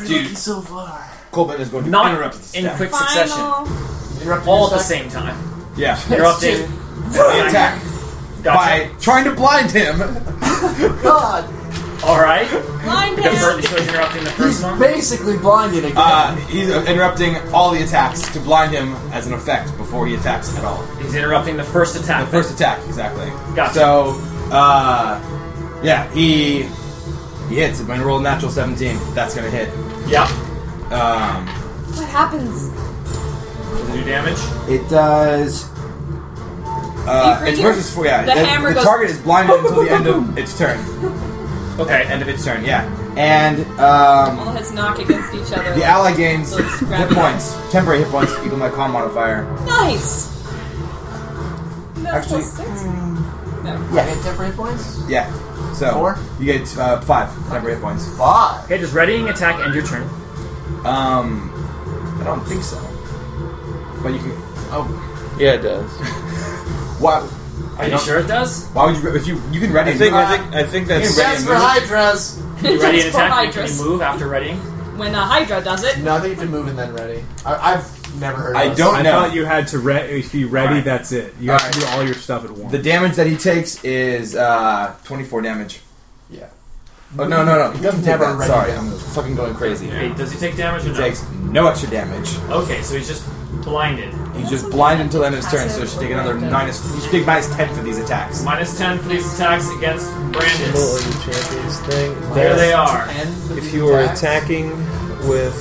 F: Dude,
H: So far.
F: Coleman is going to
B: Not
F: interrupt the
B: in
F: staff.
B: quick succession.
D: final.
B: All at the same time.
F: Yeah.
B: Interrupting.
F: The attack
B: Gotcha.
F: by trying to blind him.
H: God,
B: Alright.
D: Blind
B: The
D: him.
B: first, so he's interrupting the
H: he's
B: first one.
H: basically blinded again.
F: Uh, he's interrupting all the attacks to blind him as an effect before he attacks at all.
B: He's interrupting the first attack.
F: The first attack, exactly.
B: Gotcha.
F: So, uh, yeah, he he hits. I'm gonna roll a natural 17. That's gonna hit.
B: Yeah.
F: Um,
D: What happens?
B: Does it do damage?
R: It does.
F: uh,
D: You
F: it's
D: freaking-
F: versus four. Yeah,
D: the hammer goes-
F: target is blinded until the end of its turn.
B: Okay.
F: End of its turn. Yeah.
R: And um,
D: All his knock against each other.
F: The ally gains
D: So it's
F: hit
D: grabbing-
F: points, temporary hit points equal my con modifier.
D: Nice. That's
F: Actually,
D: plus six. No.
H: yeah, hit temporary points.
F: Yeah. So
H: Four?
F: you get uh, five temporary hit points.
H: Five.
B: Okay, does readying attack end your turn?
F: Um, I don't think so. But you can. Oh,
C: Yeah, it does.
F: why? I
B: Are you
F: don't-
B: sure it does?
F: Why would you? If you you can ready.
C: I think.
F: uh,
C: I think. I think that's.
F: Ready
H: That's
F: to
H: for
F: move?
H: Hydras.
B: You ready an
D: That's for
B: attack? Can
D: Hydras.
B: you move after readying?
D: When a Hydra does it,
H: No, I think you can move and then ready. I, I've never heard. Of
F: I
H: this.
F: don't
E: I
F: know.
E: thought you had to re- if you ready,
B: Alright.
E: that's it. You have to do all your stuff at once.
F: the damage that he takes is uh 24 damage.
H: Yeah.
F: Oh no no no! He doesn't take
H: Never
F: that.
H: ready
F: Sorry,
H: damage.
F: I'm fucking going crazy.
B: Wait, does he take damage or
F: He
B: no?
F: takes no extra damage.
B: Okay, so he's just blinded.
F: He's just blind until the end of his turn, so he should take another minus. He should take minus 10 for these attacks.
B: Minus 10 for these attacks against Brandis.
C: champions thing.
B: There they are.
C: If you are attacking with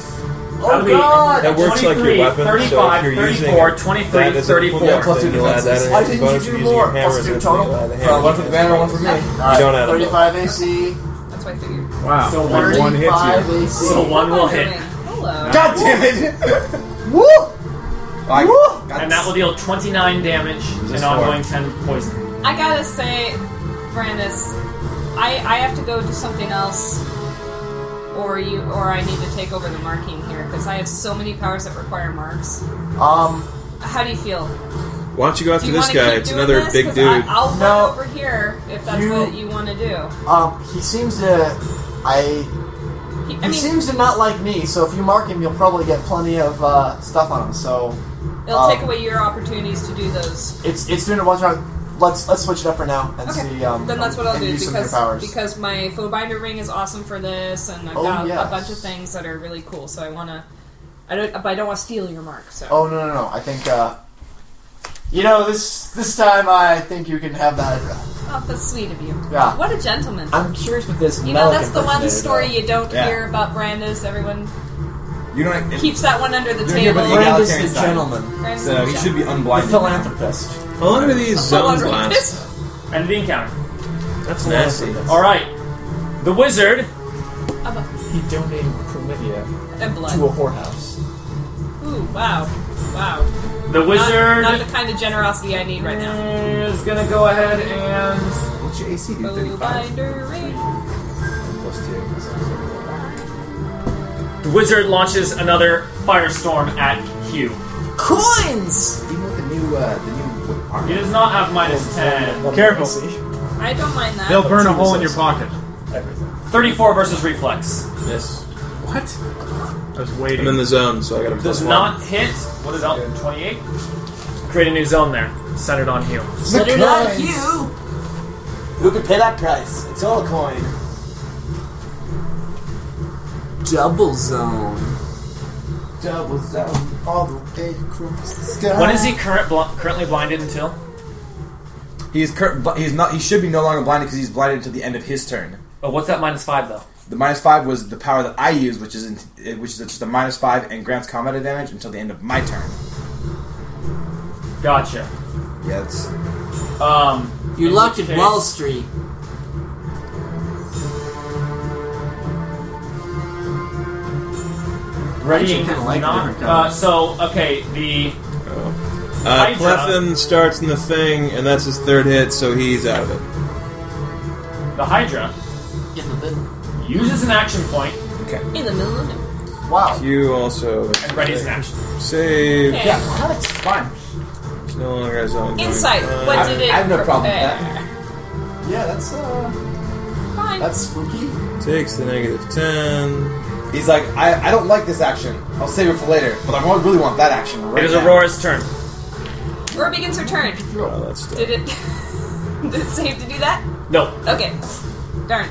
D: Oh,
B: That'll be-
H: Oh, God!
C: That works like your
B: 23,
C: weapon. so if
B: 35,
C: you're using
B: 34,
C: it,
B: 23,
C: that as a
B: 34.
C: full weapon,
F: Plus two
C: then you'll add that
F: defenses.
C: in
H: Why
C: as a
H: didn't
C: bonus
H: you
C: if
H: do
C: using
H: more?
C: your hammer
H: Plus
C: as
H: two
C: a
H: total?
C: full weapon.
F: Uh, one for the banner, one for me.
H: Alright,
C: don't add them.
H: 35 AC.
D: that's why I figured.
E: wow.
B: So one-
E: one, hits you.
H: 35 AC.
B: So one will
D: Wondering.
B: hit.
D: Hello.
F: God damn it!
H: Woo!
F: I,
H: Woo!
F: God,
B: And that will deal 29 damage and ongoing 10 poison.
D: I gotta say, Brandis, I I have to go do something else, or you or I need to take over the marking here because I have so many powers that require marks.
H: Um,
D: How do you feel?
C: Why don't you go
D: Do
C: after
D: you
C: this
D: wanna keep
C: guy? It's
D: doing
C: another
D: this?
C: big
D: 'Cause
C: dude.
D: I, I'll run
H: No.
D: over here if that's
H: You-
D: what you want to do.
H: um, he seems to. I.
D: He,
H: He
D: I mean,
H: seems to not like me, so if you mark him, you'll probably get plenty of uh, stuff on him. So
D: it'll
H: um,
D: take away your opportunities to do those.
H: it's it's doing it one round. Let's let's switch it up for now and
D: Okay,
H: see. Um,
D: then that's what I'll
H: and
D: do
H: use some of your
D: because
H: powers.
D: because my binder ring is awesome for this, and I've
H: Oh,
D: got
H: yes.
D: a bunch of things that are really cool. So I want to, I don't, but I don't want to steal your mark. So
H: oh no no no! I think uh, you know this this time I think you can have that.
D: Oh, that's sweet of you.
H: Yeah.
D: What a gentleman.
H: I'm curious with this.
D: you know,
H: Melican
D: that's the
H: person
D: one
H: there,
D: story
H: though.
D: you don't
F: Yeah.
D: hear about Brandis. Everyone
F: you don't. It,
D: keeps that one under the
F: You're here,
D: table.
F: but you
H: Brand is
F: egalitarian
H: the
F: side.
H: gentleman,
D: Brandis
F: so
D: is
F: he
D: a
F: should be
H: the
F: unblinded.
H: philanthropist.
C: How long are these
D: gentleman.
C: zones
D: Oh,
C: last?
D: this-
B: And the encounter.
C: That's nasty.
B: Alright. The wizard
H: He donated chlamydia
D: And blood.
H: to a whorehouse.
D: Ooh, wow. Wow.
B: The
D: Not-
B: wizard-
D: Not, the kind of generosity I need right now.
B: is gonna go ahead and.
F: What's your AC?
D: Blue binder ring.
F: Plus two.
B: The wizard launches another firestorm at Hugh.
M: Coins!
F: Even with the new, uh, the new.
B: He does not have minus 10.
I: Careful.
D: I don't mind that.
I: They'll burn a hole in your pocket.
B: 34 versus reflex.
C: Yes.
I: What? I was waiting.
C: I'm in the zone, so I got to
B: Does not hit. What is out? 28? Create a new zone there. Centered on Hugh.
J: Set it on you. Who could pay that price? It's all a coin.
H: Double zone.
J: Double zone all the way across the sky.
B: What is he current bl- currently blinded until?
F: He's cur- but he's not. He should be no longer blinded because he's blinded until the end of his turn.
B: Oh, what's that minus five though?
F: The minus five was the power that I used, which is in, which is just a minus five and grants combat advantage until the end of my turn.
B: Gotcha.
F: Yeah, it's
B: Um,
K: You're
B: in
K: locked
B: which
K: at
B: case-
K: Wall Street.
B: Readying
K: Actually, kinda
B: is
K: like the
B: not.
K: different
B: Uh,
K: colors.
B: so okay, the
C: Uh,
B: Hydra-
C: Clefin starts in the thing, and that's his third hit, so he's out of it.
B: the Hydra
K: In the middle.
B: uses an action point
C: Okay.
D: In the middle of it.
H: Wow.
C: You also
B: and readies an action.
C: save.
D: Okay.
H: Yeah, well, that's fine.
C: It's no longer a zone.
D: Insight.
C: Uh,
D: What did it?
K: I have no problem with
D: that.
H: Yeah, that's uh,
D: Fine.
H: that's spooky.
C: Takes the negative ten.
F: he's like I, I don't like this action. I'll save it for later, but I really want that action right
B: It is
F: now.
B: Aurora's turn.
D: Aurora begins her turn.
C: Oh, that's
D: Did it? did it save to do that?
B: No.
D: Okay. Darn.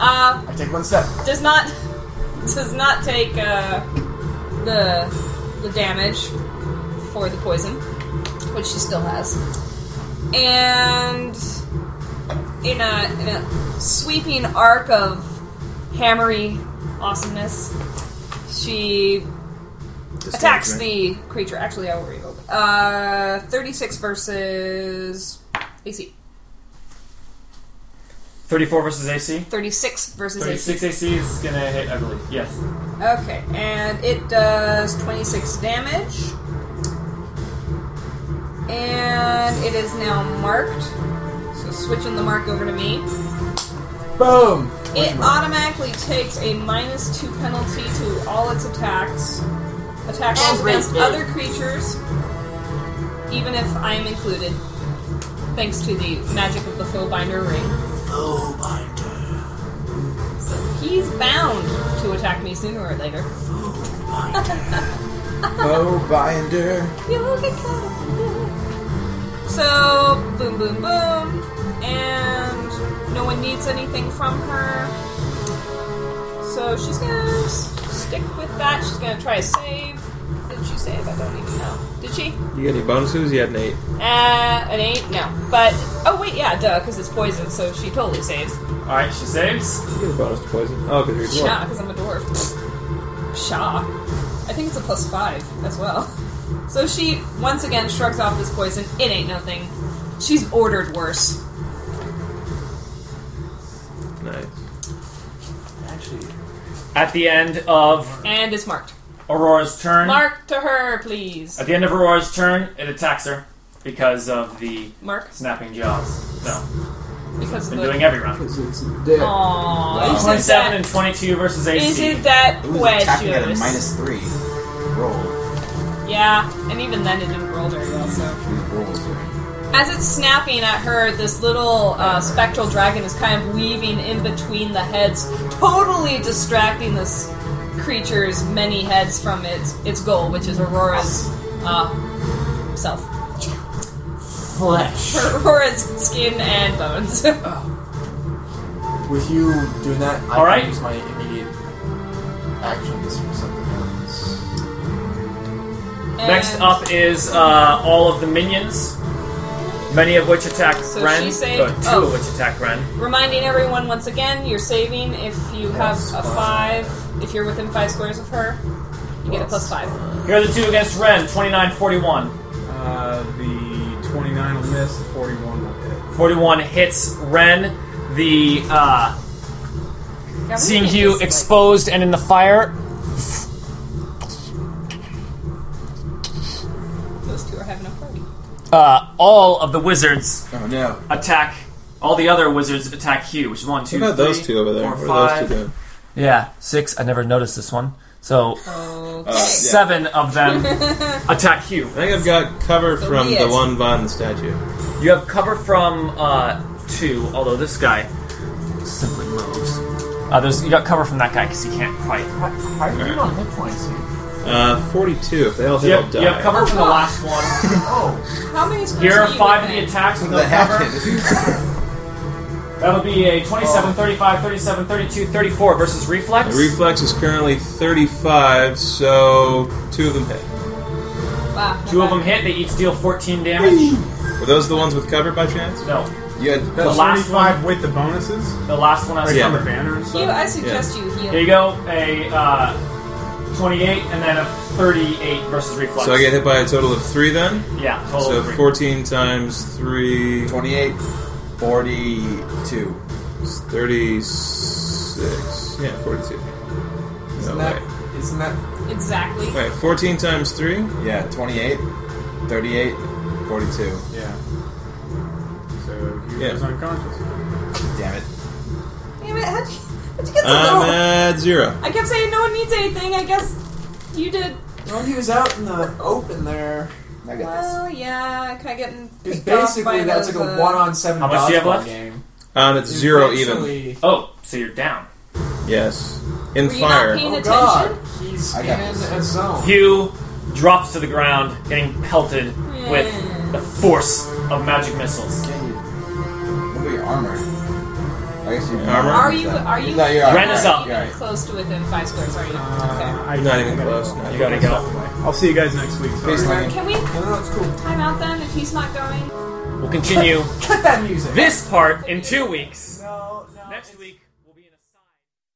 D: Uh,
H: I take one step.
D: does not does not take uh, the the damage for the poison, which she still has, and in a, in a sweeping arc of hammery awesomeness, she attacks the creature. Actually, I will reroll. Uh, thirty-six versus AC.
B: Thirty-four versus AC.
D: Thirty-six versus AC.
B: Thirty-six AC is gonna hit, I believe. Yes.
D: Okay, and it does 26 damage. And it is now marked. So switching the mark over to me.
H: Boom.
D: It automatically takes a minus 2 penalty to all its attacks. Attack rolls against other creatures, even if I am included. Thanks to the magic of the foe binder ring.
K: Oh my
D: So he's bound to attack me sooner or later.
F: bow binder.
D: You'll get caught. So, boom, boom, boom. And no one needs anything from her. So she's gonna s- stick with that. She's gonna try to save. Did she save? I don't even know. Did she?
C: You got any bonuses? You had an eight.
D: Uh, an 8? No. But, oh wait, yeah, duh, because it's poison, so she totally saves.
B: All right, she saves.
C: You get a bonus to poison. Oh, because you're
D: Yeah,
C: dwarf.
D: because I'm a dwarf. Shaw. I think it's a plus five as well. So she once again shrugs off this poison. It ain't nothing. She's ordered worse.
C: Nice.
K: Actually,
B: At the end of
D: And it's marked.
B: Aurora's turn.
D: Mark to her, please.
B: At the end of Aurora's turn, it attacks her because of the
D: Mark.
B: snapping jaws. No,
D: Because
B: it's
D: of
B: been
D: the.
B: doing every round.
H: Because it's dead.
D: Aww. Isn't
B: Twenty-seven
D: that,
B: and twenty-two versus AC.
D: isn't that
F: It was attacking at a
D: precious?
F: minus three. Roll.
D: Yeah, and even then it didn't roll very well, so.
F: Roll. three.
D: As it's snapping at her, this little uh, spectral dragon is kind of weaving in between the heads, totally distracting this creature's many heads from its its goal, which is Aurora's uh, self,
K: flesh.
D: Aurora's skin and bones.
H: With you doing that, I
B: All
H: can
B: right.
H: use my immediate actions for something else.
B: Next
D: And
B: up is uh, all of the minions, many of which attack
D: So
B: Ren.
D: she saved-
B: uh, two
D: oh.
B: of which attack Ren.
D: reminding everyone once again, you're saving if you have a five. If you're within five squares of her, you get a plus five.
B: Here are the two against Ren, 29 41.
I: Uh, the 29 will miss, the 41 will hit.
B: 41 hits Ren. The uh,
D: Yeah, we
M: Seeing
D: can
M: you
D: just, like-
M: exposed and in the fire,
D: Those two are having a party.
B: Uh, all of the wizards
F: Oh, no.
B: attack. All the other wizards attack Hugh, which is one, two,
C: What about
B: three,
C: those two over there?
B: four,
C: What are those two
B: five.
C: doing?
B: Yeah, six. I never noticed this one. So
C: Oh,
D: Okay.
B: seven of them attack Hugh. I
C: think I've got cover
B: So
C: from
B: be
C: the
B: it.
C: one Von statue.
B: You have cover from uh, two, although this guy simply moves. Uh, there's, you got cover from that guy because he can't quite.
H: How are you on hit points here?
C: Uh, 42. If they all hit,
B: You
C: I'll
B: have,
C: die.
B: you have cover from the last one.
D: How many squares
B: Here
D: are
B: are
D: you
B: five of
D: looking
B: the
D: at?
B: attacks with no cover. That'll be a 27, 35, 37, 32, 34 versus
C: The
B: reflex.
C: reflex is currently 35, so two of them hit.
D: Wow.
B: Two of them hit. They each deal 14 damage.
C: Were those the ones with cover by chance?
B: No.
C: You had
B: The last one.
E: with the bonuses.
B: The last one. I
E: Like
B: saw.
E: on the banner and stuff.
D: You, I suggest you heal.
B: Here you go. A uh, 28 and then a 38 versus reflex.
C: So I get hit by a total of three then?
B: Yeah, total
C: So
B: of three.
C: 14 times 3.
F: 28, 42.
C: It's 36. Yeah, 42.
F: Isn't
C: No
F: that-
C: way.
F: Isn't that
D: Exactly.
C: Wait, 14 times 3?
F: Yeah, 28, 38, 42.
E: Yeah. So he
C: Yeah.
E: was unconscious.
F: Damn it.
D: Damn it! How'd you, how'd you get so
B: Ah,
D: low?
C: I'm at zero.
D: I kept saying no one needs anything. I guess you did.
H: Well, he was out in the open there.
F: I
D: Well, yeah, kind of getting
H: Because
D: picked off by
H: basically that's
D: those,
H: like a
D: uh,
H: one on seven
B: How much do you have
H: dodgeball
B: left?
H: game.
C: Um, it's zero even.
H: Eventually-
B: Oh, so you're down.
C: Yes. In
D: Were you
C: fire.
D: not paying
H: Oh
D: attention?
H: god, he's
F: I
H: in
F: got
H: a zone.
B: Hugh drops to the ground, getting pelted with the force of magic missiles.
F: What about your armor? I guess your
C: Armor?
D: Are you? Are you?
F: No, you're all
B: Ren is
D: are
B: up.
D: you
F: You're all right.
D: Close to within five squares. Are you?
E: Uh, I-
C: I'm not even
E: I gotta
C: close.
E: go.
C: No,
B: You gotta go.
E: I'll see you guys next week. Sorry.
D: okay. Can we
H: No, no, it's cool.
D: time out then if he's not going?
B: We'll continue
H: Cut that music.
B: this part in two weeks.
H: No, no.
B: Next week.